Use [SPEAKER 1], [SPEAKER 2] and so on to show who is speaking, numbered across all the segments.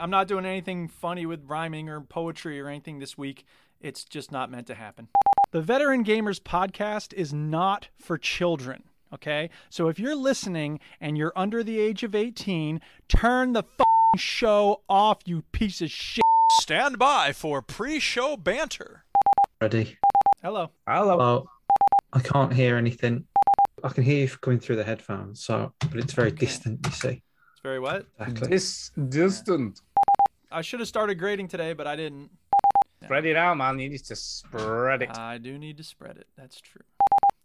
[SPEAKER 1] I'm not doing anything funny with rhyming or poetry or anything this week. It's just not meant to happen. The Veteran Gamers podcast is not for children, okay? So if you're listening and you're under the age of 18, turn the fing show off, you piece of shit.
[SPEAKER 2] Stand by for pre-show banter.
[SPEAKER 3] Ready?
[SPEAKER 1] Hello.
[SPEAKER 4] Hello.
[SPEAKER 1] Um,
[SPEAKER 3] Hello. I can't hear anything. I can hear you coming through the headphones, so but it's very distant. You see.
[SPEAKER 1] It's very what?
[SPEAKER 3] Exactly.
[SPEAKER 4] This distant.
[SPEAKER 1] I should have started grading today, but I didn't.
[SPEAKER 4] Spread it out, man. You need to spread it.
[SPEAKER 1] I do need to spread it. That's true.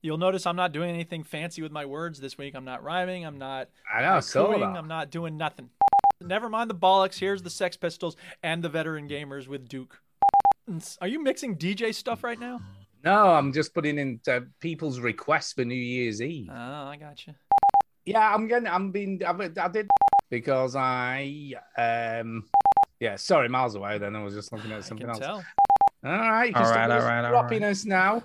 [SPEAKER 1] You'll notice I'm not doing anything fancy with my words this week. I'm not rhyming. I'm not
[SPEAKER 4] I know, Ah, so
[SPEAKER 1] cooing.
[SPEAKER 4] though.
[SPEAKER 1] I'm not doing nothing. Never mind the bollocks. Here's the Sex Pistols and the Veteran Gamers with Duke. Are you mixing DJ stuff right now?
[SPEAKER 4] No, I'm just putting in uh, people's requests for New Year's Eve.
[SPEAKER 1] Oh, I gotcha.
[SPEAKER 4] Yeah, I'm getting. I'm being. I, I did because I. um Yeah, sorry, miles away. Then I was just looking at
[SPEAKER 1] I
[SPEAKER 4] something
[SPEAKER 1] can
[SPEAKER 4] else.
[SPEAKER 1] tell.
[SPEAKER 4] All right, you can
[SPEAKER 3] All
[SPEAKER 4] stop
[SPEAKER 3] right,
[SPEAKER 4] this
[SPEAKER 3] all right, all
[SPEAKER 4] dropping us now.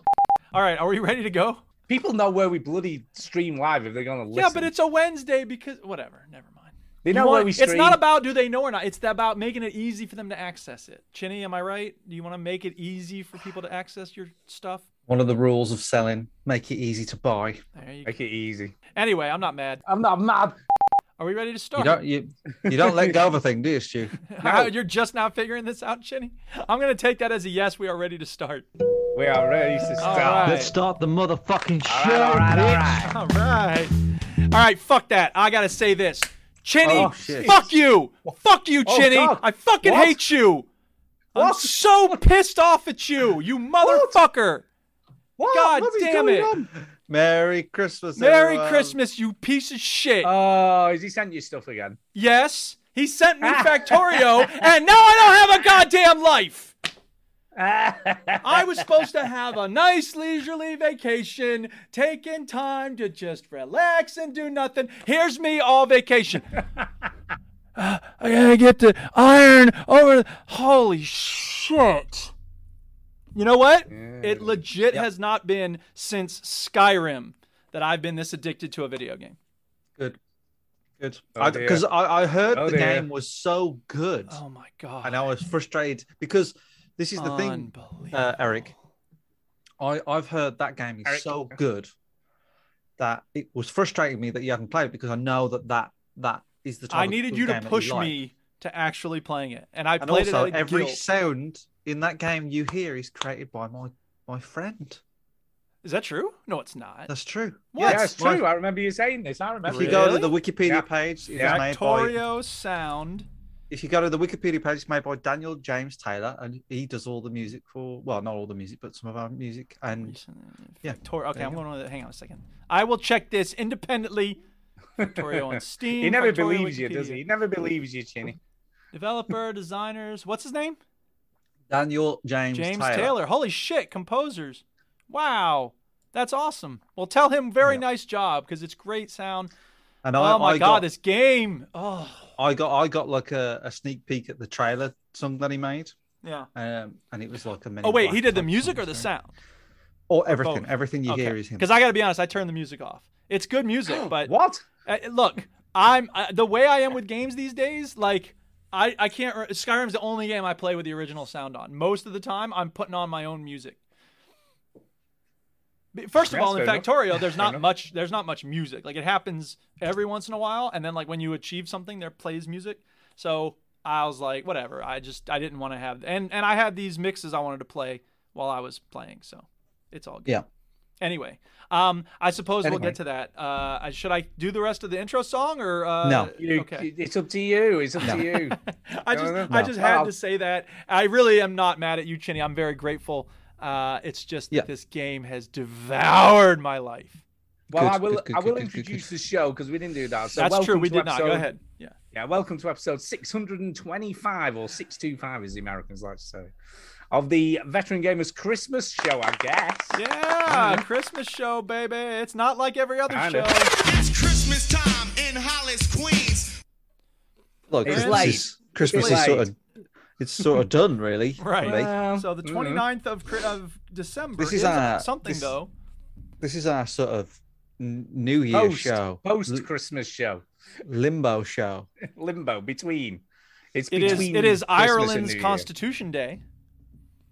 [SPEAKER 1] All right, are we ready to go?
[SPEAKER 4] People know where we bloody stream live if they're gonna listen.
[SPEAKER 1] Yeah, but it's a Wednesday because whatever. Never mind.
[SPEAKER 4] they
[SPEAKER 1] You
[SPEAKER 4] know where
[SPEAKER 1] want-
[SPEAKER 4] we stream.
[SPEAKER 1] it's not about do they know or not. It's about making it easy for them to access it. Chinny, am I right? Do you want to make it easy for people to access your stuff?
[SPEAKER 3] One of the rules of selling: make it easy to buy.
[SPEAKER 1] There you go.
[SPEAKER 4] Make it easy.
[SPEAKER 1] Anyway, I'm not mad.
[SPEAKER 4] I'm not mad.
[SPEAKER 1] Are we ready to
[SPEAKER 3] You
[SPEAKER 1] start?
[SPEAKER 3] don't you you don't let go of a thing, do you, Stu?
[SPEAKER 1] How- You're just now figuring this out, Chinny? I'm going to take that as a yes. We are ready to start.
[SPEAKER 4] We are ready to
[SPEAKER 1] All
[SPEAKER 4] start.
[SPEAKER 1] right.
[SPEAKER 5] Let's start the motherfucking
[SPEAKER 4] All
[SPEAKER 5] show.
[SPEAKER 4] right, all right, all
[SPEAKER 5] bitch.
[SPEAKER 4] right.
[SPEAKER 1] All right. All right, fuck that. I got to say this. Chinny,
[SPEAKER 3] Oh, shit.
[SPEAKER 1] fuck you. Fuck you,
[SPEAKER 4] Oh,
[SPEAKER 1] Chinny.
[SPEAKER 4] God.
[SPEAKER 1] I fucking
[SPEAKER 4] What?
[SPEAKER 1] hate you. I'm
[SPEAKER 4] What?
[SPEAKER 1] so pissed off at you, you motherfucker.
[SPEAKER 4] What?
[SPEAKER 1] God
[SPEAKER 4] What is
[SPEAKER 1] damn
[SPEAKER 4] going
[SPEAKER 1] it.
[SPEAKER 4] on?
[SPEAKER 3] Merry Christmas.
[SPEAKER 1] Merry
[SPEAKER 4] Uh,
[SPEAKER 3] everyone.
[SPEAKER 1] Christmas, you piece of shit.
[SPEAKER 4] Oh, has he sent you stuff again?
[SPEAKER 1] yes, he sent me Factorio, and now I don't have a goddamn life. I was supposed to have a nice leisurely vacation, taking time to just relax and do nothing. Here's me all vacation. Uh, I gotta get the iron over. the- Holy shit. You know what? It legit has not been since Skyrim that I've been this addicted to a video game.
[SPEAKER 3] Good. Good.
[SPEAKER 4] Oh, dear.
[SPEAKER 3] Because I, I heard
[SPEAKER 4] Oh,
[SPEAKER 3] the
[SPEAKER 4] dear.
[SPEAKER 3] game was so good,
[SPEAKER 1] Oh my god.
[SPEAKER 3] and I was frustrated because this is the thing, uh, Eric. I I've heard that game is
[SPEAKER 4] Eric.
[SPEAKER 3] so good that it was frustrating me that you haven't played it because I know that that that is the type.
[SPEAKER 1] I
[SPEAKER 3] of
[SPEAKER 1] needed
[SPEAKER 3] good
[SPEAKER 1] you to
[SPEAKER 3] game that
[SPEAKER 1] push
[SPEAKER 3] like.
[SPEAKER 1] me to actually playing it, and I
[SPEAKER 3] And
[SPEAKER 1] played
[SPEAKER 3] also,
[SPEAKER 1] it. At
[SPEAKER 3] every
[SPEAKER 1] every
[SPEAKER 3] sound in that game you hear is created by my my friend.
[SPEAKER 1] is that true? No, it's not.
[SPEAKER 3] That's true.
[SPEAKER 1] What?
[SPEAKER 4] Yeah, it's
[SPEAKER 3] My-
[SPEAKER 4] true. I remember you saying this. I remember.
[SPEAKER 3] If you go to
[SPEAKER 1] Really?
[SPEAKER 3] the Wikipedia
[SPEAKER 4] Yeah.
[SPEAKER 3] page, it
[SPEAKER 4] Yeah.
[SPEAKER 3] was made by
[SPEAKER 1] Factorio sound.
[SPEAKER 3] if you go to the Wikipedia page, it's made by Daniel James Taylor, and he does all the music for well, not all the music, but some of our music. And Yeah,
[SPEAKER 1] Factorio. Okay,
[SPEAKER 3] you
[SPEAKER 1] I'm going to hang on a second. I will check this independently. Factorio on Steam.
[SPEAKER 4] He never
[SPEAKER 1] Factorio
[SPEAKER 4] believes you, does
[SPEAKER 1] Wikipedia.
[SPEAKER 4] he? He never believes you, Chinny.
[SPEAKER 1] Developer, designers. What's his name?
[SPEAKER 3] Daniel James,
[SPEAKER 1] James
[SPEAKER 3] Taylor.
[SPEAKER 1] Taylor. Holy shit, composers. Wow. That's awesome. Well, tell him very
[SPEAKER 3] Yeah.
[SPEAKER 1] nice job because it's great sound.
[SPEAKER 3] And
[SPEAKER 1] oh my
[SPEAKER 3] I
[SPEAKER 1] god,
[SPEAKER 3] got,
[SPEAKER 1] this game. Oh,
[SPEAKER 3] I got I got like a, a sneak peek at the trailer, something that he made,
[SPEAKER 1] yeah.
[SPEAKER 3] um, and it was like a. Men
[SPEAKER 1] Oh
[SPEAKER 3] in
[SPEAKER 1] wait,
[SPEAKER 3] Black
[SPEAKER 1] he did the
[SPEAKER 3] type
[SPEAKER 1] music
[SPEAKER 3] thing,
[SPEAKER 1] or the
[SPEAKER 3] so-
[SPEAKER 1] sound?
[SPEAKER 3] Or everything,
[SPEAKER 1] Both.
[SPEAKER 3] everything you hear is him.
[SPEAKER 1] Because I got to be honest, I turned the music off. It's good music, but
[SPEAKER 4] What?
[SPEAKER 1] uh, look, I'm uh, the way I am with games these days. Like, I I can't. Re- Skyrim's the only game I play with the original sound on. Most of the time, I'm putting on my own music. B- First of
[SPEAKER 4] That's
[SPEAKER 1] all, in
[SPEAKER 4] fair enough.
[SPEAKER 1] Factorio, there's not
[SPEAKER 4] enough.
[SPEAKER 1] much. There's not much music. Like it happens every once in a while, and then like when you achieve something, there plays music. So I was like, whatever. I just I didn't want to have and and I had these mixes I wanted to play while I was playing. So it's all good.
[SPEAKER 3] Yeah.
[SPEAKER 1] Anyway, um, I suppose we'll
[SPEAKER 3] Anyway.
[SPEAKER 1] get to that. Uh, I- should I do the rest of the intro song or uh,
[SPEAKER 3] No.
[SPEAKER 4] You,
[SPEAKER 1] Okay.
[SPEAKER 4] It's up to you. It's up to you.
[SPEAKER 1] I just
[SPEAKER 4] No, no,
[SPEAKER 1] I
[SPEAKER 3] no.
[SPEAKER 1] just had
[SPEAKER 4] Oh.
[SPEAKER 1] to say that. I really am not mad at you, Chinny. I'm very grateful. Uh, it's just that
[SPEAKER 3] Yeah.
[SPEAKER 1] this game has devoured my life.
[SPEAKER 4] Well,
[SPEAKER 3] Good,
[SPEAKER 4] I will.
[SPEAKER 3] good, good,
[SPEAKER 4] I will
[SPEAKER 3] good, good, good,
[SPEAKER 4] introduce the show because we didn't do that. So
[SPEAKER 1] That's true.
[SPEAKER 4] welcome
[SPEAKER 1] We
[SPEAKER 4] to
[SPEAKER 1] did not. Go
[SPEAKER 4] episode-
[SPEAKER 1] ahead. Yeah.
[SPEAKER 4] Yeah, welcome to episode 625 or 625, as the Americans like to say, of the Veteran Gamers Christmas show, I guess.
[SPEAKER 1] Yeah. Christmas show, baby. It's not like every other
[SPEAKER 4] Mm-hmm. Kinda.
[SPEAKER 1] show.
[SPEAKER 6] It's Christmas time in Hollis, Queens.
[SPEAKER 3] Look,
[SPEAKER 4] It's
[SPEAKER 3] Christmas
[SPEAKER 4] late.
[SPEAKER 3] is Christmas
[SPEAKER 4] It's
[SPEAKER 3] is sort
[SPEAKER 4] late.
[SPEAKER 3] of it's sort of done, really.
[SPEAKER 1] Right.
[SPEAKER 3] really.
[SPEAKER 4] Well,
[SPEAKER 1] So the
[SPEAKER 4] mm.
[SPEAKER 1] 29th of Cri- of December
[SPEAKER 3] This is
[SPEAKER 1] a,
[SPEAKER 3] our-
[SPEAKER 1] something
[SPEAKER 3] this-
[SPEAKER 1] though.
[SPEAKER 3] This is our sort of n- New Year
[SPEAKER 4] Post,
[SPEAKER 3] show,
[SPEAKER 4] post
[SPEAKER 3] L-
[SPEAKER 4] Christmas show,
[SPEAKER 3] limbo show.
[SPEAKER 4] limbo between. It's
[SPEAKER 1] It is.
[SPEAKER 4] between
[SPEAKER 1] It is
[SPEAKER 4] Christmas and
[SPEAKER 1] Ireland's
[SPEAKER 4] New Year.
[SPEAKER 1] Constitution Day.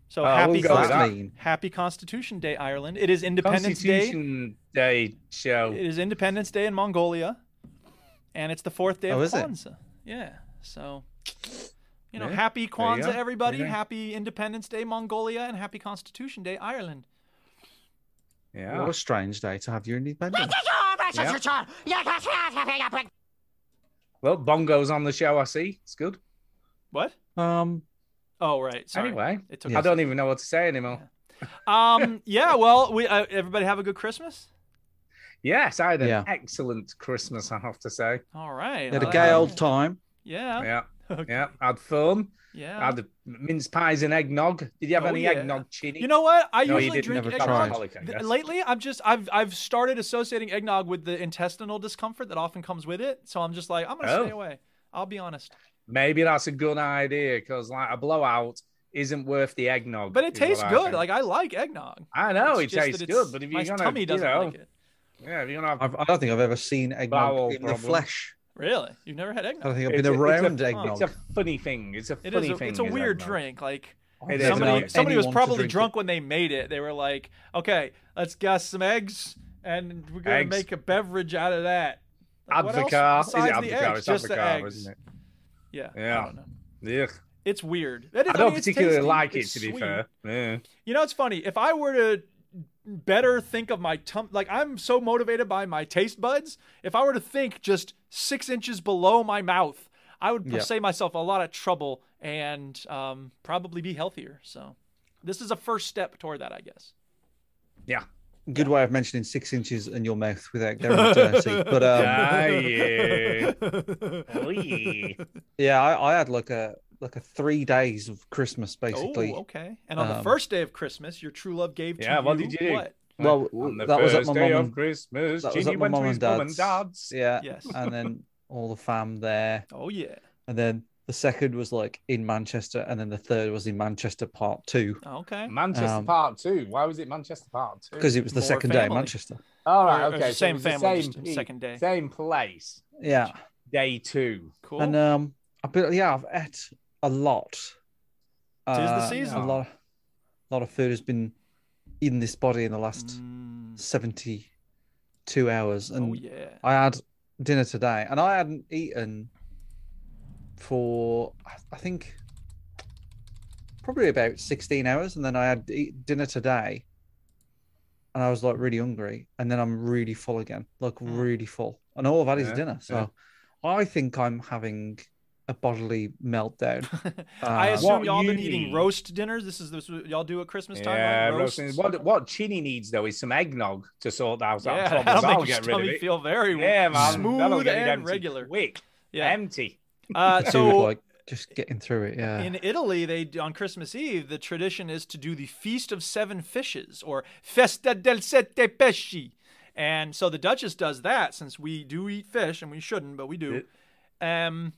[SPEAKER 1] So
[SPEAKER 4] Oh,
[SPEAKER 1] happy
[SPEAKER 4] we'll go with
[SPEAKER 1] Consti-
[SPEAKER 4] that.
[SPEAKER 3] Clean.
[SPEAKER 1] Happy Constitution Day, Ireland. It is Independence Day.
[SPEAKER 4] Constitution Day, show.
[SPEAKER 1] It is Independence Day in Mongolia, and it's the fourth day
[SPEAKER 3] Oh,
[SPEAKER 1] of
[SPEAKER 3] is it?
[SPEAKER 1] Kwanzaa. Yeah. So, you know,
[SPEAKER 4] Yeah,
[SPEAKER 1] happy Kwanzaa,
[SPEAKER 4] go.
[SPEAKER 1] everybody.
[SPEAKER 4] There you go.
[SPEAKER 1] Happy Independence Day, Mongolia, and happy Constitution Day, Ireland.
[SPEAKER 4] yeah.
[SPEAKER 3] What a strange day to have your independence.
[SPEAKER 4] Well, Bongo's on the show. I see. It's good.
[SPEAKER 1] What?
[SPEAKER 3] Um,
[SPEAKER 1] Oh, right. Sorry.
[SPEAKER 4] Anyway,
[SPEAKER 1] It took.
[SPEAKER 4] I don't even know what to say anymore.
[SPEAKER 1] Um. Yeah. Well, we uh, everybody have a good Christmas.
[SPEAKER 4] Yes, I had an
[SPEAKER 3] Yeah.
[SPEAKER 4] excellent Christmas. I have to say.
[SPEAKER 1] All right.
[SPEAKER 3] had a
[SPEAKER 1] well,
[SPEAKER 3] gay
[SPEAKER 1] uh,
[SPEAKER 3] old time.
[SPEAKER 1] Yeah.
[SPEAKER 4] Yeah,
[SPEAKER 1] Okay.
[SPEAKER 4] yeah. I had fun. I
[SPEAKER 1] Yeah.
[SPEAKER 4] had the mince pies and eggnog. Did you have
[SPEAKER 1] Oh,
[SPEAKER 4] any
[SPEAKER 1] yeah.
[SPEAKER 4] eggnog, Chinny?
[SPEAKER 1] You know what? I
[SPEAKER 4] No, you
[SPEAKER 1] usually
[SPEAKER 4] didn't
[SPEAKER 1] drink
[SPEAKER 3] ever
[SPEAKER 1] eggnog.
[SPEAKER 3] try.
[SPEAKER 4] Alcoholic, I
[SPEAKER 1] Th-
[SPEAKER 4] guess.
[SPEAKER 1] Lately, I've just I've I've started associating eggnog with the intestinal discomfort that often comes with it. So I'm just like I'm gonna stay
[SPEAKER 4] Oh.
[SPEAKER 1] away. I'll be honest.
[SPEAKER 4] maybe that's a good idea because like a blowout isn't worth the eggnog.
[SPEAKER 1] But it
[SPEAKER 4] is what
[SPEAKER 1] tastes
[SPEAKER 4] I
[SPEAKER 1] good.
[SPEAKER 4] think.
[SPEAKER 1] Like I like eggnog.
[SPEAKER 4] I know
[SPEAKER 1] It's
[SPEAKER 4] it
[SPEAKER 1] just
[SPEAKER 4] tastes
[SPEAKER 1] that
[SPEAKER 4] good,
[SPEAKER 1] it's-
[SPEAKER 4] but if
[SPEAKER 1] my
[SPEAKER 4] you're gonna,
[SPEAKER 1] tummy
[SPEAKER 4] you
[SPEAKER 1] doesn't
[SPEAKER 4] know,
[SPEAKER 1] like it.
[SPEAKER 4] yeah, if you're gonna have
[SPEAKER 3] I've, I don't think I've ever seen eggnog
[SPEAKER 4] Bowel
[SPEAKER 3] in
[SPEAKER 4] problem.
[SPEAKER 3] the flesh.
[SPEAKER 1] Really, you've never had
[SPEAKER 3] I don't
[SPEAKER 1] eggnog.
[SPEAKER 3] think I've
[SPEAKER 4] It's
[SPEAKER 3] been
[SPEAKER 4] a-
[SPEAKER 3] around
[SPEAKER 4] it's a,
[SPEAKER 3] eggnog.
[SPEAKER 4] It's a funny thing. It's a
[SPEAKER 1] It
[SPEAKER 4] funny
[SPEAKER 1] is. A,
[SPEAKER 4] thing.
[SPEAKER 1] it's a
[SPEAKER 4] is
[SPEAKER 1] weird
[SPEAKER 4] eggnog.
[SPEAKER 1] drink. Like
[SPEAKER 4] It
[SPEAKER 3] Never
[SPEAKER 4] is.
[SPEAKER 1] somebody
[SPEAKER 3] known
[SPEAKER 1] somebody was
[SPEAKER 3] anyone to
[SPEAKER 1] probably
[SPEAKER 3] drink it.
[SPEAKER 1] drunk when they made it. They were like, okay, let's get some eggs, and we're gonna
[SPEAKER 4] Eggs.
[SPEAKER 1] make a beverage out of that. Like, what else
[SPEAKER 4] Advocar. Is
[SPEAKER 1] besides
[SPEAKER 4] it
[SPEAKER 1] the
[SPEAKER 4] Advocar?
[SPEAKER 1] eggs?
[SPEAKER 4] It's
[SPEAKER 1] just the
[SPEAKER 4] Advocar,
[SPEAKER 1] eggs.
[SPEAKER 4] isn't it?
[SPEAKER 1] Yeah. I
[SPEAKER 4] Yeah.
[SPEAKER 1] don't know.
[SPEAKER 4] Yeah.
[SPEAKER 1] It's weird. It is-
[SPEAKER 4] I don't
[SPEAKER 1] mean, it's
[SPEAKER 4] particularly
[SPEAKER 1] tasty,
[SPEAKER 4] like it
[SPEAKER 1] it's
[SPEAKER 4] to be
[SPEAKER 1] sweet.
[SPEAKER 4] fair. Yeah.
[SPEAKER 1] You know, it's funny. If I were to better think of my tum, like I'm so motivated by my taste buds. If I were to think just six inches below my mouth, I would
[SPEAKER 3] Yeah.
[SPEAKER 1] save myself a lot of trouble and um, probably be healthier. So, this is a first step toward that, I guess.
[SPEAKER 3] Good way of mentioning six inches in your mouth without getting dirty. But um,
[SPEAKER 4] Ah, yeah.
[SPEAKER 1] Oh,
[SPEAKER 4] Oy.
[SPEAKER 3] yeah, I, I had like a like a three days of Christmas basically.
[SPEAKER 1] Oh, okay. And on the
[SPEAKER 3] um,
[SPEAKER 1] first day of Christmas, your true love gave to
[SPEAKER 4] Yeah, what
[SPEAKER 1] you
[SPEAKER 4] did you do?
[SPEAKER 1] What?
[SPEAKER 3] Well,
[SPEAKER 4] On the
[SPEAKER 3] that was at
[SPEAKER 4] first
[SPEAKER 3] my
[SPEAKER 4] day
[SPEAKER 3] mum
[SPEAKER 4] of
[SPEAKER 3] and-
[SPEAKER 4] Christmas.
[SPEAKER 3] that was
[SPEAKER 4] Ginny
[SPEAKER 3] at my
[SPEAKER 4] went to
[SPEAKER 3] mum
[SPEAKER 4] his
[SPEAKER 3] and
[SPEAKER 4] mum and
[SPEAKER 3] dad's.
[SPEAKER 4] dad's.
[SPEAKER 3] Yeah,
[SPEAKER 1] Yes.
[SPEAKER 3] and then all the fam there,
[SPEAKER 1] Oh yeah.
[SPEAKER 3] and then the second was like in Manchester, and then the third was in Manchester Part Two
[SPEAKER 1] Okay.
[SPEAKER 4] Manchester
[SPEAKER 3] Um,
[SPEAKER 4] Part Two. Why was it Manchester Part Two?
[SPEAKER 3] because it was the
[SPEAKER 1] More
[SPEAKER 3] second day in
[SPEAKER 1] family.
[SPEAKER 3] Manchester.
[SPEAKER 4] all
[SPEAKER 1] Or-
[SPEAKER 4] right,
[SPEAKER 1] or
[SPEAKER 4] okay, so
[SPEAKER 1] same
[SPEAKER 4] it was the
[SPEAKER 1] family,
[SPEAKER 4] same
[SPEAKER 1] just
[SPEAKER 4] pe-
[SPEAKER 1] second day.
[SPEAKER 4] same place,
[SPEAKER 3] Yeah,
[SPEAKER 4] day two.
[SPEAKER 1] Cool.
[SPEAKER 3] and um, I bet yeah, I've ate a lot.
[SPEAKER 1] the
[SPEAKER 3] Uh,
[SPEAKER 1] season.
[SPEAKER 3] A lot, a lot of food has been in this body in the last
[SPEAKER 1] Mm,
[SPEAKER 3] seventy-two hours, and
[SPEAKER 1] oh yeah.
[SPEAKER 3] I had dinner today, and I hadn't eaten for I- I think probably about sixteen hours, and then I had eat dinner today, and I was like really hungry, and then I'm really full again, like
[SPEAKER 1] Mm.
[SPEAKER 3] really full, and all I've had
[SPEAKER 4] Hmm. Yeah,
[SPEAKER 3] is dinner. So I think I'm having a bodily meltdown.
[SPEAKER 1] I
[SPEAKER 3] Um,
[SPEAKER 1] assume
[SPEAKER 4] What
[SPEAKER 1] y'all
[SPEAKER 4] you
[SPEAKER 1] been eating
[SPEAKER 4] need.
[SPEAKER 1] roast dinners. This is this what y'all do at Christmas time,
[SPEAKER 4] Yeah,
[SPEAKER 1] right? Roasts.
[SPEAKER 4] roasting. What what Chinny needs though is some eggnog to sort out that
[SPEAKER 1] yeah,
[SPEAKER 4] problem.
[SPEAKER 1] that'll
[SPEAKER 4] I'll
[SPEAKER 1] make your
[SPEAKER 4] get rid of
[SPEAKER 1] tummy
[SPEAKER 4] it.
[SPEAKER 1] feel very
[SPEAKER 4] yeah, man, that'll
[SPEAKER 1] smooth
[SPEAKER 4] get it
[SPEAKER 1] and
[SPEAKER 4] empty
[SPEAKER 1] regular.
[SPEAKER 4] Quick,
[SPEAKER 1] Yeah.
[SPEAKER 4] empty.
[SPEAKER 1] Uh,
[SPEAKER 3] Dude,
[SPEAKER 1] so
[SPEAKER 3] like just getting through it, yeah.
[SPEAKER 1] in Italy, they do- on Christmas Eve, the tradition is to do the Feast of Seven Fishes or Festa del Sette Pesci. And so the Duchess does that since we do eat fish and we shouldn't, but we do. Um,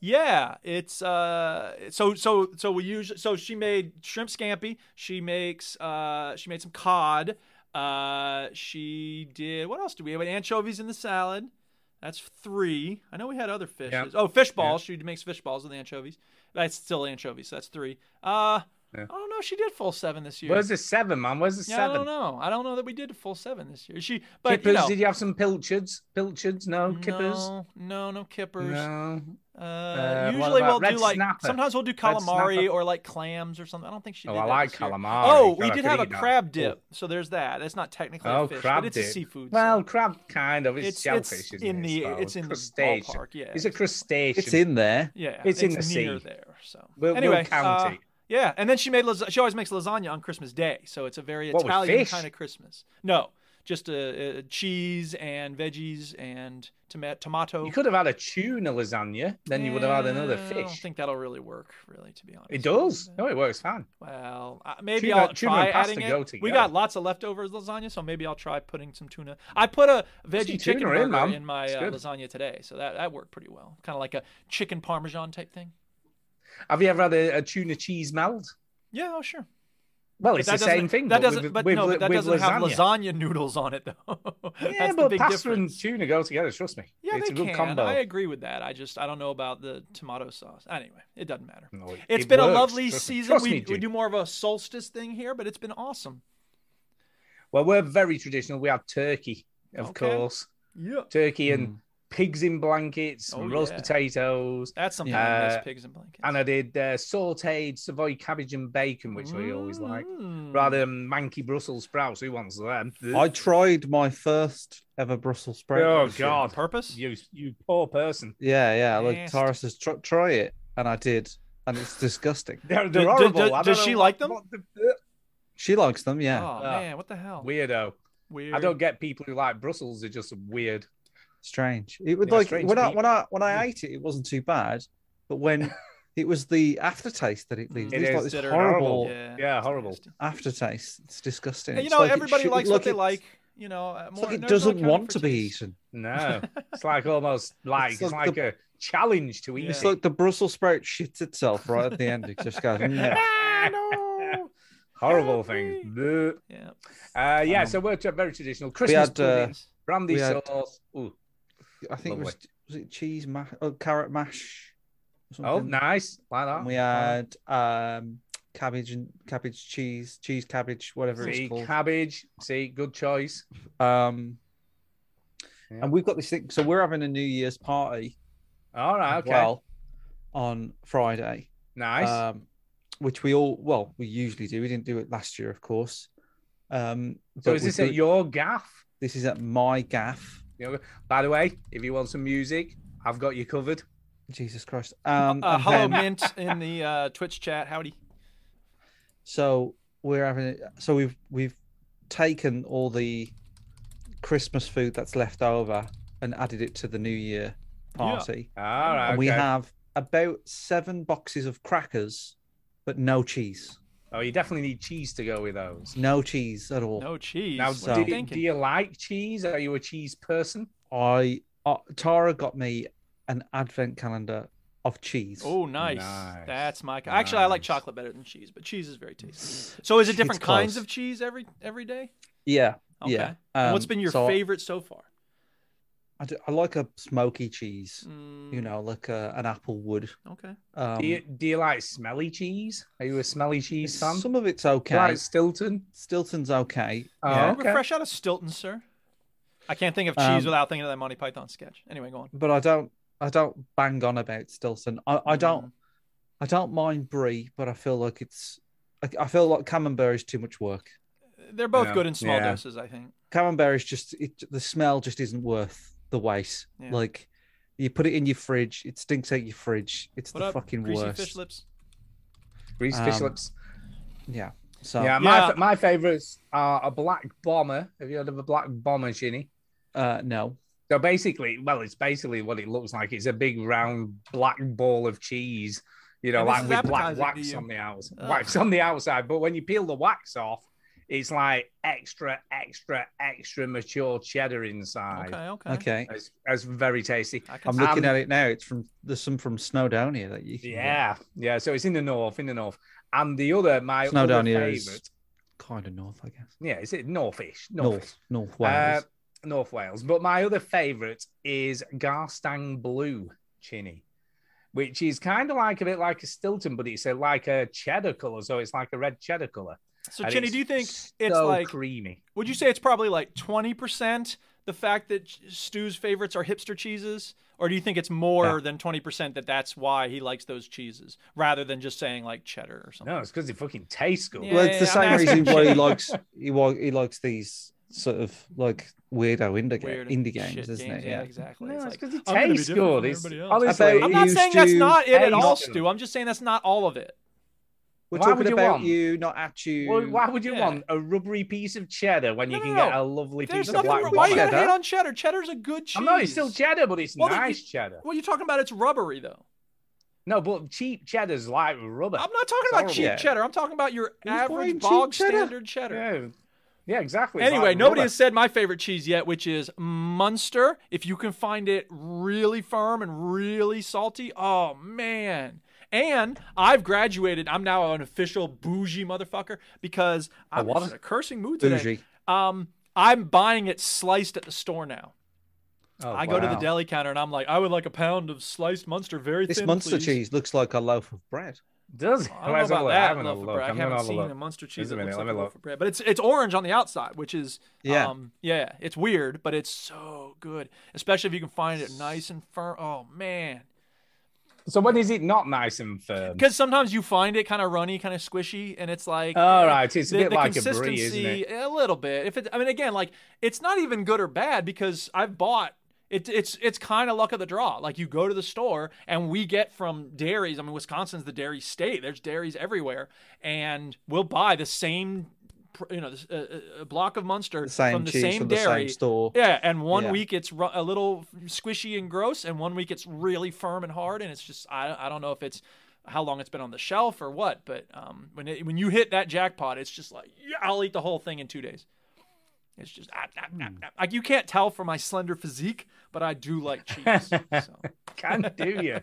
[SPEAKER 1] yeah, it's uh, so so so we usually so she made shrimp scampi. She makes uh, she made some cod. Uh, she did what else did we have? Anchovies in the salad. That's three. I know we had other fishes.
[SPEAKER 4] Yeah.
[SPEAKER 1] Oh, fish balls. She makes fish balls with anchovies. That's still anchovies. So that's three. Uh, I don't know. if She did full seven this year.
[SPEAKER 4] Where's the seven, man? Where's the
[SPEAKER 1] yeah,
[SPEAKER 4] seven?
[SPEAKER 1] I don't know. I don't know that we did a full seven this year. She, but
[SPEAKER 4] kippers?
[SPEAKER 1] you know,
[SPEAKER 4] Did you have some pilchards? Pilchards? No, kippers.
[SPEAKER 1] No, no, no kippers.
[SPEAKER 4] No. Oh,
[SPEAKER 1] Uh,
[SPEAKER 4] what
[SPEAKER 1] usually
[SPEAKER 4] about
[SPEAKER 1] we'll
[SPEAKER 4] red
[SPEAKER 1] do like
[SPEAKER 4] snapper?
[SPEAKER 1] sometimes we'll do
[SPEAKER 4] snapper?
[SPEAKER 1] calamari or like clams or something. I don't think she
[SPEAKER 4] Oh,
[SPEAKER 1] did.
[SPEAKER 4] I
[SPEAKER 1] that
[SPEAKER 4] like
[SPEAKER 1] this year.
[SPEAKER 4] calamari.
[SPEAKER 1] Oh,
[SPEAKER 4] God,
[SPEAKER 1] we
[SPEAKER 4] I
[SPEAKER 1] did
[SPEAKER 4] could
[SPEAKER 1] have a
[SPEAKER 4] eat that.
[SPEAKER 1] crab dip, so there's that. That's not technically
[SPEAKER 4] Oh,
[SPEAKER 1] a fish,
[SPEAKER 4] crab
[SPEAKER 1] but it's
[SPEAKER 4] dip.
[SPEAKER 1] a seafood. so
[SPEAKER 4] Well, crab kind of. It's,
[SPEAKER 1] it's, it's
[SPEAKER 4] shellfish, isn't
[SPEAKER 1] in
[SPEAKER 4] it, I
[SPEAKER 1] the
[SPEAKER 4] suppose?
[SPEAKER 1] it's in the
[SPEAKER 4] crustacean.
[SPEAKER 1] ballpark. Yeah,
[SPEAKER 4] It's a crustacean.
[SPEAKER 3] It's in there.
[SPEAKER 1] Yeah,
[SPEAKER 4] It's in the
[SPEAKER 1] near
[SPEAKER 4] sea.
[SPEAKER 1] there. So
[SPEAKER 4] We'll- we'll
[SPEAKER 1] anyway,
[SPEAKER 4] count
[SPEAKER 1] uh,
[SPEAKER 4] it.
[SPEAKER 1] yeah, and then she made lasagna. She always makes lasagna on Christmas Day, so it's a very
[SPEAKER 4] What, with
[SPEAKER 1] Italian
[SPEAKER 4] fish?
[SPEAKER 1] kind of Christmas. No, just a, uh cheese and veggies and toma- tomato.
[SPEAKER 4] You could have had a tuna lasagna, then you would have had another
[SPEAKER 1] Yeah, I don't
[SPEAKER 4] fish.
[SPEAKER 1] think that'll really work, really, to be honest.
[SPEAKER 4] It does. No, it works fine.
[SPEAKER 1] Well, I- maybe
[SPEAKER 4] Tuna-
[SPEAKER 1] I'll
[SPEAKER 4] tuna
[SPEAKER 1] try
[SPEAKER 4] and pasta
[SPEAKER 1] adding
[SPEAKER 4] go
[SPEAKER 1] it. We
[SPEAKER 4] together.
[SPEAKER 1] got lots of leftovers lasagna, so maybe I'll try putting some tuna. I put a veggie
[SPEAKER 4] some
[SPEAKER 1] chicken
[SPEAKER 4] tuna
[SPEAKER 1] burger
[SPEAKER 4] in, Mum.
[SPEAKER 1] in my
[SPEAKER 4] It's
[SPEAKER 1] uh,
[SPEAKER 4] good.
[SPEAKER 1] lasagna today, so that, that worked pretty well. Kind of like a chicken parmesan type thing.
[SPEAKER 4] Have you ever had a, a tuna cheese melt?
[SPEAKER 1] Yeah, oh sure.
[SPEAKER 4] Well,
[SPEAKER 1] But
[SPEAKER 4] it's
[SPEAKER 1] that
[SPEAKER 4] the
[SPEAKER 1] doesn't-
[SPEAKER 4] same thing.
[SPEAKER 1] That
[SPEAKER 4] but
[SPEAKER 1] doesn't.
[SPEAKER 4] with-
[SPEAKER 1] but
[SPEAKER 4] with-
[SPEAKER 1] no, but that
[SPEAKER 4] with
[SPEAKER 1] doesn't have
[SPEAKER 4] lasagna.
[SPEAKER 1] lasagna noodles on it though.
[SPEAKER 4] Yeah,
[SPEAKER 1] That's
[SPEAKER 4] but
[SPEAKER 1] the big
[SPEAKER 4] pasta
[SPEAKER 1] difference.
[SPEAKER 4] and tuna go together. Trust me.
[SPEAKER 1] yeah,
[SPEAKER 4] it's
[SPEAKER 1] they
[SPEAKER 4] a good
[SPEAKER 1] can.
[SPEAKER 4] combo.
[SPEAKER 1] I agree with that. I just I don't know about the tomato sauce. Anyway, it doesn't matter.
[SPEAKER 4] No, it-
[SPEAKER 1] It's
[SPEAKER 4] it
[SPEAKER 1] been
[SPEAKER 4] works,
[SPEAKER 1] a lovely
[SPEAKER 4] trust me.
[SPEAKER 1] season.
[SPEAKER 4] Trust
[SPEAKER 1] we,
[SPEAKER 4] me,
[SPEAKER 1] we
[SPEAKER 4] Jim.
[SPEAKER 1] do more of a solstice thing here, but it's been awesome.
[SPEAKER 4] Well, we're very traditional. We have turkey, of
[SPEAKER 1] Okay.
[SPEAKER 4] course.
[SPEAKER 1] Yeah.
[SPEAKER 4] Turkey and pigs in blankets and
[SPEAKER 1] Oh,
[SPEAKER 4] roast
[SPEAKER 1] yeah.
[SPEAKER 4] potatoes.
[SPEAKER 1] That's something I
[SPEAKER 4] Yeah.
[SPEAKER 1] miss, pigs and blankets.
[SPEAKER 4] And I did uh, sauteed Savoy cabbage and bacon, which we always like,
[SPEAKER 1] Mm.
[SPEAKER 4] rather than manky Brussels sprouts. Who wants them?
[SPEAKER 3] I tried my first ever Brussels sprout.
[SPEAKER 4] Mm. oh
[SPEAKER 3] this year.
[SPEAKER 1] on
[SPEAKER 4] God,
[SPEAKER 1] purpose.
[SPEAKER 4] you you poor person.
[SPEAKER 3] Yeah, yeah. Like
[SPEAKER 1] Nasty.
[SPEAKER 3] Tara says, try, try it, and I did, and it's disgusting.
[SPEAKER 4] They're,
[SPEAKER 1] Do-
[SPEAKER 4] they're
[SPEAKER 1] do-
[SPEAKER 4] horrible.
[SPEAKER 1] do-
[SPEAKER 4] I don't
[SPEAKER 1] does she
[SPEAKER 4] know
[SPEAKER 1] like
[SPEAKER 4] what-
[SPEAKER 1] them?
[SPEAKER 4] what the-
[SPEAKER 3] She likes them,
[SPEAKER 1] Oh
[SPEAKER 3] yeah.
[SPEAKER 1] man, what the hell?
[SPEAKER 4] Weirdo.
[SPEAKER 1] Weird.
[SPEAKER 4] I don't get people who like Brussels. They're just weird.
[SPEAKER 3] strange. It was
[SPEAKER 4] Yeah,
[SPEAKER 3] like
[SPEAKER 4] strange
[SPEAKER 3] when I
[SPEAKER 4] meat.
[SPEAKER 3] when I when I ate it, it wasn't too bad, but when it was the aftertaste that it leaves,
[SPEAKER 1] It
[SPEAKER 3] it's
[SPEAKER 4] is
[SPEAKER 3] like this
[SPEAKER 4] bitter and
[SPEAKER 3] horrible
[SPEAKER 1] Yeah.
[SPEAKER 4] Yeah,
[SPEAKER 1] it's
[SPEAKER 4] horrible.
[SPEAKER 1] nasty.
[SPEAKER 3] aftertaste. It's disgusting.
[SPEAKER 1] And, you
[SPEAKER 3] It's
[SPEAKER 1] know,
[SPEAKER 3] like it
[SPEAKER 1] everybody
[SPEAKER 3] should-
[SPEAKER 1] likes
[SPEAKER 3] look,
[SPEAKER 1] what they
[SPEAKER 3] it's-
[SPEAKER 1] like. You know, uh,
[SPEAKER 3] It's
[SPEAKER 1] more,
[SPEAKER 3] like it
[SPEAKER 1] no- no
[SPEAKER 3] doesn't
[SPEAKER 1] accounting
[SPEAKER 3] want
[SPEAKER 1] for
[SPEAKER 3] to be
[SPEAKER 1] taste.
[SPEAKER 3] eaten.
[SPEAKER 4] No, it's like almost like it's,
[SPEAKER 3] like
[SPEAKER 4] like
[SPEAKER 3] the-
[SPEAKER 4] a challenge to eat.
[SPEAKER 1] Yeah.
[SPEAKER 3] It's
[SPEAKER 4] it.
[SPEAKER 3] like the Brussels sprout shits itself right at the end. It just goes. "Mm." "Nyeh."
[SPEAKER 1] Ah, no.
[SPEAKER 4] horrible
[SPEAKER 1] Help me.
[SPEAKER 4] things. Bleh.
[SPEAKER 1] Yeah.
[SPEAKER 4] Uh, yeah,
[SPEAKER 3] Um,
[SPEAKER 4] so we're t- very traditional. Christmas
[SPEAKER 3] had, uh,
[SPEAKER 4] pudding, brandy
[SPEAKER 3] we had-
[SPEAKER 4] sauce. Ooh.
[SPEAKER 3] I think it was
[SPEAKER 4] Lovely.
[SPEAKER 3] was it cheese mash? Oh, carrot mash. or
[SPEAKER 4] Oh,
[SPEAKER 3] something.
[SPEAKER 4] nice. Like that.
[SPEAKER 3] And we had um cabbage and cabbage cheese, cheese cabbage, whatever
[SPEAKER 4] See,
[SPEAKER 3] it's called.
[SPEAKER 4] cabbage. See, good choice.
[SPEAKER 3] um,
[SPEAKER 4] Yeah.
[SPEAKER 3] and we've got this thing. So we're having a New Year's party
[SPEAKER 4] All right.
[SPEAKER 3] as
[SPEAKER 4] Ah, Okay.
[SPEAKER 3] well on Friday,
[SPEAKER 4] nice.
[SPEAKER 3] um, which we all well we usually do. We didn't do it last year, of course. Um,
[SPEAKER 4] so
[SPEAKER 3] but
[SPEAKER 4] is
[SPEAKER 3] we
[SPEAKER 4] this
[SPEAKER 3] do
[SPEAKER 4] at
[SPEAKER 3] it-
[SPEAKER 4] your gaff?
[SPEAKER 3] This is at my gaff.
[SPEAKER 4] You know, by the way, if you want some music, I've got you covered.
[SPEAKER 3] Jesus Christ. Um,
[SPEAKER 1] Uh,
[SPEAKER 3] and
[SPEAKER 1] hello,
[SPEAKER 3] then-
[SPEAKER 1] Mint in the uh, Twitch chat. Howdy.
[SPEAKER 3] so we're having it so we've we've taken all the christmas food that's left over and added it to the new year party
[SPEAKER 4] All right.
[SPEAKER 3] and we
[SPEAKER 4] okay.
[SPEAKER 3] have about seven boxes of crackers but no cheese
[SPEAKER 4] Oh, you definitely need cheese to go with those.
[SPEAKER 3] no cheese at all
[SPEAKER 1] No cheese.
[SPEAKER 4] Now,
[SPEAKER 1] what are
[SPEAKER 3] so-
[SPEAKER 1] you
[SPEAKER 4] do,
[SPEAKER 1] thinking?
[SPEAKER 4] do you like cheese? Are you a cheese person?
[SPEAKER 3] i uh, tara got me an advent calendar of cheese
[SPEAKER 1] Oh, nice.
[SPEAKER 4] Nice.
[SPEAKER 1] That's my. Actually, I like
[SPEAKER 4] Nice.
[SPEAKER 1] chocolate better than cheese, but cheese is very tasty. So, is it
[SPEAKER 3] It's
[SPEAKER 1] different kinds
[SPEAKER 3] close.
[SPEAKER 1] of cheese every every day?
[SPEAKER 3] yeah
[SPEAKER 1] Okay.
[SPEAKER 3] yeah
[SPEAKER 1] And what's
[SPEAKER 3] Um,
[SPEAKER 1] been your
[SPEAKER 3] so I-
[SPEAKER 1] favorite so far?
[SPEAKER 3] I, do- I like a smoky cheese you
[SPEAKER 1] Mm,
[SPEAKER 3] know like a, an apple wood
[SPEAKER 1] Okay.
[SPEAKER 3] um
[SPEAKER 4] do, you, do you like smelly cheese? Are you a smelly cheese fan?
[SPEAKER 3] some of it's
[SPEAKER 4] Do you
[SPEAKER 3] okay
[SPEAKER 4] Like Stilton?
[SPEAKER 3] stilton's Uh, okay
[SPEAKER 4] Oh,
[SPEAKER 3] yeah.
[SPEAKER 1] We're fresh out of Stilton, sir. I can't think of cheese
[SPEAKER 3] Um,
[SPEAKER 1] without thinking of that Monty Python sketch. Anyway, go on.
[SPEAKER 3] but I don't I don't bang on about Stilton. I, I
[SPEAKER 1] Mm.
[SPEAKER 3] don't I don't mind Brie, but I feel like it's I, I feel like Camembert is too much work.
[SPEAKER 1] They're both
[SPEAKER 4] Yeah.
[SPEAKER 1] good in small
[SPEAKER 4] Yeah.
[SPEAKER 1] doses, I think.
[SPEAKER 3] Camembert is just it, the smell just isn't worth the wait.
[SPEAKER 1] Yeah.
[SPEAKER 3] Like you put it in your fridge, it stinks out your fridge. It's
[SPEAKER 1] What
[SPEAKER 3] the
[SPEAKER 1] up,
[SPEAKER 3] fucking
[SPEAKER 1] greasy
[SPEAKER 3] worst.
[SPEAKER 1] fish lips?
[SPEAKER 4] Grease fish
[SPEAKER 3] Um,
[SPEAKER 4] lips.
[SPEAKER 3] Yeah. So
[SPEAKER 4] yeah, my
[SPEAKER 1] Yeah.
[SPEAKER 4] fa- my favourites are a black bomber. Have you heard of a black bomber, Ginny?
[SPEAKER 3] uh no.
[SPEAKER 4] So basically, well, it's basically what it looks like. It's a big round black ball of cheese, you know,
[SPEAKER 1] And this
[SPEAKER 4] like
[SPEAKER 1] is
[SPEAKER 4] with black
[SPEAKER 1] appetizing to
[SPEAKER 4] wax
[SPEAKER 1] you.
[SPEAKER 4] on the outside.
[SPEAKER 1] Ugh.
[SPEAKER 4] Wax on the outside, but when you peel the wax off, it's like extra, extra, extra mature cheddar inside.
[SPEAKER 1] Okay, okay.
[SPEAKER 3] Okay.
[SPEAKER 4] That's, that's very tasty.
[SPEAKER 1] I can
[SPEAKER 3] I'm
[SPEAKER 1] see
[SPEAKER 4] Um,
[SPEAKER 3] looking at it now. It's from there's some from Snowdonia that you can get.
[SPEAKER 4] Yeah, yeah. So it's in the north, in the north. And the other, my other
[SPEAKER 3] Snowdonia is-
[SPEAKER 4] favorite,
[SPEAKER 3] kind of north, I guess.
[SPEAKER 4] yeah, is it northish? Northish.
[SPEAKER 3] North, North Wales.
[SPEAKER 4] Uh, North Wales. But my other favourite is Garstang Blue Chinny, which is kind of like a bit like a Stilton, but it's a, like a cheddar colour. So it's like a red cheddar colour.
[SPEAKER 1] So,
[SPEAKER 4] And
[SPEAKER 1] Chinny,
[SPEAKER 4] it's
[SPEAKER 1] do you think it's
[SPEAKER 4] so
[SPEAKER 1] like
[SPEAKER 4] creamy?
[SPEAKER 1] Would you say it's probably like 20% the fact that Stu's favorites are hipster cheeses? Or do you think it's more
[SPEAKER 3] Yeah.
[SPEAKER 1] than 20% that that's why he likes those cheeses rather than just saying like cheddar or something?
[SPEAKER 4] No, it's because it fucking tastes good.
[SPEAKER 1] Yeah.
[SPEAKER 3] Well, it's the
[SPEAKER 1] I'm
[SPEAKER 3] same
[SPEAKER 1] asking
[SPEAKER 3] reason why he
[SPEAKER 1] Jim.
[SPEAKER 3] likes he, wa- he likes these sort of like weirdo indie, ga-
[SPEAKER 1] Weird
[SPEAKER 3] indie
[SPEAKER 1] shit
[SPEAKER 3] games, isn't
[SPEAKER 1] games,
[SPEAKER 3] it? Yeah.
[SPEAKER 1] exactly.
[SPEAKER 4] No,
[SPEAKER 1] It's
[SPEAKER 4] it's
[SPEAKER 1] like,
[SPEAKER 4] because it
[SPEAKER 1] I'm gonna be
[SPEAKER 4] tastes
[SPEAKER 1] different
[SPEAKER 4] good.
[SPEAKER 1] from
[SPEAKER 4] It's,
[SPEAKER 1] everybody else.
[SPEAKER 4] honestly,
[SPEAKER 3] About
[SPEAKER 1] I'm
[SPEAKER 3] It
[SPEAKER 1] not
[SPEAKER 3] used
[SPEAKER 1] saying that's
[SPEAKER 3] to
[SPEAKER 1] not it at all,
[SPEAKER 4] taste-
[SPEAKER 1] Stu. I'm just saying that's not all of it.
[SPEAKER 3] We're
[SPEAKER 4] Why would
[SPEAKER 3] talking
[SPEAKER 4] you
[SPEAKER 3] about
[SPEAKER 4] want-
[SPEAKER 3] you, not at you.
[SPEAKER 4] why, why would you
[SPEAKER 1] Yeah.
[SPEAKER 4] want a rubbery piece of cheddar when you
[SPEAKER 1] No,
[SPEAKER 4] can
[SPEAKER 1] no,
[SPEAKER 4] get
[SPEAKER 1] no.
[SPEAKER 4] a lovely
[SPEAKER 1] There's
[SPEAKER 4] piece of
[SPEAKER 1] nothing
[SPEAKER 4] black
[SPEAKER 1] wrong. Why are you
[SPEAKER 4] bomber?
[SPEAKER 1] going to hate on cheddar? Cheddar's a good cheese.
[SPEAKER 4] I'm not, it's still cheddar, but it's
[SPEAKER 1] Well, then
[SPEAKER 4] nice
[SPEAKER 1] you-
[SPEAKER 4] cheddar.
[SPEAKER 1] What are you talking about? It's rubbery, though.
[SPEAKER 4] No, but cheap cheddar's like rubber.
[SPEAKER 1] I'm not talking about
[SPEAKER 4] horrible.
[SPEAKER 1] cheap
[SPEAKER 3] Yeah.
[SPEAKER 1] cheddar. I'm talking about your
[SPEAKER 3] Who's buying
[SPEAKER 1] average
[SPEAKER 3] cheap
[SPEAKER 1] bog
[SPEAKER 3] cheddar?
[SPEAKER 1] standard cheddar.
[SPEAKER 4] Yeah, yeah, exactly. It's
[SPEAKER 1] Anyway,
[SPEAKER 4] like
[SPEAKER 1] nobody
[SPEAKER 4] rubber.
[SPEAKER 1] has said my favorite cheese yet, which is Munster. If you can find it really firm and really salty, oh man. And I've graduated. I'm now an official bougie motherfucker because I'm
[SPEAKER 3] what?
[SPEAKER 1] just in a cursing mood today.
[SPEAKER 3] Bougie.
[SPEAKER 1] Um, I'm buying it sliced at the store now.
[SPEAKER 4] Oh,
[SPEAKER 1] I go to the
[SPEAKER 4] wow.
[SPEAKER 1] deli counter and I'm like, I would like a pound of sliced Munster, very
[SPEAKER 3] This
[SPEAKER 1] thin,
[SPEAKER 3] Munster
[SPEAKER 1] please.
[SPEAKER 3] cheese looks like a loaf of bread.
[SPEAKER 4] Does it?
[SPEAKER 1] I don't know
[SPEAKER 4] Let's have a
[SPEAKER 1] about
[SPEAKER 4] look.
[SPEAKER 1] that.
[SPEAKER 4] I'm gonna
[SPEAKER 1] loaf of
[SPEAKER 4] look.
[SPEAKER 1] bread. I
[SPEAKER 4] I'm gonna
[SPEAKER 1] haven't
[SPEAKER 4] have a
[SPEAKER 1] seen
[SPEAKER 4] look.
[SPEAKER 1] a Munster cheese
[SPEAKER 4] Just a
[SPEAKER 1] that looks
[SPEAKER 4] minute, let
[SPEAKER 1] like a
[SPEAKER 4] me
[SPEAKER 1] loaf
[SPEAKER 4] look.
[SPEAKER 1] of bread, but it's it's orange on the outside, which is
[SPEAKER 3] Yeah.
[SPEAKER 1] um, yeah, it's weird, but it's so good, especially if you can find it nice and firm. Oh man,
[SPEAKER 4] So when is it not nice and firm?
[SPEAKER 1] because sometimes you find it kind of runny, kind of squishy, and it's like
[SPEAKER 4] All
[SPEAKER 1] eh,
[SPEAKER 4] Oh, right, it's a bit like a brie, isn't
[SPEAKER 1] consistency,
[SPEAKER 4] it?
[SPEAKER 1] A little bit. If it, I mean, again, like it's not even good or bad because I've bought. It, it's it's kind of luck of the draw. Like you go to the store and we get from dairies. I mean, Wisconsin's the dairy state. There's dairies everywhere, and we'll buy the same, pr- you know, this- a- a a uh, block of Munster
[SPEAKER 3] The same
[SPEAKER 1] from the
[SPEAKER 3] cheese
[SPEAKER 1] same
[SPEAKER 3] from the
[SPEAKER 1] dairy.
[SPEAKER 3] same store.
[SPEAKER 1] Yeah, and one
[SPEAKER 3] Yeah.
[SPEAKER 1] week it's ru- a little squishy and gross, and one week it's really firm and hard, and it's just I I don't know if it's how long it's been on the shelf or what, but um, when it, when you hit that jackpot, it's just like yeah, I'll eat the whole thing in two days. It's just ah, ah, ah, ah. like you can't tell from my slender physique, but I do like cheese. so
[SPEAKER 4] Can do you?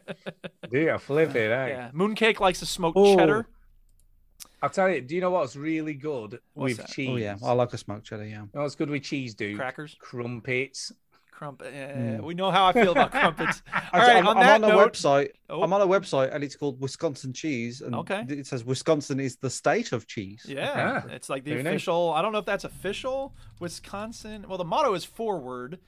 [SPEAKER 4] do you flip it? Eh?
[SPEAKER 1] yeah, mooncake likes to smoke
[SPEAKER 4] Oh,
[SPEAKER 1] cheddar.
[SPEAKER 4] I'll tell you. Do you know what's really good
[SPEAKER 1] What's
[SPEAKER 4] with
[SPEAKER 1] that?
[SPEAKER 4] cheese?
[SPEAKER 3] Oh yeah, I like a smoked cheddar. Yeah.
[SPEAKER 4] You know what's good with cheese, dude?
[SPEAKER 1] Crackers,
[SPEAKER 4] Crumpets.
[SPEAKER 1] crump. eh, We know how I feel about crumpets. All
[SPEAKER 3] Actually,
[SPEAKER 1] right,
[SPEAKER 3] I'm,
[SPEAKER 1] on
[SPEAKER 3] I'm
[SPEAKER 1] that
[SPEAKER 3] on a
[SPEAKER 1] note,
[SPEAKER 3] website.
[SPEAKER 1] Oh.
[SPEAKER 3] I'm on a website, and it's called Wisconsin Cheese, and
[SPEAKER 1] Okay.
[SPEAKER 3] it says Wisconsin is the state of cheese.
[SPEAKER 1] Yeah,
[SPEAKER 4] Okay.
[SPEAKER 1] it's like the
[SPEAKER 4] Very nice.
[SPEAKER 1] official. I don't know if that's official Wisconsin. Well, the motto is forward.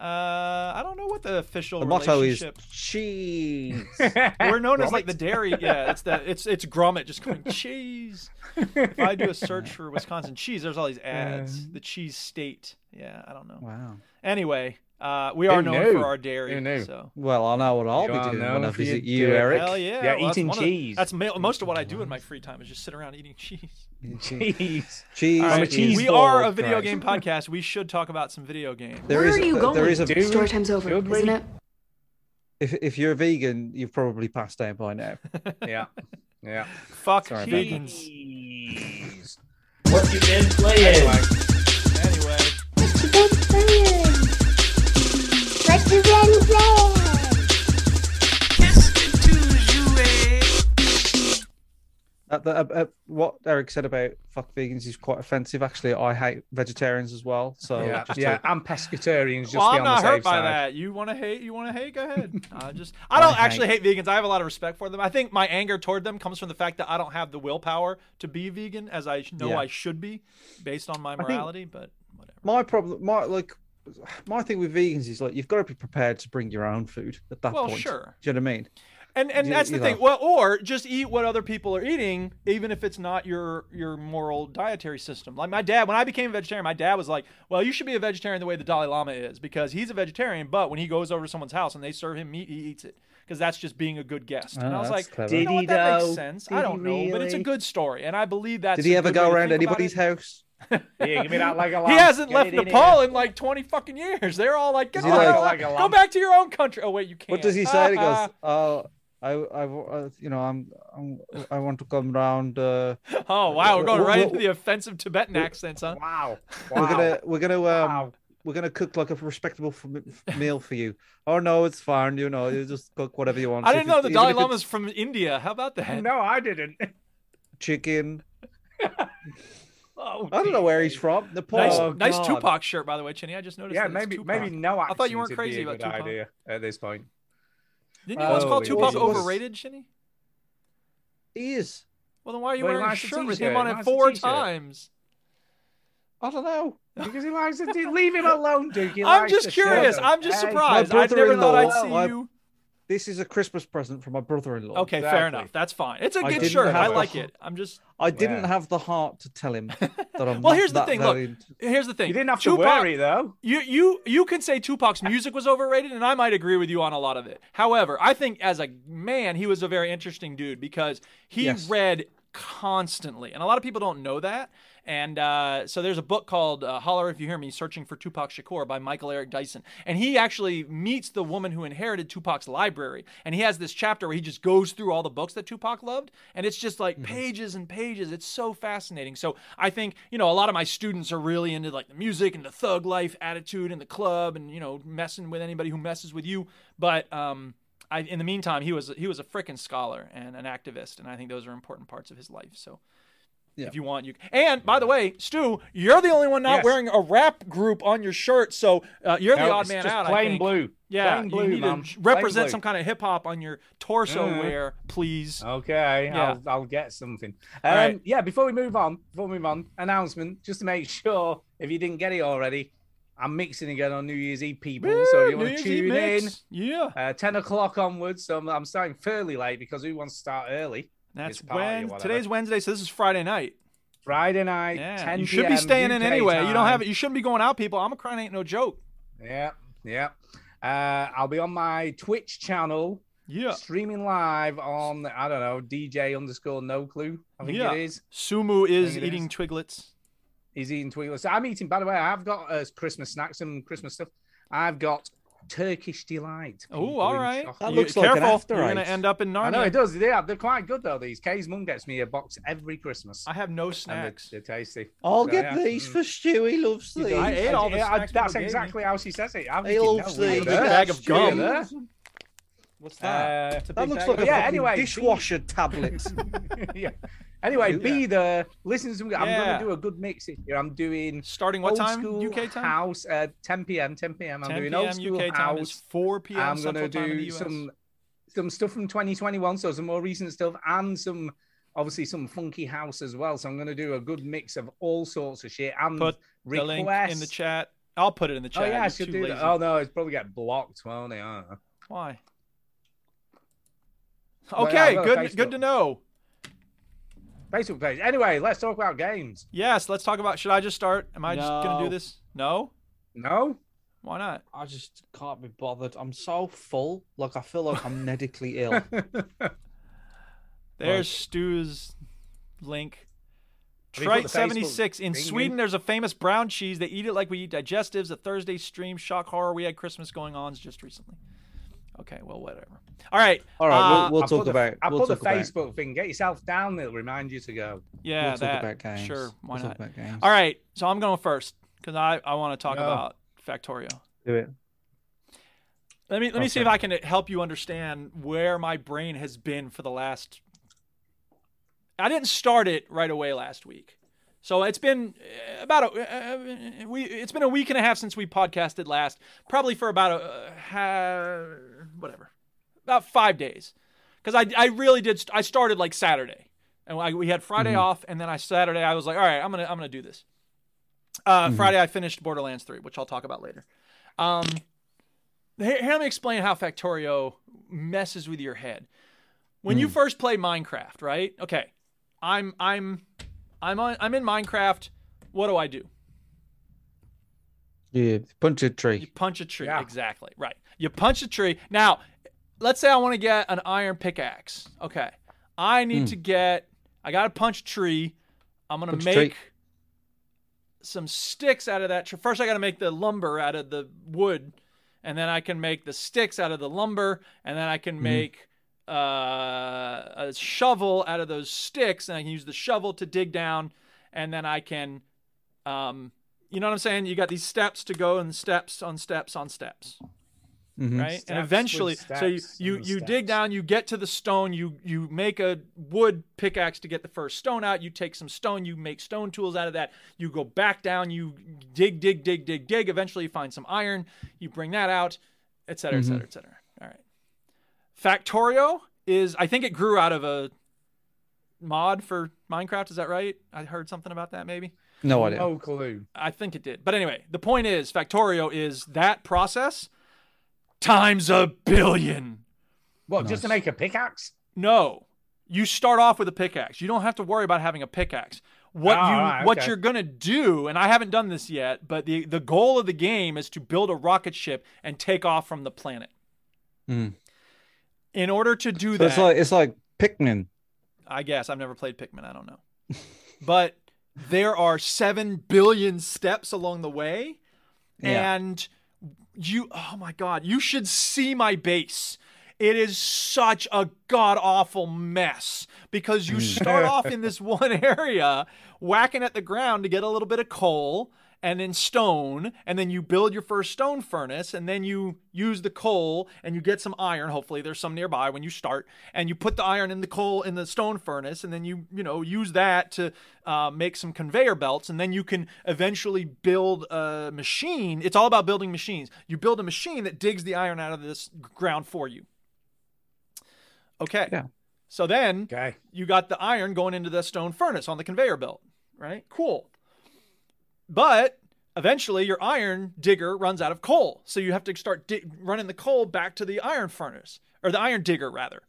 [SPEAKER 1] Uh, I don't know what the official
[SPEAKER 3] The motto is
[SPEAKER 1] relationship.
[SPEAKER 3] cheese.
[SPEAKER 1] We're known as like the dairy. Yeah, it's the it's it's grummet just going cheese. If I do a search for Wisconsin cheese, there's all these ads. The cheese state. Yeah, I don't know.
[SPEAKER 3] wow.
[SPEAKER 1] Anyway, uh, we are
[SPEAKER 4] Who
[SPEAKER 1] known
[SPEAKER 4] knew?
[SPEAKER 1] for our dairy.
[SPEAKER 4] Who knew?
[SPEAKER 1] So.
[SPEAKER 3] Well, I know what I'll
[SPEAKER 4] You
[SPEAKER 3] be
[SPEAKER 4] are
[SPEAKER 3] doing
[SPEAKER 4] known
[SPEAKER 3] when I
[SPEAKER 4] for your
[SPEAKER 3] visit you,
[SPEAKER 4] dairy.
[SPEAKER 3] Eric.
[SPEAKER 1] Hell yeah!
[SPEAKER 4] Yeah,
[SPEAKER 1] well, that's
[SPEAKER 4] eating
[SPEAKER 1] one of the-
[SPEAKER 4] cheese.
[SPEAKER 1] that's ma- most of what I do in my free time is just sit around eating cheese.
[SPEAKER 3] Cheese.
[SPEAKER 4] Cheese.
[SPEAKER 3] cheese.
[SPEAKER 1] All right,
[SPEAKER 4] I'm a cheese
[SPEAKER 1] we
[SPEAKER 4] ball,
[SPEAKER 1] are a video
[SPEAKER 4] Christ.
[SPEAKER 1] game podcast. We should talk about some video games.
[SPEAKER 3] There
[SPEAKER 7] Where
[SPEAKER 3] is-
[SPEAKER 7] are you going?
[SPEAKER 3] There is a
[SPEAKER 4] Dude,
[SPEAKER 7] Story time's over,
[SPEAKER 4] good
[SPEAKER 7] isn't
[SPEAKER 4] way-
[SPEAKER 7] it?
[SPEAKER 3] if, if you're a vegan, you've probably passed out by now.
[SPEAKER 4] Yeah. Yeah.
[SPEAKER 1] Fuck
[SPEAKER 3] Sorry,
[SPEAKER 1] vegans.
[SPEAKER 4] Cheese.
[SPEAKER 8] What you been playing?
[SPEAKER 4] Anyway,
[SPEAKER 1] Anyway,
[SPEAKER 3] Uh, the, uh, uh, what Eric said about fuck vegans is quite offensive. Actually, I hate vegetarians as well. So
[SPEAKER 4] yeah,
[SPEAKER 3] just
[SPEAKER 4] yeah,
[SPEAKER 3] to-
[SPEAKER 4] and pescatarians just
[SPEAKER 1] well,
[SPEAKER 4] be
[SPEAKER 1] I'm
[SPEAKER 4] on
[SPEAKER 1] not
[SPEAKER 4] the
[SPEAKER 1] hurt
[SPEAKER 4] safe
[SPEAKER 1] by
[SPEAKER 4] side.
[SPEAKER 1] that. You want to hate? You want to hate? Go ahead. I just, I don't actually hate vegans. I have a lot of respect for them. I think my anger toward them comes from the fact that I don't have the willpower to be vegan, as I know
[SPEAKER 3] Yeah.
[SPEAKER 1] I should be, based on my morality. But whatever.
[SPEAKER 3] my problem, my like, my thing with vegans is like you've got to be prepared to bring your own food at that
[SPEAKER 1] Well,
[SPEAKER 3] point.
[SPEAKER 1] sure.
[SPEAKER 3] Do you know what I mean?
[SPEAKER 1] And and
[SPEAKER 3] You-
[SPEAKER 1] that's the
[SPEAKER 3] you
[SPEAKER 1] thing.
[SPEAKER 3] know.
[SPEAKER 1] Well, or just eat what other people are eating, even if it's not your your moral dietary system. Like my dad, when I became a vegetarian, my dad was like, "Well, you should be a vegetarian the way the Dalai Lama is, because he's a vegetarian. But when he goes over to someone's house and they serve him meat, he eats it, because that's just being a good guest." and
[SPEAKER 3] Oh,
[SPEAKER 1] I was
[SPEAKER 3] that's
[SPEAKER 1] like,
[SPEAKER 3] clever.
[SPEAKER 1] "You
[SPEAKER 4] Did
[SPEAKER 1] know
[SPEAKER 4] he
[SPEAKER 1] what? That
[SPEAKER 4] though?
[SPEAKER 1] makes sense. I
[SPEAKER 4] Did he
[SPEAKER 1] don't know, but it's a
[SPEAKER 4] really?
[SPEAKER 1] good story, and I believe that."
[SPEAKER 3] Did he ever go around anybody's house?
[SPEAKER 4] Yeah, give me that leg of
[SPEAKER 1] He
[SPEAKER 4] lamb.
[SPEAKER 1] hasn't
[SPEAKER 4] Get
[SPEAKER 1] left
[SPEAKER 4] it in
[SPEAKER 1] Nepal
[SPEAKER 4] here.
[SPEAKER 1] in like twenty fucking years. They're all like, "Get
[SPEAKER 3] he
[SPEAKER 1] the hell
[SPEAKER 3] like-
[SPEAKER 1] out-
[SPEAKER 4] like a
[SPEAKER 1] go
[SPEAKER 4] llama?
[SPEAKER 1] back to your own country." Oh wait, you can't.
[SPEAKER 3] What does he say? He goes, "Oh, I, I, uh, you know, I'm, I'm, I want to come round. Uh,
[SPEAKER 1] "Oh wow, we're going
[SPEAKER 3] Wh-
[SPEAKER 1] right
[SPEAKER 3] wh-
[SPEAKER 1] into the offensive Tibetan accents, huh?"
[SPEAKER 4] Wow.
[SPEAKER 3] We're gonna,
[SPEAKER 4] Wow.
[SPEAKER 3] we're gonna, um,
[SPEAKER 4] Wow.
[SPEAKER 3] we're gonna cook like a respectable f- f- meal for you. Oh no, it's fine. You know, you just cook whatever you want.
[SPEAKER 1] I
[SPEAKER 3] If
[SPEAKER 1] didn't
[SPEAKER 3] it-
[SPEAKER 1] know the
[SPEAKER 3] even
[SPEAKER 1] Dalai
[SPEAKER 3] if it's
[SPEAKER 1] Lama's from India. How about that?
[SPEAKER 4] No, I didn't.
[SPEAKER 3] Chicken.
[SPEAKER 4] Oh,
[SPEAKER 3] I don't know where he's from. Nepal.
[SPEAKER 1] Nice,
[SPEAKER 4] Oh,
[SPEAKER 1] nice
[SPEAKER 3] God.
[SPEAKER 1] Tupac shirt, by the way, Chinny. I just noticed.
[SPEAKER 4] Yeah,
[SPEAKER 1] that it's
[SPEAKER 4] maybe
[SPEAKER 1] Tupac.
[SPEAKER 4] maybe no
[SPEAKER 1] I thought you
[SPEAKER 4] accents
[SPEAKER 1] weren't
[SPEAKER 4] would be
[SPEAKER 1] crazy
[SPEAKER 4] a
[SPEAKER 1] about
[SPEAKER 4] good
[SPEAKER 1] Tupac.
[SPEAKER 4] idea at this point.
[SPEAKER 1] Didn't you once
[SPEAKER 4] Oh,
[SPEAKER 1] call
[SPEAKER 4] it
[SPEAKER 1] Tupac
[SPEAKER 4] was- it was-
[SPEAKER 1] overrated, Chinny?
[SPEAKER 3] He is.
[SPEAKER 1] Well, then why are you
[SPEAKER 4] Well, he
[SPEAKER 1] wearing a
[SPEAKER 4] likes the
[SPEAKER 1] shirt with
[SPEAKER 4] t-shirt.
[SPEAKER 1] him on
[SPEAKER 4] He
[SPEAKER 1] it
[SPEAKER 4] likes the
[SPEAKER 1] four
[SPEAKER 4] t-shirt.
[SPEAKER 1] times?
[SPEAKER 3] I don't know.
[SPEAKER 4] Because he likes to do, leave him alone, Duke. He
[SPEAKER 1] I'm
[SPEAKER 4] likes
[SPEAKER 1] just
[SPEAKER 4] to
[SPEAKER 1] curious.
[SPEAKER 4] show them.
[SPEAKER 1] I'm just
[SPEAKER 4] Hey,
[SPEAKER 1] surprised.
[SPEAKER 3] my
[SPEAKER 1] I never thought I'd
[SPEAKER 3] brother-in-law-
[SPEAKER 1] see
[SPEAKER 3] I-
[SPEAKER 1] you.
[SPEAKER 3] This is a Christmas present from my brother-in-law.
[SPEAKER 1] Okay, fair
[SPEAKER 4] Exactly.
[SPEAKER 1] enough. That's fine. It's a
[SPEAKER 3] I
[SPEAKER 1] good
[SPEAKER 3] didn't
[SPEAKER 1] shirt. I
[SPEAKER 3] have a-
[SPEAKER 1] like it. I'm just.
[SPEAKER 3] I didn't
[SPEAKER 4] Yeah.
[SPEAKER 3] have the heart to tell him that I'm.
[SPEAKER 1] Well,
[SPEAKER 3] not
[SPEAKER 1] here's the
[SPEAKER 3] that
[SPEAKER 1] thing. Look,
[SPEAKER 3] valued.
[SPEAKER 1] here's the thing.
[SPEAKER 4] You didn't have to
[SPEAKER 1] Tupac,
[SPEAKER 4] wear it though.
[SPEAKER 1] You you you can say Tupac's music was overrated, and I might agree with you on a lot of it. However, I think as a man, he was a very interesting dude because he
[SPEAKER 3] Yes.
[SPEAKER 1] read constantly, and a lot of people don't know that. And uh, so there's a book called uh, "Holler If You Hear Me: Searching for Tupac Shakur" by Michael Eric Dyson, and he actually meets the woman who inherited Tupac's library, and he has this chapter where he just goes through all the books that Tupac loved, and it's just like pages and pages. It's so fascinating. So I think you know a lot of my students are really into like the music and the thug life attitude in the club, and you know messing with anybody who messes with you, but. um I, in the meantime, he was he was a frickin' scholar and an activist, and I think those are important parts of his life. So,
[SPEAKER 9] Yeah.
[SPEAKER 1] if you want, you and by the way, Stu, you're the only one not
[SPEAKER 4] Yes.
[SPEAKER 1] wearing a rap group on your shirt, so uh, you're the
[SPEAKER 4] No,
[SPEAKER 1] odd
[SPEAKER 4] it's
[SPEAKER 1] man
[SPEAKER 4] just
[SPEAKER 1] out. I
[SPEAKER 4] Plain
[SPEAKER 1] think.
[SPEAKER 4] blue.
[SPEAKER 1] Yeah,
[SPEAKER 4] Plain blue,
[SPEAKER 1] you need
[SPEAKER 4] Mum.
[SPEAKER 1] to
[SPEAKER 4] Plain
[SPEAKER 1] represent
[SPEAKER 4] blue.
[SPEAKER 1] some kind of hip hop on your torso
[SPEAKER 4] Mm.
[SPEAKER 1] wear, please.
[SPEAKER 4] Okay,
[SPEAKER 1] Yeah.
[SPEAKER 4] I'll, I'll get something. Um,
[SPEAKER 1] All right.
[SPEAKER 4] Yeah, before we move on, before we move on, announcement just to make sure if you didn't get it already, I'm mixing again on New Year's Eve, people. so if you
[SPEAKER 1] New
[SPEAKER 4] want to
[SPEAKER 1] Year's Eve
[SPEAKER 4] tune in,
[SPEAKER 1] mix. Yeah,
[SPEAKER 4] uh, 10 o'clock onwards. So I'm, I'm starting fairly late because who wants to start early?
[SPEAKER 1] that's
[SPEAKER 4] party or
[SPEAKER 1] when
[SPEAKER 4] whatever.
[SPEAKER 1] today's Wednesday, so this is Friday night.
[SPEAKER 4] Friday night,
[SPEAKER 1] Yeah,
[SPEAKER 4] 10
[SPEAKER 1] you should be
[SPEAKER 4] PM
[SPEAKER 1] staying in
[SPEAKER 4] UK
[SPEAKER 1] anyway. You don't have
[SPEAKER 4] time.
[SPEAKER 1] it. You shouldn't be going out, people. Omicron ain't no joke.
[SPEAKER 4] Yeah, yeah. Uh, I'll be on my Twitch channel
[SPEAKER 1] Yeah.
[SPEAKER 4] streaming live on, I don't know, DJ underscore no clue. I think
[SPEAKER 1] Yeah.
[SPEAKER 4] it is.
[SPEAKER 1] Sumu is
[SPEAKER 4] Think it
[SPEAKER 1] eating
[SPEAKER 4] is.
[SPEAKER 1] twiglets.
[SPEAKER 4] He's eating Twiglets. So I'm eating, by the way, I've got uh, Christmas snacks and Christmas stuff. I've got Turkish Delight.
[SPEAKER 1] Oh,
[SPEAKER 4] people,
[SPEAKER 1] all
[SPEAKER 4] in
[SPEAKER 1] right.
[SPEAKER 4] chocolate.
[SPEAKER 9] That
[SPEAKER 1] You-
[SPEAKER 9] looks like an
[SPEAKER 1] careful.
[SPEAKER 9] after
[SPEAKER 1] You're gonna
[SPEAKER 9] eight.
[SPEAKER 1] end up in Narnia.
[SPEAKER 4] I know it does. Yeah, they're quite good, though, these. Kay's mum gets me a box every Christmas.
[SPEAKER 1] I have no
[SPEAKER 4] and they're,
[SPEAKER 1] snacks.
[SPEAKER 4] they're tasty.
[SPEAKER 9] I'll
[SPEAKER 4] So,
[SPEAKER 9] get
[SPEAKER 4] yeah.
[SPEAKER 9] these
[SPEAKER 4] Mm.
[SPEAKER 9] for Stewie. Loves these.
[SPEAKER 1] I ate all the
[SPEAKER 4] Yeah, I-
[SPEAKER 1] snacks.
[SPEAKER 4] that's
[SPEAKER 1] people gave me.
[SPEAKER 4] exactly how she says it. I'm
[SPEAKER 9] He
[SPEAKER 4] thinking,
[SPEAKER 9] loves
[SPEAKER 4] no,
[SPEAKER 9] these.
[SPEAKER 4] we're there.
[SPEAKER 1] bag of
[SPEAKER 9] That's
[SPEAKER 1] gum.
[SPEAKER 9] Stewie.
[SPEAKER 1] What's that?
[SPEAKER 4] Uh,
[SPEAKER 1] It's a
[SPEAKER 9] That
[SPEAKER 1] big
[SPEAKER 9] looks
[SPEAKER 1] bag
[SPEAKER 9] like a
[SPEAKER 1] of-
[SPEAKER 4] Yeah,
[SPEAKER 9] fucking
[SPEAKER 4] anyway, be-
[SPEAKER 9] dishwasher tablet.
[SPEAKER 4] yeah. Anyway,
[SPEAKER 9] Yeah.
[SPEAKER 4] be there. Listen to some. I'm
[SPEAKER 1] Yeah.
[SPEAKER 4] going to do a good mix here. I'm doing
[SPEAKER 1] starting what
[SPEAKER 4] old
[SPEAKER 1] time?
[SPEAKER 4] school
[SPEAKER 1] UK time.
[SPEAKER 4] house. Uh, 10 p.m. 10 p.m. I'm
[SPEAKER 1] 10
[SPEAKER 4] doing
[SPEAKER 1] p.m.
[SPEAKER 4] old school
[SPEAKER 1] UK time is
[SPEAKER 4] house.
[SPEAKER 1] 4 p.m.
[SPEAKER 4] I'm going
[SPEAKER 1] Central
[SPEAKER 4] to
[SPEAKER 1] time in the
[SPEAKER 4] do
[SPEAKER 1] US.
[SPEAKER 4] some some stuff from 2021, so some more recent stuff and some obviously some funky house as well. So I'm going to do a good mix of all sorts of shit and
[SPEAKER 1] Put the
[SPEAKER 4] requests.
[SPEAKER 1] link in the chat. I'll put it in the
[SPEAKER 4] Oh
[SPEAKER 1] chat.
[SPEAKER 4] yeah, I
[SPEAKER 1] You're
[SPEAKER 4] should
[SPEAKER 1] too
[SPEAKER 4] do
[SPEAKER 1] lazy.
[SPEAKER 4] that. Oh no, it's probably get blocked, won't it? Oh, I don't know.
[SPEAKER 1] Why?
[SPEAKER 4] Well, yeah,
[SPEAKER 1] Okay,
[SPEAKER 4] I've got a
[SPEAKER 1] good. Good
[SPEAKER 4] Facebook.
[SPEAKER 1] to know.
[SPEAKER 4] Facebook page. Anyway, let's talk about games.
[SPEAKER 1] Yes, let's talk about. Should I just start? Am I just gonna do
[SPEAKER 9] No.
[SPEAKER 1] this? No.
[SPEAKER 4] No,
[SPEAKER 1] Why not?
[SPEAKER 9] I just can't be bothered. I'm so full. Like I feel like I'm medically ill.
[SPEAKER 1] There's Stu's link.
[SPEAKER 4] Have you put the
[SPEAKER 1] Trite seventy six
[SPEAKER 4] Facebook
[SPEAKER 1] in
[SPEAKER 4] thing in?
[SPEAKER 1] Sweden. There's a famous brown cheese. They eat it like we eat digestives. A Thursday stream. Shock horror. We had Christmas going ons just recently. Okay, well, whatever. All right.
[SPEAKER 9] All right,
[SPEAKER 1] uh,
[SPEAKER 9] we'll, we'll
[SPEAKER 4] I'll
[SPEAKER 9] talk
[SPEAKER 4] put the-
[SPEAKER 9] about.
[SPEAKER 4] I'll
[SPEAKER 9] we'll
[SPEAKER 4] put the
[SPEAKER 9] talk about-
[SPEAKER 4] Facebook thing. Get yourself down. It'll remind you to go.
[SPEAKER 1] yeah,
[SPEAKER 9] We'll talk
[SPEAKER 1] that.
[SPEAKER 9] about games.
[SPEAKER 1] Sure, why
[SPEAKER 9] We'll talk
[SPEAKER 1] not?
[SPEAKER 9] about games.
[SPEAKER 1] All right, so I'm going first because I, I want to talk
[SPEAKER 4] No.
[SPEAKER 1] about Factorio.
[SPEAKER 9] Do it.
[SPEAKER 1] Let me let me see if I can help you understand where my brain has been for the last. I didn't start it right away last week, so it's been uh, about a uh, we. It's been a week and a half since we podcasted last, probably for about a uh, ha, whatever, about five days, because I I really did. St- I started like Saturday, and I, we had Friday off, and then I Saturday I was like, all right, I'm gonna I'm gonna do this. Uh, Friday I finished Borderlands three, which I'll talk about later. Um, here, here, let me explain how Factorio messes with your head. When
[SPEAKER 9] Hmm.
[SPEAKER 1] you first play Minecraft, right? Okay, I'm I'm I'm on, I'm in Minecraft. What do I do?
[SPEAKER 9] Yeah, punch a
[SPEAKER 1] You
[SPEAKER 9] tree.
[SPEAKER 1] punch a tree.
[SPEAKER 4] Yeah.
[SPEAKER 1] Exactly. Right. You punch a tree. Now, let's say I want to get an iron pickaxe. Okay. I need to get I got to punch a tree. I'm going
[SPEAKER 9] Hmm. Punch
[SPEAKER 1] to
[SPEAKER 9] a
[SPEAKER 1] make
[SPEAKER 9] tree.
[SPEAKER 1] some sticks out of that tree. First I got to make the lumber out of the wood and then I can make the sticks out of the lumber and then I can make uh, a shovel out of those sticks and I can use the shovel to dig down and then I can um, you know what I'm saying? You got these steps to go and steps on steps on steps,
[SPEAKER 9] Mhm.
[SPEAKER 3] Mm-hmm.
[SPEAKER 1] right? and
[SPEAKER 4] with
[SPEAKER 1] eventually, so you
[SPEAKER 4] steps
[SPEAKER 1] you,
[SPEAKER 4] and
[SPEAKER 1] you dig
[SPEAKER 4] steps.
[SPEAKER 1] down, you get to the stone, you you make a wood pickaxe to get the first stone out. You take some stone, you make stone tools out of that. You go back down, you dig, dig, dig, dig, dig. Eventually, you find some iron, you bring that out, et cetera, et cetera, et cetera. All right. Factorio is, I think it grew out of a mod for Minecraft. Is that right? I heard something about that maybe.
[SPEAKER 9] No idea.
[SPEAKER 4] No clue.
[SPEAKER 1] I think it did. But anyway, the point is Factorio is that process times a billion.
[SPEAKER 4] What? Just to make a pickaxe?
[SPEAKER 1] No. You start off with a pickaxe. You don't have to worry about having a pickaxe. What
[SPEAKER 4] Ah,
[SPEAKER 1] you
[SPEAKER 4] alright,
[SPEAKER 1] what
[SPEAKER 4] okay.
[SPEAKER 1] you're going to do, and I haven't done this yet, but the the goal of the game is to build a rocket ship and take off from the planet.
[SPEAKER 9] Mm.
[SPEAKER 1] In order to do
[SPEAKER 9] So
[SPEAKER 1] that,
[SPEAKER 9] it's like it's like Pikmin.
[SPEAKER 1] I guess I've never played Pikmin. I don't know, but there are seven billion steps along the way,
[SPEAKER 9] Yeah.
[SPEAKER 1] and you. Oh my god! You should see my base. It is such a god awful mess because you start off in this one area, whacking at the ground to get a little bit of coal, and then stone, and then you build your first stone furnace, and then you use the coal and you get some iron. Hopefully, there's some nearby when you start, and you put the iron in the coal in the stone furnace, and then you you know use that to uh, make some conveyor belts, and then you can eventually build a machine. It's all about building machines. You build a machine that digs the iron out of this ground for you. Okay.
[SPEAKER 9] Yeah.
[SPEAKER 1] So then
[SPEAKER 4] Okay.
[SPEAKER 1] you got the iron going into the stone furnace on the conveyor belt, right? Cool. But eventually your iron digger runs out of coal. So you have to start di- running the coal back to the iron furnace or the iron digger rather.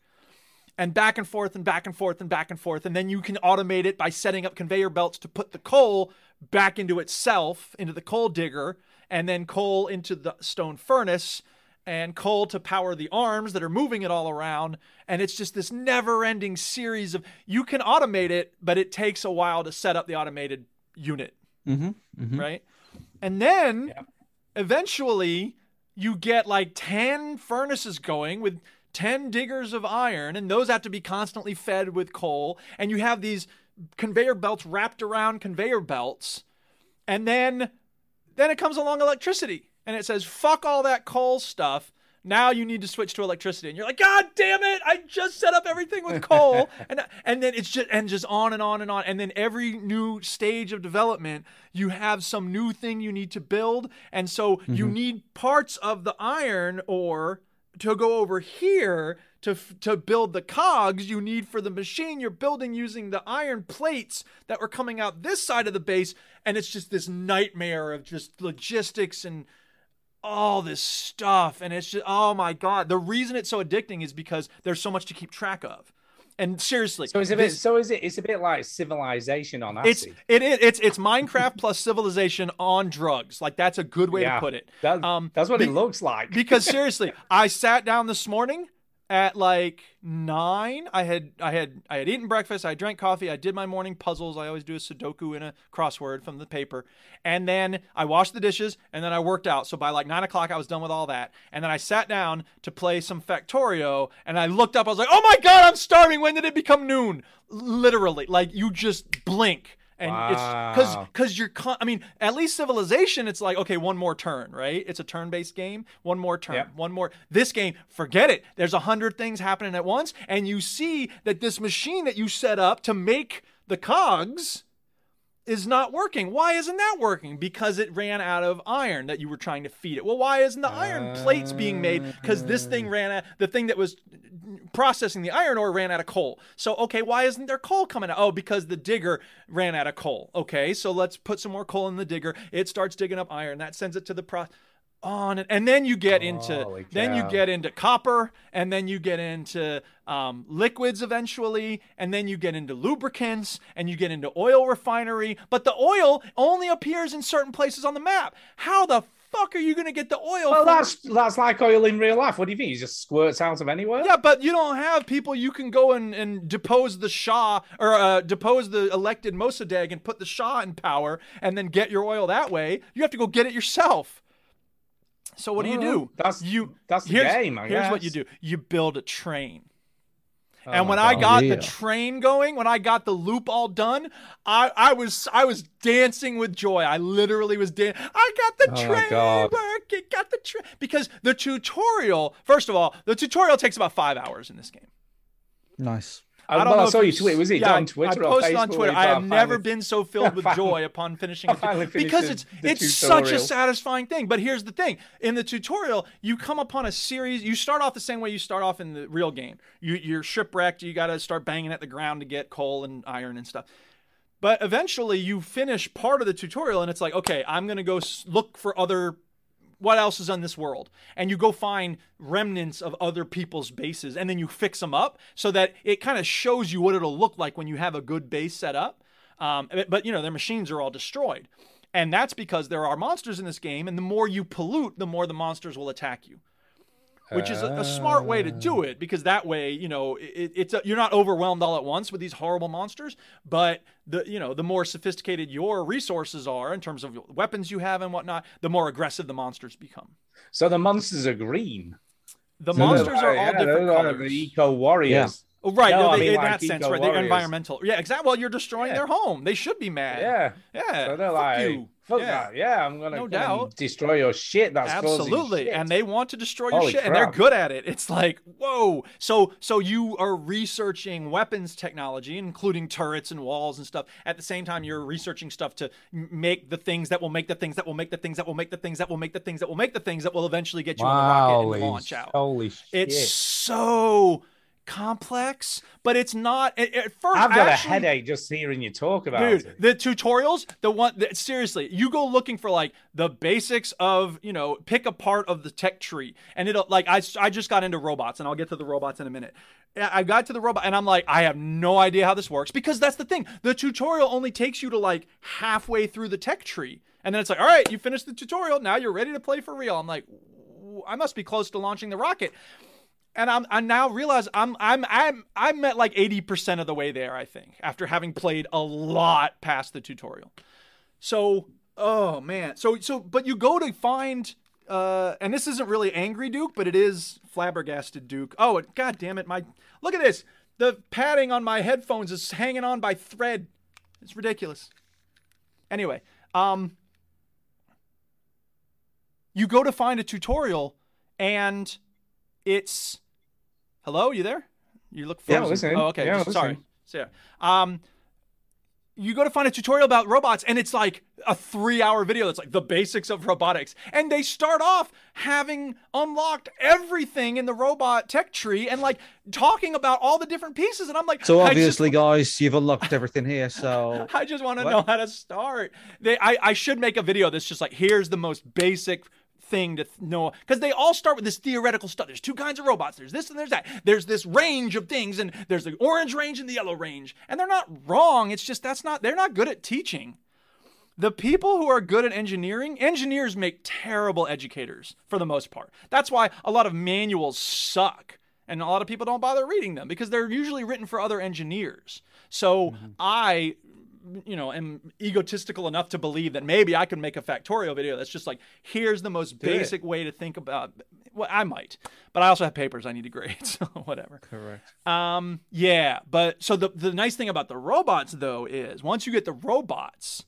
[SPEAKER 1] And back and forth and back and forth and back and forth and then you can automate it by setting up conveyor belts to put the coal back into itself into the coal digger and then coal into the stone furnace and coal to power the arms that are moving it all around. And it's just this never ending series of you can automate it, but it takes a while to set up the automated unit,
[SPEAKER 9] Mm-hmm. hmm
[SPEAKER 1] right? And then eventually you get like 10 furnaces going with 10 diggers of iron, and those have to be constantly fed with coal. And you have these conveyor belts wrapped around conveyor belts. And then then it comes along electricity and it says fuck all that coal stuff now you need to switch to electricity and you're like god damn it i just set up everything with coal and and then it's just and just on and on and on and then every new stage of development you have some new thing you need to build and so you need parts of the iron ore to go over here to f- to build the cogs you need for the machine you're building using the iron plates that were coming out this side of the base and it's just this nightmare of just logistics and all this stuff and it's just oh my god the reason it's so addicting is because there's so much to keep track of and seriously
[SPEAKER 4] So it's a bit.
[SPEAKER 1] this-
[SPEAKER 4] so is it? It's a bit like civilization on
[SPEAKER 1] it's
[SPEAKER 4] acid.
[SPEAKER 1] it is it's it's minecraft plus civilization on drugs like that's a good way
[SPEAKER 4] Yeah.
[SPEAKER 1] to put it
[SPEAKER 4] That,
[SPEAKER 1] um,
[SPEAKER 4] that's what
[SPEAKER 1] be-
[SPEAKER 4] it looks like.
[SPEAKER 1] because seriously, I sat down this morning at like nine. I had I had I had eaten breakfast. I drank coffee. I did my morning puzzles. I always do a Sudoku and a crossword from the paper, and then I washed the dishes, and then I worked out. So by like nine o'clock, I was done with all that, and then I sat down to play some Factorio, and I looked up. I was like, Oh my god, I'm starving. When did it become noon? Literally, like you just blink. And it's because
[SPEAKER 4] Wow.
[SPEAKER 1] because you're con- i mean at least civilization it's like okay one more turn right it's a turn-based game one more turn
[SPEAKER 4] Yep.
[SPEAKER 1] one more this game forget it there's a hundred things happening at once and you see that this machine that you set up to make the cogs is not working why isn't that working because it ran out of iron that you were trying to feed it well why isn't the iron plates being made because this thing ran out the thing that was processing the iron ore ran out of coal. So okay, why isn't there coal coming out? Oh, because the digger ran out of coal. Okay, so let's put some more coal in the digger. It starts digging up iron. That sends it to the pro on and, and then you get into
[SPEAKER 4] Holy
[SPEAKER 1] then you
[SPEAKER 4] cow.
[SPEAKER 1] get into copper and then you get into um, liquids eventually and then you get into lubricants and you get into oil refinery but the oil only appears in certain places on the map how the fuck are you going to get the oil
[SPEAKER 4] well,
[SPEAKER 1] from-
[SPEAKER 4] that's that's like oil in real life. What do you think? It just squirts out of anywhere.
[SPEAKER 1] Yeah, but you don't have people you can go and, and depose the Shah or uh, depose the elected Mossadegh and put the Shah in power and then get your oil that way. You have to go get it yourself. So what do you do?
[SPEAKER 4] That's
[SPEAKER 1] you.
[SPEAKER 4] That's the
[SPEAKER 1] here's
[SPEAKER 4] game. I
[SPEAKER 1] here's what
[SPEAKER 4] guess.
[SPEAKER 1] you do. You build a train.
[SPEAKER 4] Oh
[SPEAKER 1] and
[SPEAKER 4] my
[SPEAKER 1] when I
[SPEAKER 4] God.
[SPEAKER 1] got
[SPEAKER 9] Yeah.
[SPEAKER 1] the train going, when I got the loop all done, I, I was I was dancing with joy. I literally was dancing. I got the
[SPEAKER 4] Oh my
[SPEAKER 1] train
[SPEAKER 4] God.
[SPEAKER 1] working. Got the train because the tutorial. First of all, the tutorial takes about five hours in this game.
[SPEAKER 9] Nice.
[SPEAKER 4] I, Oh, well, I saw
[SPEAKER 1] if
[SPEAKER 4] you tweet. Was it
[SPEAKER 1] yeah,
[SPEAKER 4] on Twitter?
[SPEAKER 1] I
[SPEAKER 4] or
[SPEAKER 1] posted on
[SPEAKER 4] Facebook
[SPEAKER 1] Twitter.
[SPEAKER 4] if
[SPEAKER 1] I have
[SPEAKER 4] finally-
[SPEAKER 1] never been so filled with
[SPEAKER 4] I finally-
[SPEAKER 1] joy upon finishing
[SPEAKER 4] I
[SPEAKER 1] a tu-
[SPEAKER 4] finally finished
[SPEAKER 1] because
[SPEAKER 4] the-
[SPEAKER 1] it's
[SPEAKER 4] the
[SPEAKER 1] it's such a
[SPEAKER 4] tutorial.
[SPEAKER 1] satisfying thing. But here's the thing: in the tutorial, you come upon a series. You start off the same way you start off in the real game. You, you're shipwrecked. You got to start banging at the ground to get coal and iron and stuff. But eventually, you finish part of the tutorial, and it's like, okay, I'm gonna go s- look for other what else is on this world and you go find remnants of other people's bases and then you fix them up so that it kind of shows you what it'll look like when you have a good base set up um, but- but you know their machines are all destroyed and that's because there are monsters in this game and the more you pollute the more the monsters will attack you which is a, a smart way to do
[SPEAKER 4] Ah.
[SPEAKER 1] it because that way you know it, it's a, you're not overwhelmed all at once with these horrible monsters but the you know the more sophisticated your resources are in terms of weapons you have and whatnot the more aggressive the monsters become
[SPEAKER 4] So the monsters are green.
[SPEAKER 1] the
[SPEAKER 4] So they're
[SPEAKER 1] monsters are
[SPEAKER 4] like-
[SPEAKER 1] all
[SPEAKER 4] yeah,
[SPEAKER 1] different
[SPEAKER 4] they're like
[SPEAKER 1] colors.
[SPEAKER 4] The eco warriors.
[SPEAKER 1] Oh, right.
[SPEAKER 4] No,
[SPEAKER 1] No,
[SPEAKER 4] I
[SPEAKER 1] they,
[SPEAKER 4] mean,
[SPEAKER 1] in
[SPEAKER 4] like
[SPEAKER 1] that sense, right?
[SPEAKER 4] eco-warriors.
[SPEAKER 1] They're environmental. Yeah, exactly. Well, you're destroying
[SPEAKER 4] Yeah.
[SPEAKER 1] their home. They should be mad.
[SPEAKER 4] Yeah.
[SPEAKER 1] Yeah.
[SPEAKER 4] So they're
[SPEAKER 1] fuck
[SPEAKER 4] like,
[SPEAKER 1] you.
[SPEAKER 4] fuck
[SPEAKER 1] yeah.
[SPEAKER 4] that. Yeah, I'm gonna,
[SPEAKER 1] No
[SPEAKER 4] gonna
[SPEAKER 1] doubt.
[SPEAKER 4] destroy your shit. That's causing
[SPEAKER 1] Absolutely.
[SPEAKER 4] shit.
[SPEAKER 1] And they want to destroy your
[SPEAKER 4] Holy
[SPEAKER 1] shit and they're
[SPEAKER 4] crap.
[SPEAKER 1] good at it. It's like, whoa. So so you are researching weapons technology, including turrets and walls and stuff. At the same time, you're researching stuff to m- make the things that will make the things that will make the things that will make the things that will make the things that will make the things that will eventually get you on the rocket
[SPEAKER 4] holy,
[SPEAKER 1] and launch out.
[SPEAKER 4] holy shit!
[SPEAKER 1] It's so complex, but it's not at, at first
[SPEAKER 4] I've got
[SPEAKER 1] actually-
[SPEAKER 4] a headache just hearing you talk about
[SPEAKER 1] dude
[SPEAKER 4] it.
[SPEAKER 1] the tutorials the one that seriously you go looking for like the basics of you know pick a part of the tech tree and it'll like i, I just got into robots and i'll get to the robots in a minute I I got to the robot and I'm like, I have no idea how this works because that's the thing. The tutorial only takes you to like halfway through the tech tree. And then it's like, all right, you finished the tutorial. Now you're ready to play for real. I'm like, "W- I must be close to launching the rocket. And I'm I now realize I'm I'm I'm I'm at like 80% of the way there, I think, after having played a lot past the tutorial. So oh man. So so but you go to find uh and this isn't really angry Duke, but it is flabbergasted Duke. Oh it, god damn it, my look at this. The padding on my headphones is hanging on by thread. It's ridiculous. Anyway, um you go to find a tutorial and it's hello you there you look
[SPEAKER 4] Yeah,
[SPEAKER 1] frozen.
[SPEAKER 4] listening.
[SPEAKER 1] oh okay
[SPEAKER 4] Yeah,
[SPEAKER 1] just- sorry
[SPEAKER 4] listening.
[SPEAKER 1] so yeah. um you go to find a tutorial about robots and it's like a three hour video that's like the basics of robotics and they start off having unlocked everything in the robot tech tree and like talking about all the different pieces and i'm like
[SPEAKER 9] So
[SPEAKER 1] I just
[SPEAKER 9] obviously, guys, you've unlocked everything here. So
[SPEAKER 1] I just want to
[SPEAKER 9] What?
[SPEAKER 1] know how to start. They, I, I should make a video that's just like, here's the most basic thing to th- know because they all start with this theoretical stuff. There's two kinds of robots. There's this and there's that. There's this range of things, and there's the orange range and the yellow range. And they're not wrong. It's just that's not. They're not good at teaching. The people who are good at engineering, engineers make terrible educators for the most part. That's why a lot of manuals suck and a lot of people don't bother reading them because they're usually written for other engineers. So I you know, am egotistical enough to believe that maybe I could make a factorial video that's just like, here's the most
[SPEAKER 9] it.
[SPEAKER 1] basic way to think about. Well, I might, but I also have papers I need to grade, so whatever.
[SPEAKER 9] correct.
[SPEAKER 1] Um, yeah, but so the the nice thing about the robots though is once you get the robots,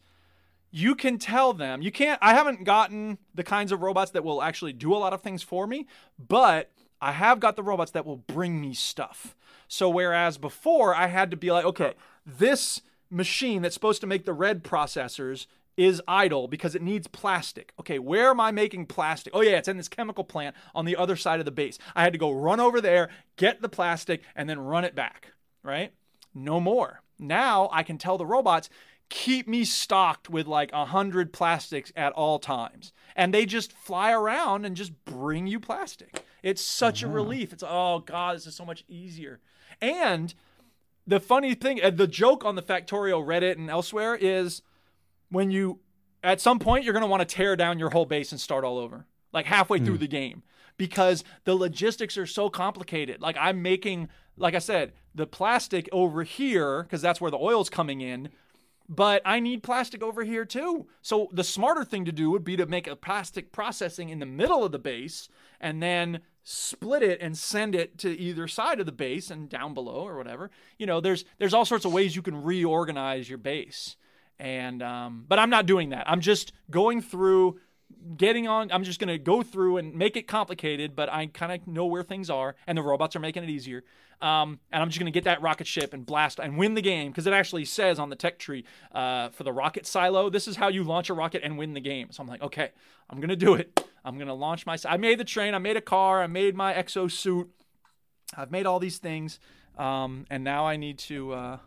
[SPEAKER 1] you can tell them you can't. I haven't gotten the kinds of robots that will actually do a lot of things for me, but I have got the robots that will bring me stuff. So whereas before I had to be like, okay, this machine that's supposed to make the red processors is idle because it needs plastic. Okay, where am I making plastic? Oh, yeah, it's in this chemical plant on the other side of the base. I had to go run over there, get the plastic, and then run it back, right? No more. Now I can tell the robots, keep me stocked with like a hundred plastics at all times. And they just fly around and just bring you plastic. It's such a relief. It's oh God, this is so much easier. And the funny thing, uh, the joke on the Factorio Reddit and elsewhere is when you, at some point, you're going to want to tear down your whole base and start all over, like halfway through the game, because the logistics are so complicated. Like I'm making, like I said, the plastic over here, because that's where the oil's coming in. But I need plastic over here too. So the smarter thing to do would be to make a plastic processing in the middle of the base and then split it and send it to either side of the base and down below or whatever. You know, there's there's all sorts of ways you can reorganize your base. And um but I'm not doing that. I'm just going through getting on I'm just going to go through and make it complicated, but I kind of know where things are and the robots are making it easier. Um and I'm just going to get that rocket ship and blast and win the game because it actually says on the tech tree uh for the rocket silo, this is how you launch a rocket and win the game. So I'm like, okay, I'm going to do it. I'm going to launch my I made the train, I made a car, I made my exosuit. I've made all these things, um, and now I need to, uh,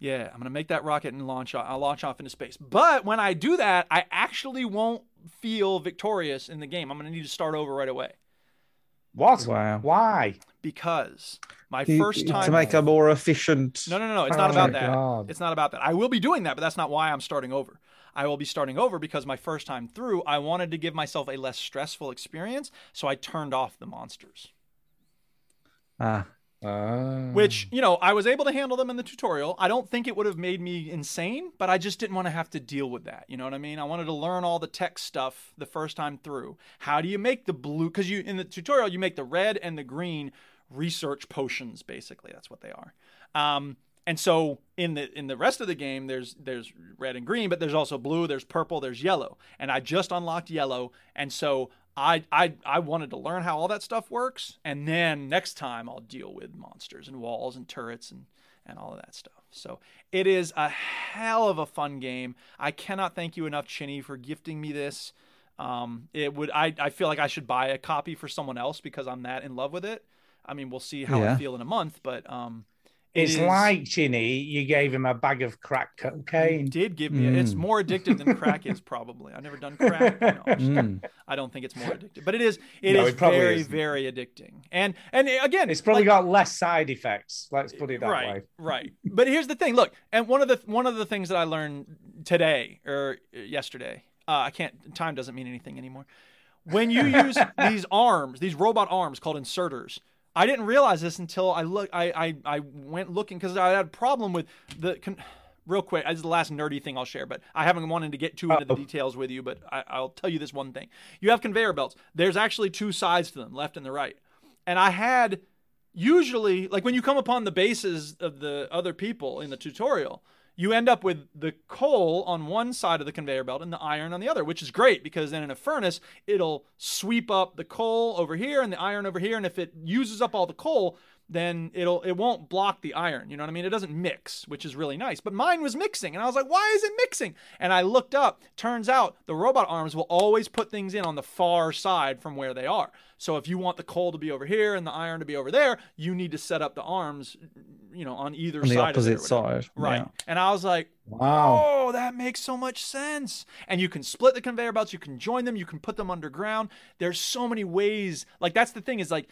[SPEAKER 1] yeah, I'm gonna make that rocket and launch. Off, I'll launch off into space. But when I do that, I actually won't feel victorious in the game. I'm gonna need to start over right away
[SPEAKER 4] What?
[SPEAKER 9] Wow.
[SPEAKER 4] Why?
[SPEAKER 1] because my
[SPEAKER 9] You-
[SPEAKER 1] first time
[SPEAKER 9] to make a more efficient.
[SPEAKER 1] No, no, no, no. It's not
[SPEAKER 4] Oh
[SPEAKER 1] about
[SPEAKER 4] my
[SPEAKER 1] that.
[SPEAKER 4] God.
[SPEAKER 1] It's not about that. I will be doing that, but that's not why I'm starting over. I will be starting over because my first time through, I wanted to give myself a less stressful experience, so I turned off the monsters.
[SPEAKER 9] Ah,
[SPEAKER 1] which you know i was able to handle them in the tutorial i don't think it would have made me insane but i just didn't want to have to deal with that you know what i mean i wanted to learn all the tech stuff the first time through how do you make the blue because you in the tutorial you make the red and the green research potions. Basically, that's what they are. Um, and so in the in the rest of the game, there's there's red and green, but there's also blue, there's purple, there's yellow, and I just unlocked yellow, and so I I I wanted to learn how all that stuff works, and then next time I'll deal with monsters and walls and turrets and and all of that stuff. So it is a hell of a fun game. I cannot thank you enough, Chinny, for gifting me this. Um, it would I, I feel like I should buy a copy for someone else because I'm that in love with it. I mean, we'll see how I
[SPEAKER 9] Yeah.
[SPEAKER 1] feel in a month, but um, it
[SPEAKER 4] It's
[SPEAKER 1] is-
[SPEAKER 4] like Chinny, you gave him a bag of crack
[SPEAKER 1] you
[SPEAKER 4] cocaine.
[SPEAKER 1] did give me. It's
[SPEAKER 9] Mm.
[SPEAKER 1] more addictive than crack is probably. I've never done crack. No,
[SPEAKER 9] Mm.
[SPEAKER 1] I don't think it's more addictive, but it is. It is
[SPEAKER 4] No, it probably
[SPEAKER 1] very
[SPEAKER 4] isn't.
[SPEAKER 1] very addicting. And and again,
[SPEAKER 4] It's probably
[SPEAKER 1] like-
[SPEAKER 4] got less side effects. Let's put it that
[SPEAKER 1] right,
[SPEAKER 4] way.
[SPEAKER 1] Right. But here's the thing. Look, and one of the one of the things that I learned today or yesterday, uh, I can't. Time doesn't mean anything anymore. When you use these arms, these robot arms called inserters, I didn't realize this until I look. I I, I went looking because I had a problem with the. Con- Real quick, this is the last nerdy thing I'll share, but I haven't wanted to get too into the
[SPEAKER 4] Uh-oh.
[SPEAKER 1] details with you, but I, I'll tell you this one thing. You have conveyor belts. There's actually two sides to them, left and the right. And I had usually like when you come upon the bases of the other people in the tutorial you end up with the coal on one side of the conveyor belt and the iron on the other which is great because then in a furnace it'll sweep up the coal over here and the iron over here and if it uses up all the coal then it'll it won't block the iron you know what i mean it doesn't mix which is really nice but mine was mixing and i was like why is it mixing and i looked up turns out the robot arms will always put things in on the far side from where they are so if you want the coal to be over here and the iron to be over there you need to set up the arms you know on either
[SPEAKER 9] On the
[SPEAKER 1] side of it or
[SPEAKER 9] opposite
[SPEAKER 1] whatever.
[SPEAKER 9] side.
[SPEAKER 1] Right.
[SPEAKER 9] Yeah.
[SPEAKER 1] And I was like,
[SPEAKER 4] Wow.
[SPEAKER 1] oh, that makes so much sense. And you can split the conveyor belts, you can join them, you can put them underground. There's so many ways. Like that's the thing is like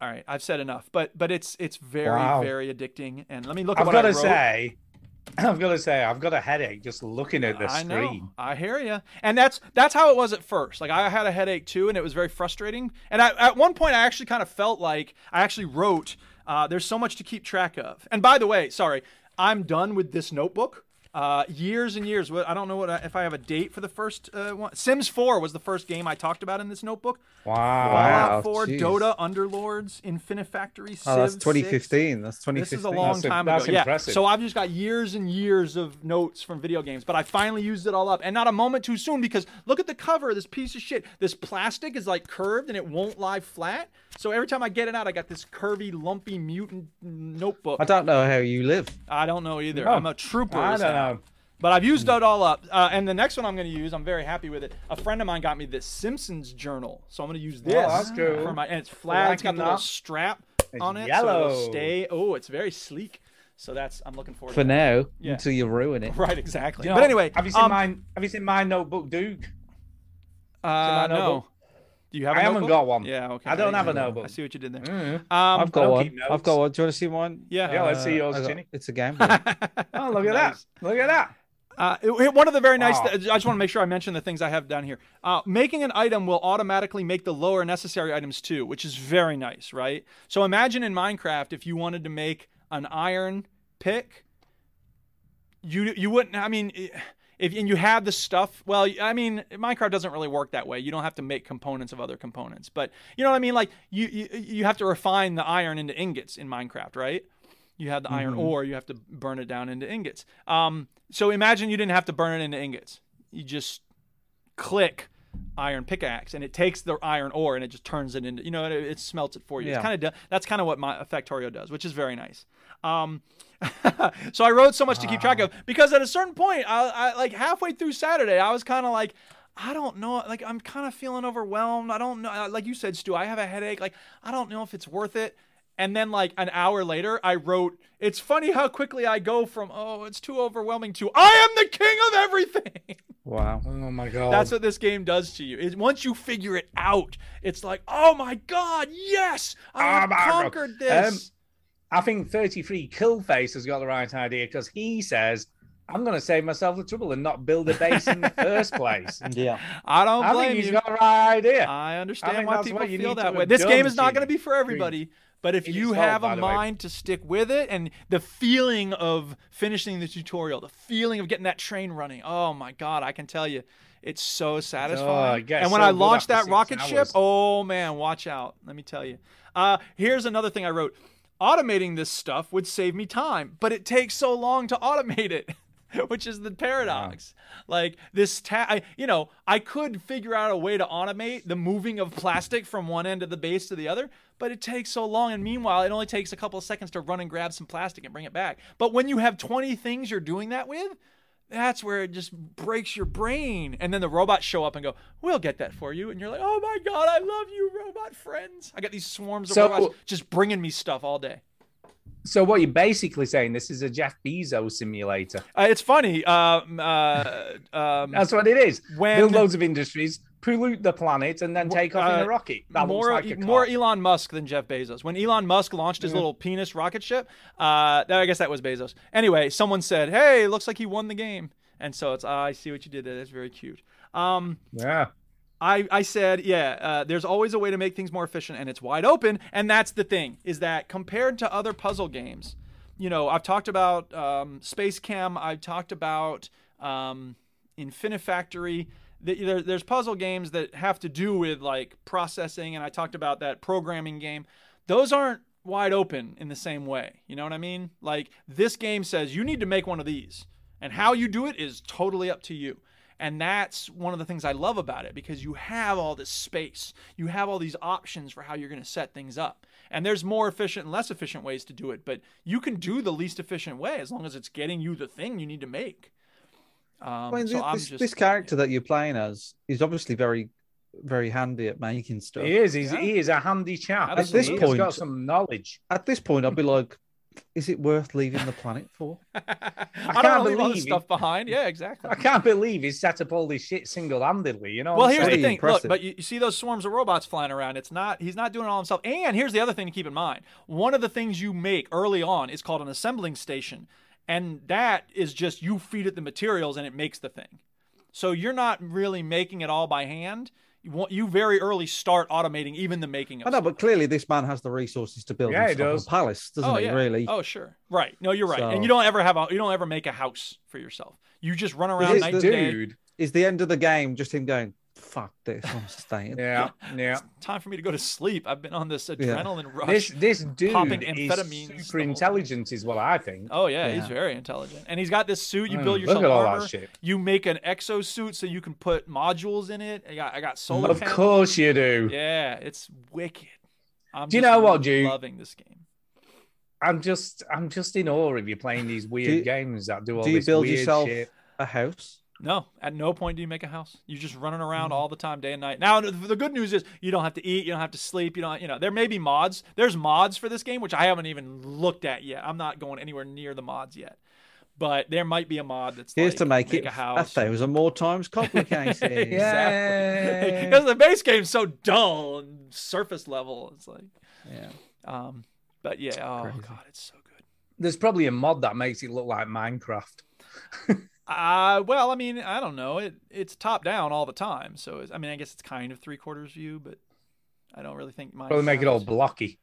[SPEAKER 1] all right, I've said enough, but but it's it's very
[SPEAKER 4] Wow.
[SPEAKER 1] very addicting. And let me look at
[SPEAKER 4] I've
[SPEAKER 1] what
[SPEAKER 4] got
[SPEAKER 1] I
[SPEAKER 4] to
[SPEAKER 1] wrote.
[SPEAKER 4] say, I've got to say, I've got a headache just looking at the
[SPEAKER 1] I
[SPEAKER 4] screen.
[SPEAKER 1] know. I hear you. And that's that's how it was at first. Like I had a headache too, and it was very frustrating. And I, at one point, I actually kind of felt like I actually wrote. Uh, there's so much to keep track of. And by the way, sorry, I'm done with this notebook. Uh, years and years. What- I don't know what I, if I have a date for the first uh, one. Sims 4 was the first game I talked about in this notebook.
[SPEAKER 4] Wow.
[SPEAKER 1] Fallout
[SPEAKER 9] Wow,
[SPEAKER 1] 4,
[SPEAKER 9] jeez.
[SPEAKER 1] Dota, Underlords, Infinifactory.
[SPEAKER 9] Oh, that's
[SPEAKER 1] Civ 6.
[SPEAKER 9] 2015. That's 2015.
[SPEAKER 1] This is a long
[SPEAKER 4] That's im-
[SPEAKER 1] time
[SPEAKER 4] that's
[SPEAKER 1] ago. Yeah.
[SPEAKER 4] impressive.
[SPEAKER 1] So I've just got years and years of notes from video games, but I finally used it all up, and not a moment too soon because look at the cover. of This piece of shit. This plastic is like curved and it won't lie flat. So every time I get it out, I got this curvy, lumpy mutant notebook.
[SPEAKER 9] I don't know how you live.
[SPEAKER 1] I don't know either.
[SPEAKER 4] No.
[SPEAKER 1] I'm a trooper.
[SPEAKER 4] I
[SPEAKER 1] is
[SPEAKER 4] don't
[SPEAKER 1] how.
[SPEAKER 4] know.
[SPEAKER 1] But I've
[SPEAKER 4] Hmm.
[SPEAKER 1] used it all up. Uh, and the next one I'm going to use, I'm very happy with it. A friend of mine got me this Simpsons journal. So I'm going to use this
[SPEAKER 4] Oh, that's cool.
[SPEAKER 1] for my. And it's flat. It's got
[SPEAKER 4] Liking
[SPEAKER 1] the little
[SPEAKER 4] that.
[SPEAKER 1] strap on it. So it'll
[SPEAKER 4] yellow.
[SPEAKER 1] stay. Oh, it's very sleek. So that's, I'm looking forward
[SPEAKER 9] For
[SPEAKER 1] to that.
[SPEAKER 9] now,
[SPEAKER 1] Yeah.
[SPEAKER 9] until you ruin it.
[SPEAKER 1] Right, exactly.
[SPEAKER 4] You know,
[SPEAKER 1] but anyway.
[SPEAKER 4] have you seen
[SPEAKER 1] um,
[SPEAKER 4] my Have you seen my notebook, Duke?
[SPEAKER 1] Uh,
[SPEAKER 4] my
[SPEAKER 1] no.
[SPEAKER 4] notebook?
[SPEAKER 1] Do you have a
[SPEAKER 4] I haven't
[SPEAKER 1] notebook?
[SPEAKER 4] got one.
[SPEAKER 1] Yeah, okay.
[SPEAKER 4] I don't
[SPEAKER 1] you
[SPEAKER 4] have a
[SPEAKER 1] go. I
[SPEAKER 4] notebook.
[SPEAKER 1] see what you did there.
[SPEAKER 4] Mm.
[SPEAKER 1] Um,
[SPEAKER 9] I've got
[SPEAKER 4] I'll
[SPEAKER 9] one.
[SPEAKER 4] keep
[SPEAKER 9] I've got one. Do you want to see mine?
[SPEAKER 1] Yeah.
[SPEAKER 4] Yeah, let's see
[SPEAKER 9] Uh,
[SPEAKER 4] yours,
[SPEAKER 9] I got-
[SPEAKER 4] Ginny.
[SPEAKER 9] It's a gamble.
[SPEAKER 4] Oh, look at that! Look at that!
[SPEAKER 1] Uh, it- it- one of the very nice.
[SPEAKER 4] Wow.
[SPEAKER 1] I just want to make sure I mention the things I have down here. Uh, making an item will automatically make the lower necessary items too, which is very nice, right? So imagine in Minecraft if you wanted to make an iron pick, you you wouldn't. I mean. i- if, and you had the stuff, well, I mean, Minecraft doesn't really work that way. You don't have to make components of other components, but you know what I mean. Like you, you, you have to refine the iron into ingots in Minecraft, right? you have the iron ore you have to burn it down into ingots um, so imagine you didn't have to burn it into ingots you just click iron pickaxe and it takes the iron ore and it just turns it into you know it, it smelts it for you it's
[SPEAKER 9] Yeah.
[SPEAKER 1] kind of that's kind of what my factorio does which is very nice um, so i wrote so much to keep track of because at a certain point i, I like halfway through saturday i was kind of like I don't know. Like I'm kind of feeling overwhelmed. I don't know. Like you said, Stu, I have a headache. Like I don't know if it's worth it. And then like an hour later, I wrote. It's funny how quickly I go from oh, it's too overwhelming to I am the king of everything.
[SPEAKER 9] wow.
[SPEAKER 4] Oh my god!
[SPEAKER 1] That's what this game does to you. Is once you figure it out, it's like oh my god, yes, I
[SPEAKER 4] Oh
[SPEAKER 1] have
[SPEAKER 4] my God.
[SPEAKER 1] conquered this.
[SPEAKER 4] I think 33 Killface has got the right idea because he says, "I'm going to save myself the trouble and not build a base in the first place."
[SPEAKER 9] Yeah.
[SPEAKER 1] I don't
[SPEAKER 4] I
[SPEAKER 1] blame
[SPEAKER 4] think he's
[SPEAKER 1] you. Uh,
[SPEAKER 4] got the right idea.
[SPEAKER 1] I understand
[SPEAKER 4] think
[SPEAKER 1] why
[SPEAKER 4] that's
[SPEAKER 1] people
[SPEAKER 4] what you
[SPEAKER 1] feel
[SPEAKER 4] need
[SPEAKER 1] that
[SPEAKER 4] to
[SPEAKER 1] way.
[SPEAKER 4] have
[SPEAKER 1] This game
[SPEAKER 4] done,
[SPEAKER 1] is not going to
[SPEAKER 4] Gene.
[SPEAKER 1] be for everybody, But if
[SPEAKER 4] It
[SPEAKER 1] you
[SPEAKER 4] is hard,
[SPEAKER 1] have
[SPEAKER 4] by
[SPEAKER 1] a
[SPEAKER 4] the way.
[SPEAKER 1] mind to stick with it and the feeling of finishing the tutorial, the feeling of getting that train running, oh my God, I can tell you, it's so satisfying.
[SPEAKER 4] it gets
[SPEAKER 1] and when
[SPEAKER 4] so
[SPEAKER 1] I
[SPEAKER 4] good
[SPEAKER 1] launched
[SPEAKER 4] after
[SPEAKER 1] that
[SPEAKER 4] six
[SPEAKER 1] rocket ship,
[SPEAKER 4] hours.
[SPEAKER 1] oh man, watch out. Let me tell you. Uh, here's another thing I wrote automating this stuff would save me time, but it takes so long to automate it. Which is the paradox. Like this, ta- I, you know, I could figure out a way to automate the moving of plastic from one end of the base to the other, but it takes so long. And meanwhile, it only takes a couple of seconds to run and grab some plastic and bring it back. But when you have 20 things you're doing that with, that's where it just breaks your brain. And then the robots show up and go, We'll get that for you. And you're like, Oh my God, I love you, robot friends. I got these swarms of
[SPEAKER 4] So- oh.
[SPEAKER 1] robots just bringing me stuff all day.
[SPEAKER 4] So what you're basically saying, this is a Jeff Bezos simulator.
[SPEAKER 1] Uh, it's funny. Um, uh, um,
[SPEAKER 4] That's what it is.
[SPEAKER 1] When-
[SPEAKER 4] Build loads of industries, pollute the planet, and then take off in
[SPEAKER 1] uh,
[SPEAKER 4] a rocket. That
[SPEAKER 1] more, e,
[SPEAKER 4] looks like a
[SPEAKER 1] more
[SPEAKER 4] car.
[SPEAKER 1] Elon Musk than Jeff Bezos. When Elon Musk launched his little penis rocket ship, uh, that- I guess that was Bezos. Anyway, someone said, "Hey, looks like he won the game," and so it's, "Ah, "I see what you did there. That's very cute." Um,
[SPEAKER 4] yeah.
[SPEAKER 1] I, I said, yeah, uh, there's always a way to make things more efficient, and it's wide open. And that's the thing is that compared to other puzzle games, you know, I've talked about um, Space Cam, I've talked about um, Infinifactory. Th- There, there's puzzle games that have to do with like processing, and I talked about that programming game. Those aren't wide open in the same way. You know what I mean? Like this game says you need to make one of these, and how you do it is totally up to you. And that's one of the things I love about it because you have all this space. You have all these options for how you're going to set things up. And there's more efficient and less efficient ways to do it, but you can do the least efficient way as long as it's getting you the thing you need to make. Um,
[SPEAKER 9] I mean,
[SPEAKER 1] so
[SPEAKER 9] thi-
[SPEAKER 1] I'm
[SPEAKER 9] this,
[SPEAKER 1] just,
[SPEAKER 9] this character that you're playing as is obviously very, very handy at making stuff.
[SPEAKER 4] He is. He's, He is a handy chap.
[SPEAKER 1] At
[SPEAKER 4] isn't
[SPEAKER 9] this
[SPEAKER 4] he?
[SPEAKER 9] point-
[SPEAKER 4] he's got some knowledge.
[SPEAKER 9] At this point, I'd be like, is it worth leaving the planet for?
[SPEAKER 1] I don't want
[SPEAKER 4] can't
[SPEAKER 1] to leave all this
[SPEAKER 4] believe it.
[SPEAKER 1] stuff behind. Yeah, exactly.
[SPEAKER 4] I can't believe he's set up all this shit single-handedly. You know. what
[SPEAKER 1] Well,
[SPEAKER 4] I'm
[SPEAKER 1] here's the
[SPEAKER 4] saying?
[SPEAKER 1] thing.
[SPEAKER 9] impressive.
[SPEAKER 1] Look, but you, you see those swarms of robots flying around. It's not he's not doing it all himself. And here's the other thing to keep in mind. One of the things you make early on is called an assembling station, and that is just you feed it the materials and it makes the thing. So you're not really making it all by hand. You want you very early start automating even the making of.
[SPEAKER 9] I know,
[SPEAKER 1] stuff.
[SPEAKER 9] but clearly this man has the resources to build
[SPEAKER 4] Yeah, he
[SPEAKER 9] himself
[SPEAKER 4] does.
[SPEAKER 9] a palace, doesn't
[SPEAKER 1] oh
[SPEAKER 9] he?
[SPEAKER 1] yeah.
[SPEAKER 9] Really?
[SPEAKER 1] Oh sure. Right. No, you're right.
[SPEAKER 9] So-
[SPEAKER 1] And you don't ever have a you don't ever make a house for yourself. You just run around
[SPEAKER 9] is
[SPEAKER 1] night
[SPEAKER 9] the-
[SPEAKER 1] and day.
[SPEAKER 4] Dude.
[SPEAKER 9] Is the end of the game just him going, "Fuck this, I'm staying"?
[SPEAKER 4] Yeah. Yeah.
[SPEAKER 1] Time for me to go to sleep. I've been on this adrenaline rush.
[SPEAKER 4] This this dude
[SPEAKER 1] popping amphetamines the whole
[SPEAKER 4] is super
[SPEAKER 1] time.
[SPEAKER 4] intelligent, is what I think.
[SPEAKER 1] Oh yeah, he's
[SPEAKER 9] Yeah.
[SPEAKER 1] very intelligent, and he's got this suit. You build
[SPEAKER 4] Mm,
[SPEAKER 1] yourself
[SPEAKER 4] look at all that
[SPEAKER 1] armor.
[SPEAKER 4] shit.
[SPEAKER 1] You make an exosuit so you can put modules in it. I got, I got solar.
[SPEAKER 4] of
[SPEAKER 1] panels.
[SPEAKER 4] course you do.
[SPEAKER 1] Yeah, it's wicked. I'm
[SPEAKER 4] Do you
[SPEAKER 1] just
[SPEAKER 4] know what,
[SPEAKER 1] really
[SPEAKER 4] Jude?
[SPEAKER 1] Loving this game.
[SPEAKER 4] I'm just I'm just in awe of you playing these weird
[SPEAKER 9] you-
[SPEAKER 4] games that do all
[SPEAKER 9] Do you
[SPEAKER 4] this
[SPEAKER 9] build
[SPEAKER 4] weird
[SPEAKER 9] yourself
[SPEAKER 4] shit.
[SPEAKER 9] a house?
[SPEAKER 1] No, at no point do you make a house. You're just running
[SPEAKER 4] Mm.
[SPEAKER 1] around all the time, day and night. Now, the good news is you don't have to eat, you don't have to sleep, you don't. You know, there may be mods. There's mods for this game, which I haven't even looked at yet. I'm not going anywhere near the mods yet, but there might be a mod that's
[SPEAKER 9] Here's
[SPEAKER 1] like,
[SPEAKER 9] to make,
[SPEAKER 1] make
[SPEAKER 9] it
[SPEAKER 1] a
[SPEAKER 9] a
[SPEAKER 1] house.
[SPEAKER 9] thousand more times complicated.
[SPEAKER 1] Yeah.
[SPEAKER 4] Yay.
[SPEAKER 1] because the base game's so dull and surface level. It's like,
[SPEAKER 9] Yeah.
[SPEAKER 1] um, but yeah, oh god, it's so good.
[SPEAKER 4] There's probably a mod that makes it look like Minecraft.
[SPEAKER 1] Uh, well, I mean, I don't know. It it's top down all the time, so it's, I mean, I guess it's kind of three quarters view, but I don't really think mine.
[SPEAKER 4] Probably make it all blocky.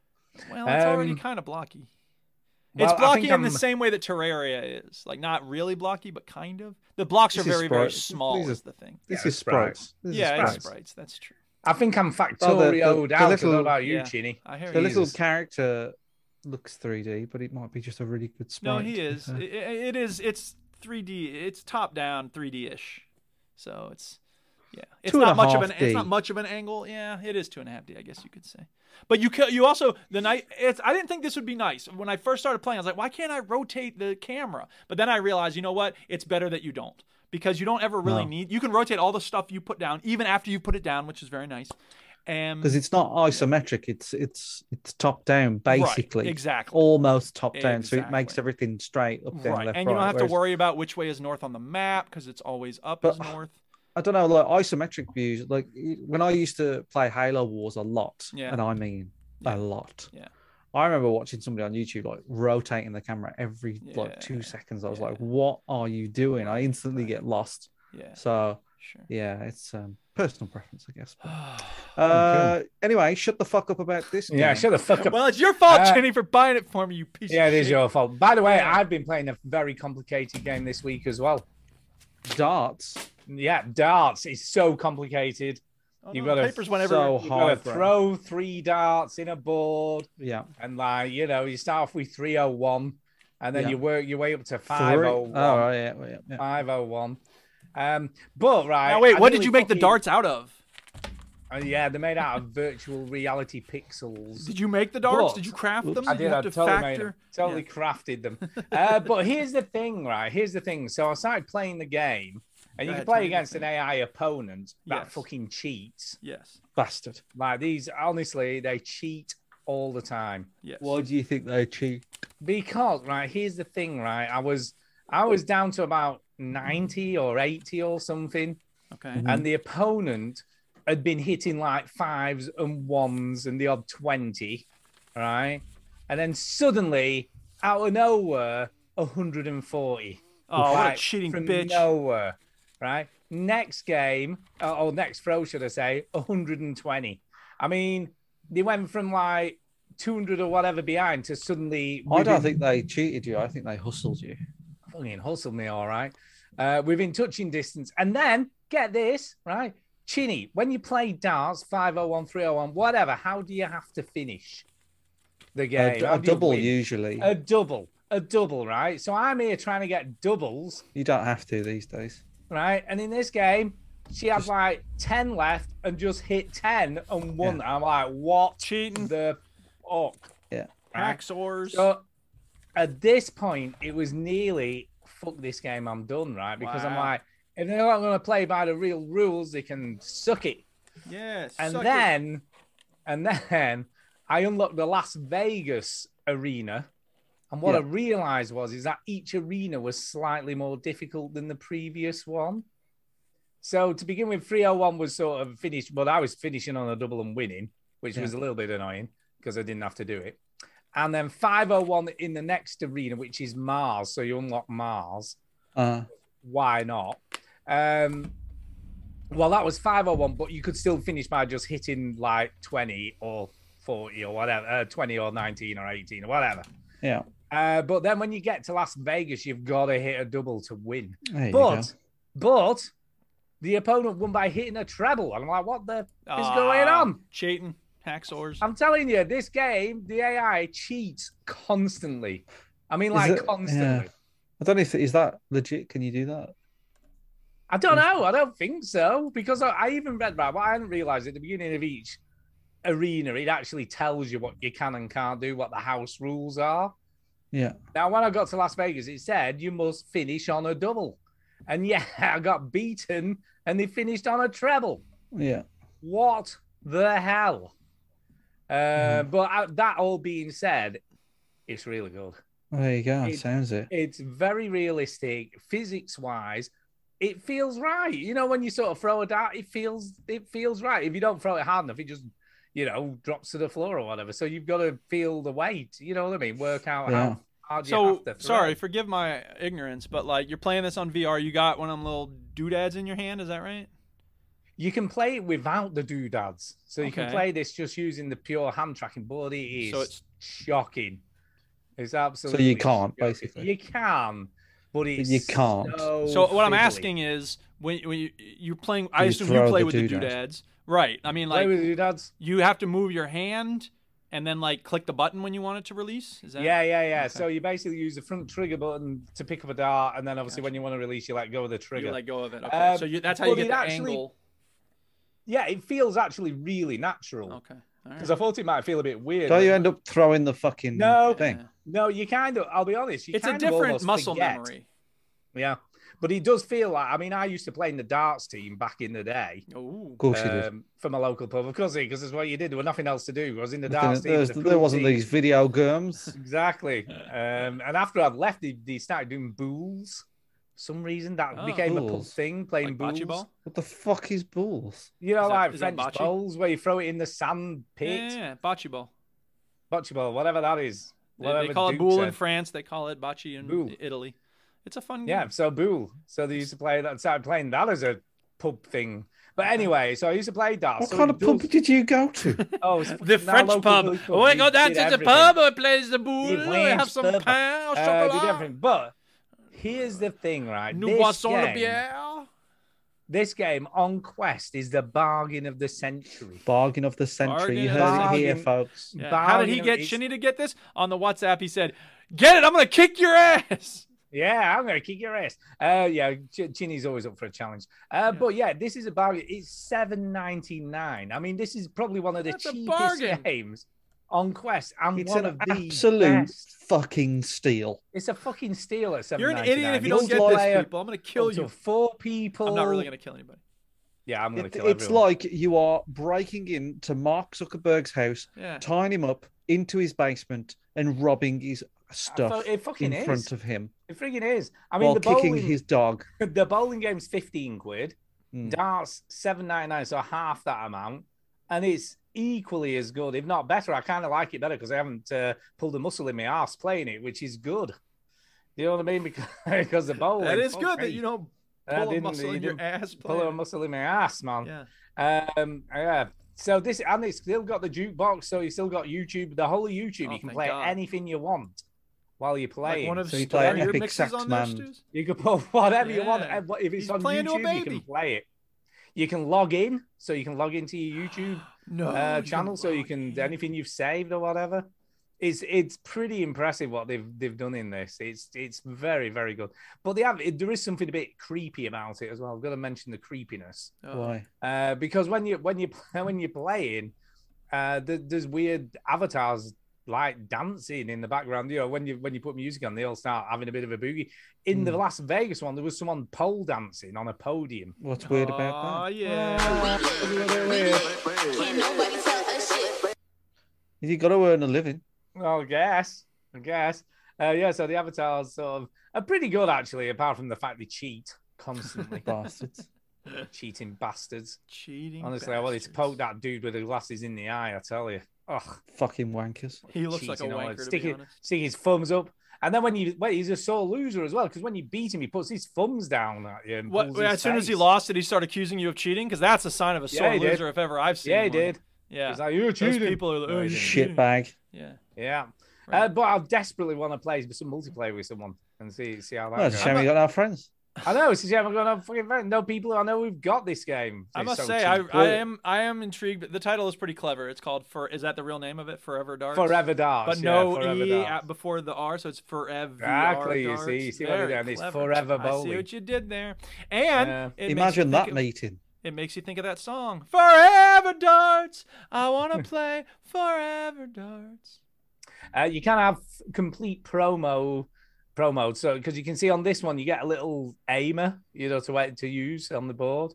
[SPEAKER 1] Well, it's already
[SPEAKER 4] um,
[SPEAKER 1] kind of blocky.
[SPEAKER 4] Well,
[SPEAKER 1] it's
[SPEAKER 4] I
[SPEAKER 1] blocky
[SPEAKER 4] think
[SPEAKER 1] in the
[SPEAKER 4] I'm-
[SPEAKER 1] same way that Terraria is, like not really blocky, but kind of. The blocks are
[SPEAKER 9] This is
[SPEAKER 1] very very
[SPEAKER 9] Sprite.
[SPEAKER 1] small.
[SPEAKER 9] These are-
[SPEAKER 1] Is the thing.
[SPEAKER 9] This
[SPEAKER 4] Yeah,
[SPEAKER 9] is
[SPEAKER 4] sprites.
[SPEAKER 9] sprites. This is
[SPEAKER 1] yeah, it's
[SPEAKER 9] sprites.
[SPEAKER 1] sprites. That's true.
[SPEAKER 4] I think I'm
[SPEAKER 9] the- the
[SPEAKER 4] factorioed out. I don't know
[SPEAKER 9] little-
[SPEAKER 4] about you,
[SPEAKER 1] yeah.
[SPEAKER 4] Chinny.
[SPEAKER 1] I hear
[SPEAKER 9] The
[SPEAKER 1] you.
[SPEAKER 9] little
[SPEAKER 4] Jesus.
[SPEAKER 9] character looks 3D, but it might be just a really good
[SPEAKER 1] No,
[SPEAKER 9] sprite.
[SPEAKER 1] he is.
[SPEAKER 9] Uh,
[SPEAKER 1] I- I- it is. It's 3D. It's top down 3D ish. So it's yeah. It's
[SPEAKER 9] Two and
[SPEAKER 1] not
[SPEAKER 9] a
[SPEAKER 1] much of
[SPEAKER 9] half
[SPEAKER 1] an. It's not
[SPEAKER 9] D.
[SPEAKER 1] much of an angle. Yeah, it is two and a half D. I guess you could say. But you ca- you also the night. It's I didn't think this would be nice when I first started playing. I was like, why can't I rotate the camera? But then I realized, you know what? It's better that you don't. Because you don't ever really
[SPEAKER 9] No.
[SPEAKER 1] need, you can rotate all the stuff you put down, even after you put it down, which is very nice. And
[SPEAKER 9] because it's not isometric it's it's it's top down basically
[SPEAKER 1] exactly.
[SPEAKER 9] almost top down so it makes
[SPEAKER 1] Exactly.
[SPEAKER 9] everything straight up down
[SPEAKER 1] right,
[SPEAKER 9] left
[SPEAKER 1] and you don't
[SPEAKER 9] right,
[SPEAKER 1] have
[SPEAKER 9] whereas-
[SPEAKER 1] to worry about which way is north on the map because it's always up
[SPEAKER 9] But-
[SPEAKER 1] as north.
[SPEAKER 9] i don't know like isometric views like y- when i used to play halo wars a lot
[SPEAKER 1] Yeah.
[SPEAKER 9] and i mean a
[SPEAKER 1] Yeah.
[SPEAKER 9] lot
[SPEAKER 1] Yeah.
[SPEAKER 9] i remember watching somebody on youtube like rotating the camera every like two
[SPEAKER 1] Yeah,
[SPEAKER 9] seconds i was
[SPEAKER 1] yeah.
[SPEAKER 9] like what are you doing i instantly get lost
[SPEAKER 1] Yeah.
[SPEAKER 9] so
[SPEAKER 1] Sure.
[SPEAKER 9] Yeah, it's um, personal preference, I guess. but- uh, Anyway, shut the fuck up about this game.
[SPEAKER 4] Yeah, shut the fuck up.
[SPEAKER 1] Well, it's your fault,
[SPEAKER 4] Uh,
[SPEAKER 1] Jenny, for buying it for me, you piece
[SPEAKER 4] yeah,
[SPEAKER 1] of
[SPEAKER 4] it is
[SPEAKER 1] shit.
[SPEAKER 4] your fault. By the way, I've been playing a very complicated game this week as well.
[SPEAKER 9] Darts.
[SPEAKER 4] Yeah, darts is so complicated.
[SPEAKER 1] Oh,
[SPEAKER 4] you
[SPEAKER 1] no,
[SPEAKER 4] gotta-
[SPEAKER 1] papers went everywhere.
[SPEAKER 9] so
[SPEAKER 4] You gotta
[SPEAKER 9] hard, bro.
[SPEAKER 4] throw three darts in a board,
[SPEAKER 9] Yeah.
[SPEAKER 4] and like you know, you start off with three oh one, and then
[SPEAKER 9] Yeah.
[SPEAKER 4] you work your way up to five
[SPEAKER 9] Three.
[SPEAKER 4] oh
[SPEAKER 9] Oh,
[SPEAKER 4] one.
[SPEAKER 9] right, yeah, yeah, yeah.
[SPEAKER 4] Five oh one. Um, but right.
[SPEAKER 1] Now, wait,
[SPEAKER 4] I
[SPEAKER 1] what did
[SPEAKER 4] nearly
[SPEAKER 1] you make the
[SPEAKER 4] fucking-
[SPEAKER 1] darts out of?
[SPEAKER 4] Uh, yeah, they're made out of virtual reality pixels.
[SPEAKER 1] Did you make the darts?
[SPEAKER 4] But-
[SPEAKER 1] did you craft them?
[SPEAKER 4] I
[SPEAKER 1] you
[SPEAKER 4] did.
[SPEAKER 1] have
[SPEAKER 4] I
[SPEAKER 1] to
[SPEAKER 4] totally made
[SPEAKER 1] factor.
[SPEAKER 4] them. Totally crafted them. Uh, but here's the thing, right? Here's the thing. So I started playing the game, and
[SPEAKER 1] Go
[SPEAKER 4] you can
[SPEAKER 1] ahead, tell
[SPEAKER 4] play
[SPEAKER 1] me the
[SPEAKER 4] against an AI opponent that
[SPEAKER 1] Yes.
[SPEAKER 4] fucking cheats.
[SPEAKER 1] Yes.
[SPEAKER 9] Bastard.
[SPEAKER 4] Like these, honestly, they cheat all the time.
[SPEAKER 1] Yes.
[SPEAKER 9] Why do you think they cheat?
[SPEAKER 4] Because right, here's the thing, right? I was I was down to about ninety or eighty or something,
[SPEAKER 1] okay.
[SPEAKER 4] and the opponent had been hitting like fives and ones and the odd 20, right? And then suddenly, out of nowhere, 140.
[SPEAKER 1] Oh, what a
[SPEAKER 4] Right,
[SPEAKER 1] cheating
[SPEAKER 4] from
[SPEAKER 1] bitch.
[SPEAKER 4] Nowhere, right? Next game, uh, or next throw, should I say, 120. I mean, they went from like 200 or whatever behind to suddenly.
[SPEAKER 9] I don't
[SPEAKER 4] within-
[SPEAKER 9] think they cheated you. I think they hustled you.
[SPEAKER 4] fucking hustled me, all right. Uh, within touching distance. And then get this, right? Chinny, when you play darts, 501, 301, whatever, how do you have to finish the
[SPEAKER 9] A-
[SPEAKER 4] game?
[SPEAKER 9] a,
[SPEAKER 4] How do you
[SPEAKER 9] double
[SPEAKER 4] win? Oh.
[SPEAKER 9] usually.
[SPEAKER 4] A double, a double, right? So I'm here trying to get doubles,
[SPEAKER 9] you don't have to these days.
[SPEAKER 4] right? And in this game, she had like 10 left and just hit 10 and won. I'm like, what
[SPEAKER 1] Cheating.
[SPEAKER 4] the fuck?
[SPEAKER 9] Yeah.
[SPEAKER 4] Right?
[SPEAKER 1] Axors.
[SPEAKER 4] So at this point, it was nearly fuck this game, I'm done, right? Because I'm
[SPEAKER 1] Wow.
[SPEAKER 4] like, if they're not going to play by the real rules, they can suck it.
[SPEAKER 1] yes.
[SPEAKER 4] And
[SPEAKER 1] suck it.
[SPEAKER 4] then, and then I unlocked the Las Vegas arena. And what
[SPEAKER 9] Yeah.
[SPEAKER 4] I realized was is that each arena was slightly more difficult than the previous one. So to begin with, 301 was sort of finished, but I was finishing on a double and winning, which
[SPEAKER 9] Yeah.
[SPEAKER 4] was a little bit annoying because I didn't have to do it. And then 501 in the next arena, which is Mars. So you unlock Mars
[SPEAKER 9] Uh,
[SPEAKER 4] why not? Um, well, that was 501, but you could still finish by just hitting like 20 or 40 or whatever, uh, 20 or 19 or 18 or whatever.
[SPEAKER 9] yeah.
[SPEAKER 4] Uh, but then when you get to Las Vegas, you've got to hit a double to win.
[SPEAKER 9] There you go.
[SPEAKER 4] But, but the opponent won by hitting a treble. And I'm like, what the is going
[SPEAKER 1] Ah,
[SPEAKER 4] on?
[SPEAKER 1] Cheating. Hacksaws.
[SPEAKER 4] I'm telling you, this game, the AI cheats constantly. I mean,
[SPEAKER 9] Is
[SPEAKER 4] like
[SPEAKER 9] it- yeah.
[SPEAKER 4] constantly.
[SPEAKER 9] I don't know if is that legit. Can you do that?
[SPEAKER 4] I don't know. I don't think so because I, I even read that. What I hadn't realised at the beginning of each arena, it actually tells you what you can and can't do, what the house rules are.
[SPEAKER 9] Yeah.
[SPEAKER 4] Now, when I got to Las Vegas, it said you must finish on a double, and yeah, I got beaten, and they finished on a treble.
[SPEAKER 9] Yeah.
[SPEAKER 4] What the hell? Uh, But uh, that all being said, it's really good.
[SPEAKER 9] There you go.
[SPEAKER 4] It-
[SPEAKER 9] Sounds it.
[SPEAKER 4] It's very realistic, physics wise. It feels right. You know, when you sort of throw it out, it feels it feels right. If you don't throw it hard enough, it just you know drops to the floor or whatever. So you've got to feel the weight. You know what I mean? Work out
[SPEAKER 9] Yeah.
[SPEAKER 4] how hard you
[SPEAKER 1] So
[SPEAKER 4] have to throw.
[SPEAKER 1] sorry, forgive my ignorance, but like you're playing this on VR, you got one of them little doodads in your hand, is that right?
[SPEAKER 4] You can play it without the doodads. So you can
[SPEAKER 1] Okay.
[SPEAKER 4] play this just using the pure hand tracking board. It is
[SPEAKER 1] So it's-
[SPEAKER 4] shocking. It's absolutely
[SPEAKER 9] can't,
[SPEAKER 4] shocking.
[SPEAKER 9] basically.
[SPEAKER 4] You can, but it's
[SPEAKER 9] you can't.
[SPEAKER 4] So,
[SPEAKER 1] So what I'm
[SPEAKER 4] fiddly.
[SPEAKER 1] asking is when, when you, you're playing, I
[SPEAKER 9] You
[SPEAKER 1] assume you
[SPEAKER 9] throw
[SPEAKER 1] play
[SPEAKER 9] the
[SPEAKER 1] with the
[SPEAKER 9] doodads.
[SPEAKER 1] doodads, right? I mean,
[SPEAKER 4] play
[SPEAKER 1] like
[SPEAKER 4] with the doodads.
[SPEAKER 1] you have to move your hand and then like click the button when you want it to release. Is that
[SPEAKER 4] Yeah, yeah, yeah.
[SPEAKER 1] Okay.
[SPEAKER 4] So you basically use the front trigger button to pick up a dart, and then obviously when you want to release, you let go of the
[SPEAKER 1] You
[SPEAKER 4] trigger.
[SPEAKER 1] let go of it. Okay,
[SPEAKER 4] Um,
[SPEAKER 1] so you, that's how you
[SPEAKER 4] well,
[SPEAKER 1] get
[SPEAKER 4] it
[SPEAKER 1] the
[SPEAKER 4] actually-
[SPEAKER 1] angle.
[SPEAKER 4] Yeah, it feels actually really natural
[SPEAKER 1] Okay, all
[SPEAKER 4] because
[SPEAKER 1] right.
[SPEAKER 4] I thought it might feel a bit weird.
[SPEAKER 9] Don't you
[SPEAKER 4] but-
[SPEAKER 9] end up throwing the fucking
[SPEAKER 4] No.
[SPEAKER 9] thing?
[SPEAKER 4] No, you kind of. I'll be honest. You
[SPEAKER 1] It's a
[SPEAKER 4] kind of
[SPEAKER 1] different
[SPEAKER 4] almost
[SPEAKER 1] muscle
[SPEAKER 4] forget.
[SPEAKER 1] memory.
[SPEAKER 4] Yeah, but it does feel like. I mean, I used to play in the darts team back in the day.
[SPEAKER 1] Oh,
[SPEAKER 9] Of course you did.
[SPEAKER 4] um, for my local pub, of course, because that's what you did. There was nothing else to do. I was in the
[SPEAKER 9] Nothing-
[SPEAKER 4] darts team.
[SPEAKER 9] there, was,
[SPEAKER 4] the
[SPEAKER 9] there
[SPEAKER 4] pool
[SPEAKER 9] wasn't
[SPEAKER 4] team.
[SPEAKER 9] these video games.
[SPEAKER 4] Exactly. Um, and after I'd left, they, they started doing bools. For some reason that
[SPEAKER 1] Oh.
[SPEAKER 4] became a pub
[SPEAKER 9] Boules.
[SPEAKER 4] thing, playing
[SPEAKER 1] like bocce
[SPEAKER 4] boules.
[SPEAKER 1] ball.
[SPEAKER 9] What the fuck is balls?
[SPEAKER 4] You know,
[SPEAKER 1] Is that-
[SPEAKER 4] like
[SPEAKER 1] is that
[SPEAKER 4] French
[SPEAKER 1] bocce?
[SPEAKER 4] bowls where you throw it in the sand
[SPEAKER 1] Yeah,
[SPEAKER 4] pit,
[SPEAKER 1] yeah, yeah, bocce ball.
[SPEAKER 4] bocce ball, whatever that is.
[SPEAKER 1] They,
[SPEAKER 4] Whatever
[SPEAKER 1] they call it
[SPEAKER 4] Duke
[SPEAKER 1] boule in
[SPEAKER 4] said.
[SPEAKER 1] France. They call it bocce in
[SPEAKER 4] Boule.
[SPEAKER 1] Italy. It's a fun game.
[SPEAKER 4] Yeah, so boule. So they used to play that. Started playing that as a pub thing. But anyway, so I used to play darts.
[SPEAKER 3] What
[SPEAKER 4] so
[SPEAKER 3] kind
[SPEAKER 4] it
[SPEAKER 3] of pub
[SPEAKER 4] does-
[SPEAKER 3] did you go to?
[SPEAKER 4] Oh, it's
[SPEAKER 1] The
[SPEAKER 4] fucking our
[SPEAKER 1] French
[SPEAKER 4] local
[SPEAKER 1] pub. Oh
[SPEAKER 4] village
[SPEAKER 1] I want to
[SPEAKER 4] We
[SPEAKER 1] go down
[SPEAKER 4] did
[SPEAKER 1] to the
[SPEAKER 4] everything.
[SPEAKER 1] pub. I play the
[SPEAKER 4] Did
[SPEAKER 1] boule. I
[SPEAKER 4] Wayne's
[SPEAKER 1] have some
[SPEAKER 4] pub.
[SPEAKER 1] pain au
[SPEAKER 4] Uh, did
[SPEAKER 1] chocolat.
[SPEAKER 4] everything. But here's the thing, right?
[SPEAKER 1] Nous
[SPEAKER 4] This
[SPEAKER 1] boissons le
[SPEAKER 4] game-
[SPEAKER 1] bière.
[SPEAKER 4] This game on Quest is the bargain of the century.
[SPEAKER 3] Bargain of the century. You
[SPEAKER 1] Bargain.
[SPEAKER 3] heard it here, folks.
[SPEAKER 1] Yeah, How did he
[SPEAKER 4] Bargain
[SPEAKER 1] get
[SPEAKER 4] of-
[SPEAKER 1] Shinny to get this? On the WhatsApp, he said, Get it. I'm going to kick your ass.
[SPEAKER 4] Yeah, I'm gonna kick your ass. Uh, yeah, Ch- Chinny's always up for a challenge. Uh, but yeah, this is a bargain. It's seven ninety nine. I mean, this is probably one of the
[SPEAKER 1] That's a
[SPEAKER 4] cheapest
[SPEAKER 1] bargain.
[SPEAKER 4] games on Quest, and
[SPEAKER 3] It's an
[SPEAKER 4] one of the
[SPEAKER 3] absolute
[SPEAKER 4] best.
[SPEAKER 3] fucking steal.
[SPEAKER 4] It's a fucking steal at seven.
[SPEAKER 1] You're an idiot if you don't
[SPEAKER 3] It's
[SPEAKER 1] get
[SPEAKER 3] like-
[SPEAKER 1] this, people. I'm going to kill you.
[SPEAKER 4] Four people.
[SPEAKER 1] I'm not really going to kill anybody.
[SPEAKER 4] Yeah, I'm gonna
[SPEAKER 3] It-
[SPEAKER 4] kill
[SPEAKER 3] it's
[SPEAKER 4] everyone.
[SPEAKER 3] like you are breaking into Mark Zuckerberg's house,
[SPEAKER 1] Yeah.
[SPEAKER 3] tying him up into his basement, and robbing his stuff
[SPEAKER 4] it fucking
[SPEAKER 3] in
[SPEAKER 4] is.
[SPEAKER 3] front of him
[SPEAKER 4] It freaking is. I mean,
[SPEAKER 3] while
[SPEAKER 4] the
[SPEAKER 3] kicking
[SPEAKER 4] bowling,
[SPEAKER 3] his dog.
[SPEAKER 4] the bowling game's fifteen quid.
[SPEAKER 3] Mm.
[SPEAKER 4] Darts seven ninety nine, so half that amount, and it's equally as good, if not better. I kind of like it better because I haven't uh, pulled a muscle in my ass playing it, which is good. You know what I mean? Because, because the bowling.
[SPEAKER 1] That is
[SPEAKER 4] fuck
[SPEAKER 1] good that
[SPEAKER 4] me.
[SPEAKER 1] you don't
[SPEAKER 4] I
[SPEAKER 1] pull a
[SPEAKER 4] didn't-
[SPEAKER 1] muscle
[SPEAKER 4] you
[SPEAKER 1] in your
[SPEAKER 4] didn't
[SPEAKER 1] ass.
[SPEAKER 4] pull a
[SPEAKER 1] playing.
[SPEAKER 4] muscle in my ass, man.
[SPEAKER 1] Yeah.
[SPEAKER 4] Um, yeah. So this, and it's still got the jukebox, so you still got YouTube, the whole of YouTube.
[SPEAKER 1] Oh,
[SPEAKER 4] you can
[SPEAKER 1] thank
[SPEAKER 4] play
[SPEAKER 1] God.
[SPEAKER 4] anything you want while you're playing.
[SPEAKER 1] Like one of
[SPEAKER 3] So
[SPEAKER 1] the
[SPEAKER 3] you play an
[SPEAKER 1] your
[SPEAKER 3] epic
[SPEAKER 1] mixes
[SPEAKER 3] sax
[SPEAKER 1] on there,
[SPEAKER 3] man.
[SPEAKER 1] Stu's?
[SPEAKER 4] You can put whatever you want.
[SPEAKER 1] Yeah.
[SPEAKER 4] and what- If it's
[SPEAKER 1] He's
[SPEAKER 4] on
[SPEAKER 1] playing to a
[SPEAKER 4] YouTube, you can
[SPEAKER 1] baby.
[SPEAKER 4] play it. You can log in, so you can log into your YouTube
[SPEAKER 1] No.
[SPEAKER 4] uh,
[SPEAKER 1] you
[SPEAKER 4] channel, so you
[SPEAKER 1] won't.
[SPEAKER 4] can anything you've saved or whatever. It's it's pretty impressive what they've they've done in this. It's it's very very good. But they have there is something a bit creepy about it as well. I've got to mention the creepiness
[SPEAKER 1] Oh.
[SPEAKER 3] Why?
[SPEAKER 4] uh, because when you when you when you're playing, uh, there, there's weird avatars like dancing in the background. You know, when you when you put music on, they all start having a bit of a boogie. In
[SPEAKER 1] Hmm.
[SPEAKER 4] the Las Vegas one, there was someone pole dancing on a podium.
[SPEAKER 3] What's weird
[SPEAKER 1] Aw,
[SPEAKER 4] uh,
[SPEAKER 3] about
[SPEAKER 1] yeah.
[SPEAKER 10] Can't nobody tell us shit.
[SPEAKER 3] that? You got to earn a living.
[SPEAKER 4] Well, I guess, I guess, uh, yeah. So the avatars sort of are pretty good actually, apart from the fact they cheat constantly.
[SPEAKER 3] Bastards.
[SPEAKER 4] Cheating bastards.
[SPEAKER 1] Cheating.
[SPEAKER 4] Honestly, I wanted to
[SPEAKER 1] bastards.
[SPEAKER 4] poke that dude with the glasses in the eye. I tell you, ugh.
[SPEAKER 3] Fucking wankers.
[SPEAKER 1] He looks like a
[SPEAKER 4] cheating on it.
[SPEAKER 1] wanker, to
[SPEAKER 4] stick,
[SPEAKER 1] be
[SPEAKER 4] it-
[SPEAKER 1] honest.
[SPEAKER 4] stick his thumbs up. And then when you, well, he's a sore loser as well because when you beat him, he puts his thumbs down at you. and
[SPEAKER 1] What,
[SPEAKER 4] pulls
[SPEAKER 1] wait,
[SPEAKER 4] his
[SPEAKER 1] as soon as he
[SPEAKER 4] face.
[SPEAKER 1] lost, did he start accusing you of cheating? Because that's a sign of a
[SPEAKER 4] Yeah,
[SPEAKER 1] sore
[SPEAKER 4] he did.
[SPEAKER 1] loser if ever I've seen.
[SPEAKER 4] yeah, he
[SPEAKER 1] one.
[SPEAKER 4] did.
[SPEAKER 1] Yeah.
[SPEAKER 4] He's like, "You're
[SPEAKER 1] Those
[SPEAKER 4] cheating."
[SPEAKER 1] people are like,
[SPEAKER 4] No,
[SPEAKER 1] oh,
[SPEAKER 4] he
[SPEAKER 1] you
[SPEAKER 4] didn't.
[SPEAKER 1] cheating."
[SPEAKER 3] Shitbag.
[SPEAKER 1] Yeah.
[SPEAKER 4] Yeah, uh,
[SPEAKER 1] Right.
[SPEAKER 4] but I desperately want to play some multiplayer with someone and see see how that
[SPEAKER 3] Well, it's a
[SPEAKER 4] goes.
[SPEAKER 3] shame we got our friends.
[SPEAKER 4] I know. It's a shame I'm going to fucking friend. No people. I know we've got this game.
[SPEAKER 1] I
[SPEAKER 4] It's
[SPEAKER 1] must
[SPEAKER 4] so
[SPEAKER 1] say, I,
[SPEAKER 4] cheap.
[SPEAKER 1] I am I am intrigued. The title is pretty clever. It's called for. Is that the real name of it? Forever Darts.
[SPEAKER 4] forever dark,
[SPEAKER 1] But no
[SPEAKER 4] forever
[SPEAKER 1] e
[SPEAKER 4] dark.
[SPEAKER 1] at- before the r, so it's forever.
[SPEAKER 4] Exactly, you
[SPEAKER 1] darts.
[SPEAKER 4] see- you see what I
[SPEAKER 1] Very
[SPEAKER 4] did, and it's
[SPEAKER 1] clever.
[SPEAKER 4] forever
[SPEAKER 1] I see
[SPEAKER 4] bowling.
[SPEAKER 1] what you did there, and
[SPEAKER 4] Yeah.
[SPEAKER 1] it makes
[SPEAKER 3] Imagine
[SPEAKER 1] you
[SPEAKER 3] that
[SPEAKER 1] think of-
[SPEAKER 3] meeting.
[SPEAKER 1] It makes you think of that song, Forever Darts. I want to play Forever Darts.
[SPEAKER 4] Uh, you can have complete promo pro mode. So because you can see on this one, you get a little aimer, you know, to wait to use on the board.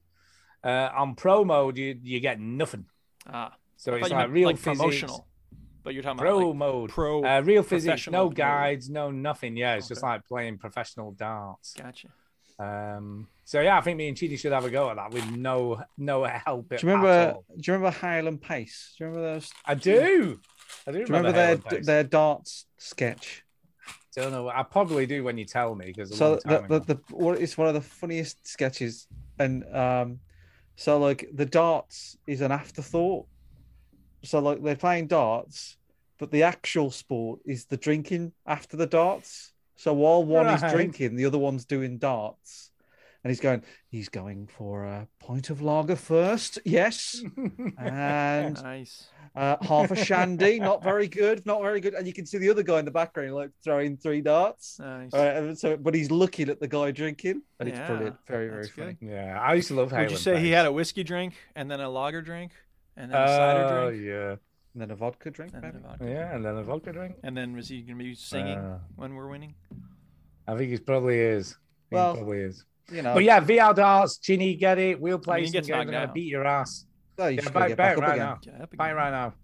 [SPEAKER 4] Uh, on pro mode, you you get nothing.
[SPEAKER 1] Ah,
[SPEAKER 4] So
[SPEAKER 1] I thought
[SPEAKER 4] it's
[SPEAKER 1] you
[SPEAKER 4] like
[SPEAKER 1] meant,
[SPEAKER 4] real
[SPEAKER 1] like,
[SPEAKER 4] physics.
[SPEAKER 1] promotional, but you're talking
[SPEAKER 4] Pro
[SPEAKER 1] about like,
[SPEAKER 4] mode,
[SPEAKER 1] pro
[SPEAKER 4] uh, real physics,
[SPEAKER 1] professional
[SPEAKER 4] no
[SPEAKER 1] mode.
[SPEAKER 4] guides, no nothing. Yeah, it's just
[SPEAKER 1] Okay.
[SPEAKER 4] like playing professional darts.
[SPEAKER 1] Gotcha.
[SPEAKER 4] Um, so yeah, I think me and Chidi should have a go at that with no no help.
[SPEAKER 3] Do you
[SPEAKER 4] At
[SPEAKER 3] remember?
[SPEAKER 4] all.
[SPEAKER 3] Do you remember Hale and Pace? Do you remember those?
[SPEAKER 4] I do. I
[SPEAKER 3] Do
[SPEAKER 4] do
[SPEAKER 3] you remember,
[SPEAKER 4] Halo
[SPEAKER 3] their
[SPEAKER 4] days.
[SPEAKER 3] their darts sketch?
[SPEAKER 4] Don't know. I probably do when you tell me because
[SPEAKER 3] so the, the, the what it's one of the funniest sketches and um so like the darts is an afterthought so like they're playing darts but the actual sport is the drinking after the darts so while one
[SPEAKER 4] Right.
[SPEAKER 3] is drinking the other one's doing darts and he's going he's going for a pint of lager first yes and
[SPEAKER 1] Nice.
[SPEAKER 3] uh, half a shandy not very good not very good and you can see the other guy in the background like throwing three darts
[SPEAKER 4] Oh,
[SPEAKER 1] Nice.
[SPEAKER 3] all right, and so but he's looking at the guy drinking, and
[SPEAKER 1] Yeah,
[SPEAKER 3] it's brilliant, very very
[SPEAKER 1] that's good.
[SPEAKER 3] funny.
[SPEAKER 4] Yeah, I used to love.
[SPEAKER 1] Would you say he had a whiskey drink and then a lager drink and then a cider drink
[SPEAKER 4] yeah,
[SPEAKER 3] And then a vodka drink,
[SPEAKER 1] and then
[SPEAKER 3] maybe.
[SPEAKER 1] a vodka?
[SPEAKER 4] Oh, yeah, and then a vodka drink.
[SPEAKER 1] And then was he going to be singing
[SPEAKER 4] Uh,
[SPEAKER 1] when we're winning?
[SPEAKER 4] I think he probably is. I think
[SPEAKER 3] Well,
[SPEAKER 4] he probably is.
[SPEAKER 3] You know,
[SPEAKER 4] But yeah, VR darts, Ginny, get it. We'll
[SPEAKER 1] I
[SPEAKER 4] play
[SPEAKER 1] mean, he uh,
[SPEAKER 4] some
[SPEAKER 1] gets
[SPEAKER 4] games. I'm
[SPEAKER 1] knocked
[SPEAKER 4] gonna
[SPEAKER 1] out.
[SPEAKER 4] beat your ass.
[SPEAKER 3] no, oh, you
[SPEAKER 4] Yeah,
[SPEAKER 3] just
[SPEAKER 4] buy
[SPEAKER 3] gotta get
[SPEAKER 4] it
[SPEAKER 3] back up
[SPEAKER 4] right
[SPEAKER 3] again.
[SPEAKER 4] now.
[SPEAKER 1] Yeah, up
[SPEAKER 4] Buy it
[SPEAKER 1] again.
[SPEAKER 4] right now.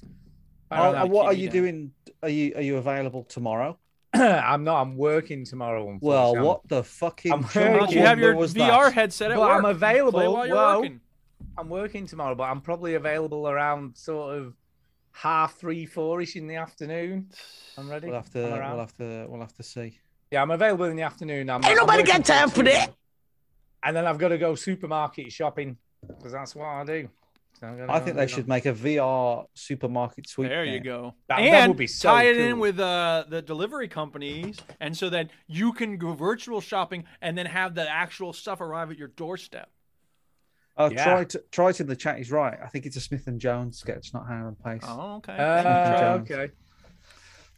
[SPEAKER 4] Buy it
[SPEAKER 3] Oh,
[SPEAKER 4] right
[SPEAKER 3] and
[SPEAKER 4] now.
[SPEAKER 3] what
[SPEAKER 1] keep
[SPEAKER 3] are
[SPEAKER 1] me
[SPEAKER 3] you
[SPEAKER 1] down.
[SPEAKER 3] doing? Are you are you available tomorrow?
[SPEAKER 4] oh, I'm not. I'm working tomorrow.
[SPEAKER 3] Well,
[SPEAKER 4] unfortunately.
[SPEAKER 3] what the fucking
[SPEAKER 4] I'm
[SPEAKER 3] trouble
[SPEAKER 1] Why don't you have your
[SPEAKER 3] was
[SPEAKER 1] VR
[SPEAKER 3] that?
[SPEAKER 1] headset at
[SPEAKER 4] Well,
[SPEAKER 1] work?
[SPEAKER 4] I'm available.
[SPEAKER 1] Play while you're
[SPEAKER 4] Well,
[SPEAKER 1] working.
[SPEAKER 4] I'm working tomorrow, but I'm probably available around sort of half three, four ish in the afternoon. I'm ready.
[SPEAKER 3] We'll have to
[SPEAKER 4] I'm around.
[SPEAKER 3] we'll have to we'll have to see.
[SPEAKER 4] Yeah, I'm available in the afternoon. I'm, Ain't nobody got time for that. and then I've got to go supermarket shopping because that's what I do. So I'm gonna
[SPEAKER 3] I
[SPEAKER 4] go
[SPEAKER 3] think
[SPEAKER 4] do
[SPEAKER 3] they
[SPEAKER 4] that.
[SPEAKER 3] should make a VR supermarket suite.
[SPEAKER 1] There you
[SPEAKER 3] game.
[SPEAKER 1] go.
[SPEAKER 4] That-
[SPEAKER 1] and
[SPEAKER 4] that would be so
[SPEAKER 1] tie it in
[SPEAKER 4] cool.
[SPEAKER 1] with uh, the delivery companies, and so that you can go virtual shopping and then have the actual stuff arrive at your doorstep.
[SPEAKER 3] Uh,
[SPEAKER 4] Yeah.
[SPEAKER 3] Troy, t- Troy's in the chat. He's right. I think it's a Smith and Jones sketch, not Hannah and Pace.
[SPEAKER 1] Oh, okay.
[SPEAKER 4] Uh,
[SPEAKER 3] Jones.
[SPEAKER 4] okay.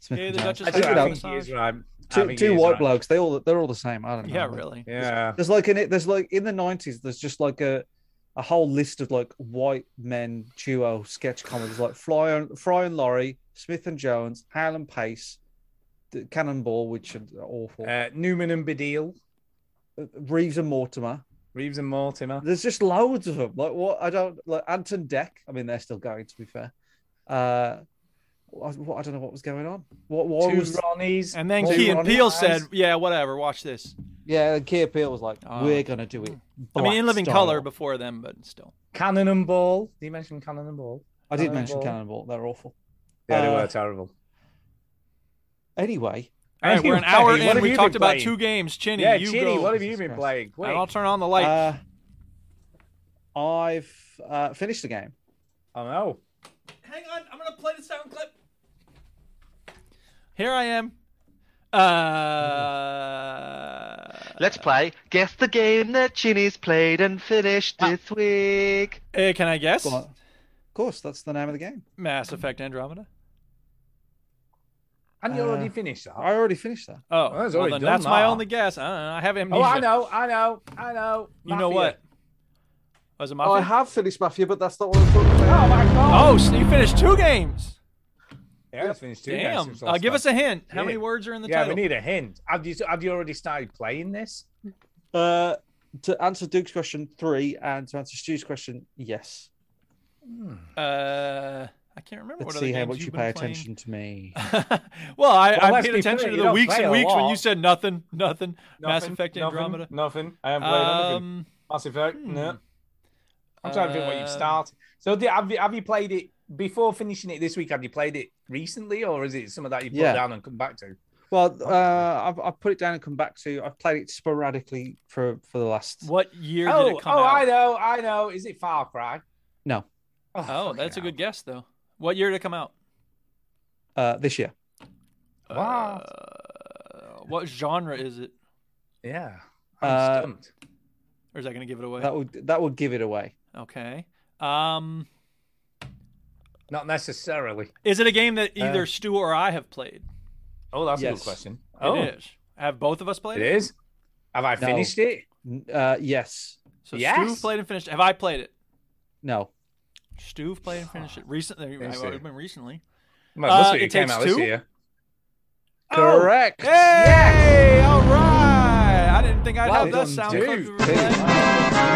[SPEAKER 3] Smith
[SPEAKER 1] Yeah,
[SPEAKER 3] and
[SPEAKER 1] the
[SPEAKER 3] Jones.
[SPEAKER 1] Duchess
[SPEAKER 4] I
[SPEAKER 1] of
[SPEAKER 3] Look it up.
[SPEAKER 4] think
[SPEAKER 1] Sussex.
[SPEAKER 4] he is right. I
[SPEAKER 3] Two,
[SPEAKER 4] think he
[SPEAKER 3] two
[SPEAKER 4] is
[SPEAKER 3] white
[SPEAKER 4] right.
[SPEAKER 3] blokes. They all they're all the same. I don't know.
[SPEAKER 1] yeah,
[SPEAKER 3] Like,
[SPEAKER 1] really.
[SPEAKER 4] Yeah.
[SPEAKER 3] There's like in it. There's like in the nineties. There's just like a a whole list of like white men duo sketch comedies like Fry and Fry and Laurie, Smith and Jones, Howland Pace, the Cannonball, which are awful. uh,
[SPEAKER 4] Uh, Newman and Bedeal,
[SPEAKER 3] Reeves and Mortimer.
[SPEAKER 4] Reeves and Mortimer.
[SPEAKER 3] There's just loads of them. Like what I don't like Anton Deck. I mean, they're still going. To be fair, uh, I, what, I don't know what was going on. What, why
[SPEAKER 4] Two
[SPEAKER 3] was
[SPEAKER 4] Ronnies.
[SPEAKER 1] And then
[SPEAKER 3] Well,
[SPEAKER 1] Key
[SPEAKER 3] you
[SPEAKER 1] and
[SPEAKER 3] want
[SPEAKER 1] Peele
[SPEAKER 3] eyes?
[SPEAKER 1] said, "Yeah, whatever. Watch this."
[SPEAKER 3] yeah? And Keir Peel was like,
[SPEAKER 1] Oh.
[SPEAKER 3] "We're gonna do it."
[SPEAKER 1] I mean,
[SPEAKER 3] black
[SPEAKER 1] in Living
[SPEAKER 3] style."
[SPEAKER 1] Color before them, but still.
[SPEAKER 4] Cannon and Ball. Did you mention Cannon and Ball?
[SPEAKER 3] I did mention
[SPEAKER 4] Cannonball.
[SPEAKER 3] Cannonball. They're awful.
[SPEAKER 4] Yeah, they
[SPEAKER 3] Uh,
[SPEAKER 4] were terrible.
[SPEAKER 3] Anyway,
[SPEAKER 1] All right, we're an
[SPEAKER 4] Anyway,
[SPEAKER 1] hour
[SPEAKER 4] what
[SPEAKER 1] in.
[SPEAKER 4] have
[SPEAKER 1] We
[SPEAKER 4] you
[SPEAKER 1] talked
[SPEAKER 4] been
[SPEAKER 1] about
[SPEAKER 4] playing?
[SPEAKER 1] two games. Chinny,
[SPEAKER 4] Yeah,
[SPEAKER 1] you
[SPEAKER 4] Chitty,
[SPEAKER 1] go.
[SPEAKER 4] what have you been
[SPEAKER 3] Christ.
[SPEAKER 4] playing?
[SPEAKER 1] And
[SPEAKER 4] Quick.
[SPEAKER 1] I'll turn on the light.
[SPEAKER 3] uh, I've uh, finished the game.
[SPEAKER 4] oh no.
[SPEAKER 1] Hang on, I'm gonna play the sound clip. Here I am. Uh,
[SPEAKER 6] Let's play Guess the Game that Chinny's played and finished this week.
[SPEAKER 1] eh, can I guess?
[SPEAKER 3] Go on. Of course, that's the name of the game.
[SPEAKER 1] Mass Effect Andromeda.
[SPEAKER 4] And you already
[SPEAKER 3] Uh,
[SPEAKER 4] finished that.
[SPEAKER 3] I already finished that.
[SPEAKER 1] Oh,
[SPEAKER 4] that's
[SPEAKER 1] well,
[SPEAKER 4] already
[SPEAKER 1] then
[SPEAKER 4] done
[SPEAKER 1] that's my
[SPEAKER 4] that.
[SPEAKER 1] only guess. I don't know. I have amnesia.
[SPEAKER 4] oh, I know, I know, I know.
[SPEAKER 1] You know
[SPEAKER 4] Mafia.
[SPEAKER 1] what? Was it Mafia?
[SPEAKER 3] Oh, have finished Mafia, but that's not what I'm talking about.
[SPEAKER 4] Oh my god.
[SPEAKER 1] oh, so you finished two games.
[SPEAKER 4] yeah, it's finished two games
[SPEAKER 1] Damn.
[SPEAKER 4] since
[SPEAKER 1] Uh,
[SPEAKER 4] last
[SPEAKER 1] give
[SPEAKER 4] time.
[SPEAKER 1] us a hint. How many
[SPEAKER 4] Shit.
[SPEAKER 1] words are in the
[SPEAKER 4] Yeah,
[SPEAKER 1] title?
[SPEAKER 4] we need a hint. Have you have you already started playing this?
[SPEAKER 3] Uh, to answer Duke's question three and to answer Stu's question, yes.
[SPEAKER 1] uh, I can't remember
[SPEAKER 3] Let's
[SPEAKER 1] what other
[SPEAKER 3] see how
[SPEAKER 1] games
[SPEAKER 3] much
[SPEAKER 1] you've
[SPEAKER 3] you
[SPEAKER 1] been
[SPEAKER 3] pay
[SPEAKER 1] playing.
[SPEAKER 3] attention to me.
[SPEAKER 1] well, I, I
[SPEAKER 4] let's
[SPEAKER 1] paid
[SPEAKER 4] be
[SPEAKER 1] attention
[SPEAKER 4] fair,
[SPEAKER 1] to
[SPEAKER 4] you
[SPEAKER 1] the
[SPEAKER 4] don't
[SPEAKER 1] weeks
[SPEAKER 4] play
[SPEAKER 1] and
[SPEAKER 4] a
[SPEAKER 1] weeks when you
[SPEAKER 4] lot.
[SPEAKER 1] said nothing, nothing, Mass Effect
[SPEAKER 4] nothing,
[SPEAKER 1] Andromeda.
[SPEAKER 4] Nothing. I haven't played anything.
[SPEAKER 1] Um,
[SPEAKER 4] Mass Effect. No. I'm trying to think what
[SPEAKER 1] uh,
[SPEAKER 4] you've started. So do- have you, have you played it before finishing it this week? Have you played it recently, or is it some of that you put
[SPEAKER 3] Yeah.
[SPEAKER 4] down and come back to?
[SPEAKER 3] well, uh, I've, I've put it down and come back to. I've played it sporadically for for the last.
[SPEAKER 1] what year did
[SPEAKER 4] Oh,
[SPEAKER 1] it come
[SPEAKER 4] oh, I
[SPEAKER 1] out?
[SPEAKER 4] know, I know. Is it Far Cry?
[SPEAKER 3] No,
[SPEAKER 1] oh,
[SPEAKER 4] fucking
[SPEAKER 1] that's a
[SPEAKER 4] hell.
[SPEAKER 1] good guess though. What year did it come out?
[SPEAKER 3] uh, this year.
[SPEAKER 4] Wow.
[SPEAKER 1] Uh, what genre is it?
[SPEAKER 4] yeah.
[SPEAKER 3] Uh,
[SPEAKER 4] I'm stumped.
[SPEAKER 1] Or is that going to give it away?
[SPEAKER 3] That would that would give it away.
[SPEAKER 1] Okay. Um,
[SPEAKER 4] Not necessarily.
[SPEAKER 1] is it a game
[SPEAKER 4] Uh.
[SPEAKER 1] that either Stu or I have played?
[SPEAKER 4] Oh, that's a
[SPEAKER 3] Yes.
[SPEAKER 4] good question.
[SPEAKER 1] It is. Have both of us played
[SPEAKER 4] Oh. It is. Have I
[SPEAKER 3] No.
[SPEAKER 4] finished it?
[SPEAKER 3] N- Uh, yes.
[SPEAKER 1] So Stu
[SPEAKER 4] Yes.
[SPEAKER 1] played and finished. it. Have I played it?
[SPEAKER 3] No.
[SPEAKER 1] Stu played and finished it recently. I
[SPEAKER 4] Yes,
[SPEAKER 1] would
[SPEAKER 4] sir.
[SPEAKER 1] have been recently.
[SPEAKER 4] Well,
[SPEAKER 1] Uh,
[SPEAKER 4] must be
[SPEAKER 1] it
[SPEAKER 4] it came
[SPEAKER 1] takes
[SPEAKER 4] out
[SPEAKER 1] two? Oh,
[SPEAKER 4] this year.
[SPEAKER 3] Correct.
[SPEAKER 1] Hey! All right. I didn't think I'd
[SPEAKER 3] Well
[SPEAKER 1] have that
[SPEAKER 3] done,
[SPEAKER 1] sound
[SPEAKER 3] dude.
[SPEAKER 1] clip.
[SPEAKER 4] Dude.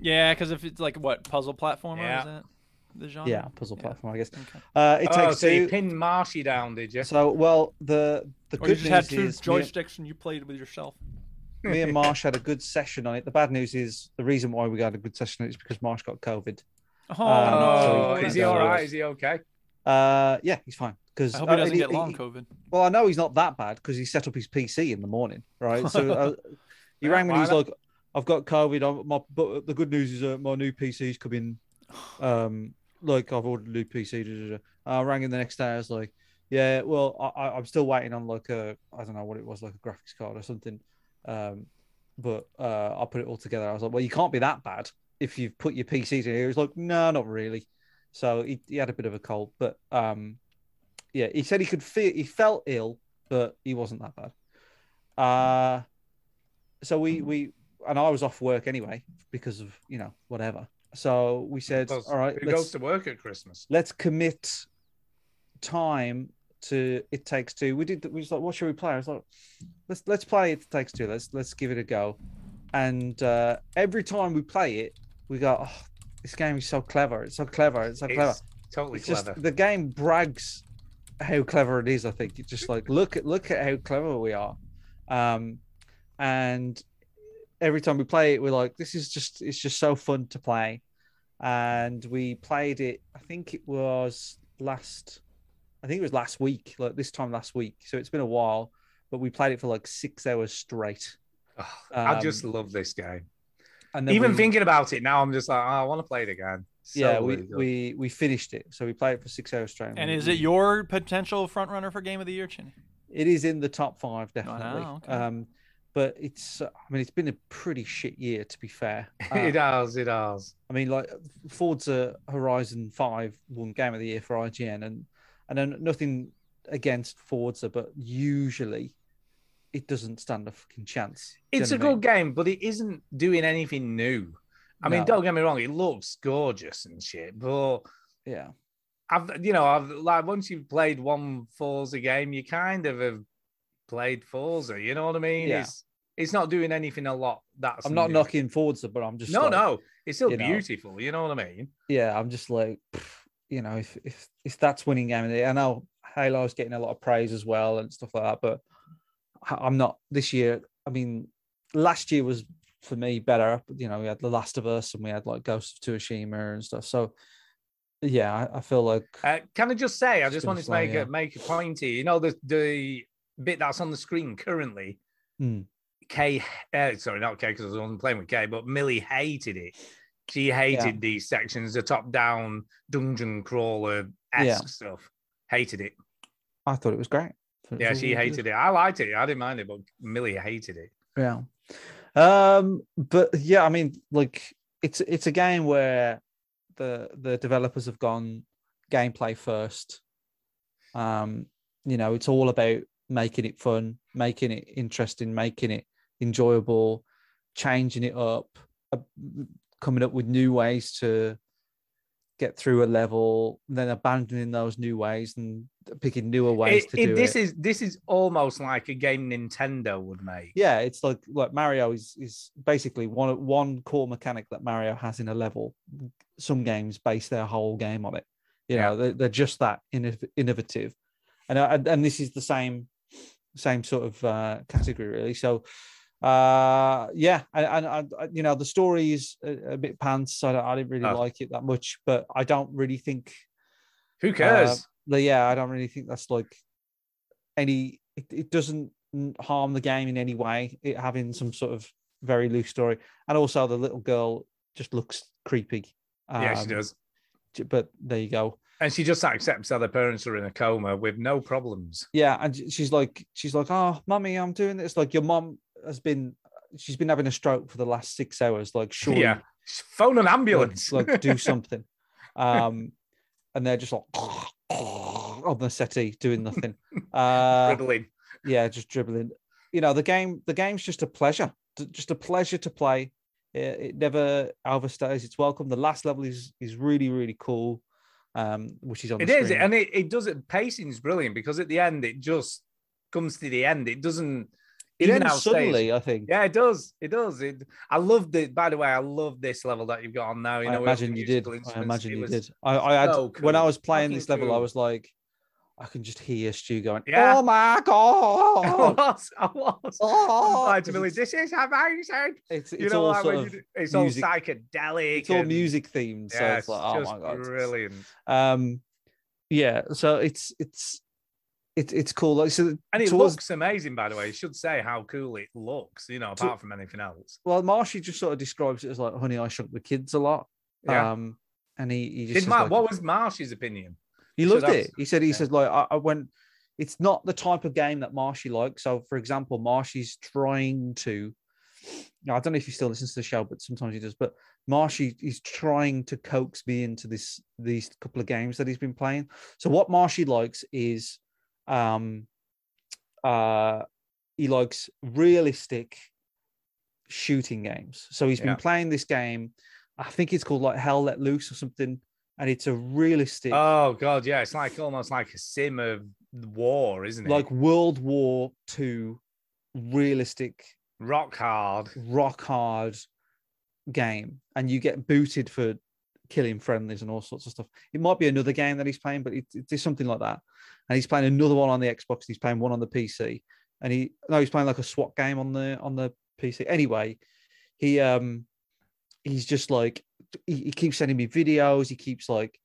[SPEAKER 1] Yeah, because if it's like what puzzle platformer
[SPEAKER 4] Yeah.
[SPEAKER 1] is that the genre?
[SPEAKER 3] Yeah, puzzle
[SPEAKER 1] Yeah.
[SPEAKER 3] platform, I guess.
[SPEAKER 1] Okay.
[SPEAKER 3] Uh, it
[SPEAKER 4] oh,
[SPEAKER 3] takes
[SPEAKER 4] so
[SPEAKER 3] two.
[SPEAKER 4] you pinned Marshy down, did you?
[SPEAKER 3] So, uh, well, the the
[SPEAKER 1] Or you
[SPEAKER 3] good
[SPEAKER 1] just had
[SPEAKER 3] news
[SPEAKER 1] two
[SPEAKER 3] is me,
[SPEAKER 1] joysticks and you played with yourself.
[SPEAKER 3] me and Marsh had a good session on it. The bad news is the reason why we got a good session on it is because Marsh got COVID.
[SPEAKER 1] Oh,
[SPEAKER 4] oh,
[SPEAKER 3] so Uh, you
[SPEAKER 4] is he
[SPEAKER 3] can
[SPEAKER 4] all
[SPEAKER 3] go.
[SPEAKER 4] right? Is he okay?
[SPEAKER 3] Uh, yeah, he's fine. uh, Because
[SPEAKER 1] I hope he doesn't get long COVID.
[SPEAKER 3] Well, I know he's not that bad because he set up his PC in the morning, right? So uh, he
[SPEAKER 4] Yeah,
[SPEAKER 3] rang me and
[SPEAKER 4] why
[SPEAKER 3] he's
[SPEAKER 4] not?
[SPEAKER 3] like, "I've got COVID. I'm, my, but the good news is uh, my new PC's coming. Um, like I've ordered a new PC." Da, da, da. I rang him the next day. I was like, "Yeah, well, I, I, I'm still waiting on like a I don't know what it was, like a graphics card or something." Um, but uh, I put it all together. I was like, "Well, you can't be that bad if you've put your PCs in here." He was like, "No, not really." So he, he had a bit of a cold, but um, yeah, he said he could feel he felt ill, but he wasn't that bad. Uh so we we and I was off work anyway because of you know whatever. So we said,
[SPEAKER 4] Because
[SPEAKER 3] all right,
[SPEAKER 4] Who goes
[SPEAKER 3] let's
[SPEAKER 4] to work at Christmas?
[SPEAKER 3] let's commit time to it takes two. We did we was like, what should we play? I was like, let's let's play it takes two. Let's let's give it a go. And uh every time we play it, we go, oh, this game is so clever. It's so clever. It's so clever
[SPEAKER 4] It's totally
[SPEAKER 3] it's
[SPEAKER 4] clever.
[SPEAKER 3] just the game brags how clever it is. I think it's just like look at look at how clever we are, um, and every time we play it, we're like, this is just it's just so fun to play, and we played it. I think it was last, I think it was last week, like this time last week. So it's been a while, but we played it for like six hours straight.
[SPEAKER 4] Oh, I
[SPEAKER 3] Um,
[SPEAKER 4] just love this game.
[SPEAKER 3] And then
[SPEAKER 4] Even
[SPEAKER 3] we-
[SPEAKER 4] thinking about it now, I'm just like, oh, I want to play it again. So
[SPEAKER 3] yeah, we,
[SPEAKER 4] bloody good.
[SPEAKER 3] we we finished it. So we played it for six hours straight.
[SPEAKER 1] And
[SPEAKER 3] we-
[SPEAKER 1] is it your potential front runner for game of the year, Chin?
[SPEAKER 3] It is in the top five,
[SPEAKER 4] Oh,
[SPEAKER 3] definitely.
[SPEAKER 1] okay.
[SPEAKER 3] Um, but it's, uh, I mean, it's been a pretty shit year, to be fair.
[SPEAKER 4] it
[SPEAKER 3] Uh,
[SPEAKER 4] does, it does.
[SPEAKER 3] I mean, like Forza Horizon Five won Game of the Year for IGN, and and then nothing against Forza, but usually it doesn't stand a fucking chance. Do you
[SPEAKER 4] It's
[SPEAKER 3] know
[SPEAKER 4] a
[SPEAKER 3] what I
[SPEAKER 4] good game, but it isn't doing anything new. I mean,
[SPEAKER 3] No.
[SPEAKER 4] don't get me wrong, it looks gorgeous and shit, but
[SPEAKER 3] mean? yeah.
[SPEAKER 4] I've you know, I've like once you've played one Forza game, you kind of have played Forza, you know what I mean?
[SPEAKER 3] Yeah.
[SPEAKER 4] It's it's not doing anything a lot that's
[SPEAKER 3] I'm not
[SPEAKER 4] new.
[SPEAKER 3] knocking Forza, but I'm just
[SPEAKER 4] No,
[SPEAKER 3] like,
[SPEAKER 4] no, it's still
[SPEAKER 3] you know.
[SPEAKER 4] beautiful, you know what I mean?
[SPEAKER 3] yeah, I'm just like, pff, you know, if if if that's winning game of the year, I know Halo's getting a lot of praise as well and stuff like that, but I- I'm not this year. I mean, last year was for me better. You know, we had The Last of Us and we had like Ghost of Tsushima and stuff. So yeah, I, I feel like
[SPEAKER 4] Uh, can I just say, I
[SPEAKER 3] It's
[SPEAKER 4] just
[SPEAKER 3] gonna
[SPEAKER 4] wanted to
[SPEAKER 3] fly,
[SPEAKER 4] make
[SPEAKER 3] yeah.
[SPEAKER 4] a make a point here. You know the the bit that's on the screen currently.
[SPEAKER 3] Hmm.
[SPEAKER 4] K, uh, sorry, not K, because I was only playing with K, but Millie hated it. She hated these sections, the top-down dungeon crawler esque stuff. Hated it.
[SPEAKER 3] I thought it was great. I thought it
[SPEAKER 4] Yeah,
[SPEAKER 3] was
[SPEAKER 4] she
[SPEAKER 3] really good.
[SPEAKER 4] hated it. I liked it. I didn't mind it, but Millie hated it.
[SPEAKER 3] Yeah. Um, but yeah, I mean, like it's it's a game where the the developers have gone gameplay first. Um, you know, it's all about making it fun, making it interesting, making it enjoyable, changing it up, uh, coming up with new ways to get through a level, then abandoning those new ways and picking newer ways
[SPEAKER 4] It-
[SPEAKER 3] to
[SPEAKER 4] it-
[SPEAKER 3] do
[SPEAKER 4] this
[SPEAKER 3] it.
[SPEAKER 4] is this is almost like a game Nintendo would make.
[SPEAKER 3] yeah, it's like like Mario is is basically one one core mechanic that Mario has in a level. Some games base their whole game on it. You know, they're, they're just that innov- innovative, and I- and and this is the same same sort of uh, category really. So uh yeah and, and I, you know the story is a, a bit pants so I, don't- I didn't really
[SPEAKER 4] Oh.
[SPEAKER 3] like it that much but i don't really think Uh,
[SPEAKER 4] Who cares?
[SPEAKER 3] but yeah, I don't really think that's like any. It, it doesn't n- harm the game in any way. It having some sort of very loose story, and also the little girl just looks creepy.
[SPEAKER 4] yeah, she
[SPEAKER 3] Um,
[SPEAKER 4] does.
[SPEAKER 3] j- But there you go.
[SPEAKER 4] And she just accepts that her parents are in a coma with no problems.
[SPEAKER 3] Yeah, and sh- she's like, she's like, oh, mummy, I'm doing this. Like your mom has been, she's been having a stroke for the last six hours. Like, sure,
[SPEAKER 4] Yeah. Phone an
[SPEAKER 3] like,
[SPEAKER 4] ambulance.
[SPEAKER 3] like do something. Um, and they're just like on the settee doing nothing. Uh,
[SPEAKER 4] Riddling.
[SPEAKER 3] yeah just dribbling you know the game the game's just a pleasure t- just a pleasure to play it, it never overstays its welcome the last level is is really really cool um which is on
[SPEAKER 4] It
[SPEAKER 3] the
[SPEAKER 4] is,
[SPEAKER 3] screen.
[SPEAKER 4] and it, it does it. Pacing's brilliant because at the end it just comes to the end. It doesn't.
[SPEAKER 3] it
[SPEAKER 4] even
[SPEAKER 3] ends
[SPEAKER 4] outstays-
[SPEAKER 3] suddenly i think
[SPEAKER 4] Yeah, it does. It does. It. I loved it. By the way, I love this level that you've got on now. You
[SPEAKER 3] i
[SPEAKER 4] know, with all the
[SPEAKER 3] imagine you did
[SPEAKER 4] musical
[SPEAKER 3] i
[SPEAKER 4] instruments.
[SPEAKER 3] imagine
[SPEAKER 4] It
[SPEAKER 3] you
[SPEAKER 4] was-
[SPEAKER 3] did i, I had
[SPEAKER 4] so
[SPEAKER 3] when i
[SPEAKER 4] cool,
[SPEAKER 3] was playing
[SPEAKER 4] fucking
[SPEAKER 3] this level i
[SPEAKER 4] cool.
[SPEAKER 3] was like i can just hear stu going
[SPEAKER 4] Yeah.
[SPEAKER 3] oh my
[SPEAKER 4] I
[SPEAKER 3] god
[SPEAKER 4] was. Oh, I was.
[SPEAKER 3] Oh,
[SPEAKER 4] I'm like,
[SPEAKER 3] 'cause
[SPEAKER 4] Billy,
[SPEAKER 3] it's,
[SPEAKER 4] this is amazing.
[SPEAKER 3] it's,
[SPEAKER 4] You
[SPEAKER 3] it's
[SPEAKER 4] know,
[SPEAKER 3] all
[SPEAKER 4] like
[SPEAKER 3] sort
[SPEAKER 4] when you
[SPEAKER 3] of,
[SPEAKER 4] do- it's all
[SPEAKER 3] music-
[SPEAKER 4] psychedelic.
[SPEAKER 3] it's all
[SPEAKER 4] and-
[SPEAKER 3] music themed so
[SPEAKER 4] Yeah,
[SPEAKER 3] it's like oh
[SPEAKER 4] just
[SPEAKER 3] my god it's-
[SPEAKER 4] brilliant.
[SPEAKER 3] um yeah so it's it's it's it's cool like so
[SPEAKER 4] And it
[SPEAKER 3] towards-
[SPEAKER 4] looks amazing, by the way. You should say how cool it looks. You know,
[SPEAKER 3] To-
[SPEAKER 4] apart from anything else.
[SPEAKER 3] well marshy just sort of describes it as like honey i shrunk the kids a lot
[SPEAKER 4] Yeah.
[SPEAKER 3] um and he, he just
[SPEAKER 4] Did
[SPEAKER 3] says,
[SPEAKER 4] Mar-
[SPEAKER 3] like-
[SPEAKER 4] what was Marsh's opinion?
[SPEAKER 3] he
[SPEAKER 4] so
[SPEAKER 3] loved
[SPEAKER 4] that's-
[SPEAKER 3] it he said he
[SPEAKER 4] yeah.
[SPEAKER 3] says like I, I went it's not the type of game that marshy likes so for example marshy's trying to now, I don't know if he still listens to the show, but sometimes he does. But Marshy is trying to coax me into this these couple of games that he's been playing. So what Marshy likes is um uh he likes realistic shooting games. So he's
[SPEAKER 4] Yeah.
[SPEAKER 3] been playing this game, I think it's called like Hell Let Loose or something, and it's a realistic
[SPEAKER 4] Oh god, yeah, it's like almost like a sim of war, isn't it?
[SPEAKER 3] like World War Two realistic
[SPEAKER 4] rock hard.
[SPEAKER 3] rock hard game and you get booted for killing friendlies and all sorts of stuff. It might be another game that he's playing, but it, it is something like that. And he's playing another one on the Xbox. He's playing one on the PC, and he no, he's playing like a SWAT game on the on the PC. Anyway, he um he's just like he, he keeps sending me videos. He keeps like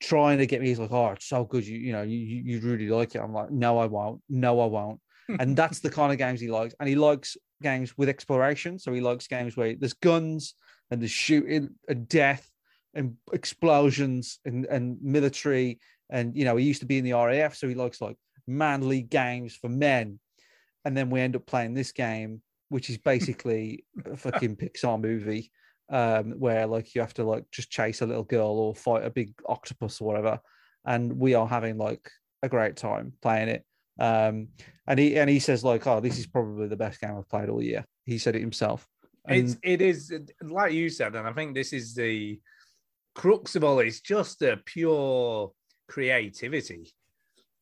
[SPEAKER 3] trying to get me. He's like, oh, it's so good. You you know you you you'd really like it. I'm like, no, I won't. No, I won't. and that's the kind of games he likes. And he likes games with exploration. So he likes games where there's guns and there's shooting and death and explosions and, and military. And you know, he used to be in the RAF, so he likes like manly games for men. And then we end up playing this game, which is basically a fucking Pixar movie. Um, where like you have to like just chase a little girl or fight a big octopus or whatever, and we are having like a great time playing it. Um, and he and he says like, "Oh, this is probably the best game I've played all year." He said it himself. And
[SPEAKER 4] It's it is like you said, and I think this is the crux of all. It's just the pure creativity.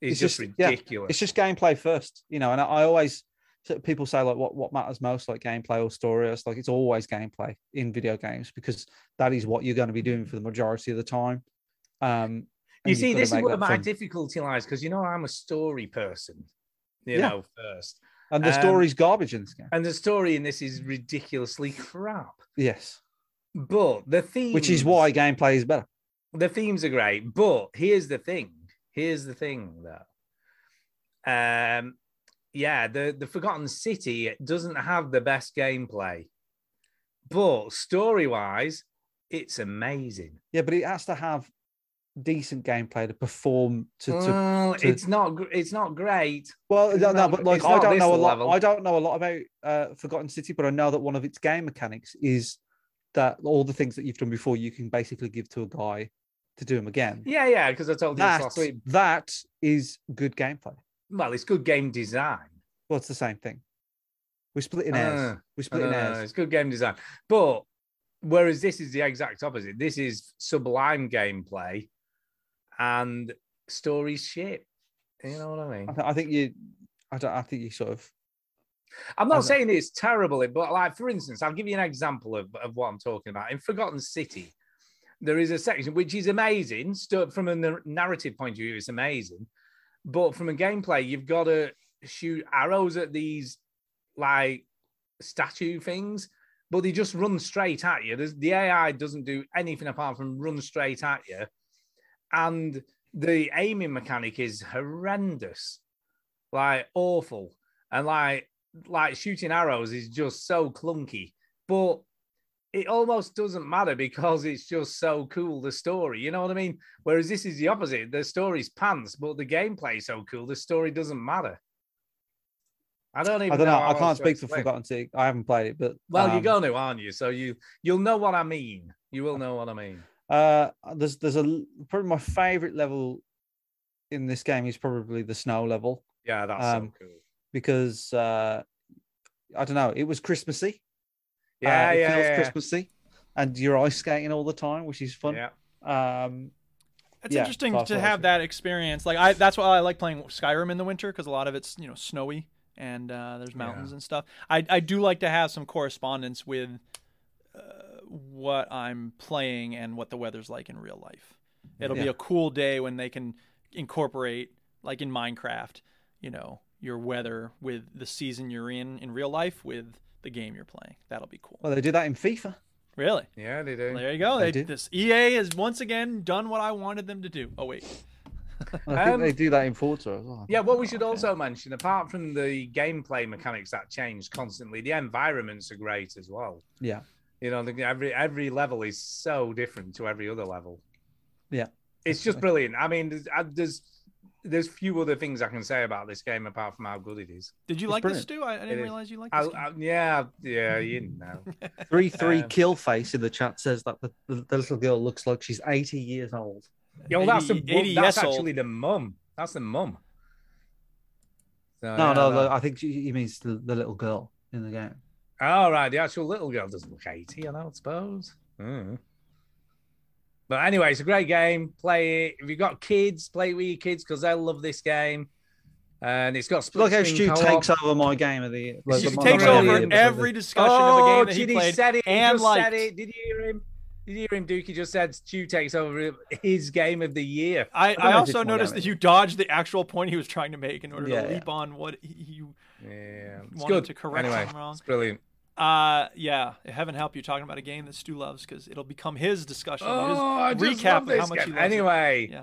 [SPEAKER 4] It's,
[SPEAKER 3] It's
[SPEAKER 4] just,
[SPEAKER 3] just- yeah,
[SPEAKER 4] ridiculous.
[SPEAKER 3] it's just gameplay first, you know. And I, I always so people say like, "What what matters most?" Like gameplay or story. It's like it's always gameplay in video games because that is what you're going to be doing for the majority of the time. Um, and
[SPEAKER 4] you
[SPEAKER 3] you've
[SPEAKER 4] see,
[SPEAKER 3] gotta
[SPEAKER 4] this is
[SPEAKER 3] make
[SPEAKER 4] where
[SPEAKER 3] that
[SPEAKER 4] my
[SPEAKER 3] fun.
[SPEAKER 4] difficulty lies because you know I'm a story person. You
[SPEAKER 3] Yeah.
[SPEAKER 4] know, first,
[SPEAKER 3] and the
[SPEAKER 4] um,
[SPEAKER 3] story's garbage in this game.
[SPEAKER 4] and the story in this is ridiculously crap.
[SPEAKER 3] Yes,
[SPEAKER 4] But the theme,
[SPEAKER 3] which is why gameplay is better.
[SPEAKER 4] the themes are great, but here's the thing. Here's the thing, though. Um, yeah, the the Forgotten City doesn't have the best gameplay, but story wise, it's amazing.
[SPEAKER 3] Yeah, but it has to have decent gameplay to perform to, to
[SPEAKER 4] Well,
[SPEAKER 3] to-
[SPEAKER 4] it's not gr- it's not great.
[SPEAKER 3] Well,
[SPEAKER 4] It's
[SPEAKER 3] no, no,
[SPEAKER 4] not-
[SPEAKER 3] but like
[SPEAKER 4] it's
[SPEAKER 3] I
[SPEAKER 4] not
[SPEAKER 3] don't
[SPEAKER 4] this
[SPEAKER 3] know a lot.
[SPEAKER 4] level.
[SPEAKER 3] I don't know a lot about uh, Forgotten City, but I know that one of its game mechanics is that all the things that you've done before, you can basically give to a guy to do them again.
[SPEAKER 4] Yeah, yeah, because I told you this last
[SPEAKER 3] that
[SPEAKER 4] week.
[SPEAKER 3] that is good gameplay.
[SPEAKER 4] Well, it's good game design.
[SPEAKER 3] Well, it's the same thing. We're splitting hairs.
[SPEAKER 4] Uh,
[SPEAKER 3] We're
[SPEAKER 4] No, no,
[SPEAKER 3] splitting
[SPEAKER 4] no, no,
[SPEAKER 3] hairs.
[SPEAKER 4] it's good game design. But whereas this is the exact opposite, this is sublime gameplay and story shit. You know what I mean?
[SPEAKER 3] I, th- I think you. I don't. I think you sort of.
[SPEAKER 4] I'm not
[SPEAKER 3] Okay.
[SPEAKER 4] saying it's terrible, but like for instance, I'll give you an example of, of what I'm talking about. In Forgotten City, there is a section which is amazing. Sto- From a nar- narrative point of view, it's amazing, but from a gameplay, you've got to shoot arrows at these like statue things, but they just run straight at you. There's, the AI doesn't do anything apart from run straight at you, and the aiming mechanic is horrendous, like awful, and like like shooting arrows is just so clunky, but it almost doesn't matter because it's just so cool the story. You know what I mean? Whereas this is the opposite. The story's pants, but the gameplay is so cool the story doesn't matter. I don't even.
[SPEAKER 3] I don't know.
[SPEAKER 4] how
[SPEAKER 3] I
[SPEAKER 4] else
[SPEAKER 3] can't
[SPEAKER 4] to
[SPEAKER 3] speak for
[SPEAKER 4] explain.
[SPEAKER 3] Forgotten City. I haven't played it, but
[SPEAKER 4] Well, you're
[SPEAKER 3] um,
[SPEAKER 4] going to, aren't you? So you you'll know what I mean. You will know what I mean.
[SPEAKER 3] Uh, there's there's a l- probably my favorite level in this game is probably the snow level.
[SPEAKER 4] Yeah, that's
[SPEAKER 3] Um,
[SPEAKER 4] so cool.
[SPEAKER 3] because uh, I don't know, it was Christmassy. Uh,
[SPEAKER 4] Yeah,
[SPEAKER 3] it
[SPEAKER 4] yeah,
[SPEAKER 3] feels
[SPEAKER 4] yeah.
[SPEAKER 3] Christmassy, and you're ice skating all the time, which is fun.
[SPEAKER 4] yeah.
[SPEAKER 3] Um,
[SPEAKER 1] It's
[SPEAKER 3] Yeah,
[SPEAKER 1] interesting
[SPEAKER 3] Far
[SPEAKER 1] to
[SPEAKER 3] Cry
[SPEAKER 1] have
[SPEAKER 3] too.
[SPEAKER 1] that experience. Like I, that's why I like playing Skyrim in the winter because a lot of it's you know snowy and uh, there's mountains and stuff. I I do like to have some correspondence with uh, what I'm playing and what the weather's like in real life. It'll be
[SPEAKER 3] Yeah.
[SPEAKER 1] a cool day when they can incorporate like in Minecraft, you know, your weather with the season you're in in real life with the game you're playing. That'll be cool.
[SPEAKER 3] well, they do that in FIFA.
[SPEAKER 1] Really.
[SPEAKER 4] Yeah, they do.
[SPEAKER 1] There you go.
[SPEAKER 3] They
[SPEAKER 1] They,
[SPEAKER 3] do.
[SPEAKER 1] this EA has once again done what I wanted them to do. Oh wait,
[SPEAKER 3] I think
[SPEAKER 4] Um,
[SPEAKER 3] they do that in Forza as well.
[SPEAKER 4] Yeah, what we should also mention, apart from the gameplay mechanics that change constantly, the environments are great as well.
[SPEAKER 3] Yeah.
[SPEAKER 4] You know, the- every every level is so different to every other level.
[SPEAKER 3] Yeah,
[SPEAKER 4] it's just brilliant. I mean, there's, uh, there's there's few other things I can say about this game apart from how good it is.
[SPEAKER 1] did you
[SPEAKER 3] It's
[SPEAKER 1] like
[SPEAKER 3] brilliant.
[SPEAKER 1] this, Stu? I, I didn't
[SPEAKER 4] is.
[SPEAKER 1] realize you liked
[SPEAKER 4] I,
[SPEAKER 1] this. game.
[SPEAKER 4] I, yeah, yeah, you know.
[SPEAKER 3] three three
[SPEAKER 4] Um,
[SPEAKER 3] kill face in the chat says that the, the, the little girl looks like she's eighty years old.
[SPEAKER 4] Yo, that's the
[SPEAKER 1] 80
[SPEAKER 4] mum- that's
[SPEAKER 1] 80 years
[SPEAKER 4] actually the mum. That's the mum. So,
[SPEAKER 3] No,
[SPEAKER 4] Oh, yeah,
[SPEAKER 3] no,
[SPEAKER 4] that-
[SPEAKER 3] no, I think she, he means the, the little girl in the game.
[SPEAKER 4] All right, the actual little girl doesn't look 80, I don't suppose. Mm. But anyway, it's a great game. Play it. If you've got kids, play it with your kids because they'll love this game. And it's got split
[SPEAKER 3] Look how
[SPEAKER 4] screen
[SPEAKER 3] Stu
[SPEAKER 4] co-op.
[SPEAKER 3] takes over my game of the year.
[SPEAKER 4] It's
[SPEAKER 1] He
[SPEAKER 4] just
[SPEAKER 3] my
[SPEAKER 1] takes
[SPEAKER 3] game of the
[SPEAKER 4] really
[SPEAKER 1] over
[SPEAKER 3] year.
[SPEAKER 1] every discussion
[SPEAKER 4] Oh,
[SPEAKER 1] of a game that he
[SPEAKER 4] Ginny
[SPEAKER 1] played
[SPEAKER 4] said it. He
[SPEAKER 1] and
[SPEAKER 4] just
[SPEAKER 1] liked.
[SPEAKER 4] said it. Did you hear him? Did you hear him, Dookie? Just said Stu takes over his game of the year.
[SPEAKER 1] I, I,
[SPEAKER 3] don't know if
[SPEAKER 1] also
[SPEAKER 3] it's more
[SPEAKER 1] noticed that
[SPEAKER 3] damage.
[SPEAKER 1] you dodged the actual point he was trying to make in order
[SPEAKER 3] Yeah,
[SPEAKER 1] to
[SPEAKER 3] yeah.
[SPEAKER 1] leap on what he, you.
[SPEAKER 4] Yeah, it's
[SPEAKER 1] Wanted
[SPEAKER 4] good.
[SPEAKER 1] to correct
[SPEAKER 4] anyway,
[SPEAKER 1] him wrong.
[SPEAKER 4] It's brilliant.
[SPEAKER 1] Uh, yeah, heaven help you talking about a game that Stu loves because it'll become his discussion,
[SPEAKER 4] Oh, I
[SPEAKER 1] his recap
[SPEAKER 4] just love
[SPEAKER 1] of
[SPEAKER 4] this
[SPEAKER 1] how much
[SPEAKER 4] game.
[SPEAKER 1] he loves it.
[SPEAKER 4] Anyway,
[SPEAKER 1] Yeah.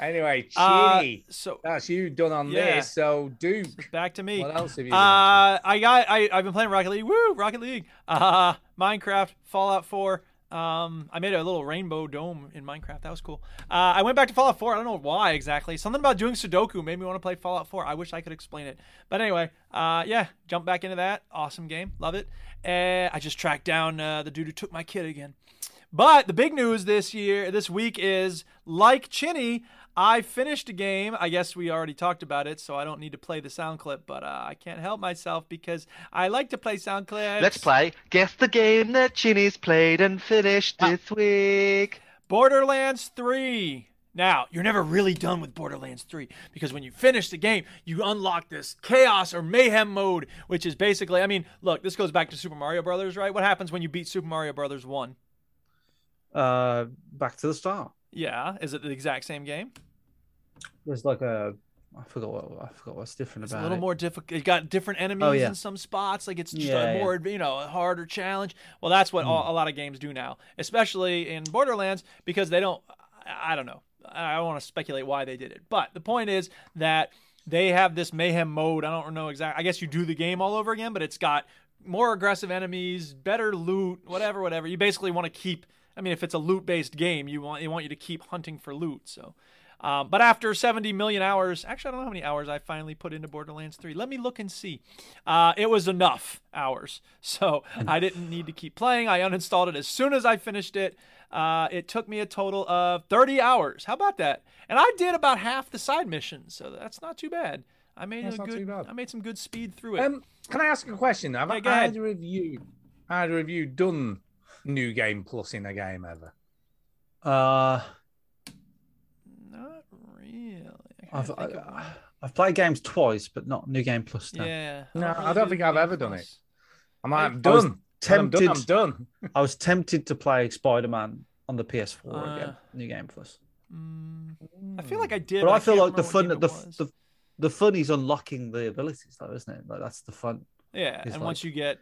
[SPEAKER 4] Anyway, Chini,
[SPEAKER 1] Uh, so
[SPEAKER 4] that's you done on
[SPEAKER 1] Yeah.
[SPEAKER 4] this. So Duke,
[SPEAKER 1] back to me.
[SPEAKER 4] what else have you? done?
[SPEAKER 1] Uh, I got. I, I've been playing Rocket League. Woo! Rocket League. Uh, Minecraft. Fallout 4. Um, I made a little rainbow dome in Minecraft. That was cool. Uh, I went back to Fallout 4. I don't know why exactly. Something about doing Sudoku made me want to play Fallout 4. I wish I could explain it. But anyway, uh, yeah, jump back into that. Awesome game. Love it. Uh, I just tracked down uh, the dude who took my kid again. But the big news this year, this week is like Chinny, I finished a game. I guess we already talked about it, so I don't need to play the sound clip, but uh, I can't help myself because I like to play sound clips.
[SPEAKER 11] Let's play. Guess the game that Chinny's played and finished
[SPEAKER 3] Ah.
[SPEAKER 11] this week.
[SPEAKER 1] Borderlands 3. Now, you're never really done with Borderlands 3 because when you finish the game, you unlock this chaos or mayhem mode, which is basically, I mean, look, this goes back to Super Mario Brothers, right? What happens when you beat Super Mario Brothers 1?
[SPEAKER 9] Uh, back to the start.
[SPEAKER 1] Yeah, is it the exact same game?
[SPEAKER 9] There's like a I forgot what I forgot what's different
[SPEAKER 1] It's
[SPEAKER 9] about
[SPEAKER 1] a little
[SPEAKER 9] it. Oh,
[SPEAKER 1] more difficult. It got different enemies
[SPEAKER 9] yeah.
[SPEAKER 1] in some spots. Like it's just
[SPEAKER 9] Yeah, Hmm.
[SPEAKER 1] a
[SPEAKER 9] yeah.
[SPEAKER 1] more, you know, a harder challenge. Well, that's what all, a lot of games do now, especially in Borderlands, because they don't. I I don't know. I don't want to speculate why they did it, but the point is that they have this mayhem mode. I don't know exactly. I guess you do the game all over again, but it's got more aggressive enemies, better loot, whatever, whatever. You basically want to keep. I mean, if it's a loot-based game, you want they want you to keep hunting for loot. So. Um, but after 70 million hours, actually, I don't know how many hours I finally put into Borderlands 3. Let me look and see. Uh, it was enough hours. So I didn't need to keep playing. I uninstalled it as soon as I finished it. Uh, it took me a total of 30 hours. How about that? And I did about half the side missions. So that's not too bad. I made
[SPEAKER 4] That's
[SPEAKER 1] a
[SPEAKER 4] not too
[SPEAKER 1] good,
[SPEAKER 4] bad.
[SPEAKER 1] I made some good speed through it.
[SPEAKER 4] Um, can I ask a question? Have
[SPEAKER 1] Yeah, go ahead.
[SPEAKER 4] either of you, either of you, done new game plus in a game ever?
[SPEAKER 9] Uh,
[SPEAKER 1] not really. I can't
[SPEAKER 9] I've
[SPEAKER 1] think of one.
[SPEAKER 9] I, I've played games twice, but not New Game Plus. No.
[SPEAKER 1] yeah.
[SPEAKER 4] uh, No, I
[SPEAKER 1] really
[SPEAKER 4] don't
[SPEAKER 1] do
[SPEAKER 4] think I've
[SPEAKER 1] Game
[SPEAKER 4] ever done
[SPEAKER 1] Plus.
[SPEAKER 4] I'm like, I'm
[SPEAKER 9] I was
[SPEAKER 4] done. When I'm
[SPEAKER 9] Tempted.
[SPEAKER 4] done. I'm done.
[SPEAKER 9] I was tempted to play Spider Man on the PS4 again.
[SPEAKER 1] Uh,
[SPEAKER 9] New Game Plus.
[SPEAKER 1] Mm, I feel like I did.
[SPEAKER 9] Hmm. But I
[SPEAKER 1] can't
[SPEAKER 9] feel like the
[SPEAKER 1] remember what
[SPEAKER 9] fun, the,
[SPEAKER 1] game it was.
[SPEAKER 9] the the fun is unlocking the abilities, though, isn't it? Like that's the fun.
[SPEAKER 1] Yeah,
[SPEAKER 9] is like-
[SPEAKER 1] and once you get,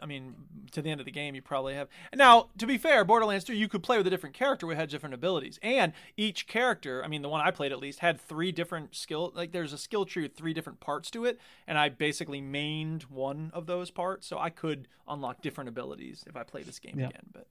[SPEAKER 1] I mean, to the end of the game, you probably have. Now, to be fair, Borderlands 3, you could play with a different character who had different abilities, and each character, I mean, the one I played at least, had three different skill. Like, there's a skill tree with three different parts to it, and I basically mained one of those parts, so I could unlock different abilities if I play this game
[SPEAKER 9] Yeah.
[SPEAKER 1] again. But,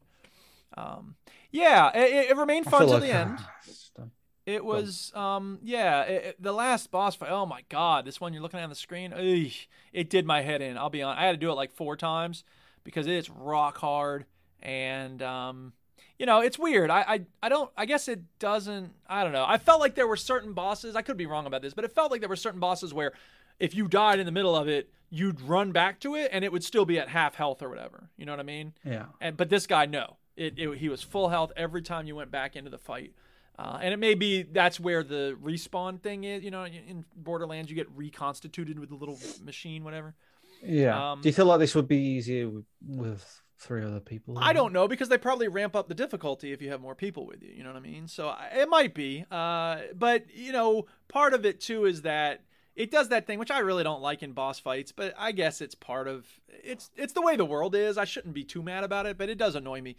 [SPEAKER 1] um, yeah, it- it, it remained
[SPEAKER 9] I
[SPEAKER 1] fun
[SPEAKER 9] feel
[SPEAKER 1] till
[SPEAKER 9] like,
[SPEAKER 1] the end.
[SPEAKER 9] ah, it's done.
[SPEAKER 1] It was, um, yeah, it, it- the last boss fight. Oh my god, this one you're looking at on the screen. eesh, it did my head in. I'll be honest. I had to do it like four times because it's rock hard, and um, you know, it's weird. I, I, I don't. I guess it doesn't. I don't know. I felt like there were certain bosses. I could be wrong about this, but it felt like there were certain bosses where, if you died in the middle of it, you'd run back to it and it would still be at half health or whatever. You know what I mean?
[SPEAKER 9] Yeah.
[SPEAKER 1] And but this guy, no, it, it he was full health every time you went back into the fight. Uh, and it may be that's where the respawn thing is. You know, in Borderlands, you get reconstituted with a little machine, whatever.
[SPEAKER 9] Yeah.
[SPEAKER 1] Um,
[SPEAKER 9] Do you feel like this would be easier with, with three other people?
[SPEAKER 1] I don't know because they probably ramp up the difficulty if you have more people with you. You know what I mean? So I- it might be. Uh, but you know, part of it too is that it does that thing which I really don't like in boss fights. But I guess it's part of it's it's the way the world is. I shouldn't be too mad about it, but it does annoy me.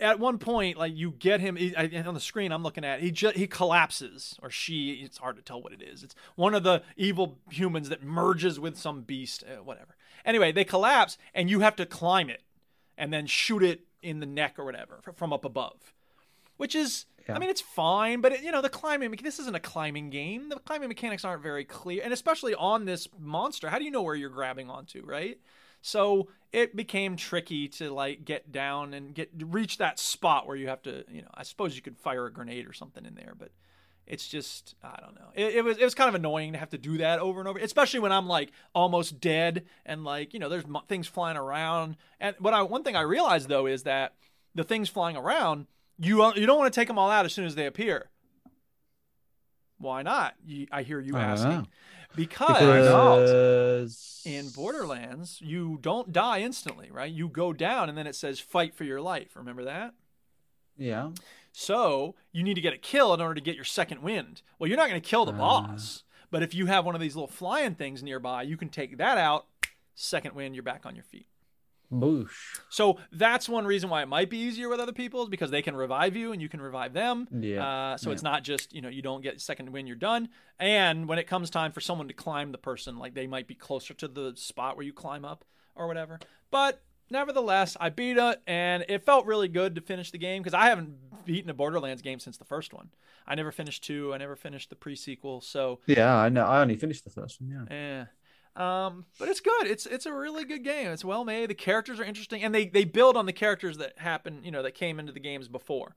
[SPEAKER 1] At one point, like you get him he, I- on the screen, I'm looking at he just he collapses or she. It's hard to tell what it is. It's one of the evil humans that merges with some beast, uh, whatever. Anyway, they collapse and you have to climb it and then shoot it in the neck or whatever fr- from up above. Which is, I
[SPEAKER 9] Yeah.
[SPEAKER 1] mean, it's fine, but it, you know, the climbing, mecha- this isn't a climbing game. The climbing mechanics aren't very clear. And especially on this monster, how do you know where you're grabbing onto, right? So it became tricky to like get down and get reach that spot where you have to, you know, I suppose you could fire a grenade or something in there, but it's just I don't know. It, it was it was kind of annoying to have to do that over and over, especially when I'm like almost dead and like you know there's mo- things flying around. And what I one thing I realized though is that the things flying around you uh, you don't want to take them all out as soon as they appear. Why not? You, I hear you
[SPEAKER 9] I don't know.
[SPEAKER 1] asking because
[SPEAKER 9] Because
[SPEAKER 1] in Borderlands you don't die instantly, right? You go down and then it says fight for your life. Remember that?
[SPEAKER 9] Yeah.
[SPEAKER 1] So you need to get a kill in order to get your second wind. Well, you're not going to kill the boss, but if you have one of these little flying things nearby, you can take that out. Second wind, you're back on your feet.
[SPEAKER 3] Boosh.
[SPEAKER 1] So that's one reason why it might be easier with other people is because they can revive you and you can revive them.
[SPEAKER 3] Yeah.
[SPEAKER 1] Uh, so it's not just you know you don't get second win you're done. And when it comes time for someone to climb the person, like they might be closer to the spot where you climb up or whatever. But nevertheless, I beat it and it felt really good to finish the game because I haven't beaten a Borderlands game since the first one. I never finished two. I never finished the pre sequel. So
[SPEAKER 3] Yeah, I know. I only finished the first one. Yeah.
[SPEAKER 1] yeah. Eh. Um, but it's good. It's it's a really good game. It's well made. The characters are interesting, and they they build on the characters that happen, you know, that came into the games before.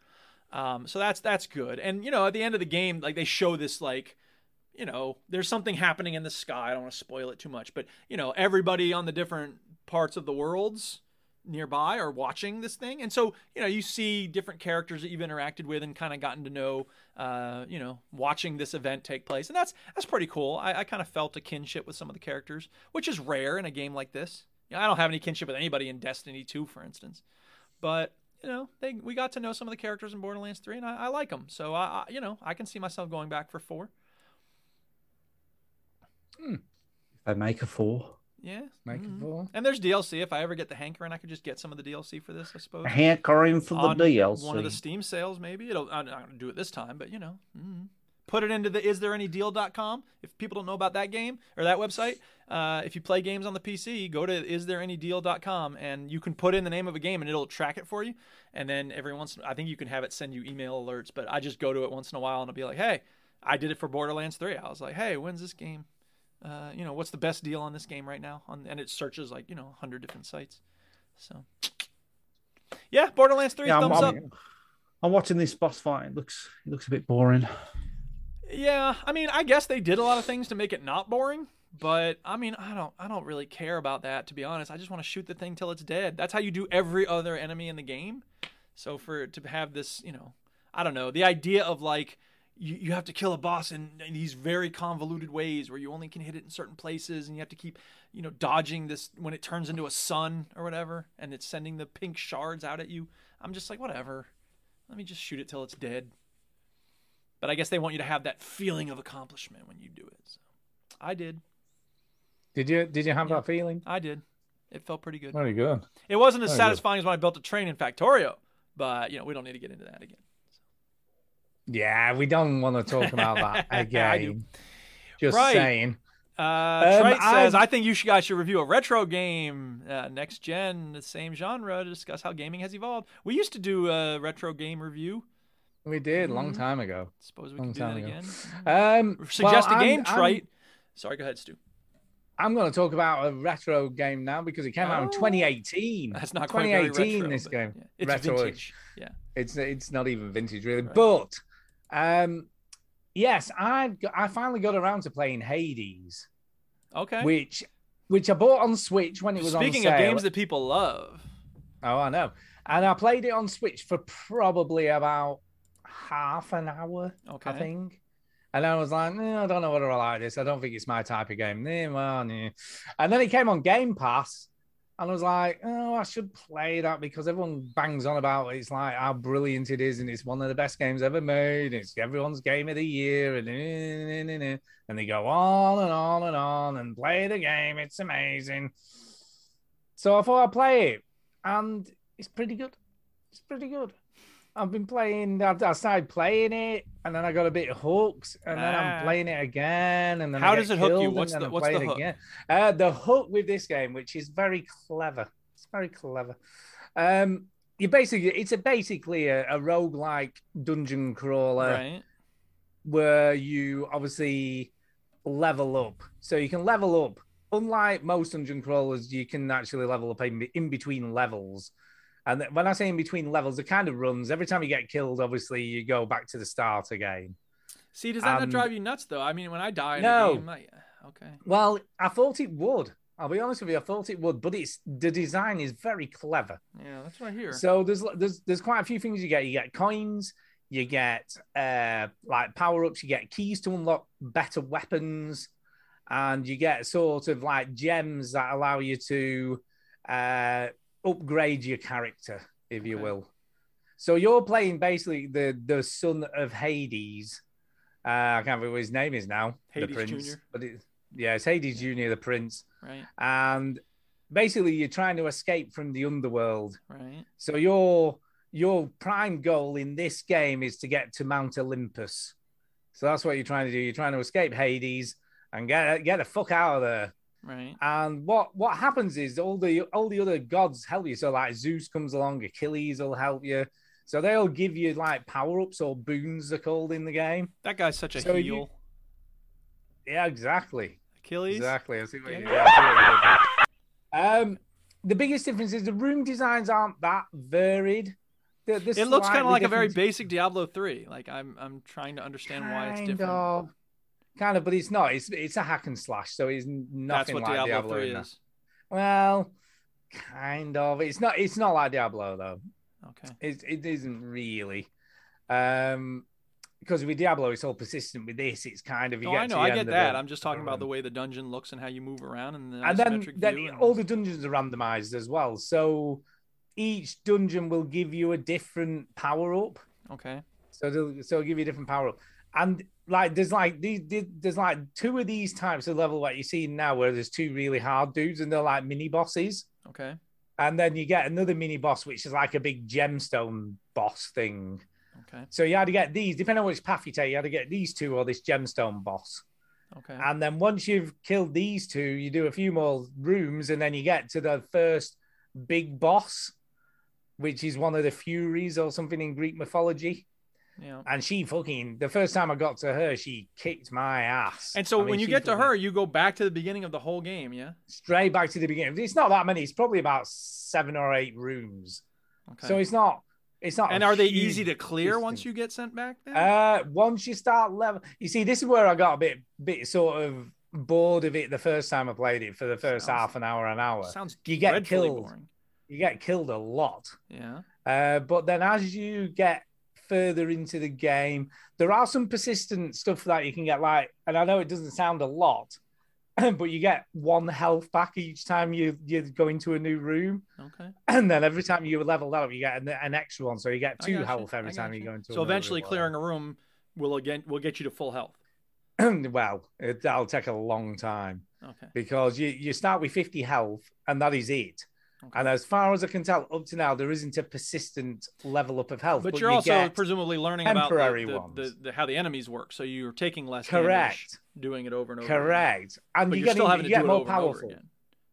[SPEAKER 1] Um, so that's that's good. And you know, at the end of the game, like they show this like, you know, there's something happening in the sky. I don't want to spoil it too much, but you know, everybody on the different parts of the worlds nearby are watching this thing, and so you know, you see different characters that you've interacted with and kind of gotten to know. Uh, you know, watching this event take place, and that's that's pretty cool. I, I kind of felt a kinship with some of the characters, which is rare in a game like this. You know, I don't have any kinship with anybody in Destiny 2, for instance but you know they we got to know some of the characters in borderlands 3 and i, I like them so I, I you know i can see myself going back for four
[SPEAKER 3] If I make a four.
[SPEAKER 1] yeah Mm-hmm.
[SPEAKER 4] Make it four.
[SPEAKER 1] and there's dlc if i ever get the hankering i could just get some of the dlc for this i suppose
[SPEAKER 3] Hankering for the
[SPEAKER 1] On
[SPEAKER 3] DLC.
[SPEAKER 1] one of the steam sales maybe it'll i'm not gonna do it this time but you know mm. put it into the is there any deal.com if people don't know about that game or that website uh, if you play games on the pc go to is there any deal.com and you can put in the name of a game and it'll track it for you and then every once i think you can have it send you email alerts but i just go to it once in a while and it'll be like hey i did it for borderlands 3 i was like hey when's this game uh, you know what's the best deal on this game right now on, and it searches like you know 100 different sites so yeah borderlands 3
[SPEAKER 3] Yeah, I'm,
[SPEAKER 1] thumbs up
[SPEAKER 3] I'm, I'm watching this boss fight. It looks it looks a bit boring.
[SPEAKER 1] Yeah, I mean, I guess they did a lot of things to make it not boring, but I mean, I don't, I don't really care about that to be honest. I just want to shoot the thing till it's dead. That's how you do every other enemy in the game. So for to have this, you know, I don't know, the idea of like you, you have to kill a boss in, in these very convoluted ways where you only can hit it in certain places and you have to keep, you know, dodging this when it turns into a sun or whatever and it's sending the pink shards out at you. I'm just like, whatever. Let me just shoot it till it's dead. But I guess they want you to have that feeling of accomplishment when you do it. So I did.
[SPEAKER 4] Did you did you have that feeling?
[SPEAKER 1] I did. It felt pretty good.
[SPEAKER 4] Very good.
[SPEAKER 1] It wasn't as
[SPEAKER 4] Very good.
[SPEAKER 1] satisfying as when I built a train in Factorio, but you know, we don't need to get into that again.
[SPEAKER 4] Yeah, we don't want to talk about that
[SPEAKER 1] I do.
[SPEAKER 4] again. Just
[SPEAKER 1] Right.
[SPEAKER 4] saying.
[SPEAKER 1] Uh,
[SPEAKER 4] Um,
[SPEAKER 1] Trite says,
[SPEAKER 4] I-
[SPEAKER 1] I think you should, guys should review a retro game, uh, next gen, the same genre, to discuss how gaming has evolved. We used to do a retro game review.
[SPEAKER 4] We did a
[SPEAKER 1] Mm.
[SPEAKER 4] long time ago.
[SPEAKER 1] Suppose we
[SPEAKER 4] Long
[SPEAKER 1] can do that
[SPEAKER 4] time ago.
[SPEAKER 1] again.
[SPEAKER 4] Um,
[SPEAKER 1] Suggest
[SPEAKER 4] well,
[SPEAKER 1] a game,
[SPEAKER 4] I'm,
[SPEAKER 1] Trite. Sorry, go ahead, Stu.
[SPEAKER 4] I'm, I'm going to talk about a retro game now because it came out in
[SPEAKER 1] Oh.
[SPEAKER 4] 2018.
[SPEAKER 1] That's not quite very
[SPEAKER 4] 2018.
[SPEAKER 1] retro,
[SPEAKER 4] this
[SPEAKER 1] but,
[SPEAKER 4] game.
[SPEAKER 1] yeah. It's
[SPEAKER 4] Retro is-
[SPEAKER 1] vintage. Yeah.
[SPEAKER 4] It's it's not even vintage really,
[SPEAKER 1] Right.
[SPEAKER 4] but um, yes, I've got, I finally got around to playing Hades,
[SPEAKER 1] Okay.
[SPEAKER 4] which which I bought on Switch when it was
[SPEAKER 1] Speaking
[SPEAKER 4] on
[SPEAKER 1] of
[SPEAKER 4] sale.
[SPEAKER 1] games that people love,
[SPEAKER 4] Oh, I know. And I played it on Switch for probably about half an hour,
[SPEAKER 1] okay.
[SPEAKER 4] I think. And I was like, "Nah, I don't know whether I like this. I don't think it's my type of game. Nah, well, nah." And then it came on Game Pass, and I was like, oh, I should play that because everyone bangs on about it. it's like how brilliant it is, and it's one of the best games ever made. It's everyone's game of the year, and nah, nah, nah, nah. and they go on and on and on and play the game. It's amazing. So I thought I'd play it and it's pretty good. It's pretty good. I've been playing. I, I started playing it, and then I got a bit hooked, and then
[SPEAKER 1] Ah.
[SPEAKER 4] I'm playing it again. And then I
[SPEAKER 1] How
[SPEAKER 4] get
[SPEAKER 1] does it hook you?
[SPEAKER 4] killed, and
[SPEAKER 1] What's
[SPEAKER 4] then
[SPEAKER 1] the-
[SPEAKER 4] I
[SPEAKER 1] what's
[SPEAKER 4] play
[SPEAKER 1] the
[SPEAKER 4] it
[SPEAKER 1] hook?
[SPEAKER 4] Again. Uh, the hook with this game, which is very clever. It's very clever. Um, you basically it's a basically a, a roguelike dungeon crawler
[SPEAKER 1] right.
[SPEAKER 4] where you obviously level up. So you can level up. Unlike most dungeon crawlers, you can actually level up in, in between levels. And when I say in between levels, it kind of runs. Every time you get killed, obviously, you go back to the start again.
[SPEAKER 1] See, does that not
[SPEAKER 4] Um,
[SPEAKER 1] drive you nuts though? I mean, when I die in a
[SPEAKER 4] No.
[SPEAKER 1] game, I, okay.
[SPEAKER 4] Well, I thought it would. I'll be honest with you, I thought it would, but it's the design is very clever.
[SPEAKER 1] Yeah, that's right here.
[SPEAKER 4] So there's there's there's quite a few things you get. You get coins, you get uh like power ups, you get keys to unlock better weapons, and you get sort of like gems that allow you to uh upgrade your character, if you
[SPEAKER 1] Okay.
[SPEAKER 4] will. So you're playing basically the the son of Hades. Uh, I can't remember what his name is now.
[SPEAKER 1] Hades
[SPEAKER 4] the prince,
[SPEAKER 1] Jr..
[SPEAKER 4] but it, yeah, it's Hades Junior, the prince
[SPEAKER 1] right.
[SPEAKER 4] and basically you're trying to escape from the underworld.
[SPEAKER 1] Right.
[SPEAKER 4] So your your prime goal in this game is to get to Mount Olympus. So that's what you're trying to do. You're trying to escape Hades and get get the fuck out of there.
[SPEAKER 1] Right.
[SPEAKER 4] And what what happens is all the all the other gods help you. So like Zeus comes along, Achilles will help you. So they'll give you like power ups or boons they're called in the game.
[SPEAKER 1] That guy's such a
[SPEAKER 4] So you-
[SPEAKER 1] heel.
[SPEAKER 4] Yeah, exactly.
[SPEAKER 1] Achilles.
[SPEAKER 4] Exactly. I see what you
[SPEAKER 1] Yeah.
[SPEAKER 4] yeah, I see what you did there. Um, the biggest difference is the room designs aren't that varied. The, the
[SPEAKER 1] It looks kind of
[SPEAKER 4] slightly
[SPEAKER 1] like a very
[SPEAKER 4] different-
[SPEAKER 1] basic Diablo 3. Like I'm I'm trying to understand why it's
[SPEAKER 4] kind
[SPEAKER 1] different.
[SPEAKER 4] Of, kind of, but it's not. It's it's a hack and slash, so it's nothing
[SPEAKER 1] That's what
[SPEAKER 4] like
[SPEAKER 1] Diablo,
[SPEAKER 4] Diablo,
[SPEAKER 1] 3
[SPEAKER 4] in that.
[SPEAKER 1] is.
[SPEAKER 4] Well, kind of. It's not. It's not like Diablo though.
[SPEAKER 1] Okay.
[SPEAKER 4] It it isn't really. Um, because with Diablo, it's all persistent. With this, it's kind of. You
[SPEAKER 1] No,
[SPEAKER 4] get
[SPEAKER 1] Oh, I
[SPEAKER 4] to
[SPEAKER 1] know.
[SPEAKER 4] the
[SPEAKER 1] I
[SPEAKER 4] end
[SPEAKER 1] get
[SPEAKER 4] of
[SPEAKER 1] that.
[SPEAKER 4] the-
[SPEAKER 1] I'm just talking about the
[SPEAKER 4] room.
[SPEAKER 1] way the dungeon looks and how you move around and the
[SPEAKER 4] and then,
[SPEAKER 1] isometric
[SPEAKER 4] then
[SPEAKER 1] view. and-
[SPEAKER 4] all the dungeons are randomized as well. So each dungeon will give you a different power up.
[SPEAKER 1] Okay.
[SPEAKER 4] So they'll, so it'll give you a different power up. And like there's like these there's like two of these types of level what you see now where there's two really hard dudes and they're like mini bosses.
[SPEAKER 1] Okay.
[SPEAKER 4] And then you get another mini boss which is like a big gemstone boss thing.
[SPEAKER 1] Okay.
[SPEAKER 4] So you had to get these, depending on which path you take, you had to get these two or this gemstone boss.
[SPEAKER 1] Okay.
[SPEAKER 4] And then once you've killed these two, you do a few more rooms, and then you get to the first big boss, which is one of the Furies or something in Greek mythology.
[SPEAKER 1] Yeah.
[SPEAKER 4] And she fucking the first time I got to her, she kicked my ass.
[SPEAKER 1] And so
[SPEAKER 4] I mean,
[SPEAKER 1] when you
[SPEAKER 4] she
[SPEAKER 1] get to
[SPEAKER 4] fucking-
[SPEAKER 1] her, you go back to the beginning of the whole game, yeah?
[SPEAKER 4] straight back to the beginning. It's not that many. It's probably about seven or eight rooms.
[SPEAKER 1] Okay.
[SPEAKER 4] So it's not. It's not.
[SPEAKER 1] and
[SPEAKER 4] a
[SPEAKER 1] are they
[SPEAKER 4] huge
[SPEAKER 1] easy to clear once
[SPEAKER 4] distance.
[SPEAKER 1] you get sent back there?
[SPEAKER 4] Uh, once you start level, you see, this is where I got a bit, bit sort of bored of it the first time I played it for the first
[SPEAKER 1] Sounds-
[SPEAKER 4] half an hour, an hour.
[SPEAKER 1] Sounds
[SPEAKER 4] Oh, you get
[SPEAKER 1] dreadfully
[SPEAKER 4] killed.
[SPEAKER 1] boring.
[SPEAKER 4] You get killed a lot.
[SPEAKER 1] Yeah.
[SPEAKER 4] Uh, but then as you get further into the game, there are some persistent stuff that you can get, like, and I know it doesn't sound a lot, but you get one health back each time you, you go into a new room.
[SPEAKER 1] Okay.
[SPEAKER 4] And then every time you level up, you get an, an extra one. So you get
[SPEAKER 1] I
[SPEAKER 4] two
[SPEAKER 1] gotcha,
[SPEAKER 4] health every
[SPEAKER 1] I
[SPEAKER 4] time you
[SPEAKER 1] gotcha.
[SPEAKER 4] go into
[SPEAKER 1] So
[SPEAKER 4] another room
[SPEAKER 1] eventually
[SPEAKER 4] or whatever.
[SPEAKER 1] clearing a room will again will get you to full health.
[SPEAKER 4] well, it, that'll take a long time
[SPEAKER 1] Okay.
[SPEAKER 4] because you, you start with 50 health and that is it.
[SPEAKER 1] Okay.
[SPEAKER 4] And as far as I can tell, up to now, there isn't a persistent level up of health.
[SPEAKER 1] But, you're also
[SPEAKER 4] get-
[SPEAKER 1] presumably learning about the,
[SPEAKER 4] temporary
[SPEAKER 1] the-
[SPEAKER 4] ones.
[SPEAKER 1] the- the- how the enemies work, so you're taking less damage
[SPEAKER 4] correct,
[SPEAKER 1] doing it over and over. again.
[SPEAKER 4] correct. And
[SPEAKER 1] But you're
[SPEAKER 4] you get,
[SPEAKER 1] still having
[SPEAKER 4] you
[SPEAKER 1] to
[SPEAKER 4] get
[SPEAKER 1] do it
[SPEAKER 4] more
[SPEAKER 1] over
[SPEAKER 4] powerful.
[SPEAKER 1] and over again.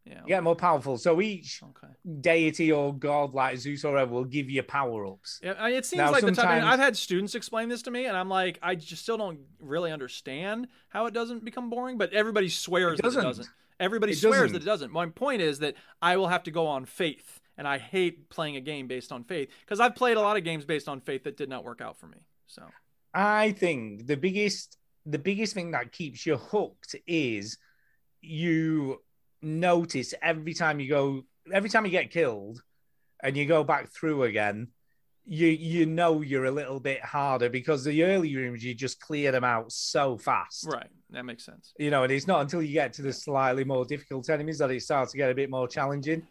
[SPEAKER 1] Yeah.
[SPEAKER 4] You get more powerful. So each
[SPEAKER 1] Okay.
[SPEAKER 4] deity or god, like Zeus or whatever, will give you power ups.
[SPEAKER 1] Yeah, I- it seems
[SPEAKER 4] Now,
[SPEAKER 1] like the time I mean,
[SPEAKER 4] sometimes-
[SPEAKER 1] I've had students explain this to me, and I'm like, I just still don't really understand how it doesn't become boring. But everybody swears
[SPEAKER 4] doesn't.
[SPEAKER 1] that it doesn't. Everybody
[SPEAKER 4] It
[SPEAKER 1] swears
[SPEAKER 4] doesn't.
[SPEAKER 1] that it doesn't. My point is that I will have to go on faith, and I hate playing a game based on faith because I've played a lot of games based on faith that did not work out for me. So
[SPEAKER 4] I think the biggest the biggest thing that keeps you hooked is you notice every time you go every time you get killed and you go back through again you you know you're a little bit harder because the early rooms you just clear them out so fast
[SPEAKER 1] right, that makes sense.
[SPEAKER 4] you know and it's not until you get to the slightly more difficult enemies that it starts to get a bit more challenging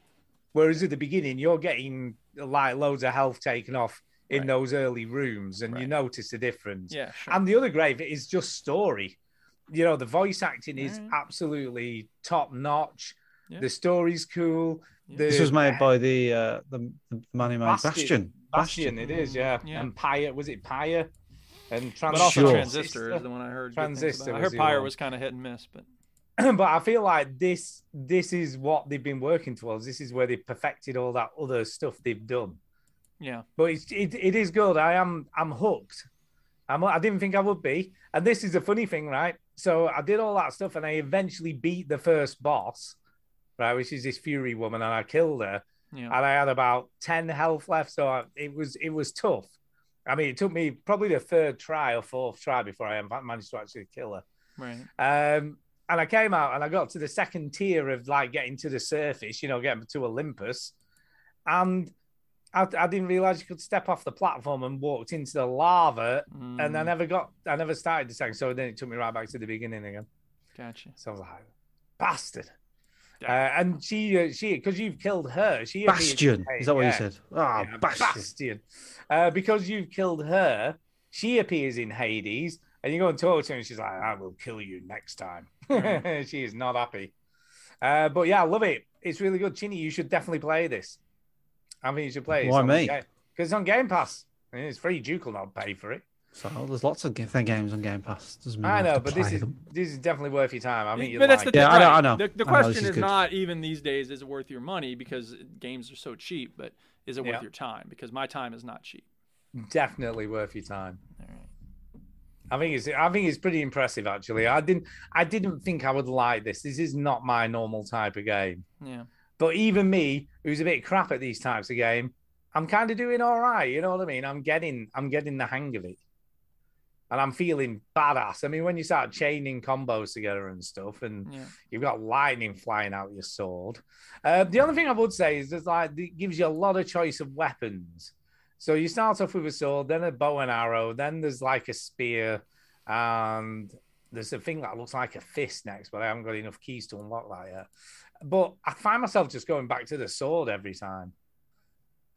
[SPEAKER 4] whereas at the beginning you're getting like loads of health taken off in
[SPEAKER 1] Right.
[SPEAKER 4] those early rooms and you
[SPEAKER 1] Right.
[SPEAKER 4] notice the difference
[SPEAKER 1] Yeah, sure.
[SPEAKER 4] and the other grave is just story. You know, the voice acting is
[SPEAKER 1] Alright.
[SPEAKER 4] absolutely top notch.
[SPEAKER 1] Yeah.
[SPEAKER 4] The story's cool.
[SPEAKER 1] Yeah.
[SPEAKER 4] The
[SPEAKER 3] This was made by the uh, the, the man who made
[SPEAKER 4] Bastion.
[SPEAKER 3] Bastion.
[SPEAKER 4] Bastion, it is, yeah.
[SPEAKER 1] Yeah.
[SPEAKER 4] And Pyre, was it Pyre? And
[SPEAKER 1] but also
[SPEAKER 3] Sure.
[SPEAKER 1] transistor is the one I heard. good things about.
[SPEAKER 4] Transistor
[SPEAKER 1] I
[SPEAKER 4] was
[SPEAKER 1] heard
[SPEAKER 4] the
[SPEAKER 1] Pyre
[SPEAKER 4] one.
[SPEAKER 1] was kind of hit and miss, but
[SPEAKER 4] but I feel like this this is what they've been working towards. This is where they perfected all that other stuff they've done.
[SPEAKER 1] yeah,
[SPEAKER 4] But it's, it it is good. I am I'm hooked. I'm I didn't think I would be. And this is the funny thing, right? So I did all that stuff and I eventually beat the first boss, right, which is this Fury woman, and I killed her.
[SPEAKER 1] yeah.
[SPEAKER 4] And I had about ten health left, so I, it was it was tough. I mean, it took me probably the third try or fourth try before I managed to actually kill her.
[SPEAKER 1] right.
[SPEAKER 4] Um, and I came out and I got to the second tier of like getting to the surface, you know, getting to Olympus. And I, I didn't realize you could step off the platform and walked into the lava. And I
[SPEAKER 1] Mm,
[SPEAKER 4] never got, I never started the second. So then it took me right back to the beginning again.
[SPEAKER 1] gotcha.
[SPEAKER 4] So I was like, bastard. Uh, and she, uh, she, because you've killed her, she
[SPEAKER 3] Bastion.
[SPEAKER 4] appeared-
[SPEAKER 3] Is that what
[SPEAKER 4] Yeah.
[SPEAKER 3] you said? Ah,
[SPEAKER 4] Yeah,
[SPEAKER 3] Bastion.
[SPEAKER 4] Bastion. Uh, because you've killed her, she appears in Hades, and you go and talk to her, and she's like,
[SPEAKER 9] Hmm.
[SPEAKER 4] I will kill you next time. she is not happy. Uh, but yeah, I love it. It's really good, Chinny. You should definitely play this. I mean, you should play it.
[SPEAKER 9] Why me?
[SPEAKER 4] Because it's on Game Pass. And It's free. Duke will not pay for it.
[SPEAKER 9] So there's lots of ga- games on Game Pass. Doesn't mean
[SPEAKER 4] I
[SPEAKER 9] Hmm, have
[SPEAKER 4] know,
[SPEAKER 9] to
[SPEAKER 4] but this
[SPEAKER 9] play
[SPEAKER 4] is
[SPEAKER 9] them.
[SPEAKER 4] this is definitely worth your time. I mean, you
[SPEAKER 1] but that's
[SPEAKER 4] like
[SPEAKER 1] the
[SPEAKER 4] it.
[SPEAKER 1] thing,
[SPEAKER 9] Yeah, I know-
[SPEAKER 1] right.
[SPEAKER 9] I know.
[SPEAKER 1] The, the
[SPEAKER 9] I know, this
[SPEAKER 1] question
[SPEAKER 9] is
[SPEAKER 1] is
[SPEAKER 9] good.
[SPEAKER 1] not even these days is it worth your money because games are so cheap, but is it worth
[SPEAKER 4] Yeah.
[SPEAKER 1] your time? Because my time is not cheap.
[SPEAKER 4] definitely worth your time. I think it's I think it's pretty impressive actually. I didn't I didn't think I would like this. This is not my normal type of game.
[SPEAKER 1] Yeah.
[SPEAKER 4] But even me, who's a bit crap at these types of game, I'm kind of doing all right. You know what I mean? I'm getting I'm getting the hang of it, and I'm feeling badass. I mean, when you start chaining combos together and stuff, and
[SPEAKER 1] Yeah.
[SPEAKER 4] you've got lightning flying out your sword. Uh, the only thing I would say is there's like it gives you a lot of choice of weapons. So you start off with a sword, then a bow and arrow, then there's like a spear, and there's a thing that looks like a fist next, but I haven't got enough keys to unlock that yet. But I find myself just going back to the sword every time.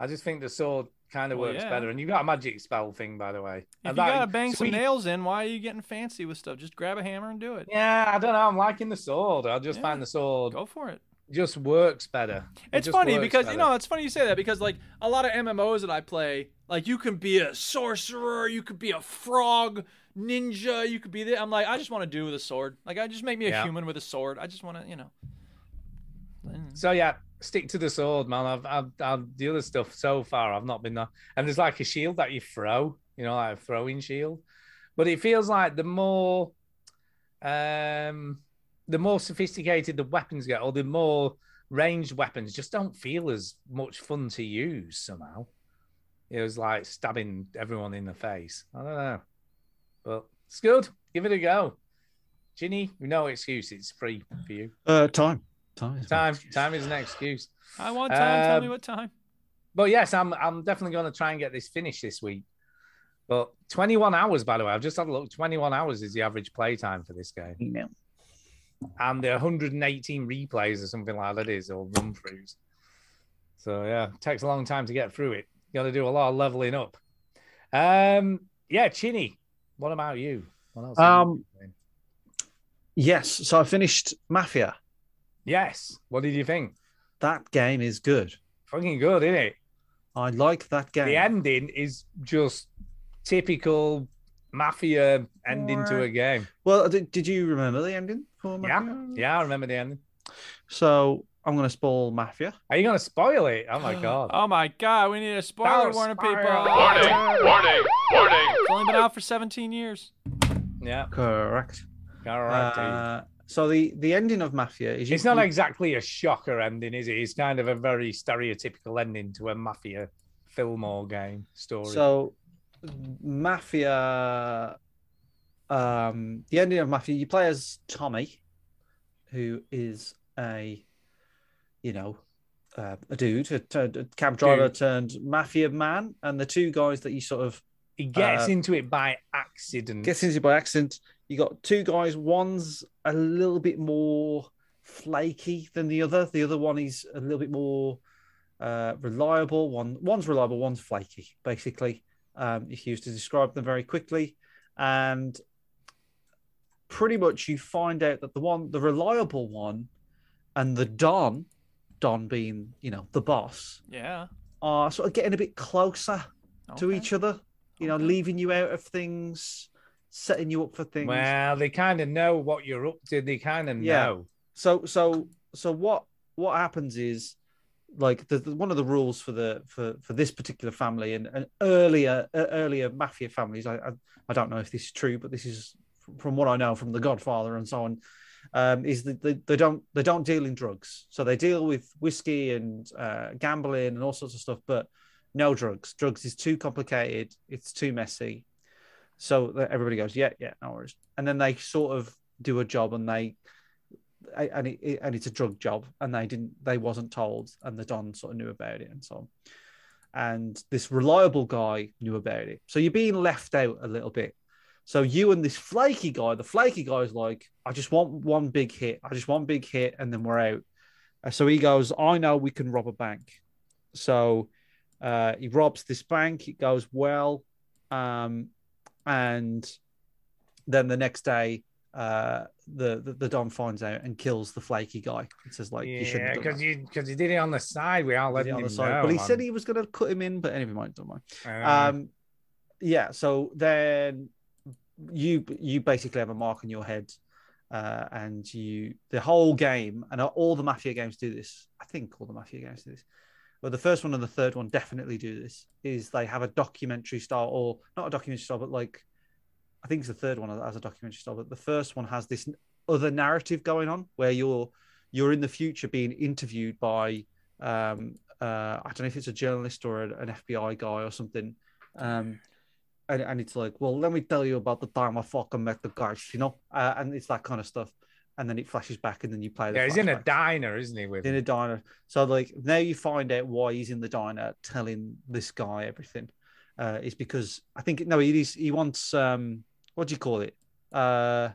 [SPEAKER 4] I just think the sword kind of
[SPEAKER 1] Well,
[SPEAKER 4] works
[SPEAKER 1] yeah.
[SPEAKER 4] better. And you've got a magic spell thing, by the way.
[SPEAKER 1] If you
[SPEAKER 4] And that-
[SPEAKER 1] gotta bang
[SPEAKER 4] sweet-
[SPEAKER 1] some nails in, why are you getting fancy with stuff? Just grab a hammer and do it.
[SPEAKER 4] Yeah, I don't know. I'm liking the sword. I just
[SPEAKER 1] Yeah.
[SPEAKER 4] find the sword
[SPEAKER 1] Go for it.
[SPEAKER 4] just works better. It
[SPEAKER 1] It's
[SPEAKER 4] just
[SPEAKER 1] funny
[SPEAKER 4] works
[SPEAKER 1] because you
[SPEAKER 4] better.
[SPEAKER 1] know it's funny you say that because like a lot of MMOs that I play, like you can be a sorcerer, you could be a frog ninja, you could be the. I'm like I just want to do with a sword. Like I just make me a
[SPEAKER 4] Yeah.
[SPEAKER 1] human with a sword. I just want to you know.
[SPEAKER 4] So yeah, stick to the sword, man. I've, I've, I've the other stuff so far. I've not been that. And there's like a shield that you throw, you know, like a throwing shield. But it feels like the more, um, the more sophisticated the weapons get, or the more ranged weapons, just don't feel as much fun to use somehow. It was like stabbing everyone in the face. I don't know, but it's good. Give it a go, Ginny. No excuse. It's free for you.
[SPEAKER 9] Uh, time. Time. is-
[SPEAKER 4] Time, time is an excuse.
[SPEAKER 1] I want time. tell me
[SPEAKER 4] Um,
[SPEAKER 1] what time.
[SPEAKER 4] But yes, I'm I'm definitely going to try and get this finished this week. But 21 hours, by the way, I've just had a look. 21 hours is the average play time for this game,
[SPEAKER 3] You know.
[SPEAKER 4] and the 118 replays or something like that is, or run throughs. So yeah, takes a long time to get through it. Got to do a lot of leveling up. Um, yeah, Chinny, what about you? What else? have you
[SPEAKER 3] Um,
[SPEAKER 4] been playing?
[SPEAKER 3] Yes. So I finished Mafia.
[SPEAKER 4] yes. What did you think?
[SPEAKER 3] That game is good.
[SPEAKER 4] Fucking good, isn't it?
[SPEAKER 3] I like that game.
[SPEAKER 4] the ending is just typical mafia ending to a game.
[SPEAKER 3] Well, did, did you remember the ending for
[SPEAKER 4] Yeah,
[SPEAKER 3] Mafia?
[SPEAKER 4] yeah, I remember the ending.
[SPEAKER 3] So I'm going to spoil Mafia.
[SPEAKER 4] Are you gonna spoil it? Oh my god!
[SPEAKER 1] Oh my god, we need a spoiler
[SPEAKER 4] Spoiler,
[SPEAKER 1] warning,
[SPEAKER 4] spoiler.
[SPEAKER 1] people. Oh,
[SPEAKER 4] Warning,
[SPEAKER 12] warning, warning.
[SPEAKER 1] It's only been out for 17 years.
[SPEAKER 4] Yeah,
[SPEAKER 3] Correct.
[SPEAKER 4] all right. dude.
[SPEAKER 3] Uh, so the the ending of Mafia is you-
[SPEAKER 4] it's not
[SPEAKER 3] you-
[SPEAKER 4] exactly a shocker ending, is it? It's kind of a very stereotypical ending to a mafia film or game story.
[SPEAKER 3] So, Mafia. Um, the ending of Mafia, you play as Tommy, who is a, you know, uh, a dude, a, a- a cab driver
[SPEAKER 4] Dude.
[SPEAKER 3] turned mafia man, and the two guys that you sort of
[SPEAKER 4] he gets
[SPEAKER 3] uh,
[SPEAKER 4] into it by accident.
[SPEAKER 3] gets into by accident. You got two guys. One's a little bit more flaky than the other. The other one is a little bit more uh, reliable. One one's reliable. One's flaky. Basically, um, if you used to describe them very quickly, and pretty much you find out that the one, the reliable one, and the don, don being you know the boss,
[SPEAKER 1] Yeah.
[SPEAKER 3] are sort of getting a bit closer to
[SPEAKER 1] okay.
[SPEAKER 3] each other. You know,
[SPEAKER 1] Okay.
[SPEAKER 3] leaving you out of things, setting you up for things.
[SPEAKER 4] well, they kind of know what you're up to. They kind of
[SPEAKER 3] Yeah.
[SPEAKER 4] know.
[SPEAKER 3] So, so, so what what happens is, like, the, the, one of the rules for the for for this particular family and, and earlier uh, earlier mafia families. I, I I don't know if this is true, but this is from what I know from The Godfather and so on. Um, is that they, they don't they don't deal in drugs, so they deal with whiskey and uh, gambling and all sorts of stuff, but no drugs. Drugs is too complicated. It's too messy. So that everybody goes, yeah, yeah, no worries. And then they sort of do a job, and they a- and it, it- and it's a drug job, and they didn't, they wasn't told, and the don sort of knew about it, and so on. And this reliable guy knew about it. So you're being left out a little bit. So you and this flaky guy, the flaky guy's like, I just want one big hit. I just want big hit, and then we're out. And so he goes, I know we can rob a bank. So uh, he robs this bank. It goes well, um, and then the next day uh, the, the the Don finds out and kills the flaky guy. It says like you shouldn't.
[SPEAKER 4] yeah,
[SPEAKER 3] have done
[SPEAKER 4] because
[SPEAKER 3] that.
[SPEAKER 4] you because you did it on the side without
[SPEAKER 3] Did it
[SPEAKER 4] letting
[SPEAKER 3] on
[SPEAKER 4] him
[SPEAKER 3] the side.
[SPEAKER 4] know.
[SPEAKER 3] But he
[SPEAKER 4] man.
[SPEAKER 3] said he was going to cut him in. But anyway, mind, don't mind.
[SPEAKER 4] Um,
[SPEAKER 3] Um, yeah. So then you you basically have a mark on your head, uh, and you the whole game and all the mafia games do this. I think all the mafia games do this. Well, the first one and the third one definitely do this. Is they have a documentary style, or not a documentary style, but like I think it's the third one that has a documentary style. But the first one has this n- other narrative going on where you're you're in the future being interviewed by um, uh, I don't know if it's a journalist or a- an FBI guy or something. Um, and, and it's like, well, let me tell you about the time I fucking met the guys, you know, uh, and it's that kind of stuff. And then it flashes back, and then you play. The
[SPEAKER 4] yeah, he's in a
[SPEAKER 3] flashback.
[SPEAKER 4] diner, isn't he? With
[SPEAKER 3] in a diner. So like now you find out why he's in the diner telling this guy everything. Uh, is because I think no, he is, he wants um what do you call it? Uh,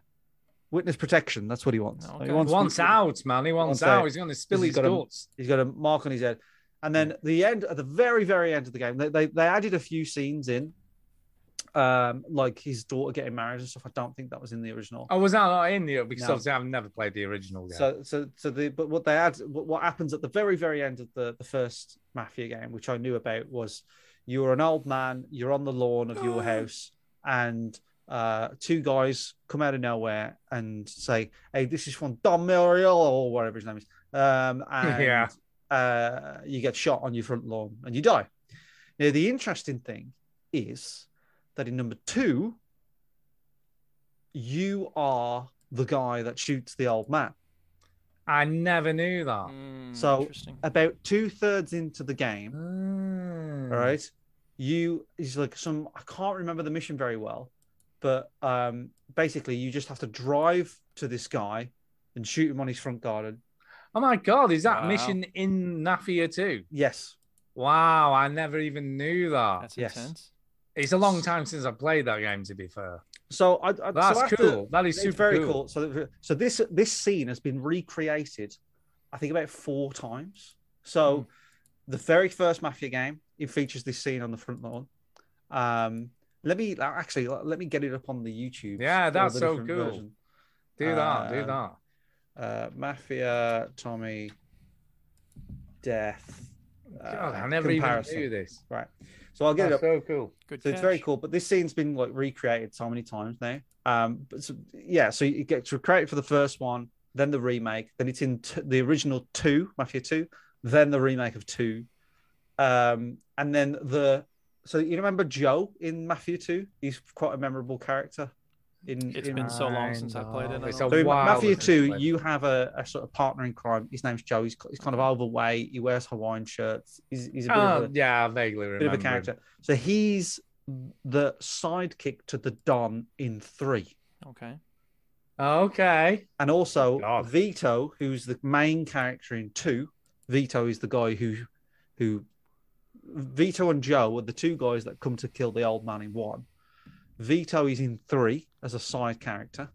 [SPEAKER 3] witness protection. That's what he wants.
[SPEAKER 1] Oh,
[SPEAKER 3] He
[SPEAKER 1] okay.
[SPEAKER 3] wants,
[SPEAKER 4] once out, man. He wants
[SPEAKER 3] Wants
[SPEAKER 4] out.
[SPEAKER 3] out.
[SPEAKER 4] He's going to spill
[SPEAKER 3] He's
[SPEAKER 4] his
[SPEAKER 3] got a-
[SPEAKER 4] guts.
[SPEAKER 3] He's got a mark on his head. And then the end, at the very, very end of the game, they, they, they added a few scenes in, um, like his daughter getting married and stuff. I don't think that was in the original.
[SPEAKER 4] I was that not in the because
[SPEAKER 3] No.
[SPEAKER 4] obviously I've never played the original game.
[SPEAKER 3] So, so, so the but what they add, what, what happens at the very, very end of the the first Mafia game, which I knew about, was you're an old man, you're on the lawn of your house, and uh, two guys come out of nowhere and say, "Hey, this is from Don Muriel or whatever his name is," um, and
[SPEAKER 4] Yeah.
[SPEAKER 3] uh, you get shot on your front lawn and you die. Now, the interesting thing is that in number two, you are the guy that shoots the old man.
[SPEAKER 4] I never knew that.
[SPEAKER 1] Mm,
[SPEAKER 3] So- uh,
[SPEAKER 1] interesting.
[SPEAKER 3] about two thirds into the game,
[SPEAKER 4] Mm.
[SPEAKER 3] all right, you is like some I can't remember the mission very well, but um basically you just have to drive to this guy and shoot him on his front garden.
[SPEAKER 4] Oh my god, is that
[SPEAKER 1] Wow.
[SPEAKER 4] mission in Nafia too?
[SPEAKER 3] Yes,
[SPEAKER 4] Wow, I never even knew that.
[SPEAKER 1] That's
[SPEAKER 3] yes.
[SPEAKER 1] intense.
[SPEAKER 4] It's a long time since I played that game. To be fair,
[SPEAKER 3] so I, I Uh, so
[SPEAKER 4] that's
[SPEAKER 3] after-
[SPEAKER 4] cool. That is
[SPEAKER 3] It's,
[SPEAKER 4] super
[SPEAKER 3] very
[SPEAKER 4] cool.
[SPEAKER 3] cool. So, so this this scene has been recreated, I think about four times.
[SPEAKER 4] Hmm.
[SPEAKER 3] So, the very first Mafia game, it features this scene on the front lawn. Um, let me actually let me get it up on the YouTube.
[SPEAKER 4] Yeah,
[SPEAKER 3] all
[SPEAKER 4] that's
[SPEAKER 3] the
[SPEAKER 4] so
[SPEAKER 3] different
[SPEAKER 4] cool.
[SPEAKER 3] version.
[SPEAKER 4] Do that. do
[SPEAKER 3] Uh,
[SPEAKER 4] that.
[SPEAKER 3] Uh, Mafia Tommy death.
[SPEAKER 4] God,
[SPEAKER 3] uh,
[SPEAKER 4] I never
[SPEAKER 3] comparison.
[SPEAKER 4] even knew this.
[SPEAKER 3] Right. So I'll get it
[SPEAKER 4] That's
[SPEAKER 3] up.
[SPEAKER 4] so cool.
[SPEAKER 1] Good.
[SPEAKER 3] So it's
[SPEAKER 1] catch.
[SPEAKER 3] very cool. But this scene's been like recreated so many times now. Um, but so, yeah, so it gets recreated for the first one, then the remake, then it's in t- the original two, Mafia Two, then the remake of two, um, and then the. So you remember Joe in Mafia Two? He's quite a memorable character. In
[SPEAKER 1] It's
[SPEAKER 3] in
[SPEAKER 1] been so long since I
[SPEAKER 4] Mind
[SPEAKER 1] played it, I
[SPEAKER 4] It's
[SPEAKER 1] don't-
[SPEAKER 4] a
[SPEAKER 3] so in
[SPEAKER 4] while
[SPEAKER 3] Mafia
[SPEAKER 4] since I
[SPEAKER 3] Two,
[SPEAKER 4] played
[SPEAKER 3] you have a, a sort of partner in crime. His name's Joe. He's, he's kind of overweight. He wears Hawaiian shirts. He's, he's a
[SPEAKER 4] it.
[SPEAKER 3] bit of a,
[SPEAKER 4] Oh, yeah, I vaguely remember.
[SPEAKER 3] bit of a
[SPEAKER 4] him.
[SPEAKER 3] character. So he's the sidekick to the Don in three.
[SPEAKER 1] Okay.
[SPEAKER 4] Okay.
[SPEAKER 3] And also
[SPEAKER 4] God.
[SPEAKER 3] Vito, who's the main character in two. Vito is the guy who who Vito and Joe are the two guys that come to kill the old man in one. Vito is in three as a side character.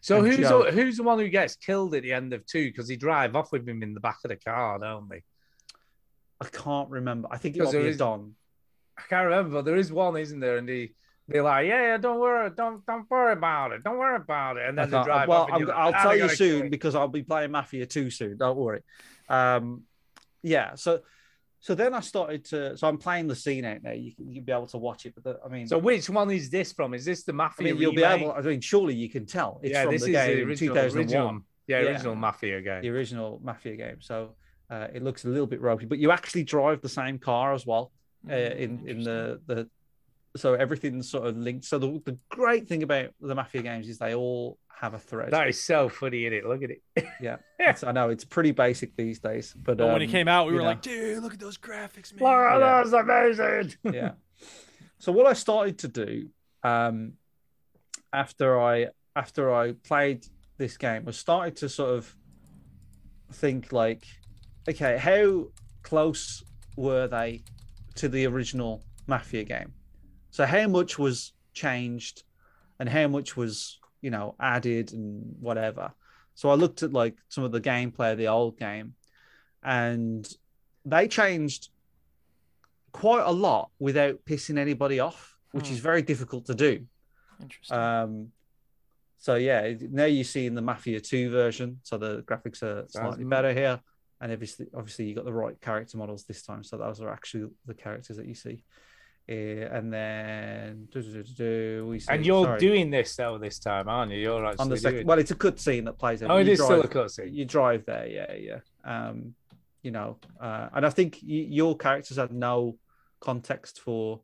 [SPEAKER 4] So
[SPEAKER 3] And
[SPEAKER 4] who's
[SPEAKER 3] Joe.
[SPEAKER 4] the, who's the one who gets killed at the end of two? Because he drive off with him in the back of the car, don't they?
[SPEAKER 3] I can't remember. I think it
[SPEAKER 4] Because
[SPEAKER 3] might be
[SPEAKER 4] there
[SPEAKER 3] a
[SPEAKER 4] is-
[SPEAKER 3] Don.
[SPEAKER 4] I can't remember, but there is one, isn't there? And he they're like, yeah, yeah, don't worry, don't don't worry about it, don't worry about it. And
[SPEAKER 3] I
[SPEAKER 4] then they
[SPEAKER 3] can't-
[SPEAKER 4] drive
[SPEAKER 3] well,
[SPEAKER 4] off. and
[SPEAKER 3] I'm,
[SPEAKER 4] you're like,
[SPEAKER 3] I'll
[SPEAKER 4] "Ah,
[SPEAKER 3] tell
[SPEAKER 4] they
[SPEAKER 3] you
[SPEAKER 4] gotta kill
[SPEAKER 3] soon
[SPEAKER 4] him."
[SPEAKER 3] because I'll be playing Mafia 2 soon. Don't worry. Um, yeah. So, so then I started to. So I'm playing the scene out now. You can, you'll be able to watch it. But the, I mean,
[SPEAKER 4] So which one is this from? Is this the
[SPEAKER 3] I
[SPEAKER 4] Mafia?
[SPEAKER 3] mean, you'll be
[SPEAKER 4] remake?
[SPEAKER 3] able. I mean, surely you can tell. It's
[SPEAKER 4] yeah,
[SPEAKER 3] from
[SPEAKER 4] this
[SPEAKER 3] the
[SPEAKER 4] is
[SPEAKER 3] game
[SPEAKER 4] the
[SPEAKER 3] in
[SPEAKER 4] original,
[SPEAKER 3] 2001,
[SPEAKER 4] original, yeah,
[SPEAKER 3] Yeah.
[SPEAKER 4] original Mafia
[SPEAKER 3] the
[SPEAKER 4] game.
[SPEAKER 3] original Mafia game. So uh, it looks a little bit ropey, but you actually drive the same car as well
[SPEAKER 4] Hmm,
[SPEAKER 3] uh,
[SPEAKER 1] Mm,
[SPEAKER 3] in in
[SPEAKER 1] interesting.
[SPEAKER 3] the the so everything's sort of linked. So the, the great thing about the Mafia games is they all have a thread.
[SPEAKER 4] That is so funny, is it? Look at it.
[SPEAKER 3] It's- I know it's pretty basic these days, but,
[SPEAKER 1] But when it
[SPEAKER 3] um,
[SPEAKER 1] came out, we
[SPEAKER 3] you
[SPEAKER 1] were
[SPEAKER 3] know.
[SPEAKER 1] like, dude, look at those graphics, man.
[SPEAKER 4] Wow,
[SPEAKER 3] Yeah.
[SPEAKER 4] that's amazing.
[SPEAKER 3] yeah. So what I started to do um, after I after I played this game was started to sort of think like, okay, how close were they to the original Mafia game? So how much was changed, and how much was you know added and whatever. So I looked at like some of the gameplay of the old game, and they changed quite a lot without pissing anybody off, which
[SPEAKER 1] Hmm.
[SPEAKER 3] is very difficult to do.
[SPEAKER 1] Interesting.
[SPEAKER 3] Um, So yeah, it- now you're seeing the Mafia Two version, so the graphics are slightly
[SPEAKER 4] Sounds-
[SPEAKER 3] better here, and obviously, obviously you got the right character models this time, so those are actually the characters that you see. Uh, and then do-do-do-do-do, we see,
[SPEAKER 4] And you're
[SPEAKER 3] sorry,
[SPEAKER 4] doing this though this time, aren't you? You're actually
[SPEAKER 3] on the
[SPEAKER 4] doing-
[SPEAKER 3] second. Well, it's a cutscene that plays out.
[SPEAKER 4] oh, it
[SPEAKER 3] You
[SPEAKER 4] is still a
[SPEAKER 3] drive-
[SPEAKER 4] cutscene.
[SPEAKER 3] You drive there, yeah, yeah. Um, you know, uh, and I think y- your characters had no context for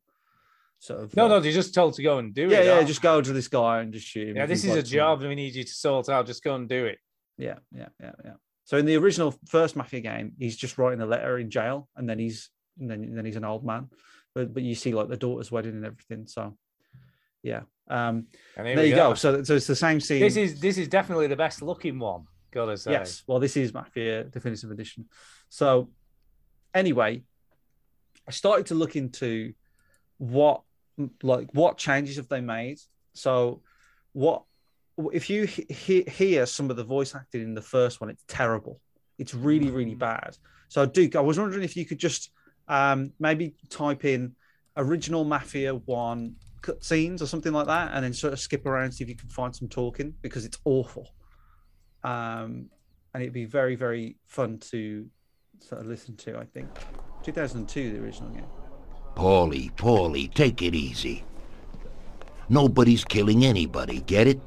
[SPEAKER 3] sort of.
[SPEAKER 4] No,
[SPEAKER 3] uh,
[SPEAKER 4] no, they're just told to go and do
[SPEAKER 3] yeah,
[SPEAKER 4] it.
[SPEAKER 3] yeah.
[SPEAKER 4] aren't
[SPEAKER 3] Just go to this guy and just shoot
[SPEAKER 4] they?
[SPEAKER 3] him.
[SPEAKER 4] Yeah,
[SPEAKER 3] if
[SPEAKER 4] this
[SPEAKER 3] you'd
[SPEAKER 4] is a
[SPEAKER 3] like to know.
[SPEAKER 4] job that we need you to sort out. Just go and do it.
[SPEAKER 3] Yeah, yeah, yeah, yeah. So in the original first Mafia game, he's just writing a letter in jail, and then he's and then and then he's an old man. But but you see like the daughter's wedding and everything. So yeah, um,
[SPEAKER 4] And here
[SPEAKER 3] there
[SPEAKER 4] we
[SPEAKER 3] you go. So so it's the same scene.
[SPEAKER 4] This is this is definitely the best looking one. Gotta say.
[SPEAKER 3] Yes. Well, this is Mafia Definitive Edition. So, anyway, I started to look into what, like, what changes have they made? So, what if you he- he- hear some of the voice acting in the first one? It's terrible. It's really, really bad. So, Duke, I was wondering if you could just um, maybe type in original Mafia One cutscenes or something like that, and then sort of skip around see if you can find some talking because it's awful um, and it'd be very very fun to sort of listen to. I think 2002, the original game.
[SPEAKER 13] Paulie, Paulie, take it easy. Nobody's killing anybody, get it?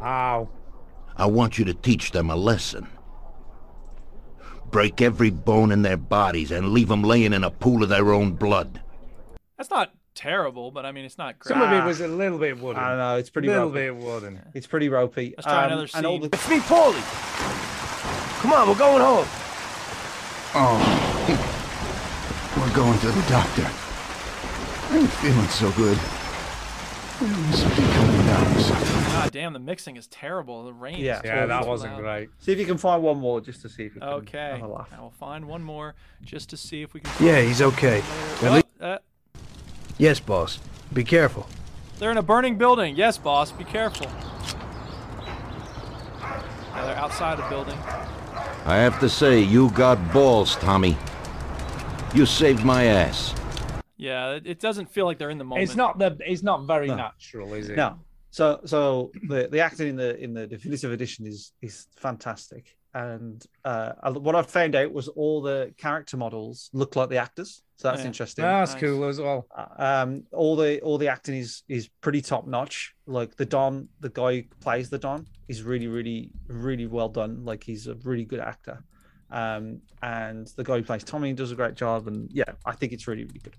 [SPEAKER 4] Ow.
[SPEAKER 13] I want you to teach them a lesson. Break every bone in their bodies and leave them laying in a pool of their own blood.
[SPEAKER 1] That's not terrible, but I mean, it's not great.
[SPEAKER 4] Some of it was a little bit wooden.
[SPEAKER 3] I don't know. It's pretty
[SPEAKER 4] little
[SPEAKER 3] ropey.
[SPEAKER 4] bit wooden.
[SPEAKER 3] It's pretty ropey. Um,
[SPEAKER 1] Let's try another
[SPEAKER 3] and all
[SPEAKER 1] scene.
[SPEAKER 3] the-
[SPEAKER 14] It's me, Paulie. Come on, we're going home.
[SPEAKER 13] Oh, we're going to the doctor. I ain't feeling so good. Something coming down or something.
[SPEAKER 1] Ah, God damn, the mixing is terrible. The rain. is
[SPEAKER 3] Yeah.
[SPEAKER 1] just
[SPEAKER 4] Yeah, that
[SPEAKER 1] so
[SPEAKER 4] wasn't
[SPEAKER 1] loud.
[SPEAKER 4] great.
[SPEAKER 3] See if you can find one more just to see if you can
[SPEAKER 1] Okay.
[SPEAKER 3] have a laugh.
[SPEAKER 1] I will find one more just to see if we can.
[SPEAKER 14] Yeah, he's okay. At
[SPEAKER 1] Oh,
[SPEAKER 14] lea-
[SPEAKER 1] uh,
[SPEAKER 14] yes, boss. Be careful.
[SPEAKER 1] they're in a burning building. Yes, boss. Be careful. Yeah, they're outside a building.
[SPEAKER 13] I have to say, you got balls, Tommy. You saved my ass.
[SPEAKER 1] Yeah, it, it doesn't feel like they're in the moment.
[SPEAKER 4] It's not the. It's not very
[SPEAKER 3] No.
[SPEAKER 4] natural, is it?
[SPEAKER 3] No. So so the, the acting in the in the definitive edition is is fantastic. And uh, I- what I found out was all the character models look like the actors. So that's
[SPEAKER 1] Yeah.
[SPEAKER 3] interesting.
[SPEAKER 4] Ah, That's
[SPEAKER 1] Nice.
[SPEAKER 4] cool as well.
[SPEAKER 3] um all the all the acting is is pretty top notch like the don the guy who plays the don is really really really well done like he's a really good actor um and the guy who plays tommy does a great job and yeah i think it's really really good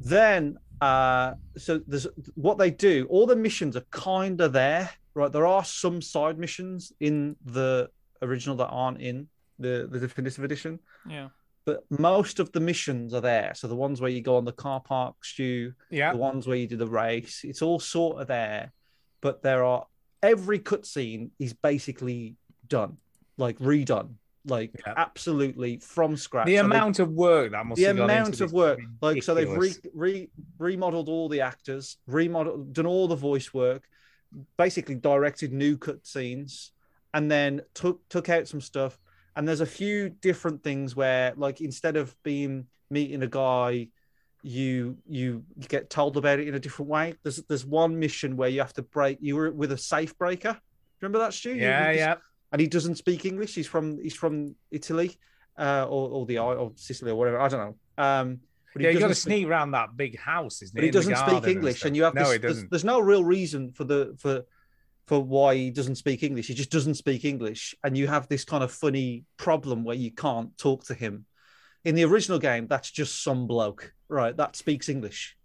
[SPEAKER 3] then uh so there's what they do all the missions are kind of there right there are some side missions in the original that aren't in the the definitive edition
[SPEAKER 1] Yeah.
[SPEAKER 3] but most of the missions are there. So the ones where you go on the car park stew,
[SPEAKER 4] Yeah.
[SPEAKER 3] the ones where you do the race, it's all sort of there. But there are every cutscene is basically done, like redone, like
[SPEAKER 4] Yeah.
[SPEAKER 3] absolutely from scratch.
[SPEAKER 4] The
[SPEAKER 3] So they-
[SPEAKER 4] amount of work that must
[SPEAKER 3] the
[SPEAKER 4] have gone into
[SPEAKER 3] amount
[SPEAKER 4] this
[SPEAKER 3] of
[SPEAKER 4] is
[SPEAKER 3] work, like so, they've re,
[SPEAKER 4] ridiculous.
[SPEAKER 3] re remodeled all the actors, remodeled, done all the voice work, basically directed new cutscenes, and then took took out some stuff. And there's a few different things where, like, instead of being meeting a guy, you you get told about it in a different way. There's there's one mission where you have to break. You were with a safe breaker. Remember that, Stu? You- you
[SPEAKER 4] Yeah,
[SPEAKER 3] just-
[SPEAKER 4] yeah.
[SPEAKER 3] and he doesn't speak English. He's from he's from Italy, uh, or, or the I- or Sicily or whatever. I don't know. Um, but he
[SPEAKER 4] Yeah, you got to
[SPEAKER 3] doesn't speak-
[SPEAKER 4] sneak around that big house, isn't it?
[SPEAKER 3] But he
[SPEAKER 4] in the
[SPEAKER 3] doesn't speak
[SPEAKER 4] garden
[SPEAKER 3] English,
[SPEAKER 4] stuff.
[SPEAKER 3] and, you have
[SPEAKER 4] no,
[SPEAKER 3] this,
[SPEAKER 4] it
[SPEAKER 3] there's,
[SPEAKER 4] doesn't.
[SPEAKER 3] there's no real reason for the for for why he doesn't speak English. He just doesn't speak English, and you have this kind of funny problem where you can't talk to him. In the original game, that's just some bloke, right? That speaks English,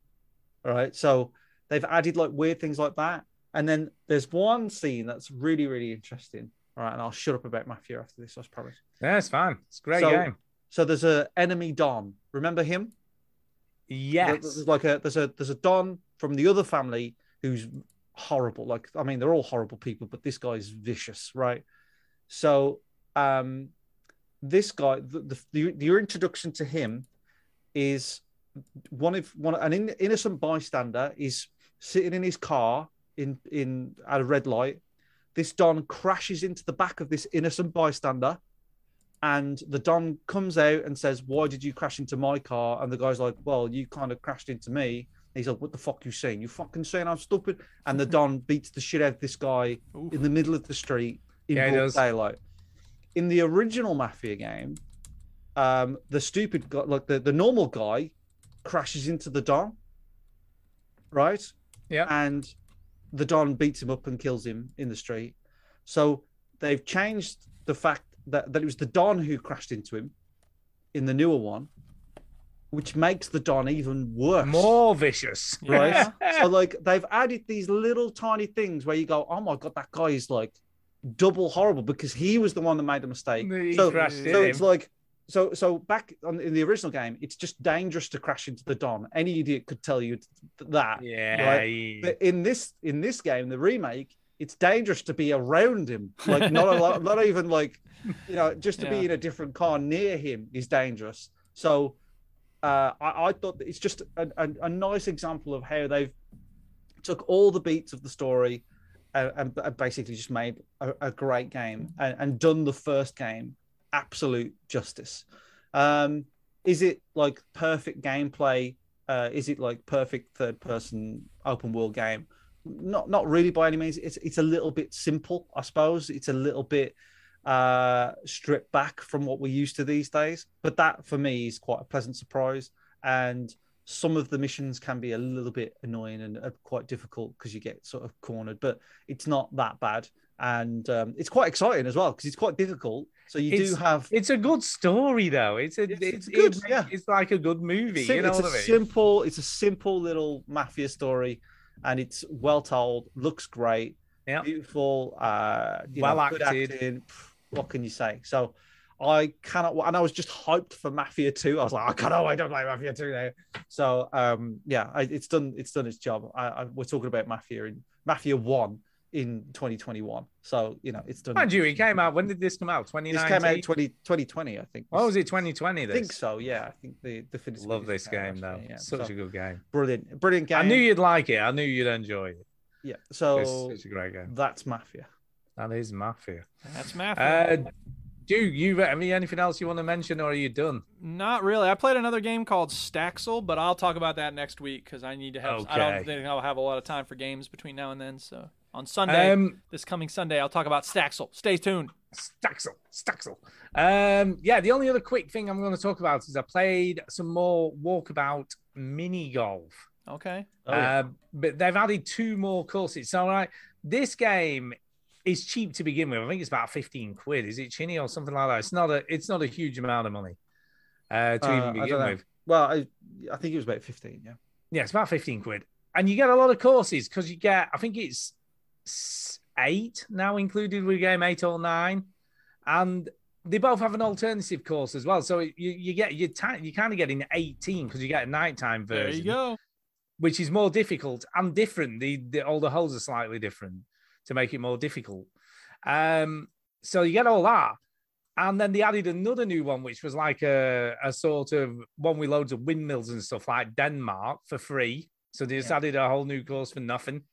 [SPEAKER 3] all right. So they've added like weird things like that, and then there's one scene that's really really interesting. All right, and I'll shut up about Mafia after this, I promise.
[SPEAKER 4] Yeah, it's fine. It's a great
[SPEAKER 3] So-
[SPEAKER 4] game.
[SPEAKER 3] So there's a enemy Don. Remember him? There-
[SPEAKER 4] Yes.
[SPEAKER 3] There's like a there's a there's a Don from the other family who's horrible. Like I mean, they're all horrible people, but this guy's vicious, right? So um this guy, the, the, the your introduction to him is one of one an in, innocent bystander is sitting in his car in in at a red light. This Don crashes into the back of this innocent bystander, and the Don comes out and says, "Why did you crash into my car?" And the guy's like, "Well, you kind of crashed into me." he's like, "What the fuck you saying? You fucking saying I'm stupid?" And the Don beats the shit out of this guy in the middle of the street in
[SPEAKER 4] Yeah, he
[SPEAKER 3] broad
[SPEAKER 4] does.
[SPEAKER 3] daylight. In the original Mafia game, um, the stupid guy, like the, the normal guy, crashes into the Don, right?
[SPEAKER 4] Yeah.
[SPEAKER 3] And the Don beats him up and kills him in the street. So they've changed the fact that, that it was the Don who crashed into him in the newer one, which makes the Don even worse.
[SPEAKER 4] More vicious.
[SPEAKER 3] Right. so like they've added these little tiny things where you go, Oh my god, that guy is like double horrible because he was the one that made the mistake.
[SPEAKER 4] He
[SPEAKER 3] so
[SPEAKER 4] crashed
[SPEAKER 3] so
[SPEAKER 4] into
[SPEAKER 3] it's
[SPEAKER 4] him.
[SPEAKER 3] like so so back on, in the original game, it's just dangerous to crash into the Don. Any idiot could tell you th- that.
[SPEAKER 4] Yeah,
[SPEAKER 3] right? But in this in this game, the remake, it's dangerous to be around him. Like not a lot, not even like you know, just to
[SPEAKER 4] Yeah.
[SPEAKER 3] be in a different car near him is dangerous. So uh, I, I thought that it's just a, a, a nice example of how they've took all the beats of the story and, and, and basically just made a, a great game and, and done the first game absolute justice. Um, is it like perfect gameplay? Uh, is it like perfect third person open world game? Not not really by any means. It's it's a little bit simple, I suppose. It's a little bit uh, stripped back from what we're used to these days. But that for me is quite a pleasant surprise. And some of the missions can be a little bit annoying and uh, quite difficult because you get sort of cornered, but it's not that bad. And um, it's quite exciting as well because it's quite difficult. So you do
[SPEAKER 4] It's-
[SPEAKER 3] have.
[SPEAKER 4] It's a good story though. It's a it's,
[SPEAKER 3] it's good,
[SPEAKER 4] it makes- it's like a good movie.
[SPEAKER 3] Sim-
[SPEAKER 4] you know
[SPEAKER 3] it's
[SPEAKER 4] what I
[SPEAKER 3] a
[SPEAKER 4] mean?
[SPEAKER 3] simple it's a simple little mafia story and it's well told looks great beautiful uh you know,
[SPEAKER 4] Well
[SPEAKER 3] good
[SPEAKER 4] acted.
[SPEAKER 3] acting. Pff, what can you say so i cannot wa- and i was just hyped for mafia 2 i was like "Oh, i cannot wait to play mafia 2 now so um yeah I, it's done it's done its job I, I we're talking about mafia in mafia 1 in 2021 so you know it's done
[SPEAKER 4] Mind you, it came out. When did this come out? Twenty
[SPEAKER 3] this
[SPEAKER 4] nineteen.
[SPEAKER 3] came out 20, 2020 i think
[SPEAKER 4] Oh, was it twenty twenty?
[SPEAKER 3] I think so. Yeah, I think the definitive.
[SPEAKER 4] Love this game though. Such
[SPEAKER 3] so-
[SPEAKER 4] a good game.
[SPEAKER 3] Brilliant, brilliant game.
[SPEAKER 4] I knew you'd like it. I knew you'd enjoy it.
[SPEAKER 3] Yeah. So
[SPEAKER 4] it's, it's a great game.
[SPEAKER 3] that's Mafia.
[SPEAKER 4] That is Mafia.
[SPEAKER 1] That's
[SPEAKER 4] Uh,
[SPEAKER 1] Mafia.
[SPEAKER 4] Duke, you have you anything else you want to mention, or are you done?
[SPEAKER 1] Not really. I played another game called Staxel, but I'll talk about that next week because I need to have. I
[SPEAKER 4] Okay.
[SPEAKER 1] don't think I'll have a lot of time for games between now and then. So on Sunday,
[SPEAKER 4] Um,
[SPEAKER 1] this coming Sunday, I'll talk about Staxel. Stay tuned.
[SPEAKER 4] Staxel, Staxel. Um, yeah, the only other quick thing I'm going to talk about is I played some more Walkabout mini golf.
[SPEAKER 1] Okay.
[SPEAKER 3] Oh,
[SPEAKER 4] Um, but they've added two more courses. So, like, this game is cheap to begin with. I think it's about 15 quid. Is it Chinny or something like that? It's not a it's not a huge amount of money uh, to
[SPEAKER 3] Uh, I
[SPEAKER 4] even begin
[SPEAKER 3] don't know.
[SPEAKER 4] with.
[SPEAKER 3] Well, I, I think it was about fifteen. Yeah.
[SPEAKER 4] Yeah, it's about 15 quid. And you get a lot of courses because you get, I think it's s- eight now included with game eight or nine. And they both have an alternative course as well. So you, you get your time, you kind of get in 18 because you get a nighttime version.
[SPEAKER 1] There you go.
[SPEAKER 4] Which is more difficult and different. The, the all the holes are slightly different to make it more difficult. Um, so you get all that. And then they added another new one, which was like a, a sort of one with loads of windmills and stuff like Denmark for free. So they just added a whole new course for nothing.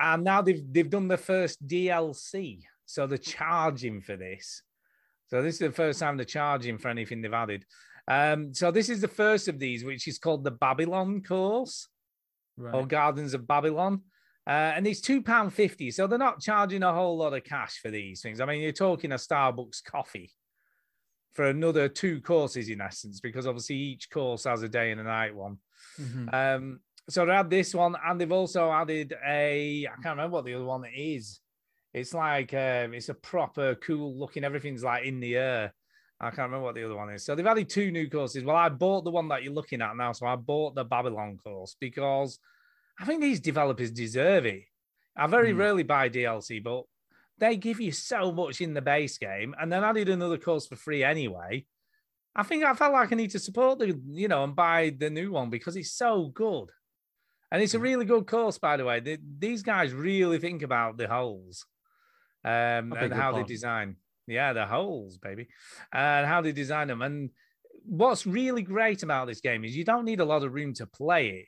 [SPEAKER 4] And now they've they've done the first DLC. So they're charging for this. So this is the first time they're charging for anything they've added. Um, so this is the first of these, which is called the Babylon course or Gardens of Babylon. Uh, and it's two pound fifty, so they're not charging a whole lot of cash for these things. I mean, you're talking a Starbucks coffee for another two courses in essence, because obviously each course has a day and a night one. Um, so they had this one, and they've also added a I can't remember what the other one is. It's like um, it's a proper cool looking. Everything's like in the air. I can't remember what the other one is. So they've added two new courses. Well, I bought the one that you're looking at now, so I bought the Babylon course because I think these developers deserve it. I very
[SPEAKER 3] Hmm.
[SPEAKER 4] rarely buy DLC, but they give you so much in the base game, and then added another course for free anyway. I think I felt like I need to support the, you know, and buy the new one because it's so good. And
[SPEAKER 3] Hmm.
[SPEAKER 4] it's a really good course, by the way. The- these guys really think about the holes
[SPEAKER 3] That'd
[SPEAKER 4] um,
[SPEAKER 3] be a
[SPEAKER 4] and
[SPEAKER 3] good
[SPEAKER 4] how they
[SPEAKER 3] part.
[SPEAKER 4] design. Yeah, the holes, baby, and how they design them. And what's really great about this game is you don't need a lot of room to play it.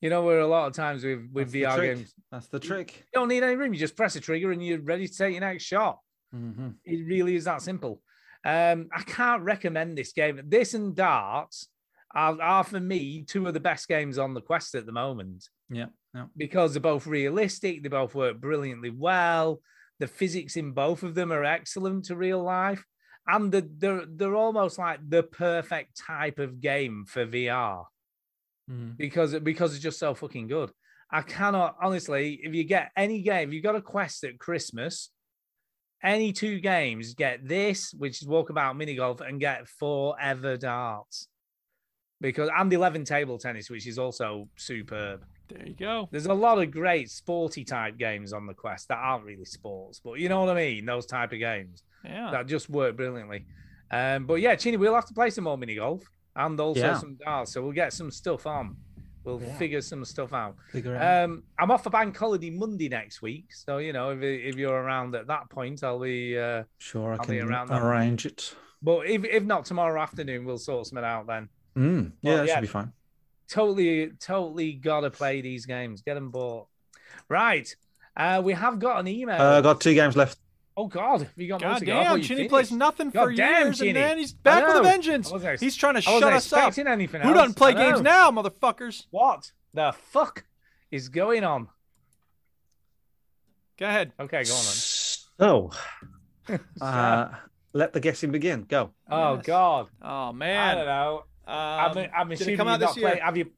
[SPEAKER 4] You know, where a lot of times with with
[SPEAKER 3] the
[SPEAKER 4] VR
[SPEAKER 3] trick.
[SPEAKER 4] games,
[SPEAKER 3] That's the trick.
[SPEAKER 4] you don't need any room. You just press a trigger and you're ready to take your next shot. Mm-hmm. It really is that simple. Um, I can't recommend this game. This and darts are, are for me two of the best games on the quest at the moment
[SPEAKER 3] Yeah. No.
[SPEAKER 4] because they're both realistic. They both work brilliantly well. The physics in both of them are excellent to real life, and the, they're they're almost like the perfect type of game for VR Mm-hmm. because because it's just so fucking good. I cannot honestly. If you get any game, if you got a quest at Christmas, any two games, get this, which is Walkabout Mini Golf, and get Forever Darts. Because and eleven table tennis, which is also superb.
[SPEAKER 1] There you go.
[SPEAKER 4] There's a lot of great sporty type games on the quest that aren't really sports, but you know what I mean. Those type of games
[SPEAKER 1] Yeah.
[SPEAKER 4] that just work brilliantly. Um, but yeah, Chini, we'll have to play some more mini golf and also
[SPEAKER 3] Yeah.
[SPEAKER 4] some darts. So we'll get some stuff on. We'll
[SPEAKER 3] Yeah.
[SPEAKER 4] figure some stuff out.
[SPEAKER 3] Figure it out.
[SPEAKER 4] Um, I'm off for bank holiday Monday next week, so you know if, if you're around at that point, I'll be uh,
[SPEAKER 3] Sure, I
[SPEAKER 4] I'll be
[SPEAKER 3] can
[SPEAKER 4] around that.
[SPEAKER 3] arrange it.
[SPEAKER 4] But if if not tomorrow afternoon, we'll sort something out then.
[SPEAKER 3] Mm. Yeah,
[SPEAKER 4] Well,
[SPEAKER 3] that
[SPEAKER 4] yeah.
[SPEAKER 3] should be fine.
[SPEAKER 4] Totally, totally gotta play these games. Get them bought. Right, uh, we have got an email.
[SPEAKER 3] Uh, got two games left.
[SPEAKER 4] Oh God, have you got more
[SPEAKER 1] God
[SPEAKER 4] to go? I thought
[SPEAKER 1] damn,
[SPEAKER 4] you
[SPEAKER 1] Chinny
[SPEAKER 4] finished.
[SPEAKER 1] plays nothing
[SPEAKER 4] God
[SPEAKER 1] for
[SPEAKER 4] damn,
[SPEAKER 1] years,
[SPEAKER 4] Chinny.
[SPEAKER 1] and then he's
[SPEAKER 4] I
[SPEAKER 1] back with a
[SPEAKER 4] know.
[SPEAKER 1] vengeance.
[SPEAKER 4] I wasn't ex-
[SPEAKER 1] He's trying to
[SPEAKER 4] I wasn't
[SPEAKER 1] shut us up.
[SPEAKER 4] expecting anything
[SPEAKER 1] Who doesn't
[SPEAKER 4] else.
[SPEAKER 1] play
[SPEAKER 4] I know.
[SPEAKER 1] games now, motherfuckers?
[SPEAKER 4] What the fuck is going on?
[SPEAKER 1] Go ahead.
[SPEAKER 4] Okay, go on. Then.
[SPEAKER 3] So, uh, let the guessing begin. Go.
[SPEAKER 4] Oh God,
[SPEAKER 1] Oh man.
[SPEAKER 4] I don't know. I'm,
[SPEAKER 1] Um,
[SPEAKER 4] I'm
[SPEAKER 1] did it
[SPEAKER 4] assuming
[SPEAKER 1] come out
[SPEAKER 4] you've
[SPEAKER 1] this
[SPEAKER 4] not played.
[SPEAKER 1] year?
[SPEAKER 4] Have you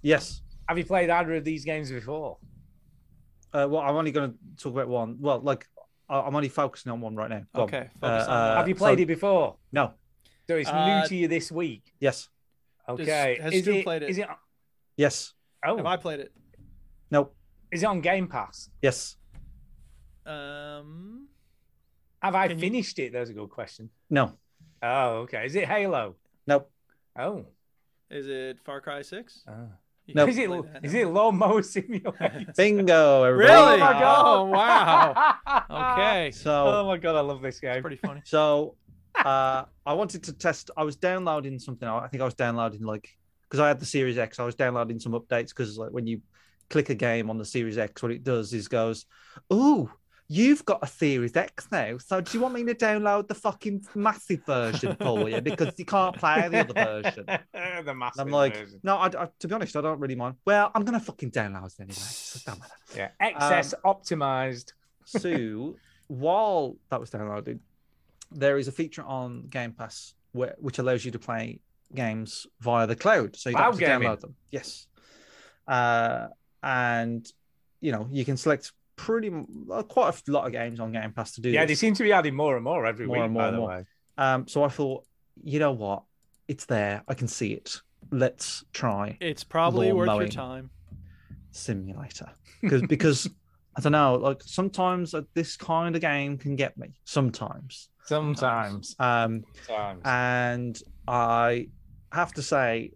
[SPEAKER 3] Yes.
[SPEAKER 4] have you played either of these games before?
[SPEAKER 3] Uh, well, I'm only going to talk about one. Well, like I- I'm only focusing on one right now. Go on.
[SPEAKER 1] Okay,
[SPEAKER 3] Uh,
[SPEAKER 1] focus on
[SPEAKER 3] uh,
[SPEAKER 4] have you played
[SPEAKER 3] so-
[SPEAKER 4] it before?
[SPEAKER 3] No.
[SPEAKER 4] So it's
[SPEAKER 1] Uh,
[SPEAKER 4] new to you this week.
[SPEAKER 3] Yes.
[SPEAKER 4] Okay,
[SPEAKER 1] has
[SPEAKER 4] is
[SPEAKER 1] Stu
[SPEAKER 4] it,
[SPEAKER 1] played it?
[SPEAKER 4] Is it?
[SPEAKER 3] Yes.
[SPEAKER 1] Have
[SPEAKER 4] Oh,
[SPEAKER 1] I played it?
[SPEAKER 3] No.
[SPEAKER 4] is it on Game Pass?
[SPEAKER 3] Yes.
[SPEAKER 1] Um,
[SPEAKER 4] Have I finished it? That's a good question.
[SPEAKER 3] No.
[SPEAKER 4] Oh, okay. Is it Halo?
[SPEAKER 3] No.
[SPEAKER 4] Oh, uh,
[SPEAKER 1] is it Far Cry Six? You
[SPEAKER 3] No.
[SPEAKER 1] can
[SPEAKER 4] is it
[SPEAKER 1] play that.
[SPEAKER 4] is it Lawnmower Simulator?
[SPEAKER 3] Bingo. Everybody.
[SPEAKER 1] Really?
[SPEAKER 4] Oh my God.
[SPEAKER 1] Oh, wow. Okay.
[SPEAKER 3] Ah, So.
[SPEAKER 4] oh my god, I love this game.
[SPEAKER 1] Pretty funny.
[SPEAKER 3] So uh, I wanted to test. I was downloading something. I think I was downloading like because I had the Series X. I was downloading some updates because like when you click a game on the Series X, what it does is goes, "Ooh, you've got a Series X now. So do you want me to download the fucking massive version for you because you can't play the other version?" And
[SPEAKER 4] the massive
[SPEAKER 3] I'm like,
[SPEAKER 4] version.
[SPEAKER 3] no, I, I- to be honest, I don't really mind. Well, I'm gonna fucking download it anyway. So it don't matter.
[SPEAKER 4] Yeah,
[SPEAKER 3] Um,
[SPEAKER 4] excess optimized.
[SPEAKER 3] So while that was downloaded, there is a feature on Game Pass where, which allows you to play games via the cloud. So you don't
[SPEAKER 4] Cloud
[SPEAKER 3] have to
[SPEAKER 4] gaming.
[SPEAKER 3] download them. Yes. Uh, and you know you can select pretty m- uh, quite a lot of games on Game Pass to do.
[SPEAKER 4] Yeah, they
[SPEAKER 3] this.
[SPEAKER 4] seem to be adding more and more every
[SPEAKER 3] More
[SPEAKER 4] week.
[SPEAKER 3] and more
[SPEAKER 4] by
[SPEAKER 3] and
[SPEAKER 4] the
[SPEAKER 3] more.
[SPEAKER 4] way,
[SPEAKER 3] Um, so I thought, you know what, it's there. I can see it. Let's try
[SPEAKER 1] It's probably
[SPEAKER 3] Lawn
[SPEAKER 1] worth your
[SPEAKER 3] mowing.
[SPEAKER 1] time.
[SPEAKER 3] simulator because because I don't know. Like sometimes uh, this kind of game can get me. Sometimes.
[SPEAKER 4] sometimes,
[SPEAKER 3] Um,
[SPEAKER 4] sometimes.
[SPEAKER 3] and I have to say,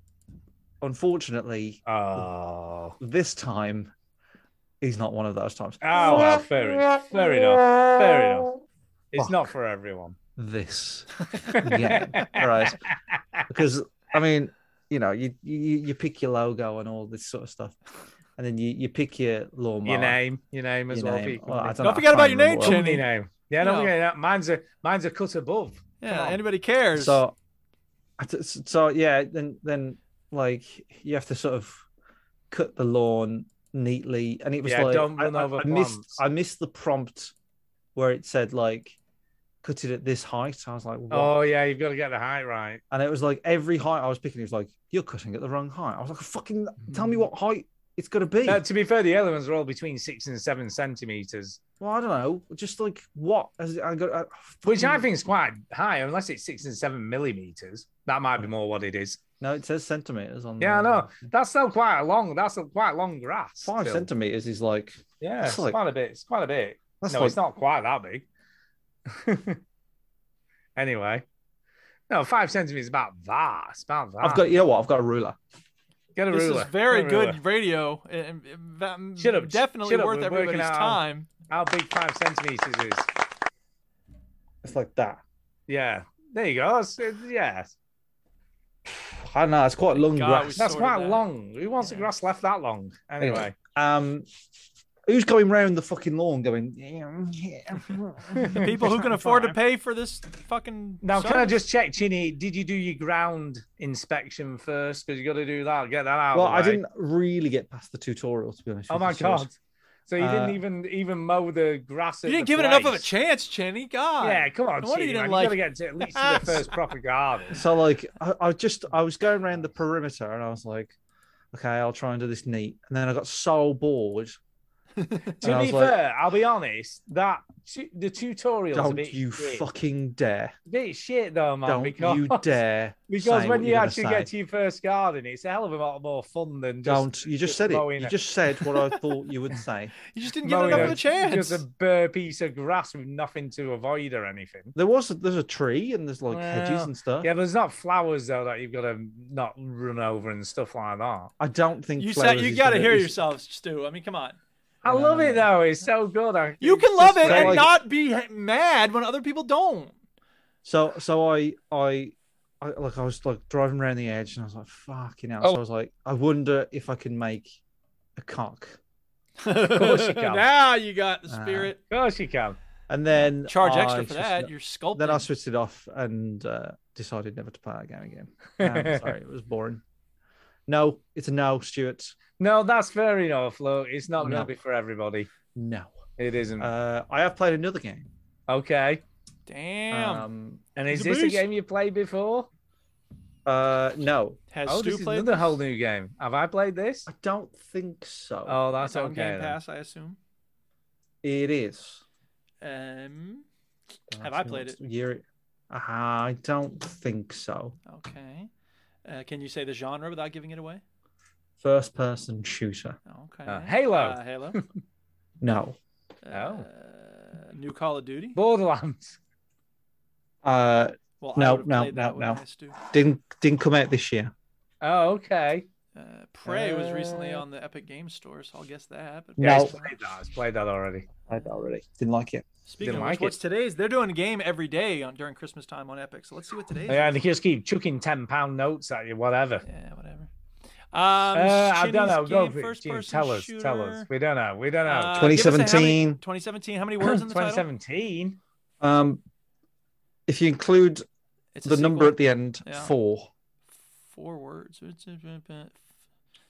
[SPEAKER 3] unfortunately,
[SPEAKER 4] oh,
[SPEAKER 3] this time he's not one of those times.
[SPEAKER 4] oh, well, fair enough. Fair enough. Fair enough. It's
[SPEAKER 3] Fuck.
[SPEAKER 4] not for everyone.
[SPEAKER 3] This game, right? Because I mean, you know, you, you you pick your logo and all this sort of stuff, and then you you pick your lawnmower.
[SPEAKER 4] Your name, your name as
[SPEAKER 3] your
[SPEAKER 4] well.
[SPEAKER 3] name.
[SPEAKER 4] people.
[SPEAKER 3] Well, I
[SPEAKER 1] Don't
[SPEAKER 3] know, I
[SPEAKER 1] forget about
[SPEAKER 3] can't
[SPEAKER 1] your
[SPEAKER 3] remember
[SPEAKER 1] name,
[SPEAKER 3] what-
[SPEAKER 4] Company name. Yeah,
[SPEAKER 1] No.
[SPEAKER 4] don't forget that. Mine's a mine's a cut above.
[SPEAKER 1] Yeah.
[SPEAKER 4] on.
[SPEAKER 1] Anybody cares?
[SPEAKER 3] So, I t- so yeah, then then like you have to sort of cut the lawn neatly, and it was
[SPEAKER 4] Yeah,
[SPEAKER 3] like
[SPEAKER 4] don't
[SPEAKER 3] I,
[SPEAKER 4] run
[SPEAKER 3] I-
[SPEAKER 4] over
[SPEAKER 3] I missed
[SPEAKER 4] plants.
[SPEAKER 3] I missed the prompt where it said like cut it at this height. I was like, what?
[SPEAKER 4] Oh yeah, you've got to get the height right.
[SPEAKER 3] and it was like every height I was picking, it was like you're cutting at the wrong height. I was like, fucking tell
[SPEAKER 4] Mm.
[SPEAKER 3] me what height it's gonna be.
[SPEAKER 4] Uh, to be fair, the elements are all between six and seven centimeters,
[SPEAKER 3] well, I don't know, just like what has it- I got. I,
[SPEAKER 4] which I
[SPEAKER 3] fucking-
[SPEAKER 4] think is quite high, unless it's six and seven millimeters. That might be
[SPEAKER 3] Hmm.
[SPEAKER 4] more what it is.
[SPEAKER 3] no, it says centimeters on.
[SPEAKER 4] Yeah, I
[SPEAKER 3] the-
[SPEAKER 4] know. That's still quite a long. That's a quite long grass.
[SPEAKER 3] Five
[SPEAKER 4] still.
[SPEAKER 3] centimeters is like
[SPEAKER 4] Yeah,
[SPEAKER 3] That's
[SPEAKER 4] it's
[SPEAKER 3] like-
[SPEAKER 4] quite a bit. It's quite a bit.
[SPEAKER 3] that's
[SPEAKER 4] no,
[SPEAKER 3] like
[SPEAKER 4] it's not quite that big. anyway, no, five centimeters is about that. It's about that.
[SPEAKER 3] I've got you know what I've got a ruler.
[SPEAKER 4] get a
[SPEAKER 1] this
[SPEAKER 4] ruler.
[SPEAKER 1] is very
[SPEAKER 4] Get a ruler.
[SPEAKER 1] good radio. and- and that-
[SPEAKER 4] Shut up,
[SPEAKER 1] Definitely
[SPEAKER 4] shut up,
[SPEAKER 1] worth
[SPEAKER 4] we're working
[SPEAKER 1] everybody's
[SPEAKER 4] out.
[SPEAKER 1] time.
[SPEAKER 4] How big five centimeters is?
[SPEAKER 3] It's like that.
[SPEAKER 4] Yeah, there you go. That's, it- yeah,
[SPEAKER 3] I don't know. It's quite long
[SPEAKER 1] God, we
[SPEAKER 3] grass.
[SPEAKER 1] saw-
[SPEAKER 4] that's
[SPEAKER 1] Sorted
[SPEAKER 4] quite
[SPEAKER 1] that.
[SPEAKER 4] long. Who wants the grass left that long? Anyway,
[SPEAKER 3] Um, Who's going round the fucking lawn going? The
[SPEAKER 1] The people who can afford to pay for this fucking.
[SPEAKER 4] Now, can I
[SPEAKER 1] service.
[SPEAKER 4] just check, Chinny? Did you do your ground inspection first? Because you got to do that. Get that out. of
[SPEAKER 3] Well,
[SPEAKER 4] the
[SPEAKER 3] I
[SPEAKER 4] way.
[SPEAKER 3] didn't really get past the tutorial to be honest.
[SPEAKER 4] Oh
[SPEAKER 3] with
[SPEAKER 4] my
[SPEAKER 3] you, so it's-
[SPEAKER 4] god! So you
[SPEAKER 3] Uh,
[SPEAKER 4] didn't even even mow the grass.
[SPEAKER 1] You
[SPEAKER 4] at
[SPEAKER 1] didn't
[SPEAKER 4] the
[SPEAKER 1] give it enough of a
[SPEAKER 4] place.
[SPEAKER 1] chance, Chenny. God.
[SPEAKER 4] Yeah, come on,
[SPEAKER 1] No wonder
[SPEAKER 4] Chinny.
[SPEAKER 1] you
[SPEAKER 4] You,
[SPEAKER 1] didn't
[SPEAKER 4] man.
[SPEAKER 1] like-
[SPEAKER 4] you gotta get to at least to the first proper garden.
[SPEAKER 3] So like, I, I just I was going around the perimeter and I was like, okay, I'll try and do this neat. And then I got so bored. And
[SPEAKER 4] To
[SPEAKER 3] I was
[SPEAKER 4] be
[SPEAKER 3] like,
[SPEAKER 4] fair, I'll be honest. That tu- the tutorial a
[SPEAKER 3] don't
[SPEAKER 4] bit
[SPEAKER 3] you
[SPEAKER 4] shit.
[SPEAKER 3] fucking dare!
[SPEAKER 4] It's a bit shit though, man.
[SPEAKER 3] Don't
[SPEAKER 4] because
[SPEAKER 3] you dare!
[SPEAKER 4] Because
[SPEAKER 3] say
[SPEAKER 4] when
[SPEAKER 3] what
[SPEAKER 4] you
[SPEAKER 3] you're gonna
[SPEAKER 4] actually
[SPEAKER 3] say.
[SPEAKER 4] get to your first garden, it's a hell of a lot more fun than just
[SPEAKER 3] don't you just said it?
[SPEAKER 4] mowing
[SPEAKER 3] You
[SPEAKER 4] a-
[SPEAKER 3] just said what I thought you would say.
[SPEAKER 1] You just didn't
[SPEAKER 4] mowing Just a bare piece of grass with nothing to avoid or anything.
[SPEAKER 3] There was there's a tree and there's like hedges
[SPEAKER 4] Well,
[SPEAKER 3] and stuff.
[SPEAKER 4] Yeah, there's not flowers though that you've got to not run over and stuff like that.
[SPEAKER 3] I don't think
[SPEAKER 1] You
[SPEAKER 3] flowers
[SPEAKER 1] said you
[SPEAKER 3] is
[SPEAKER 1] got to
[SPEAKER 3] gonna-
[SPEAKER 1] hear
[SPEAKER 3] is-
[SPEAKER 1] yourselves, Stu. I mean, come on.
[SPEAKER 4] I love it though. It's so good. I,
[SPEAKER 1] You can
[SPEAKER 4] it's
[SPEAKER 1] love
[SPEAKER 4] just
[SPEAKER 1] it and
[SPEAKER 4] like-
[SPEAKER 1] not be ha- mad when other people don't.
[SPEAKER 3] So so I I I like I was like driving around the edge and I was like fucking
[SPEAKER 1] Oh.
[SPEAKER 3] hell. So I was like I wonder if I can make a cock.
[SPEAKER 1] of
[SPEAKER 4] course you Uh, can.
[SPEAKER 1] now you got the
[SPEAKER 3] Ah.
[SPEAKER 1] spirit.
[SPEAKER 4] Of course you can.
[SPEAKER 3] And then
[SPEAKER 1] Charge extra
[SPEAKER 3] I
[SPEAKER 1] for
[SPEAKER 3] switched it
[SPEAKER 1] that.
[SPEAKER 3] off-
[SPEAKER 1] You're sculpting.
[SPEAKER 3] Then I switched it off and uh, decided never to play that game again. I'm sorry, it was boring. No, it's a no, Stuart.
[SPEAKER 4] No, that's fair enough. Look, it's
[SPEAKER 1] Oh,
[SPEAKER 4] not
[SPEAKER 3] No.
[SPEAKER 4] going to be for everybody.
[SPEAKER 3] No.
[SPEAKER 4] It isn't.
[SPEAKER 3] Uh, I have played another game.
[SPEAKER 4] okay.
[SPEAKER 1] Damn.
[SPEAKER 3] Um,
[SPEAKER 4] And is
[SPEAKER 1] He's a
[SPEAKER 4] this a
[SPEAKER 1] beast.
[SPEAKER 4] game you played before?
[SPEAKER 3] uh, no,
[SPEAKER 1] Has
[SPEAKER 4] oh,
[SPEAKER 1] Stu
[SPEAKER 4] this is
[SPEAKER 1] played
[SPEAKER 4] another
[SPEAKER 1] this?
[SPEAKER 4] whole new game. Have I played this?
[SPEAKER 3] I don't think so.
[SPEAKER 4] Oh, that's
[SPEAKER 1] It's on
[SPEAKER 4] okay.
[SPEAKER 1] Game
[SPEAKER 4] then.
[SPEAKER 1] Pass, I assume.
[SPEAKER 3] it is.
[SPEAKER 1] Um,
[SPEAKER 3] Uh,
[SPEAKER 1] have
[SPEAKER 3] I
[SPEAKER 1] I
[SPEAKER 3] think
[SPEAKER 1] played
[SPEAKER 3] that's
[SPEAKER 1] it?
[SPEAKER 3] the Year. Uh, I don't think so.
[SPEAKER 1] Okay. Uh, can you say the genre without giving it away?
[SPEAKER 3] First person shooter.
[SPEAKER 1] Okay.
[SPEAKER 4] Uh, Halo.
[SPEAKER 1] Uh, Halo.
[SPEAKER 3] No.
[SPEAKER 4] Oh.
[SPEAKER 1] Uh, new Call of Duty.
[SPEAKER 4] Borderlands.
[SPEAKER 3] Uh,
[SPEAKER 1] Well, I
[SPEAKER 3] no,
[SPEAKER 1] would've
[SPEAKER 3] no,
[SPEAKER 1] played
[SPEAKER 3] no,
[SPEAKER 1] that when
[SPEAKER 3] no.
[SPEAKER 1] I stu-
[SPEAKER 3] Didn't didn't come out this year.
[SPEAKER 4] Oh, okay.
[SPEAKER 1] Uh, Prey was recently
[SPEAKER 4] Uh,
[SPEAKER 1] on the Epic Game Store, so I'll guess that. But
[SPEAKER 3] No.
[SPEAKER 4] Yeah, he's played that. He's played that already.
[SPEAKER 3] I already didn't like it.
[SPEAKER 1] Speaking of
[SPEAKER 4] Didn't
[SPEAKER 1] which,
[SPEAKER 4] like it.
[SPEAKER 1] what's today's? They're doing a game every day on during Christmas time on Epic. So let's see what today's.
[SPEAKER 4] Yeah, and they just keep chucking ten pound notes at you, whatever.
[SPEAKER 1] Yeah, whatever. Um,
[SPEAKER 4] Uh, I don't
[SPEAKER 1] Shinny's
[SPEAKER 4] know. Go
[SPEAKER 1] game,
[SPEAKER 4] for it.
[SPEAKER 1] first
[SPEAKER 4] Gene,
[SPEAKER 1] person
[SPEAKER 4] tell us. Tell us.
[SPEAKER 1] shooter.
[SPEAKER 4] We don't know. We don't know.
[SPEAKER 1] Uh, give us a- how many-
[SPEAKER 3] 2017.
[SPEAKER 1] 2017. How many words in the title?
[SPEAKER 4] 2017.
[SPEAKER 3] Um, if you include
[SPEAKER 1] It's a
[SPEAKER 3] the number
[SPEAKER 1] sequel.
[SPEAKER 3] at the end,
[SPEAKER 1] Yeah.
[SPEAKER 3] four.
[SPEAKER 1] Four words.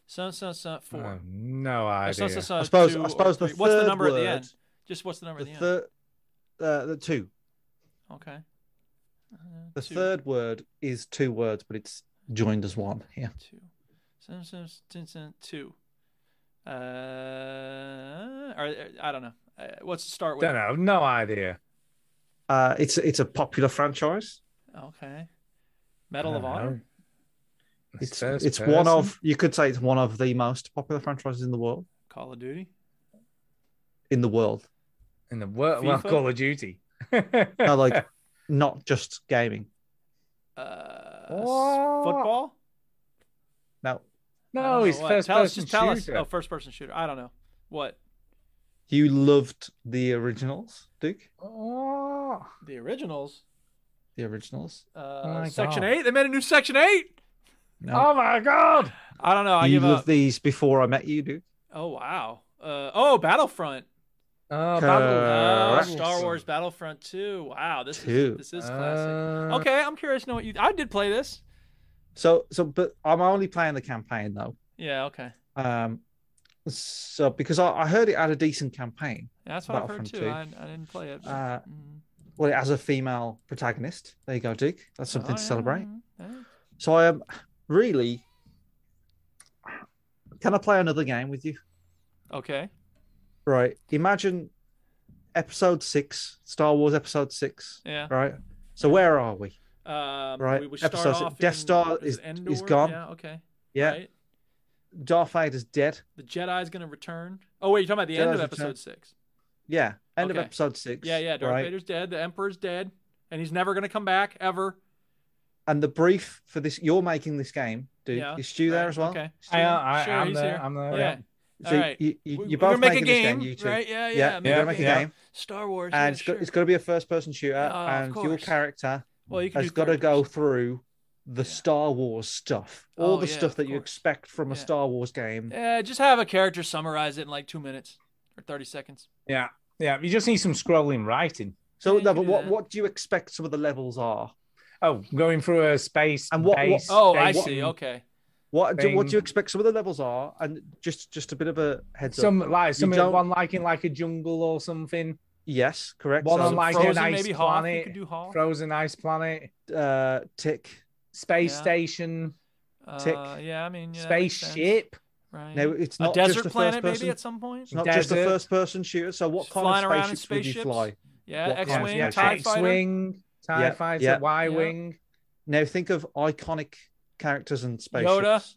[SPEAKER 1] So so so four.
[SPEAKER 4] Oh, no
[SPEAKER 1] Or
[SPEAKER 4] idea.
[SPEAKER 1] so, so, so,
[SPEAKER 3] I suppose-
[SPEAKER 1] Uh, two
[SPEAKER 3] I
[SPEAKER 1] or
[SPEAKER 3] suppose the
[SPEAKER 1] three. what's the
[SPEAKER 3] third
[SPEAKER 1] number at the
[SPEAKER 3] word-
[SPEAKER 1] end? Just what's the number
[SPEAKER 3] The
[SPEAKER 1] at the
[SPEAKER 3] third, uh, the two.
[SPEAKER 1] end? Okay. Uh,
[SPEAKER 3] The
[SPEAKER 1] two,
[SPEAKER 3] third word is two words, but it's joined as one here.
[SPEAKER 1] Two. So, so, so, so, two. Uh, or, or- I don't know. Uh, what's to start with?
[SPEAKER 4] Don't know. No idea.
[SPEAKER 3] Uh, it's it's a popular franchise.
[SPEAKER 1] Okay. Medal of
[SPEAKER 4] don't know.
[SPEAKER 1] Honor.
[SPEAKER 3] It's
[SPEAKER 4] first
[SPEAKER 3] it's one
[SPEAKER 4] person?
[SPEAKER 3] of you could say it's one of the most popular franchises in the world.
[SPEAKER 1] Call of Duty.
[SPEAKER 3] In the world,
[SPEAKER 4] in the world. Well,
[SPEAKER 1] FIFA?
[SPEAKER 4] Call of Duty.
[SPEAKER 3] no, like not just gaming.
[SPEAKER 1] Uh, s-
[SPEAKER 4] What?
[SPEAKER 1] football.
[SPEAKER 3] No,
[SPEAKER 1] I don't
[SPEAKER 4] no,
[SPEAKER 1] know
[SPEAKER 4] it's
[SPEAKER 1] what.
[SPEAKER 4] first
[SPEAKER 1] tell us,
[SPEAKER 4] person
[SPEAKER 1] just tell
[SPEAKER 4] shooter.
[SPEAKER 1] us. Oh, first person shooter. I don't know. What?
[SPEAKER 3] you loved the originals, Duke.
[SPEAKER 4] Oh.
[SPEAKER 1] The originals.
[SPEAKER 3] The originals.
[SPEAKER 1] Uh,
[SPEAKER 4] my
[SPEAKER 1] section
[SPEAKER 4] God.
[SPEAKER 1] eight. They made a new section eight.
[SPEAKER 3] No,
[SPEAKER 4] Oh my god!
[SPEAKER 1] I don't know. I
[SPEAKER 3] you
[SPEAKER 1] give
[SPEAKER 3] loved
[SPEAKER 1] up.
[SPEAKER 3] these before I met you, Duke.
[SPEAKER 1] Oh wow. Uh, oh, Battlefront.
[SPEAKER 4] Oh,
[SPEAKER 1] Oh,
[SPEAKER 3] Correct.
[SPEAKER 1] Star Wars Battlefront 2. Wow, this
[SPEAKER 3] Two.
[SPEAKER 1] is this is
[SPEAKER 4] Uh,
[SPEAKER 1] classic. Okay, I'm curious to know what you. I did play this.
[SPEAKER 3] So so, but I'm only playing the campaign though.
[SPEAKER 1] Yeah. Okay.
[SPEAKER 3] Um, so because I, I heard it had a decent campaign.
[SPEAKER 1] Yeah, that's what I've heard
[SPEAKER 3] Battlefront
[SPEAKER 1] too.
[SPEAKER 3] 2.
[SPEAKER 1] I, I didn't play it. but-
[SPEAKER 3] Uh,
[SPEAKER 1] Mm.
[SPEAKER 3] Well, it has a female protagonist. There you go, Duke. That's something
[SPEAKER 1] Oh,
[SPEAKER 3] to
[SPEAKER 1] yeah,
[SPEAKER 3] celebrate.
[SPEAKER 1] yeah.
[SPEAKER 3] So I am really. Can I play another game with you?
[SPEAKER 1] Okay.
[SPEAKER 3] Right. Imagine episode six, Star Wars episode six.
[SPEAKER 1] Yeah.
[SPEAKER 3] Right. So where are we?
[SPEAKER 1] Um,
[SPEAKER 3] Right,
[SPEAKER 1] We, we start
[SPEAKER 3] episode six.
[SPEAKER 1] off
[SPEAKER 3] Death
[SPEAKER 1] in-
[SPEAKER 3] Star
[SPEAKER 1] what
[SPEAKER 3] is-
[SPEAKER 1] is,
[SPEAKER 3] is
[SPEAKER 1] it, Endor?
[SPEAKER 3] gone.
[SPEAKER 1] Yeah. Okay.
[SPEAKER 3] Yeah.
[SPEAKER 1] Right.
[SPEAKER 3] Darth Vader's dead.
[SPEAKER 1] The Jedi's gonna return. Oh wait, you're talking about the end
[SPEAKER 3] Jedi's
[SPEAKER 1] of
[SPEAKER 3] return.
[SPEAKER 1] episode six.
[SPEAKER 3] Yeah. End of
[SPEAKER 1] Okay.
[SPEAKER 3] episode six.
[SPEAKER 1] Yeah. Yeah. Darth
[SPEAKER 3] right?
[SPEAKER 1] Vader's dead. The Emperor's dead, and he's never gonna come back ever.
[SPEAKER 3] And the brief for this, you're making this game, dude.
[SPEAKER 1] Yeah,
[SPEAKER 3] Is Stu there
[SPEAKER 1] right,
[SPEAKER 3] as well?
[SPEAKER 1] Okay.
[SPEAKER 4] I, uh, I,
[SPEAKER 1] Sure,
[SPEAKER 4] I'm
[SPEAKER 1] he's
[SPEAKER 4] there.
[SPEAKER 1] here.
[SPEAKER 4] I'm there.
[SPEAKER 1] Yeah.
[SPEAKER 3] So
[SPEAKER 1] All right.
[SPEAKER 3] you, Oh, you,
[SPEAKER 1] We-
[SPEAKER 3] you're
[SPEAKER 1] we're gonna
[SPEAKER 3] both
[SPEAKER 1] make
[SPEAKER 3] making
[SPEAKER 1] a
[SPEAKER 3] this
[SPEAKER 1] game,
[SPEAKER 3] you two.
[SPEAKER 1] right? Yeah,
[SPEAKER 3] Yeah.
[SPEAKER 1] yeah,
[SPEAKER 3] We're gonna make a
[SPEAKER 1] yeah.
[SPEAKER 3] game,
[SPEAKER 1] Star Wars. yeah,
[SPEAKER 3] and it's
[SPEAKER 1] sure.
[SPEAKER 3] got, it's got to be a first-person shooter,
[SPEAKER 1] Yeah, of
[SPEAKER 3] and your
[SPEAKER 1] course.
[SPEAKER 3] character
[SPEAKER 1] well, you can
[SPEAKER 3] has
[SPEAKER 1] do
[SPEAKER 3] got to
[SPEAKER 1] third
[SPEAKER 3] go
[SPEAKER 1] person.
[SPEAKER 3] through the Star Wars stuff, all
[SPEAKER 1] Oh,
[SPEAKER 3] the
[SPEAKER 1] yeah,
[SPEAKER 3] stuff
[SPEAKER 1] of
[SPEAKER 3] that you
[SPEAKER 1] course.
[SPEAKER 3] expect from a
[SPEAKER 1] Yeah.
[SPEAKER 3] Star Wars game.
[SPEAKER 1] Yeah, just have a character summarize it in like two minutes, or 30 seconds.
[SPEAKER 4] Yeah, yeah. You just need some scrolling writing.
[SPEAKER 3] So, no, but what, what do you expect some of the levels are?
[SPEAKER 4] Oh, going through a space
[SPEAKER 3] and what? what
[SPEAKER 4] base
[SPEAKER 1] Oh, I
[SPEAKER 3] what-
[SPEAKER 1] see. Okay.
[SPEAKER 3] What do, what
[SPEAKER 4] thing.
[SPEAKER 3] do you expect some of the levels are? And just just a bit of a heads up.
[SPEAKER 4] Some
[SPEAKER 3] You
[SPEAKER 4] like some
[SPEAKER 3] don't-
[SPEAKER 4] one like in like a jungle or something.
[SPEAKER 3] Yes, correct.
[SPEAKER 4] One
[SPEAKER 3] So-
[SPEAKER 4] on like
[SPEAKER 1] Frozen,
[SPEAKER 4] an ice
[SPEAKER 1] maybe Hoth. You
[SPEAKER 4] planet.
[SPEAKER 1] could do Hoth.
[SPEAKER 4] Frozen ice planet.
[SPEAKER 3] Uh, tick.
[SPEAKER 4] Space
[SPEAKER 1] Yeah.
[SPEAKER 4] station. Tick.
[SPEAKER 1] Uh, yeah, I mean, yeah, that makes sense.
[SPEAKER 4] spaceship.
[SPEAKER 1] Right.
[SPEAKER 3] No, it's
[SPEAKER 1] a
[SPEAKER 3] not
[SPEAKER 1] desert
[SPEAKER 3] just a
[SPEAKER 1] planet,
[SPEAKER 3] first person.
[SPEAKER 1] maybe at some point.
[SPEAKER 3] It's not just a
[SPEAKER 4] Desert.
[SPEAKER 3] first person shooter. So what kind
[SPEAKER 1] Flying
[SPEAKER 3] of
[SPEAKER 1] around in
[SPEAKER 3] spaceships, would you
[SPEAKER 1] spaceships?
[SPEAKER 3] fly?
[SPEAKER 1] Yeah,
[SPEAKER 3] What kind of
[SPEAKER 1] X-wing,
[SPEAKER 3] spaceships?
[SPEAKER 1] TIE fighter.
[SPEAKER 4] X-wing, tie
[SPEAKER 3] Yeah,
[SPEAKER 4] fighter,
[SPEAKER 3] yeah.
[SPEAKER 4] Y-wing,
[SPEAKER 3] Now think of iconic characters and spaceships.
[SPEAKER 1] Yoda.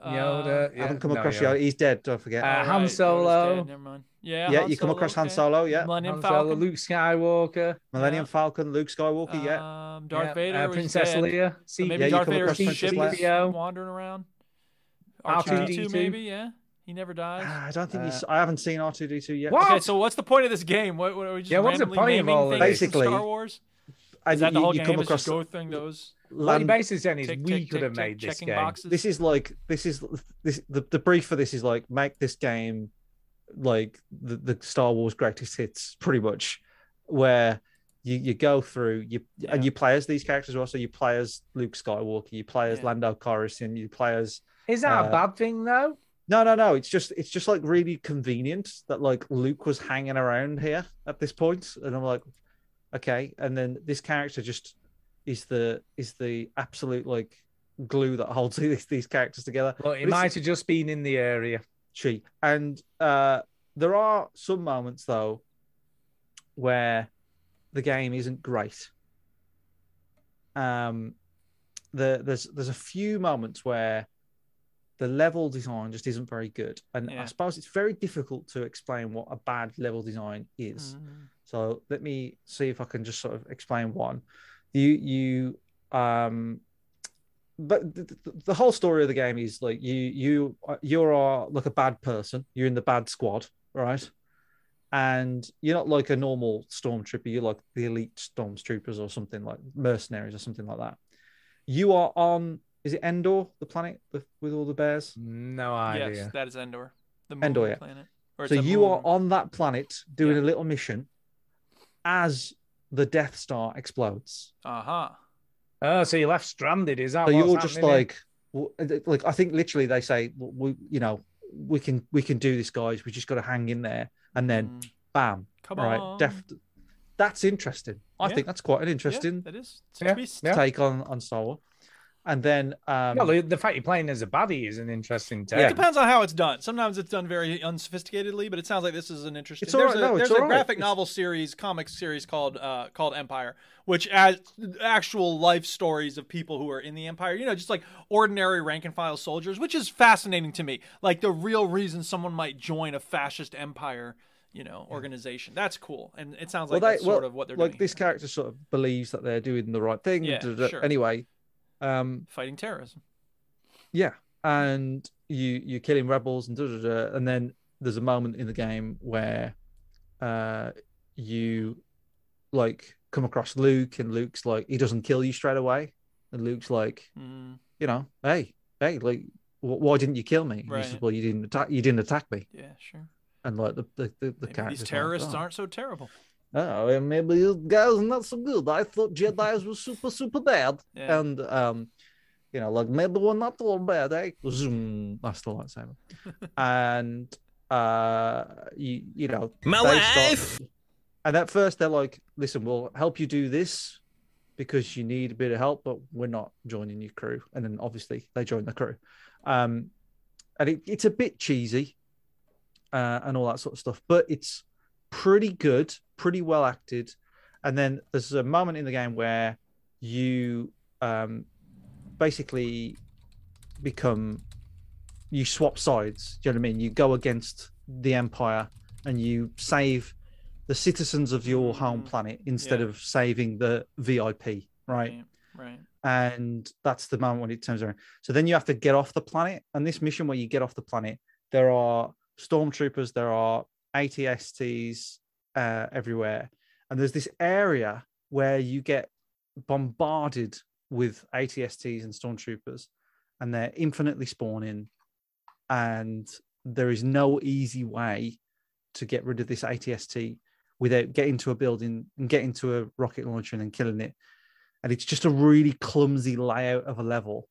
[SPEAKER 1] Uh,
[SPEAKER 4] Yoda.
[SPEAKER 3] I
[SPEAKER 4] yeah,
[SPEAKER 3] haven't come
[SPEAKER 4] no,
[SPEAKER 3] across
[SPEAKER 4] yeah.
[SPEAKER 3] Yoda. He's dead. Don't forget.
[SPEAKER 4] Uh,
[SPEAKER 1] Alright,
[SPEAKER 4] Han
[SPEAKER 1] Yoda's
[SPEAKER 4] Solo.
[SPEAKER 1] dead, Never mind. Yeah.
[SPEAKER 3] yeah,
[SPEAKER 1] Han
[SPEAKER 3] you come
[SPEAKER 1] Solo,
[SPEAKER 3] across Han
[SPEAKER 1] okay.
[SPEAKER 3] Solo. Yeah,
[SPEAKER 1] Millennium
[SPEAKER 4] Han Solo,
[SPEAKER 1] Falcon.
[SPEAKER 4] Luke Skywalker.
[SPEAKER 3] Millennium Falcon, Luke Skywalker. yeah,
[SPEAKER 1] Um, Darth
[SPEAKER 4] Yeah,
[SPEAKER 1] Vader.
[SPEAKER 4] uh,
[SPEAKER 1] was
[SPEAKER 4] Princess
[SPEAKER 1] dead.
[SPEAKER 4] Leia,
[SPEAKER 1] So maybe
[SPEAKER 3] Yeah, you
[SPEAKER 1] Darth
[SPEAKER 3] come
[SPEAKER 1] Vader's
[SPEAKER 3] across Princess
[SPEAKER 1] ship
[SPEAKER 3] Leia.
[SPEAKER 1] is wandering around.
[SPEAKER 4] R2D2.
[SPEAKER 1] R2D2 maybe. Yeah. He never dies.
[SPEAKER 3] Ah, I don't think
[SPEAKER 1] uh,
[SPEAKER 3] he's. I haven't seen R two D two yet.
[SPEAKER 4] What?
[SPEAKER 1] Okay, so what's the point of this game? What, what are we just
[SPEAKER 4] Yeah, what's the
[SPEAKER 1] randomly
[SPEAKER 4] point of
[SPEAKER 1] naming
[SPEAKER 4] all
[SPEAKER 1] things
[SPEAKER 3] this?
[SPEAKER 1] from Star
[SPEAKER 3] Basically,
[SPEAKER 1] Wars?
[SPEAKER 3] I
[SPEAKER 1] Is that
[SPEAKER 3] think
[SPEAKER 1] the
[SPEAKER 3] you,
[SPEAKER 1] whole
[SPEAKER 3] you
[SPEAKER 1] game?
[SPEAKER 3] come
[SPEAKER 1] is just
[SPEAKER 3] across
[SPEAKER 1] go through those
[SPEAKER 4] What
[SPEAKER 3] land-
[SPEAKER 4] you're basically saying is
[SPEAKER 1] tick,
[SPEAKER 4] we
[SPEAKER 1] tick,
[SPEAKER 4] could
[SPEAKER 1] tick,
[SPEAKER 4] have
[SPEAKER 1] tick,
[SPEAKER 4] made this
[SPEAKER 1] checking
[SPEAKER 4] game.
[SPEAKER 1] boxes.
[SPEAKER 3] This is like this is this the, the brief for this is like make this game like the, the Star Wars greatest hits, pretty much, where you, you go through you and you play as these characters also. You play as Luke Skywalker, you play as
[SPEAKER 1] Yeah.
[SPEAKER 3] Lando Calrissian, you play as
[SPEAKER 4] Is that
[SPEAKER 3] Uh,
[SPEAKER 4] a bad thing though?
[SPEAKER 3] no no no. It's just it's just like really convenient that like Luke was hanging around here at this point, and I'm like, okay. And then this character just is the is the absolute like glue that holds these, these characters together
[SPEAKER 4] Look, it
[SPEAKER 3] it's-
[SPEAKER 4] might have just been in the area.
[SPEAKER 3] cheap. And uh, there are some moments though where the game isn't great. Um, the, there's there's a few moments where the level design just isn't very good, and
[SPEAKER 1] Yeah.
[SPEAKER 3] I suppose it's very difficult to explain what a bad level design is.
[SPEAKER 1] Mm.
[SPEAKER 3] So let me see if I can just sort of explain one. You you um but the, the whole story of the game is like you you uh, you're a, like a bad person. You're in the bad squad, right? And you're not like a normal stormtrooper. You're like the elite stormtroopers or something like mercenaries or something like that. You are on is it Endor, the planet with, with all the bears?
[SPEAKER 4] No
[SPEAKER 1] Yes,
[SPEAKER 4] idea.
[SPEAKER 1] that is Endor. The moon
[SPEAKER 3] Endor, yeah.
[SPEAKER 1] planet. Or it's
[SPEAKER 3] so
[SPEAKER 1] a
[SPEAKER 3] you
[SPEAKER 1] moon.
[SPEAKER 3] are on that planet doing
[SPEAKER 1] Yeah.
[SPEAKER 3] a little mission as the Death Star explodes.
[SPEAKER 1] Uh-huh.
[SPEAKER 4] Oh, so you're left stranded. Is that
[SPEAKER 3] So
[SPEAKER 4] what's
[SPEAKER 3] you're just
[SPEAKER 4] happening here?
[SPEAKER 3] like, w- like I think literally they say, we, you know, we can we can do this, guys. We just got to hang in there, and then
[SPEAKER 1] Mm.
[SPEAKER 3] bam,
[SPEAKER 1] Come
[SPEAKER 3] right?
[SPEAKER 1] on.
[SPEAKER 3] Death. That's interesting. I
[SPEAKER 1] Yeah.
[SPEAKER 3] think that's quite an
[SPEAKER 1] Yeah,
[SPEAKER 3] interesting
[SPEAKER 1] that is. It's a
[SPEAKER 4] Yeah,
[SPEAKER 1] twist.
[SPEAKER 4] yeah.
[SPEAKER 3] take on on Star Wars. And then, um,
[SPEAKER 4] Well, the- the fact you're playing as a baddie is an interesting take.
[SPEAKER 1] It depends on how it's done. Sometimes it's done very unsophisticatedly, but it sounds like this is an interesting.
[SPEAKER 3] It's all
[SPEAKER 1] there's
[SPEAKER 3] right.
[SPEAKER 1] a,
[SPEAKER 3] No, it's
[SPEAKER 1] there's
[SPEAKER 3] all
[SPEAKER 1] a
[SPEAKER 3] right.
[SPEAKER 1] graphic
[SPEAKER 3] It's-
[SPEAKER 1] novel series, comic series called uh, called Empire, which as actual life stories of people who are in the Empire. You know, just like ordinary rank and file soldiers, which is fascinating to me. Like the real reason someone might join a fascist empire, you know, organization. That's cool, and it sounds like that's sort of what they're
[SPEAKER 3] like
[SPEAKER 1] doing.
[SPEAKER 3] this
[SPEAKER 1] here.
[SPEAKER 3] character sort of believes that they're doing the right thing.
[SPEAKER 1] Yeah,
[SPEAKER 3] duh, duh, duh.
[SPEAKER 1] sure.
[SPEAKER 3] Anyway, um,
[SPEAKER 1] fighting terrorism.
[SPEAKER 3] Yeah, and you you're killing rebels and da da da, and then there's a moment in the game where uh you like come across Luke and Luke's like he doesn't kill you straight away, and Luke's like
[SPEAKER 1] Mm,
[SPEAKER 3] you know hey hey like wh- why didn't you kill me? And he says,
[SPEAKER 1] Right.
[SPEAKER 3] well you didn't attack you didn't attack me,
[SPEAKER 1] yeah, sure.
[SPEAKER 3] and like the the the, the
[SPEAKER 1] Maybe
[SPEAKER 3] characters
[SPEAKER 1] these
[SPEAKER 3] like,
[SPEAKER 1] terrorists
[SPEAKER 3] "Oh,
[SPEAKER 1] aren't so terrible.
[SPEAKER 3] Oh, and maybe you guys are not so good. I thought Jedi's were super, super bad.
[SPEAKER 1] Yeah.
[SPEAKER 3] And um, you know, like maybe we're not all bad, eh? Zoom. That's the lightsaber. and uh you you know
[SPEAKER 6] My
[SPEAKER 3] they start- and at first they're like, listen, we'll help you do this because you need a bit of help, but we're not joining your crew. And then obviously they join the crew. Um and it, it's a bit cheesy uh, and all that sort of stuff, but it's pretty good, pretty well acted. And then there's a moment in the game where you um, basically become you swap sides. Do you know what I mean? You go against the empire and you save the citizens of your home
[SPEAKER 1] Mm,
[SPEAKER 3] planet instead
[SPEAKER 1] yeah.
[SPEAKER 3] of saving the VIP, right?
[SPEAKER 1] Right.
[SPEAKER 3] and that's the moment when it turns around. So then you have to get off the planet. And this mission where you get off the planet, there are stormtroopers, there are ATSTs uh, everywhere, and there's this area where you get bombarded with ATSTs and stormtroopers, and they're infinitely spawning, and there is no easy way to get rid of this ATST without getting to a building and getting to a rocket launcher and then killing it. And it's just a really clumsy layout of a level.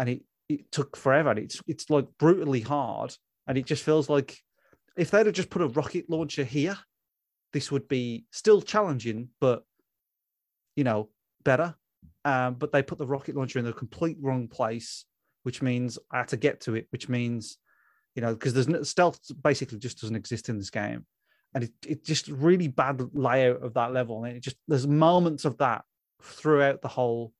[SPEAKER 3] And it, it took forever. And it's it's like brutally hard. And it just feels like if they'd have just put a rocket launcher here, this would be still challenging, but you know, better. Um, but they put the rocket launcher in the complete wrong place, which means I had to get to it, which means, you know, because there's no, stealth basically just doesn't exist in this game. And it, it just really bad layout of that level. And it just, there's moments of that throughout the whole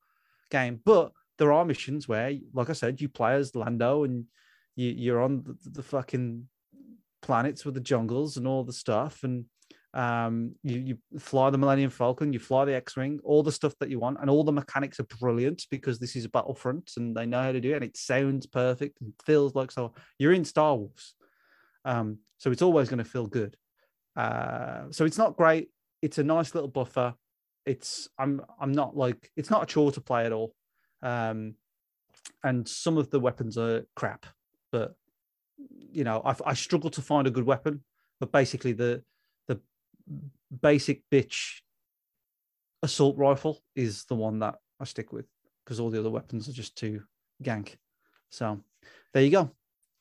[SPEAKER 3] game. But there are missions where, like I said, you play as Lando and you, you're on the, the fucking planets with the jungles and all the stuff. And um, you, you fly the Millennium Falcon, you fly the X Wing, all the stuff that you want, and all the mechanics are brilliant because this is a battlefront and they know how to do it, and it sounds perfect and feels like so. You're in Star Wars, um, so it's always going to feel good. Uh, so it's not great. It's a nice little buffer. It's I'm I'm not like it's not a chore to play at all. Um, and some of the weapons are crap, but you know I've, I struggle to find a good weapon. But basically the basic bitch assault rifle is the one that I stick with because all the other weapons are just too gank. So there you go.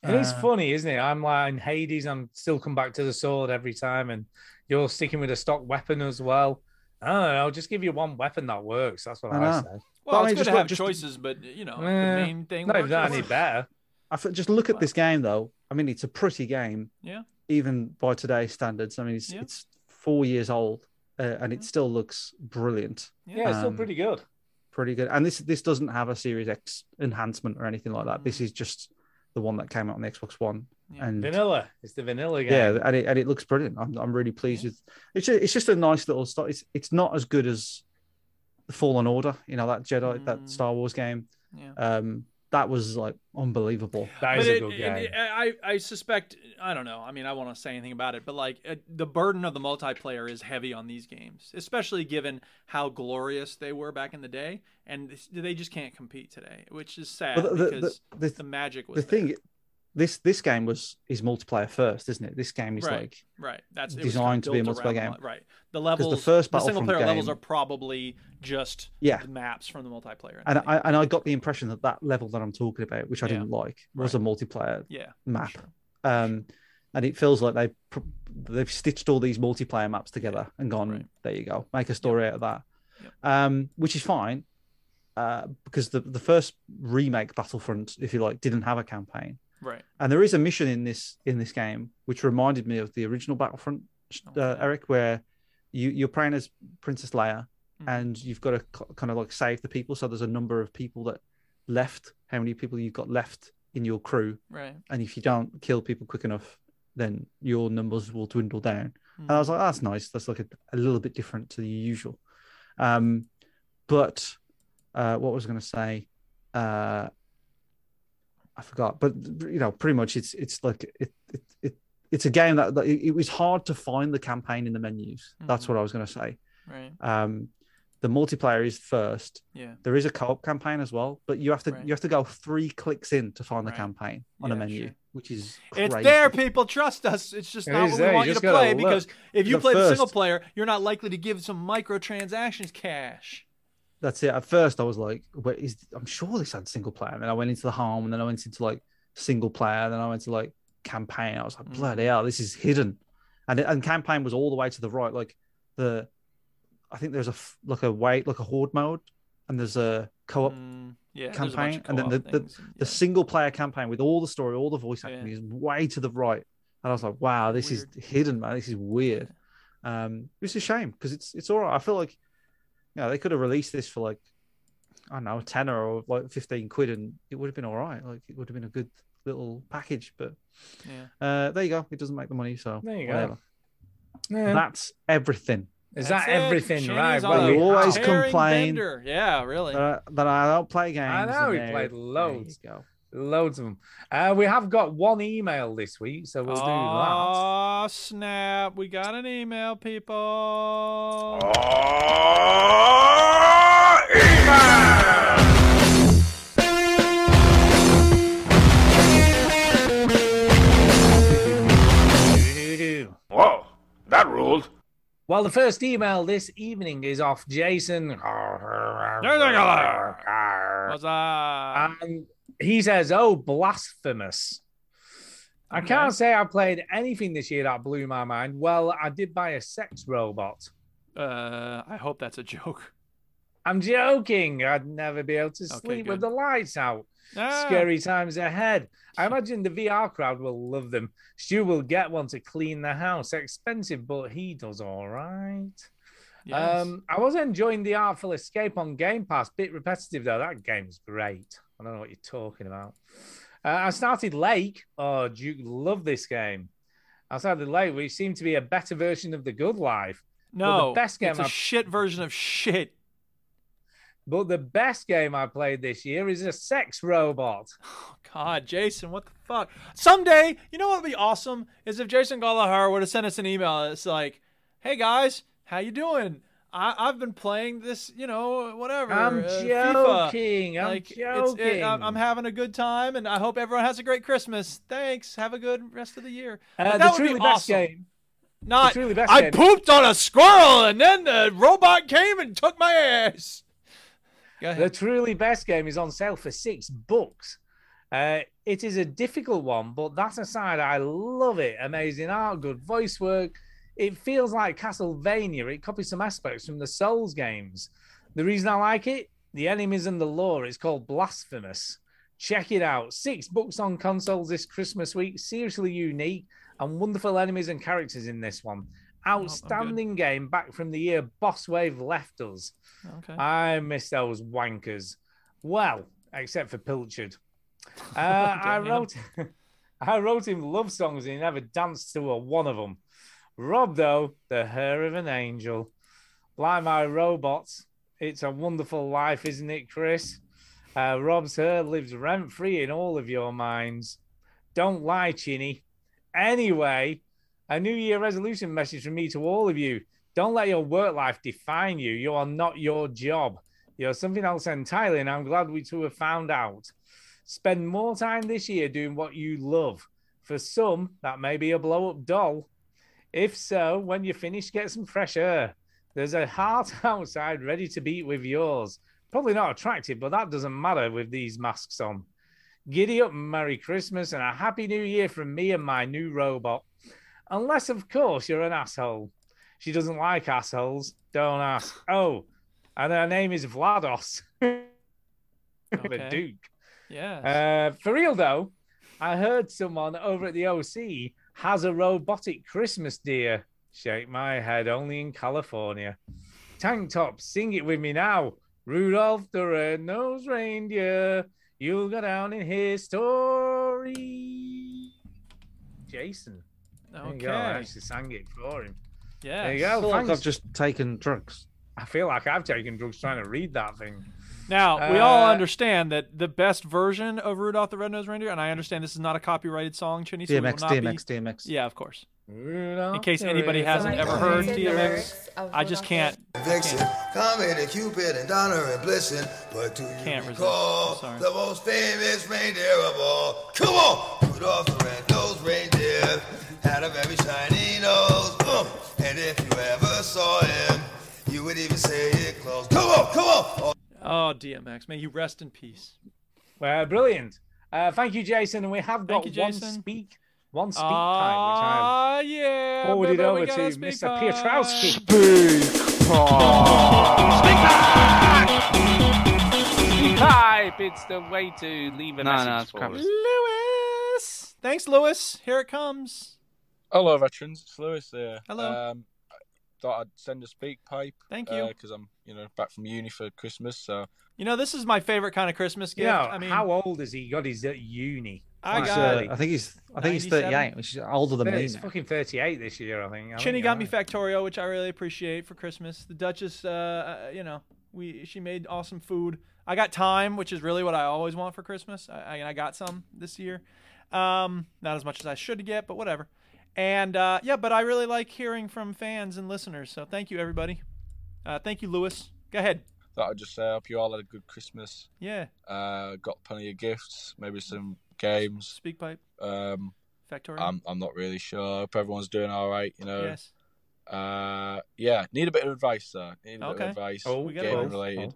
[SPEAKER 3] Uh,
[SPEAKER 4] It is funny, isn't it? I'm like in Hades, I'm still come back to the sword every time, and you're sticking with a stock weapon as well. I don't know, I'll just give you one weapon that works. That's what
[SPEAKER 3] I
[SPEAKER 4] I,
[SPEAKER 3] know.
[SPEAKER 4] say.
[SPEAKER 1] Well,
[SPEAKER 3] I
[SPEAKER 1] it's
[SPEAKER 3] mean,
[SPEAKER 1] good
[SPEAKER 3] just
[SPEAKER 1] to
[SPEAKER 3] look-
[SPEAKER 1] have
[SPEAKER 3] just-
[SPEAKER 1] choices, but you know,
[SPEAKER 4] Eh,
[SPEAKER 1] the main thing.
[SPEAKER 4] not even
[SPEAKER 1] was-
[SPEAKER 4] that any better.
[SPEAKER 3] I f- just look at this game though. I mean, it's a pretty game,
[SPEAKER 1] Yeah.
[SPEAKER 3] even by today's standards. I mean, it's
[SPEAKER 1] Yeah.
[SPEAKER 3] it's four years old uh, and it still looks brilliant.
[SPEAKER 4] Yeah, it's still
[SPEAKER 3] Um,
[SPEAKER 4] pretty good.
[SPEAKER 3] pretty good. And this this doesn't have a Series X enhancement or anything like that.
[SPEAKER 1] Mm.
[SPEAKER 3] This is just the one that came out on the Xbox One. And
[SPEAKER 4] Vanilla. It's the vanilla game.
[SPEAKER 3] yeah, and it, and it looks brilliant. I'm, I'm really pleased with. It's just, it's just a nice little start. It's it's not as good as the Fallen Order, you know that Jedi
[SPEAKER 1] Mm.
[SPEAKER 3] that Star Wars game.
[SPEAKER 1] Yeah.
[SPEAKER 3] Um, that was like unbelievable.
[SPEAKER 4] That
[SPEAKER 1] But it- it- I, I suspect I don't know. I mean, I won't wanna say anything about it, but like uh, the burden of the multiplayer is heavy on these games, especially given how glorious they were back in the day, and this- they just can't compete today, which is sad
[SPEAKER 3] Well, the- the-
[SPEAKER 1] because
[SPEAKER 3] the-
[SPEAKER 1] the, magic was
[SPEAKER 3] the
[SPEAKER 1] there.
[SPEAKER 3] thing, this this game was is multiplayer first, isn't it? This game is
[SPEAKER 1] right,
[SPEAKER 3] like
[SPEAKER 1] right. That's it was kind of
[SPEAKER 3] designed to be a
[SPEAKER 1] built
[SPEAKER 3] multiplayer
[SPEAKER 1] around-
[SPEAKER 3] game.
[SPEAKER 1] Right. The
[SPEAKER 3] 'Cause
[SPEAKER 1] levels,
[SPEAKER 3] the first
[SPEAKER 1] the single
[SPEAKER 3] Battlefront
[SPEAKER 1] player levels
[SPEAKER 3] game-
[SPEAKER 1] are probably just
[SPEAKER 3] Yeah.
[SPEAKER 1] the maps from the multiplayer.
[SPEAKER 3] and I and I got the impression that that level that I'm talking about, which I didn't like, was a multiplayer
[SPEAKER 1] Yeah,
[SPEAKER 3] map, um, and it feels like they pr- they've stitched all these multiplayer maps together and gone, there you go, make a story out of that, um, which is fine, uh, because the the first remake Battlefront, if you like, didn't have a campaign,
[SPEAKER 1] Right.
[SPEAKER 3] and there is a mission in this in this game which reminded me of the original Battlefront, uh, Eric, where you you're playing as Princess Leia, and you've got to k- kind of like save the people. So there's a number of people that left. How many people you've got left in your crew?
[SPEAKER 1] Right.
[SPEAKER 3] And if you don't kill people quick enough, then your numbers will dwindle down. And I was like, that's nice. That's like a, a little bit different to the usual. Um, but uh, what was I going to say? Uh, I forgot, but you know, pretty much it's it's like it it, it it's a game that, that it, it was hard to find the campaign in the menus. That's what I was going to say.
[SPEAKER 1] Right.
[SPEAKER 3] Um, the multiplayer is first.
[SPEAKER 1] Yeah.
[SPEAKER 3] There is a co-op campaign as well, but you have to you have to go three clicks in to find the campaign on a menu, which is crazy.
[SPEAKER 1] It's there, people. Trust us. It's just
[SPEAKER 3] It
[SPEAKER 1] not
[SPEAKER 3] is
[SPEAKER 1] what
[SPEAKER 3] there.
[SPEAKER 1] we
[SPEAKER 3] You
[SPEAKER 1] want you,
[SPEAKER 3] just
[SPEAKER 1] to
[SPEAKER 3] gotta
[SPEAKER 1] play because
[SPEAKER 3] look.
[SPEAKER 1] if you
[SPEAKER 3] The
[SPEAKER 1] play the single
[SPEAKER 3] first-
[SPEAKER 1] player, you're not likely to give some microtransactions cash.
[SPEAKER 3] That's it. At first, I was like, "Where is? I'm sure this had single player." And then I went into the home, and then I went into like single player, and then I went to like campaign. I was
[SPEAKER 1] Mm-hmm.
[SPEAKER 3] like, "Bloody hell, this is hidden," and and campaign was all the way to the right. Like the, I think there's a f- like a wait like a horde mode, and there's a co-op
[SPEAKER 1] Mm, yeah, there's a bunch of
[SPEAKER 3] campaign, and then the
[SPEAKER 1] co-op
[SPEAKER 3] the,
[SPEAKER 1] things,
[SPEAKER 3] the single player campaign with all the story, all the voice acting is way to the right. And I was like, "Wow, this is hidden, man. This is weird." Um, it's a shame because it's it's all right. I feel like you know, they could have released this for like I don't know, a tenner or like fifteen quid, and it would have been all right. Like it would have been a good little package. But
[SPEAKER 1] Yeah.
[SPEAKER 3] uh, there you go. It doesn't make the money, so
[SPEAKER 4] There you go.
[SPEAKER 3] whatever.
[SPEAKER 4] Yeah.
[SPEAKER 3] That's everything.
[SPEAKER 4] Is that That's it. everything? Shane Right, is on well,
[SPEAKER 3] Well,
[SPEAKER 4] a
[SPEAKER 3] you always
[SPEAKER 4] tearing
[SPEAKER 3] complain. Uh,
[SPEAKER 1] bender. Yeah, really.
[SPEAKER 3] That I, that I don't play games.
[SPEAKER 4] I know
[SPEAKER 3] and
[SPEAKER 4] we
[SPEAKER 3] there-
[SPEAKER 4] played
[SPEAKER 3] there
[SPEAKER 4] loads,
[SPEAKER 3] you go.
[SPEAKER 4] loads of them. Uh, we have got one email this week, so we'll do that.
[SPEAKER 1] Oh snap! We got an email, people.
[SPEAKER 4] Oh. Well, the first email this evening is off Jason.
[SPEAKER 1] What's up?
[SPEAKER 4] And he says, Oh, blasphemous. I can't say I played anything this year that blew my mind. Well, I did buy a sex robot.
[SPEAKER 1] Uh, I hope that's a joke.
[SPEAKER 4] I'm joking. I'd never be able to
[SPEAKER 1] Okay,
[SPEAKER 4] sleep
[SPEAKER 1] good.
[SPEAKER 4] with the lights out.
[SPEAKER 1] Ah.
[SPEAKER 4] Scary times ahead. I imagine the VR crowd will love them. Stu will get one to clean the house. Expensive, but he does all right.
[SPEAKER 1] Yes.
[SPEAKER 4] Um, I was enjoying the Artful Escape on Game Pass. Bit repetitive though. That game's great. I don't know what you're talking about. Uh, I started Lake. Oh, Duke, love this game. I started Lake, which seemed to be a better version of The Good Life. But
[SPEAKER 1] No,
[SPEAKER 4] the best game
[SPEAKER 1] it's a
[SPEAKER 4] I've
[SPEAKER 1] shit version of shit.
[SPEAKER 4] But the best game I played this year is a sex robot.
[SPEAKER 1] Oh, God, Jason, what the fuck? Someday, you know what would be awesome is if Jason Gallagher were to send us an email. It's like, hey guys, how you doing? I, I've been playing this, you know, whatever.
[SPEAKER 4] I'm
[SPEAKER 1] uh, FIFA.
[SPEAKER 4] joking. I'm
[SPEAKER 1] like, it's-
[SPEAKER 4] joking.
[SPEAKER 1] it- I'm, I'm having a good time, and I hope everyone has a great Christmas. Thanks. Have a good rest of the year. Like, that
[SPEAKER 4] Uh, the
[SPEAKER 1] would be
[SPEAKER 4] truly best
[SPEAKER 1] awesome.
[SPEAKER 4] game.
[SPEAKER 1] Not.
[SPEAKER 4] truly best
[SPEAKER 1] I
[SPEAKER 4] game.
[SPEAKER 1] pooped on a squirrel, and then the robot came and took my ass.
[SPEAKER 4] The truly best game is on sale for six bucks. Uh, it is a difficult one, but that aside, I love it. Amazing art, good voice work. It feels like Castlevania. It copies some aspects from the Souls games. The reason I like it, the enemies and the lore. It's called Blasphemous. Check it out. Six books on consoles this Christmas week. Seriously unique and wonderful enemies and characters in this one. Outstanding game back from the year Boss Wave left us.
[SPEAKER 1] Okay.
[SPEAKER 4] I miss those wankers. Well, except for Pilchard. Uh, I
[SPEAKER 1] Damn.
[SPEAKER 4] wrote, I wrote him love songs and he never danced to a one of them. Rob, though, the hair of an angel. Like my robots, it's a wonderful life, isn't it, Chris? Uh, Rob's hair lives rent free in all of your minds. Don't lie, Chinny. Anyway, a New Year resolution message from me to all of you. Don't let your work life define you. You are not your job. You're something else entirely, and I'm glad we two have found out. Spend more time this year doing what you love. For some, that may be a blow up doll. If so, when you finish, get some fresh air. There's a heart outside ready to beat with yours. Probably not attractive, but that doesn't matter with these masks on. Giddy up, Merry Christmas, and a Happy New Year from me and my new robot. Unless, of course, you're an asshole. She doesn't like assholes. Don't ask. Oh, and her name is Vlados. the
[SPEAKER 1] Okay.
[SPEAKER 4] Duke.
[SPEAKER 1] Yeah.
[SPEAKER 4] Uh, for real though, I heard someone over at the OC has a robotic Christmas deer. Shake my head, only in California. Tank top, sing it with me now. Rudolph the red-nosed reindeer, you'll go down in history. Jason. uh, There you go. I
[SPEAKER 1] Okay.
[SPEAKER 4] actually sang it for him.
[SPEAKER 1] Yeah.
[SPEAKER 4] There you
[SPEAKER 3] I
[SPEAKER 4] go.
[SPEAKER 3] feel like
[SPEAKER 4] Thanks.
[SPEAKER 3] I've just taken drugs.
[SPEAKER 4] I feel like I've taken drugs trying to read that thing.
[SPEAKER 1] Now we all
[SPEAKER 4] Uh,
[SPEAKER 1] understand that the best version of Rudolph the Red-Nosed Reindeer, and I understand this is not a copyrighted song, Chinny. So we will
[SPEAKER 3] DMX,
[SPEAKER 1] not
[SPEAKER 3] DMX,
[SPEAKER 1] be...
[SPEAKER 3] DMX.
[SPEAKER 1] Yeah, of course.
[SPEAKER 4] In
[SPEAKER 1] case anybody hasn't ever heard DMX, I just can't.
[SPEAKER 15] Vixen, Comet and Cupid and Donner and Blitzen, but do you
[SPEAKER 1] Can't resist.
[SPEAKER 15] recall the most famous reindeer of all? Come on! Rudolph the red-nosed reindeer had a very shiny nose, Boom. and if you ever saw him, you would even say it close. Come on, come on!
[SPEAKER 1] Oh, DMX, may you rest in peace.
[SPEAKER 4] Well, brilliant. Uh, thank you, Jason. And we have got
[SPEAKER 1] Thank you,
[SPEAKER 4] one
[SPEAKER 1] Jason.
[SPEAKER 4] speak, one speak time, Oh,
[SPEAKER 1] Ah, yeah.
[SPEAKER 4] which I forwarded
[SPEAKER 1] baby, we
[SPEAKER 4] over to
[SPEAKER 1] got a speak
[SPEAKER 4] Mr.
[SPEAKER 1] time.
[SPEAKER 4] Piotrowski. Speak pipe. It's the way to leave a
[SPEAKER 16] No,
[SPEAKER 4] message
[SPEAKER 16] no, it's
[SPEAKER 4] for
[SPEAKER 16] crap.
[SPEAKER 4] us.
[SPEAKER 1] Lewis. Thanks, Lewis. Here it comes.
[SPEAKER 16] Hello, veterans. It's Lewis here.
[SPEAKER 1] Hello.
[SPEAKER 16] Um, I thought I'd send a speak pipe.
[SPEAKER 1] Thank
[SPEAKER 4] Uh,
[SPEAKER 1] you.
[SPEAKER 16] Because I'm, you know, back from uni for Christmas, so
[SPEAKER 1] You know, this is my favorite kind of Christmas gift.
[SPEAKER 16] Yeah,
[SPEAKER 1] I mean,
[SPEAKER 4] How old is he? God, he's at uni.
[SPEAKER 1] I
[SPEAKER 4] He's,
[SPEAKER 1] got
[SPEAKER 4] uh,
[SPEAKER 1] it.
[SPEAKER 4] I think he's-
[SPEAKER 3] I think he's
[SPEAKER 1] 97?
[SPEAKER 3] 38, which is older than me.
[SPEAKER 4] He's fucking 38 this year, I think. I
[SPEAKER 1] Chinny
[SPEAKER 4] think
[SPEAKER 1] got me
[SPEAKER 4] you're
[SPEAKER 1] Factorio, which I really appreciate for Christmas. The Duchess, uh, uh, you know, we she made awesome food. I got time, which is really what I always want for Christmas. I, I, I got some this year, um, not as much as I should get, but whatever. And uh, yeah, but I really like hearing from fans and listeners. So thank you, everybody. Uh, thank you, Lewis. Go ahead.
[SPEAKER 16] thought I'd just say I hope you all had a good Christmas.
[SPEAKER 1] Yeah.
[SPEAKER 16] Uh, got plenty of gifts, maybe some games.
[SPEAKER 1] Speak pipe.
[SPEAKER 16] Um,
[SPEAKER 1] Factorio.
[SPEAKER 16] I'm, I'm not really sure. I hope everyone's doing all right. You know.
[SPEAKER 1] Yes.
[SPEAKER 16] Uh, yeah, need a bit of advice there. Need a bit
[SPEAKER 1] Okay.
[SPEAKER 16] of advice.
[SPEAKER 1] Oh, we got
[SPEAKER 16] gaming
[SPEAKER 1] both.
[SPEAKER 16] related.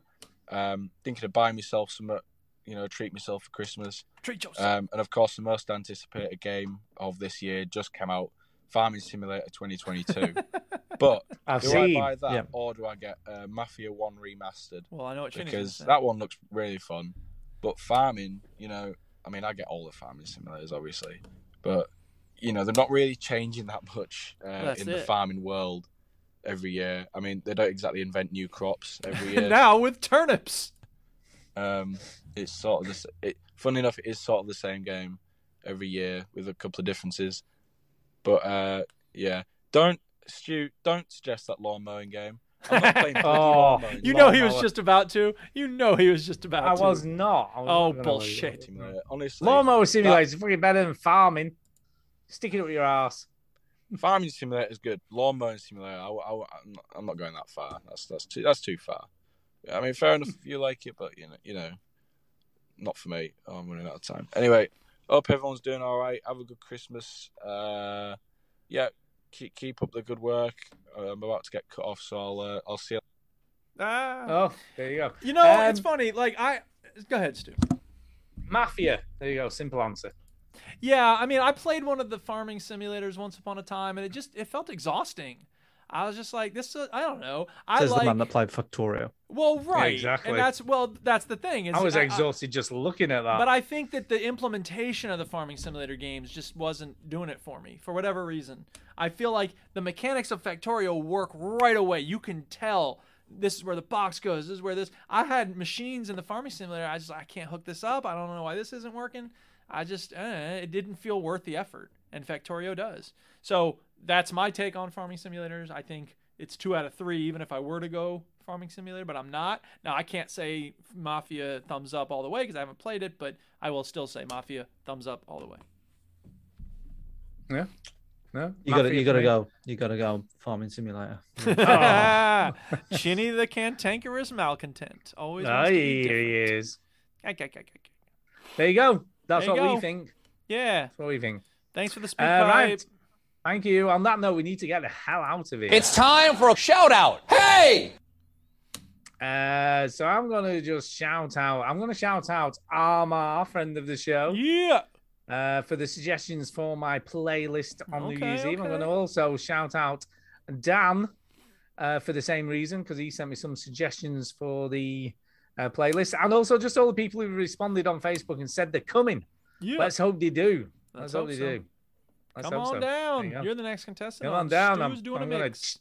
[SPEAKER 16] Um, thinking of buying myself some, uh, you know, treat myself for Christmas.
[SPEAKER 1] Treat yourself.
[SPEAKER 16] Um, and of course, the most anticipated game of this year just came out, Farming Simulator 2022. but
[SPEAKER 4] I've
[SPEAKER 16] do
[SPEAKER 4] seen,
[SPEAKER 16] I buy that
[SPEAKER 4] yeah.
[SPEAKER 16] or do I get uh, Mafia One remastered?
[SPEAKER 1] Well, I know what Chinny's gonna
[SPEAKER 16] because
[SPEAKER 1] say.
[SPEAKER 16] that one looks really fun. But farming, you know, I mean, I get all the farming simulators, obviously, but you know, they're not really changing that much uh,
[SPEAKER 1] That's
[SPEAKER 16] in the
[SPEAKER 1] it.
[SPEAKER 16] farming world every year. I mean, they don't exactly invent new crops every year.
[SPEAKER 1] now with turnips.
[SPEAKER 16] Um, it's sort of the s- it, funny enough, it is sort of the same game every year with a couple of differences. But uh, yeah, don't Stu, don't suggest that lawn mowing game. I'm not playing bloody lawn mowing.
[SPEAKER 1] Oh. you know
[SPEAKER 16] Lawn
[SPEAKER 1] he was
[SPEAKER 16] mower.
[SPEAKER 1] just about to. You know he was just about
[SPEAKER 4] I
[SPEAKER 1] to.
[SPEAKER 4] was not. I was
[SPEAKER 1] oh,
[SPEAKER 4] not gonna lose
[SPEAKER 1] bullshit.
[SPEAKER 16] Simulator. uh, Honestly,
[SPEAKER 4] Lawnmower
[SPEAKER 16] that-
[SPEAKER 4] simulator is fucking better than farming. Stick it up your ass.
[SPEAKER 16] Farming simulator is good. Lawn mowing simulator, I, am not, I'm not going that far. That's that's too that's too far. I mean, fair enough if you like it, but you know, you know, not for me. Oh, I'm running out of time. Anyway, hope everyone's doing all right. Have a good Christmas. Uh, yeah, keep keep up the good work. Uh, I'm about to get cut off, so I'll uh, I'll see you.
[SPEAKER 4] Oh, there you go.
[SPEAKER 1] You know, it's funny. Like I go ahead, Stu.
[SPEAKER 4] Mafia. There you go. Simple answer.
[SPEAKER 1] Yeah, I mean, I played one of the farming simulators once upon a time, and it just it felt exhausting. I was just like, this. uh, I don't know. I
[SPEAKER 3] Says
[SPEAKER 1] like.
[SPEAKER 3] the man that played Factorio.
[SPEAKER 1] well, right.
[SPEAKER 4] exactly.
[SPEAKER 1] And that's well, that's the thing. Is
[SPEAKER 4] I was exhausted just looking at that.
[SPEAKER 1] But I think that the implementation of the farming simulator games just wasn't doing it for me for whatever reason. I feel like the mechanics of Factorio work right away. You can tell this is where the box goes. This is where this. I had machines in the farming simulator. I just I can't hook this up. I don't know why this isn't working. I just eh, it didn't feel worth the effort, and Factorio does. So that's my take on farming simulators. I think it's two out of three, even if I were to go farming simulator, but I'm not. Now I can't say Mafia thumbs up all the way because I haven't played it, but I will still say Mafia thumbs up all the way.
[SPEAKER 4] Yeah. No.
[SPEAKER 3] You got to
[SPEAKER 4] Mafia
[SPEAKER 3] you
[SPEAKER 4] for
[SPEAKER 3] got to
[SPEAKER 4] me.
[SPEAKER 3] go. You got to go farming simulator.
[SPEAKER 4] Oh.
[SPEAKER 1] Chinny the cantankerous malcontent always.
[SPEAKER 4] Ah,
[SPEAKER 1] wants to be
[SPEAKER 4] here he
[SPEAKER 1] different.
[SPEAKER 4] is.
[SPEAKER 1] Kak, kak, kak, kak.
[SPEAKER 4] There you go. That's
[SPEAKER 1] There you
[SPEAKER 4] what we
[SPEAKER 1] go.
[SPEAKER 4] think.
[SPEAKER 1] Yeah.
[SPEAKER 4] That's what we think.
[SPEAKER 1] Thanks for the speak
[SPEAKER 4] Uh,
[SPEAKER 1] pipe.
[SPEAKER 4] right. Thank you. On that note, we need to get the hell out of here.
[SPEAKER 1] time for a shout out. Hey.
[SPEAKER 4] Uh, so I'm gonna just shout out. I'm gonna shout out Armar, friend of the show.
[SPEAKER 1] Yeah.
[SPEAKER 4] Uh, for the suggestions for my playlist on New
[SPEAKER 1] Okay,
[SPEAKER 4] Year's Eve. I'm
[SPEAKER 1] okay.
[SPEAKER 4] gonna also shout out Dan uh, for the same reason because he sent me some suggestions for the uh, playlist, and also just all the people who responded on Facebook and said they're coming.
[SPEAKER 1] Yeah.
[SPEAKER 4] Let's hope they do.
[SPEAKER 1] Let's
[SPEAKER 4] Let's, hope,
[SPEAKER 1] hope
[SPEAKER 4] they
[SPEAKER 1] so.
[SPEAKER 4] do. Let's
[SPEAKER 1] Come
[SPEAKER 4] hope
[SPEAKER 1] on
[SPEAKER 4] so. There
[SPEAKER 1] down.
[SPEAKER 4] you go.
[SPEAKER 1] You're the next contestant.
[SPEAKER 4] Come on down.
[SPEAKER 1] Stu's
[SPEAKER 4] I'm,
[SPEAKER 1] doing
[SPEAKER 4] I'm
[SPEAKER 1] a
[SPEAKER 4] gonna
[SPEAKER 1] mix.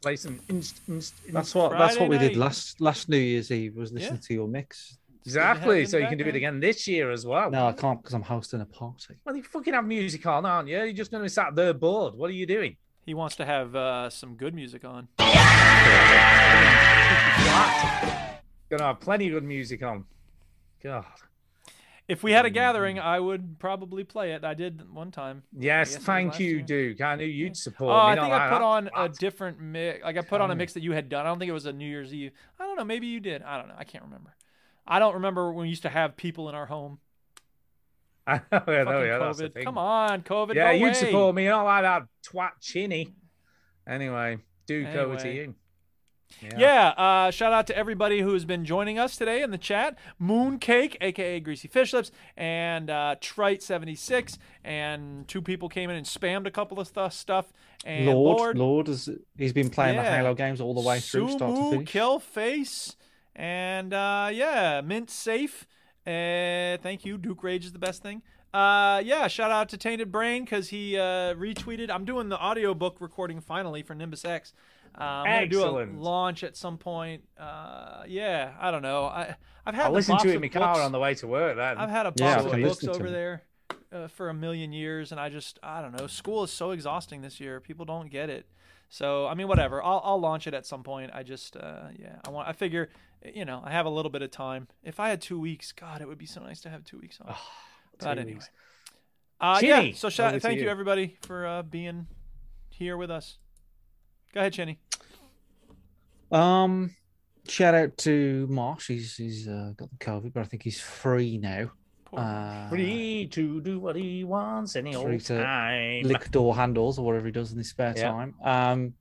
[SPEAKER 4] play some. inst- inst-
[SPEAKER 3] That's
[SPEAKER 4] inst-
[SPEAKER 3] what that's what
[SPEAKER 4] Friday
[SPEAKER 3] we
[SPEAKER 4] night.
[SPEAKER 3] did last last New Year's Eve was listening to your mix.
[SPEAKER 4] Exactly.
[SPEAKER 3] Have
[SPEAKER 4] So
[SPEAKER 3] them
[SPEAKER 4] you can
[SPEAKER 3] back
[SPEAKER 4] do it
[SPEAKER 3] on.
[SPEAKER 4] again this year as well.
[SPEAKER 3] No, I can't because I'm hosting a party.
[SPEAKER 4] Well, you fucking have music on, aren't you? You're just going to be sat there bored. What are you doing?
[SPEAKER 1] He wants to have uh, some good music on.
[SPEAKER 4] Going to have plenty of good music on. God.
[SPEAKER 1] If we had a
[SPEAKER 4] Mm.
[SPEAKER 1] gathering, I would probably play it. I did one time.
[SPEAKER 4] Yes,
[SPEAKER 1] I guess it was
[SPEAKER 4] thank
[SPEAKER 1] last
[SPEAKER 4] you,
[SPEAKER 1] year.
[SPEAKER 4] Duke. I knew you'd support
[SPEAKER 1] Oh,
[SPEAKER 4] me.
[SPEAKER 1] I
[SPEAKER 4] not
[SPEAKER 1] think
[SPEAKER 4] like
[SPEAKER 1] I put
[SPEAKER 4] that.
[SPEAKER 1] on a different mix. Like I put
[SPEAKER 4] Tell
[SPEAKER 1] on a
[SPEAKER 4] me.
[SPEAKER 1] mix that you had done. I don't think it was a New Year's Eve. I don't know. Maybe you did. I don't know. I can't remember. I don't remember when we used to have people in our home.
[SPEAKER 4] I know, yeah,
[SPEAKER 1] Fucking
[SPEAKER 4] yeah, that's the
[SPEAKER 1] COVID.
[SPEAKER 4] thing.
[SPEAKER 1] Come on, COVID.
[SPEAKER 4] Yeah,
[SPEAKER 1] go
[SPEAKER 4] you'd
[SPEAKER 1] away.
[SPEAKER 4] support me. Not like that twat chinny. Anyway, Duke, over to
[SPEAKER 1] Anyway.
[SPEAKER 4] you. Yeah.
[SPEAKER 1] Yeah. uh, shout out to everybody who has been joining us today in the chat. Mooncake, aka Greasy Fish Lips, and uh, Trite76, and two people came in and spammed a couple of stu- stuff. And
[SPEAKER 3] Lord, Lord, is he's been playing the
[SPEAKER 1] Yeah.
[SPEAKER 3] Halo games all the way through, start to
[SPEAKER 1] Sumu,
[SPEAKER 3] finish.
[SPEAKER 1] Kill Face, and uh, yeah, Mint Safe. Uh, thank you. Duke Rage is the best thing. Uh, yeah, shout out to Tainted Brain because he uh, retweeted. I'm doing the audiobook recording finally for Nimbus X. Uh, I'm gonna do
[SPEAKER 4] Excellent.
[SPEAKER 1] a launch at some point. Uh, yeah, I don't know. I I've had
[SPEAKER 4] I
[SPEAKER 1] the
[SPEAKER 4] listened
[SPEAKER 1] box
[SPEAKER 4] to it in
[SPEAKER 1] of
[SPEAKER 4] my car
[SPEAKER 1] books-
[SPEAKER 4] on the way to work then.
[SPEAKER 1] I've had a box
[SPEAKER 4] Yeah, I
[SPEAKER 1] of
[SPEAKER 4] can
[SPEAKER 1] books
[SPEAKER 4] listen to
[SPEAKER 1] over
[SPEAKER 4] them.
[SPEAKER 1] there uh, for a million years, and I just I don't know. School is so exhausting this year. People don't get it. So I mean, whatever. I'll I'll launch it at some point. I just uh, yeah. I want. I figure, you know, I have a little bit of time. If I had two weeks, God, it would be so nice to have two weeks off. but
[SPEAKER 4] Ah, two
[SPEAKER 1] anyway,
[SPEAKER 4] weeks.
[SPEAKER 1] uh, yeah.
[SPEAKER 4] Chinny,
[SPEAKER 1] So shout,
[SPEAKER 4] over to
[SPEAKER 1] thank you
[SPEAKER 4] you.
[SPEAKER 1] everybody for uh, being here with us. Go ahead, Chenny.
[SPEAKER 3] Um, shout out to Marsh. He's he's uh, got the COVID, but I think he's free now. Uh,
[SPEAKER 4] Free to do what he wants any
[SPEAKER 3] free
[SPEAKER 4] old
[SPEAKER 3] to
[SPEAKER 4] time.
[SPEAKER 3] lick door handles or whatever he does in his spare
[SPEAKER 4] Yeah.
[SPEAKER 3] time. Um,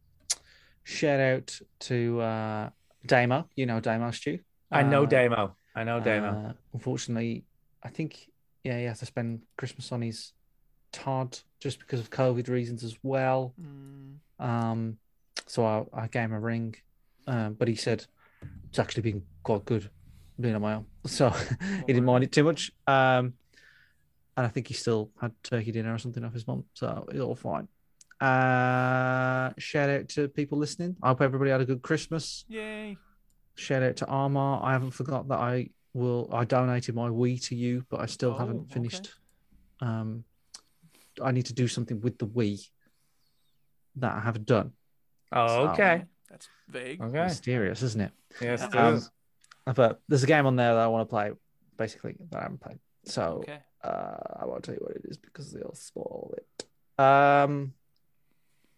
[SPEAKER 3] shout out to uh, Damo. You know Damo, Stu.
[SPEAKER 4] I know
[SPEAKER 3] Uh,
[SPEAKER 4] Damo. I know Damo.
[SPEAKER 3] uh, unfortunately, I think yeah, he has to spend Christmas on his Todd just because of COVID reasons as well.
[SPEAKER 1] Mm,
[SPEAKER 3] Um, so I, I gave him a ring, um, but he said it's actually been quite good being on my own, so
[SPEAKER 1] Oh,
[SPEAKER 3] he didn't mind it too much. Um, and I think he still had turkey dinner or something off his mum, so it's all fine. Uh, shout out to people listening. I hope everybody had a good Christmas
[SPEAKER 1] Yay.
[SPEAKER 3] shout out to Armar. I haven't forgot that I will. I donated my Wii to you, but I still
[SPEAKER 1] Oh,
[SPEAKER 3] haven't
[SPEAKER 1] okay.
[SPEAKER 3] finished. Um, I need to do something with the Wii that I haven't done.
[SPEAKER 4] Oh,
[SPEAKER 3] So-
[SPEAKER 4] okay.
[SPEAKER 1] That's vague.
[SPEAKER 4] Okay.
[SPEAKER 3] Mysterious, isn't it?
[SPEAKER 4] Yes, it
[SPEAKER 3] Um,
[SPEAKER 4] is.
[SPEAKER 3] But there's a game on there that I want to play, basically that I haven't played. So
[SPEAKER 1] Okay.
[SPEAKER 3] uh, I won't tell you what it is because they'll spoil it. Um,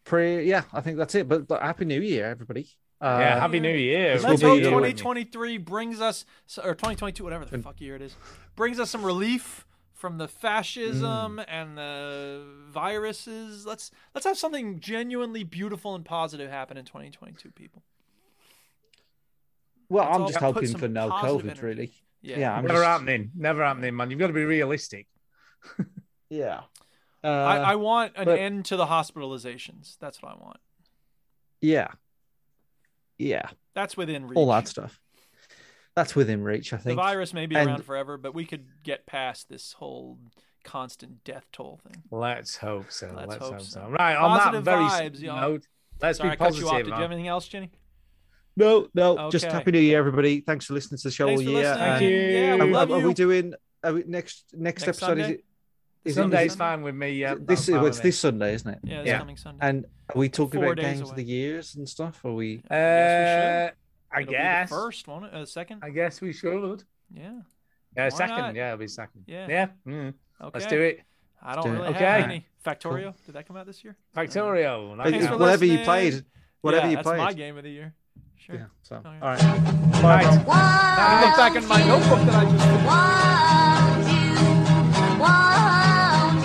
[SPEAKER 3] pre, yeah, I think that's it. But, but happy New Year, everybody. Uh,
[SPEAKER 4] Yeah, Happy New Year.
[SPEAKER 3] this
[SPEAKER 4] Let's
[SPEAKER 3] will
[SPEAKER 4] hope
[SPEAKER 3] be the-
[SPEAKER 1] 2023 brings us, or 2022, whatever the fuck year it is, brings us some relief from the fascism
[SPEAKER 3] Mm.
[SPEAKER 1] and the viruses. Let's let's have something genuinely beautiful and positive happen in 2022, people.
[SPEAKER 3] Well,
[SPEAKER 1] That's
[SPEAKER 3] I'm
[SPEAKER 1] all.
[SPEAKER 3] just
[SPEAKER 1] Yeah, put
[SPEAKER 3] hoping
[SPEAKER 1] some
[SPEAKER 3] for no
[SPEAKER 1] positive
[SPEAKER 3] COVID,
[SPEAKER 1] energy.
[SPEAKER 3] really.
[SPEAKER 1] Yeah.
[SPEAKER 3] I'm
[SPEAKER 4] never
[SPEAKER 3] just,
[SPEAKER 4] happening. Never happening, man. You've got to be realistic.
[SPEAKER 3] yeah. Uh,
[SPEAKER 1] I, I want an
[SPEAKER 3] but-
[SPEAKER 1] end to the hospitalizations. That's what I want.
[SPEAKER 3] Yeah. Yeah.
[SPEAKER 1] That's within reach.
[SPEAKER 3] All that stuff. That's within reach, I
[SPEAKER 1] the
[SPEAKER 3] think.
[SPEAKER 1] virus may be
[SPEAKER 3] And-
[SPEAKER 1] around forever, but we could get past this whole constant death toll thing.
[SPEAKER 4] Let's hope so. Let's,
[SPEAKER 1] hope
[SPEAKER 4] hope, so.
[SPEAKER 1] so.
[SPEAKER 4] Right. On
[SPEAKER 1] Positive
[SPEAKER 4] that very
[SPEAKER 1] vibes,
[SPEAKER 4] s-
[SPEAKER 1] y'all.
[SPEAKER 4] note, let's
[SPEAKER 1] Sorry,
[SPEAKER 4] be
[SPEAKER 1] I cut you
[SPEAKER 4] positive.
[SPEAKER 1] off. Did you
[SPEAKER 4] man.
[SPEAKER 1] have anything else, Jenny?
[SPEAKER 3] No, no. Just
[SPEAKER 1] Okay.
[SPEAKER 3] happy new year, everybody. Thanks for listening to the show
[SPEAKER 1] Thanks
[SPEAKER 3] all
[SPEAKER 1] for
[SPEAKER 3] year.
[SPEAKER 1] listening. Thank
[SPEAKER 3] and
[SPEAKER 1] you. Yeah, we
[SPEAKER 3] are,
[SPEAKER 1] love
[SPEAKER 3] are
[SPEAKER 1] you.
[SPEAKER 3] we doing are we, next, next
[SPEAKER 1] Next
[SPEAKER 3] episode? Is
[SPEAKER 1] Sunday?
[SPEAKER 3] it? Is it-
[SPEAKER 4] Sunday's
[SPEAKER 3] is it-
[SPEAKER 4] fine with me. Yeah.
[SPEAKER 3] This
[SPEAKER 4] that's fine
[SPEAKER 3] well,
[SPEAKER 4] with
[SPEAKER 3] it's
[SPEAKER 4] me.
[SPEAKER 3] this Sunday, isn't it?
[SPEAKER 1] Yeah, this
[SPEAKER 4] Yeah.
[SPEAKER 1] coming Sunday.
[SPEAKER 3] And are we talking
[SPEAKER 1] Four
[SPEAKER 3] about
[SPEAKER 1] days
[SPEAKER 3] games of
[SPEAKER 1] away.
[SPEAKER 3] the years and stuff? Are we?
[SPEAKER 4] Uh,
[SPEAKER 1] It'll
[SPEAKER 4] I
[SPEAKER 1] be the
[SPEAKER 4] guess.
[SPEAKER 1] first, won't it? Uh, second?
[SPEAKER 4] I guess we should.
[SPEAKER 1] Yeah.
[SPEAKER 4] Yeah,
[SPEAKER 1] Why
[SPEAKER 4] second.
[SPEAKER 1] not?
[SPEAKER 4] Yeah, it'll be second.
[SPEAKER 1] Yeah.
[SPEAKER 4] Yeah. mm. Let's
[SPEAKER 1] Okay.
[SPEAKER 4] do it.
[SPEAKER 1] I don't
[SPEAKER 3] do it.
[SPEAKER 1] really
[SPEAKER 4] Okay.
[SPEAKER 1] have any. Factorio? Did that come out this year?
[SPEAKER 4] Factorio.
[SPEAKER 3] Uh,
[SPEAKER 4] nice.
[SPEAKER 1] for
[SPEAKER 3] whatever you
[SPEAKER 1] listening.
[SPEAKER 3] played, whatever
[SPEAKER 1] yeah,
[SPEAKER 3] you
[SPEAKER 1] that's
[SPEAKER 3] played.
[SPEAKER 1] my game of the year. Sure.
[SPEAKER 3] Yeah. So,
[SPEAKER 1] Oh, yeah.
[SPEAKER 3] all right.
[SPEAKER 4] Right.
[SPEAKER 1] I look back in my notebook that I just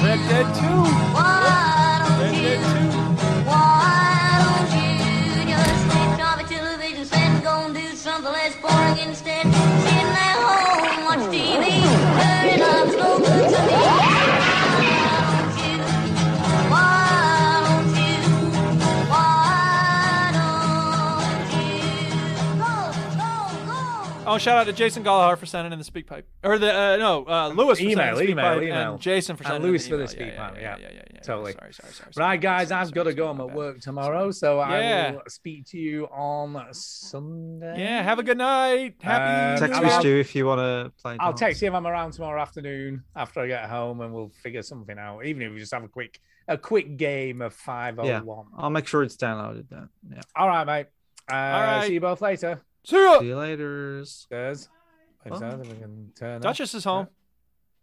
[SPEAKER 1] Red Dead 2. Red Dead 2. Oh, shout out to Jason Gallagher for sending in the speak pipe, or the uh, no uh, Lewis for sending in
[SPEAKER 4] Email,
[SPEAKER 1] the speak
[SPEAKER 4] email,
[SPEAKER 1] pipe,
[SPEAKER 4] email.
[SPEAKER 1] and Jason for
[SPEAKER 4] And
[SPEAKER 1] sending
[SPEAKER 4] Lewis
[SPEAKER 1] in
[SPEAKER 4] for
[SPEAKER 1] the
[SPEAKER 4] the
[SPEAKER 1] email.
[SPEAKER 4] speak pipe,
[SPEAKER 1] Yeah, yeah,
[SPEAKER 4] yeah.
[SPEAKER 1] yeah, yeah, yeah.
[SPEAKER 4] Totally.
[SPEAKER 1] Sorry, sorry, sorry. sorry.
[SPEAKER 4] Right, guys,
[SPEAKER 1] Sorry,
[SPEAKER 4] I've
[SPEAKER 1] sorry,
[SPEAKER 4] got to
[SPEAKER 1] sorry,
[SPEAKER 4] go.
[SPEAKER 1] my
[SPEAKER 4] I'm at
[SPEAKER 1] bad.
[SPEAKER 4] work tomorrow, so I
[SPEAKER 1] Yeah.
[SPEAKER 4] will speak to you on Sunday.
[SPEAKER 1] Yeah, have a good night. Happy.
[SPEAKER 4] Uh,
[SPEAKER 1] New
[SPEAKER 4] I'll-
[SPEAKER 3] Text me,
[SPEAKER 1] Year.
[SPEAKER 4] I'll-
[SPEAKER 3] Stu, if you want to play.
[SPEAKER 4] I'll
[SPEAKER 3] darts.
[SPEAKER 4] text you if I'm around tomorrow afternoon after I get home, and we'll figure something out. Even if we just have a quick, a quick game of five
[SPEAKER 3] Yeah.
[SPEAKER 4] oh one.
[SPEAKER 3] I'll make sure it's downloaded. Then. Yeah.
[SPEAKER 4] All right, mate. Uh,
[SPEAKER 1] right.
[SPEAKER 4] See you both later.
[SPEAKER 1] See ya.
[SPEAKER 3] See you later.
[SPEAKER 4] Cheers.
[SPEAKER 1] Bye.
[SPEAKER 4] Cheers. We can turn off.
[SPEAKER 1] Duchess is home.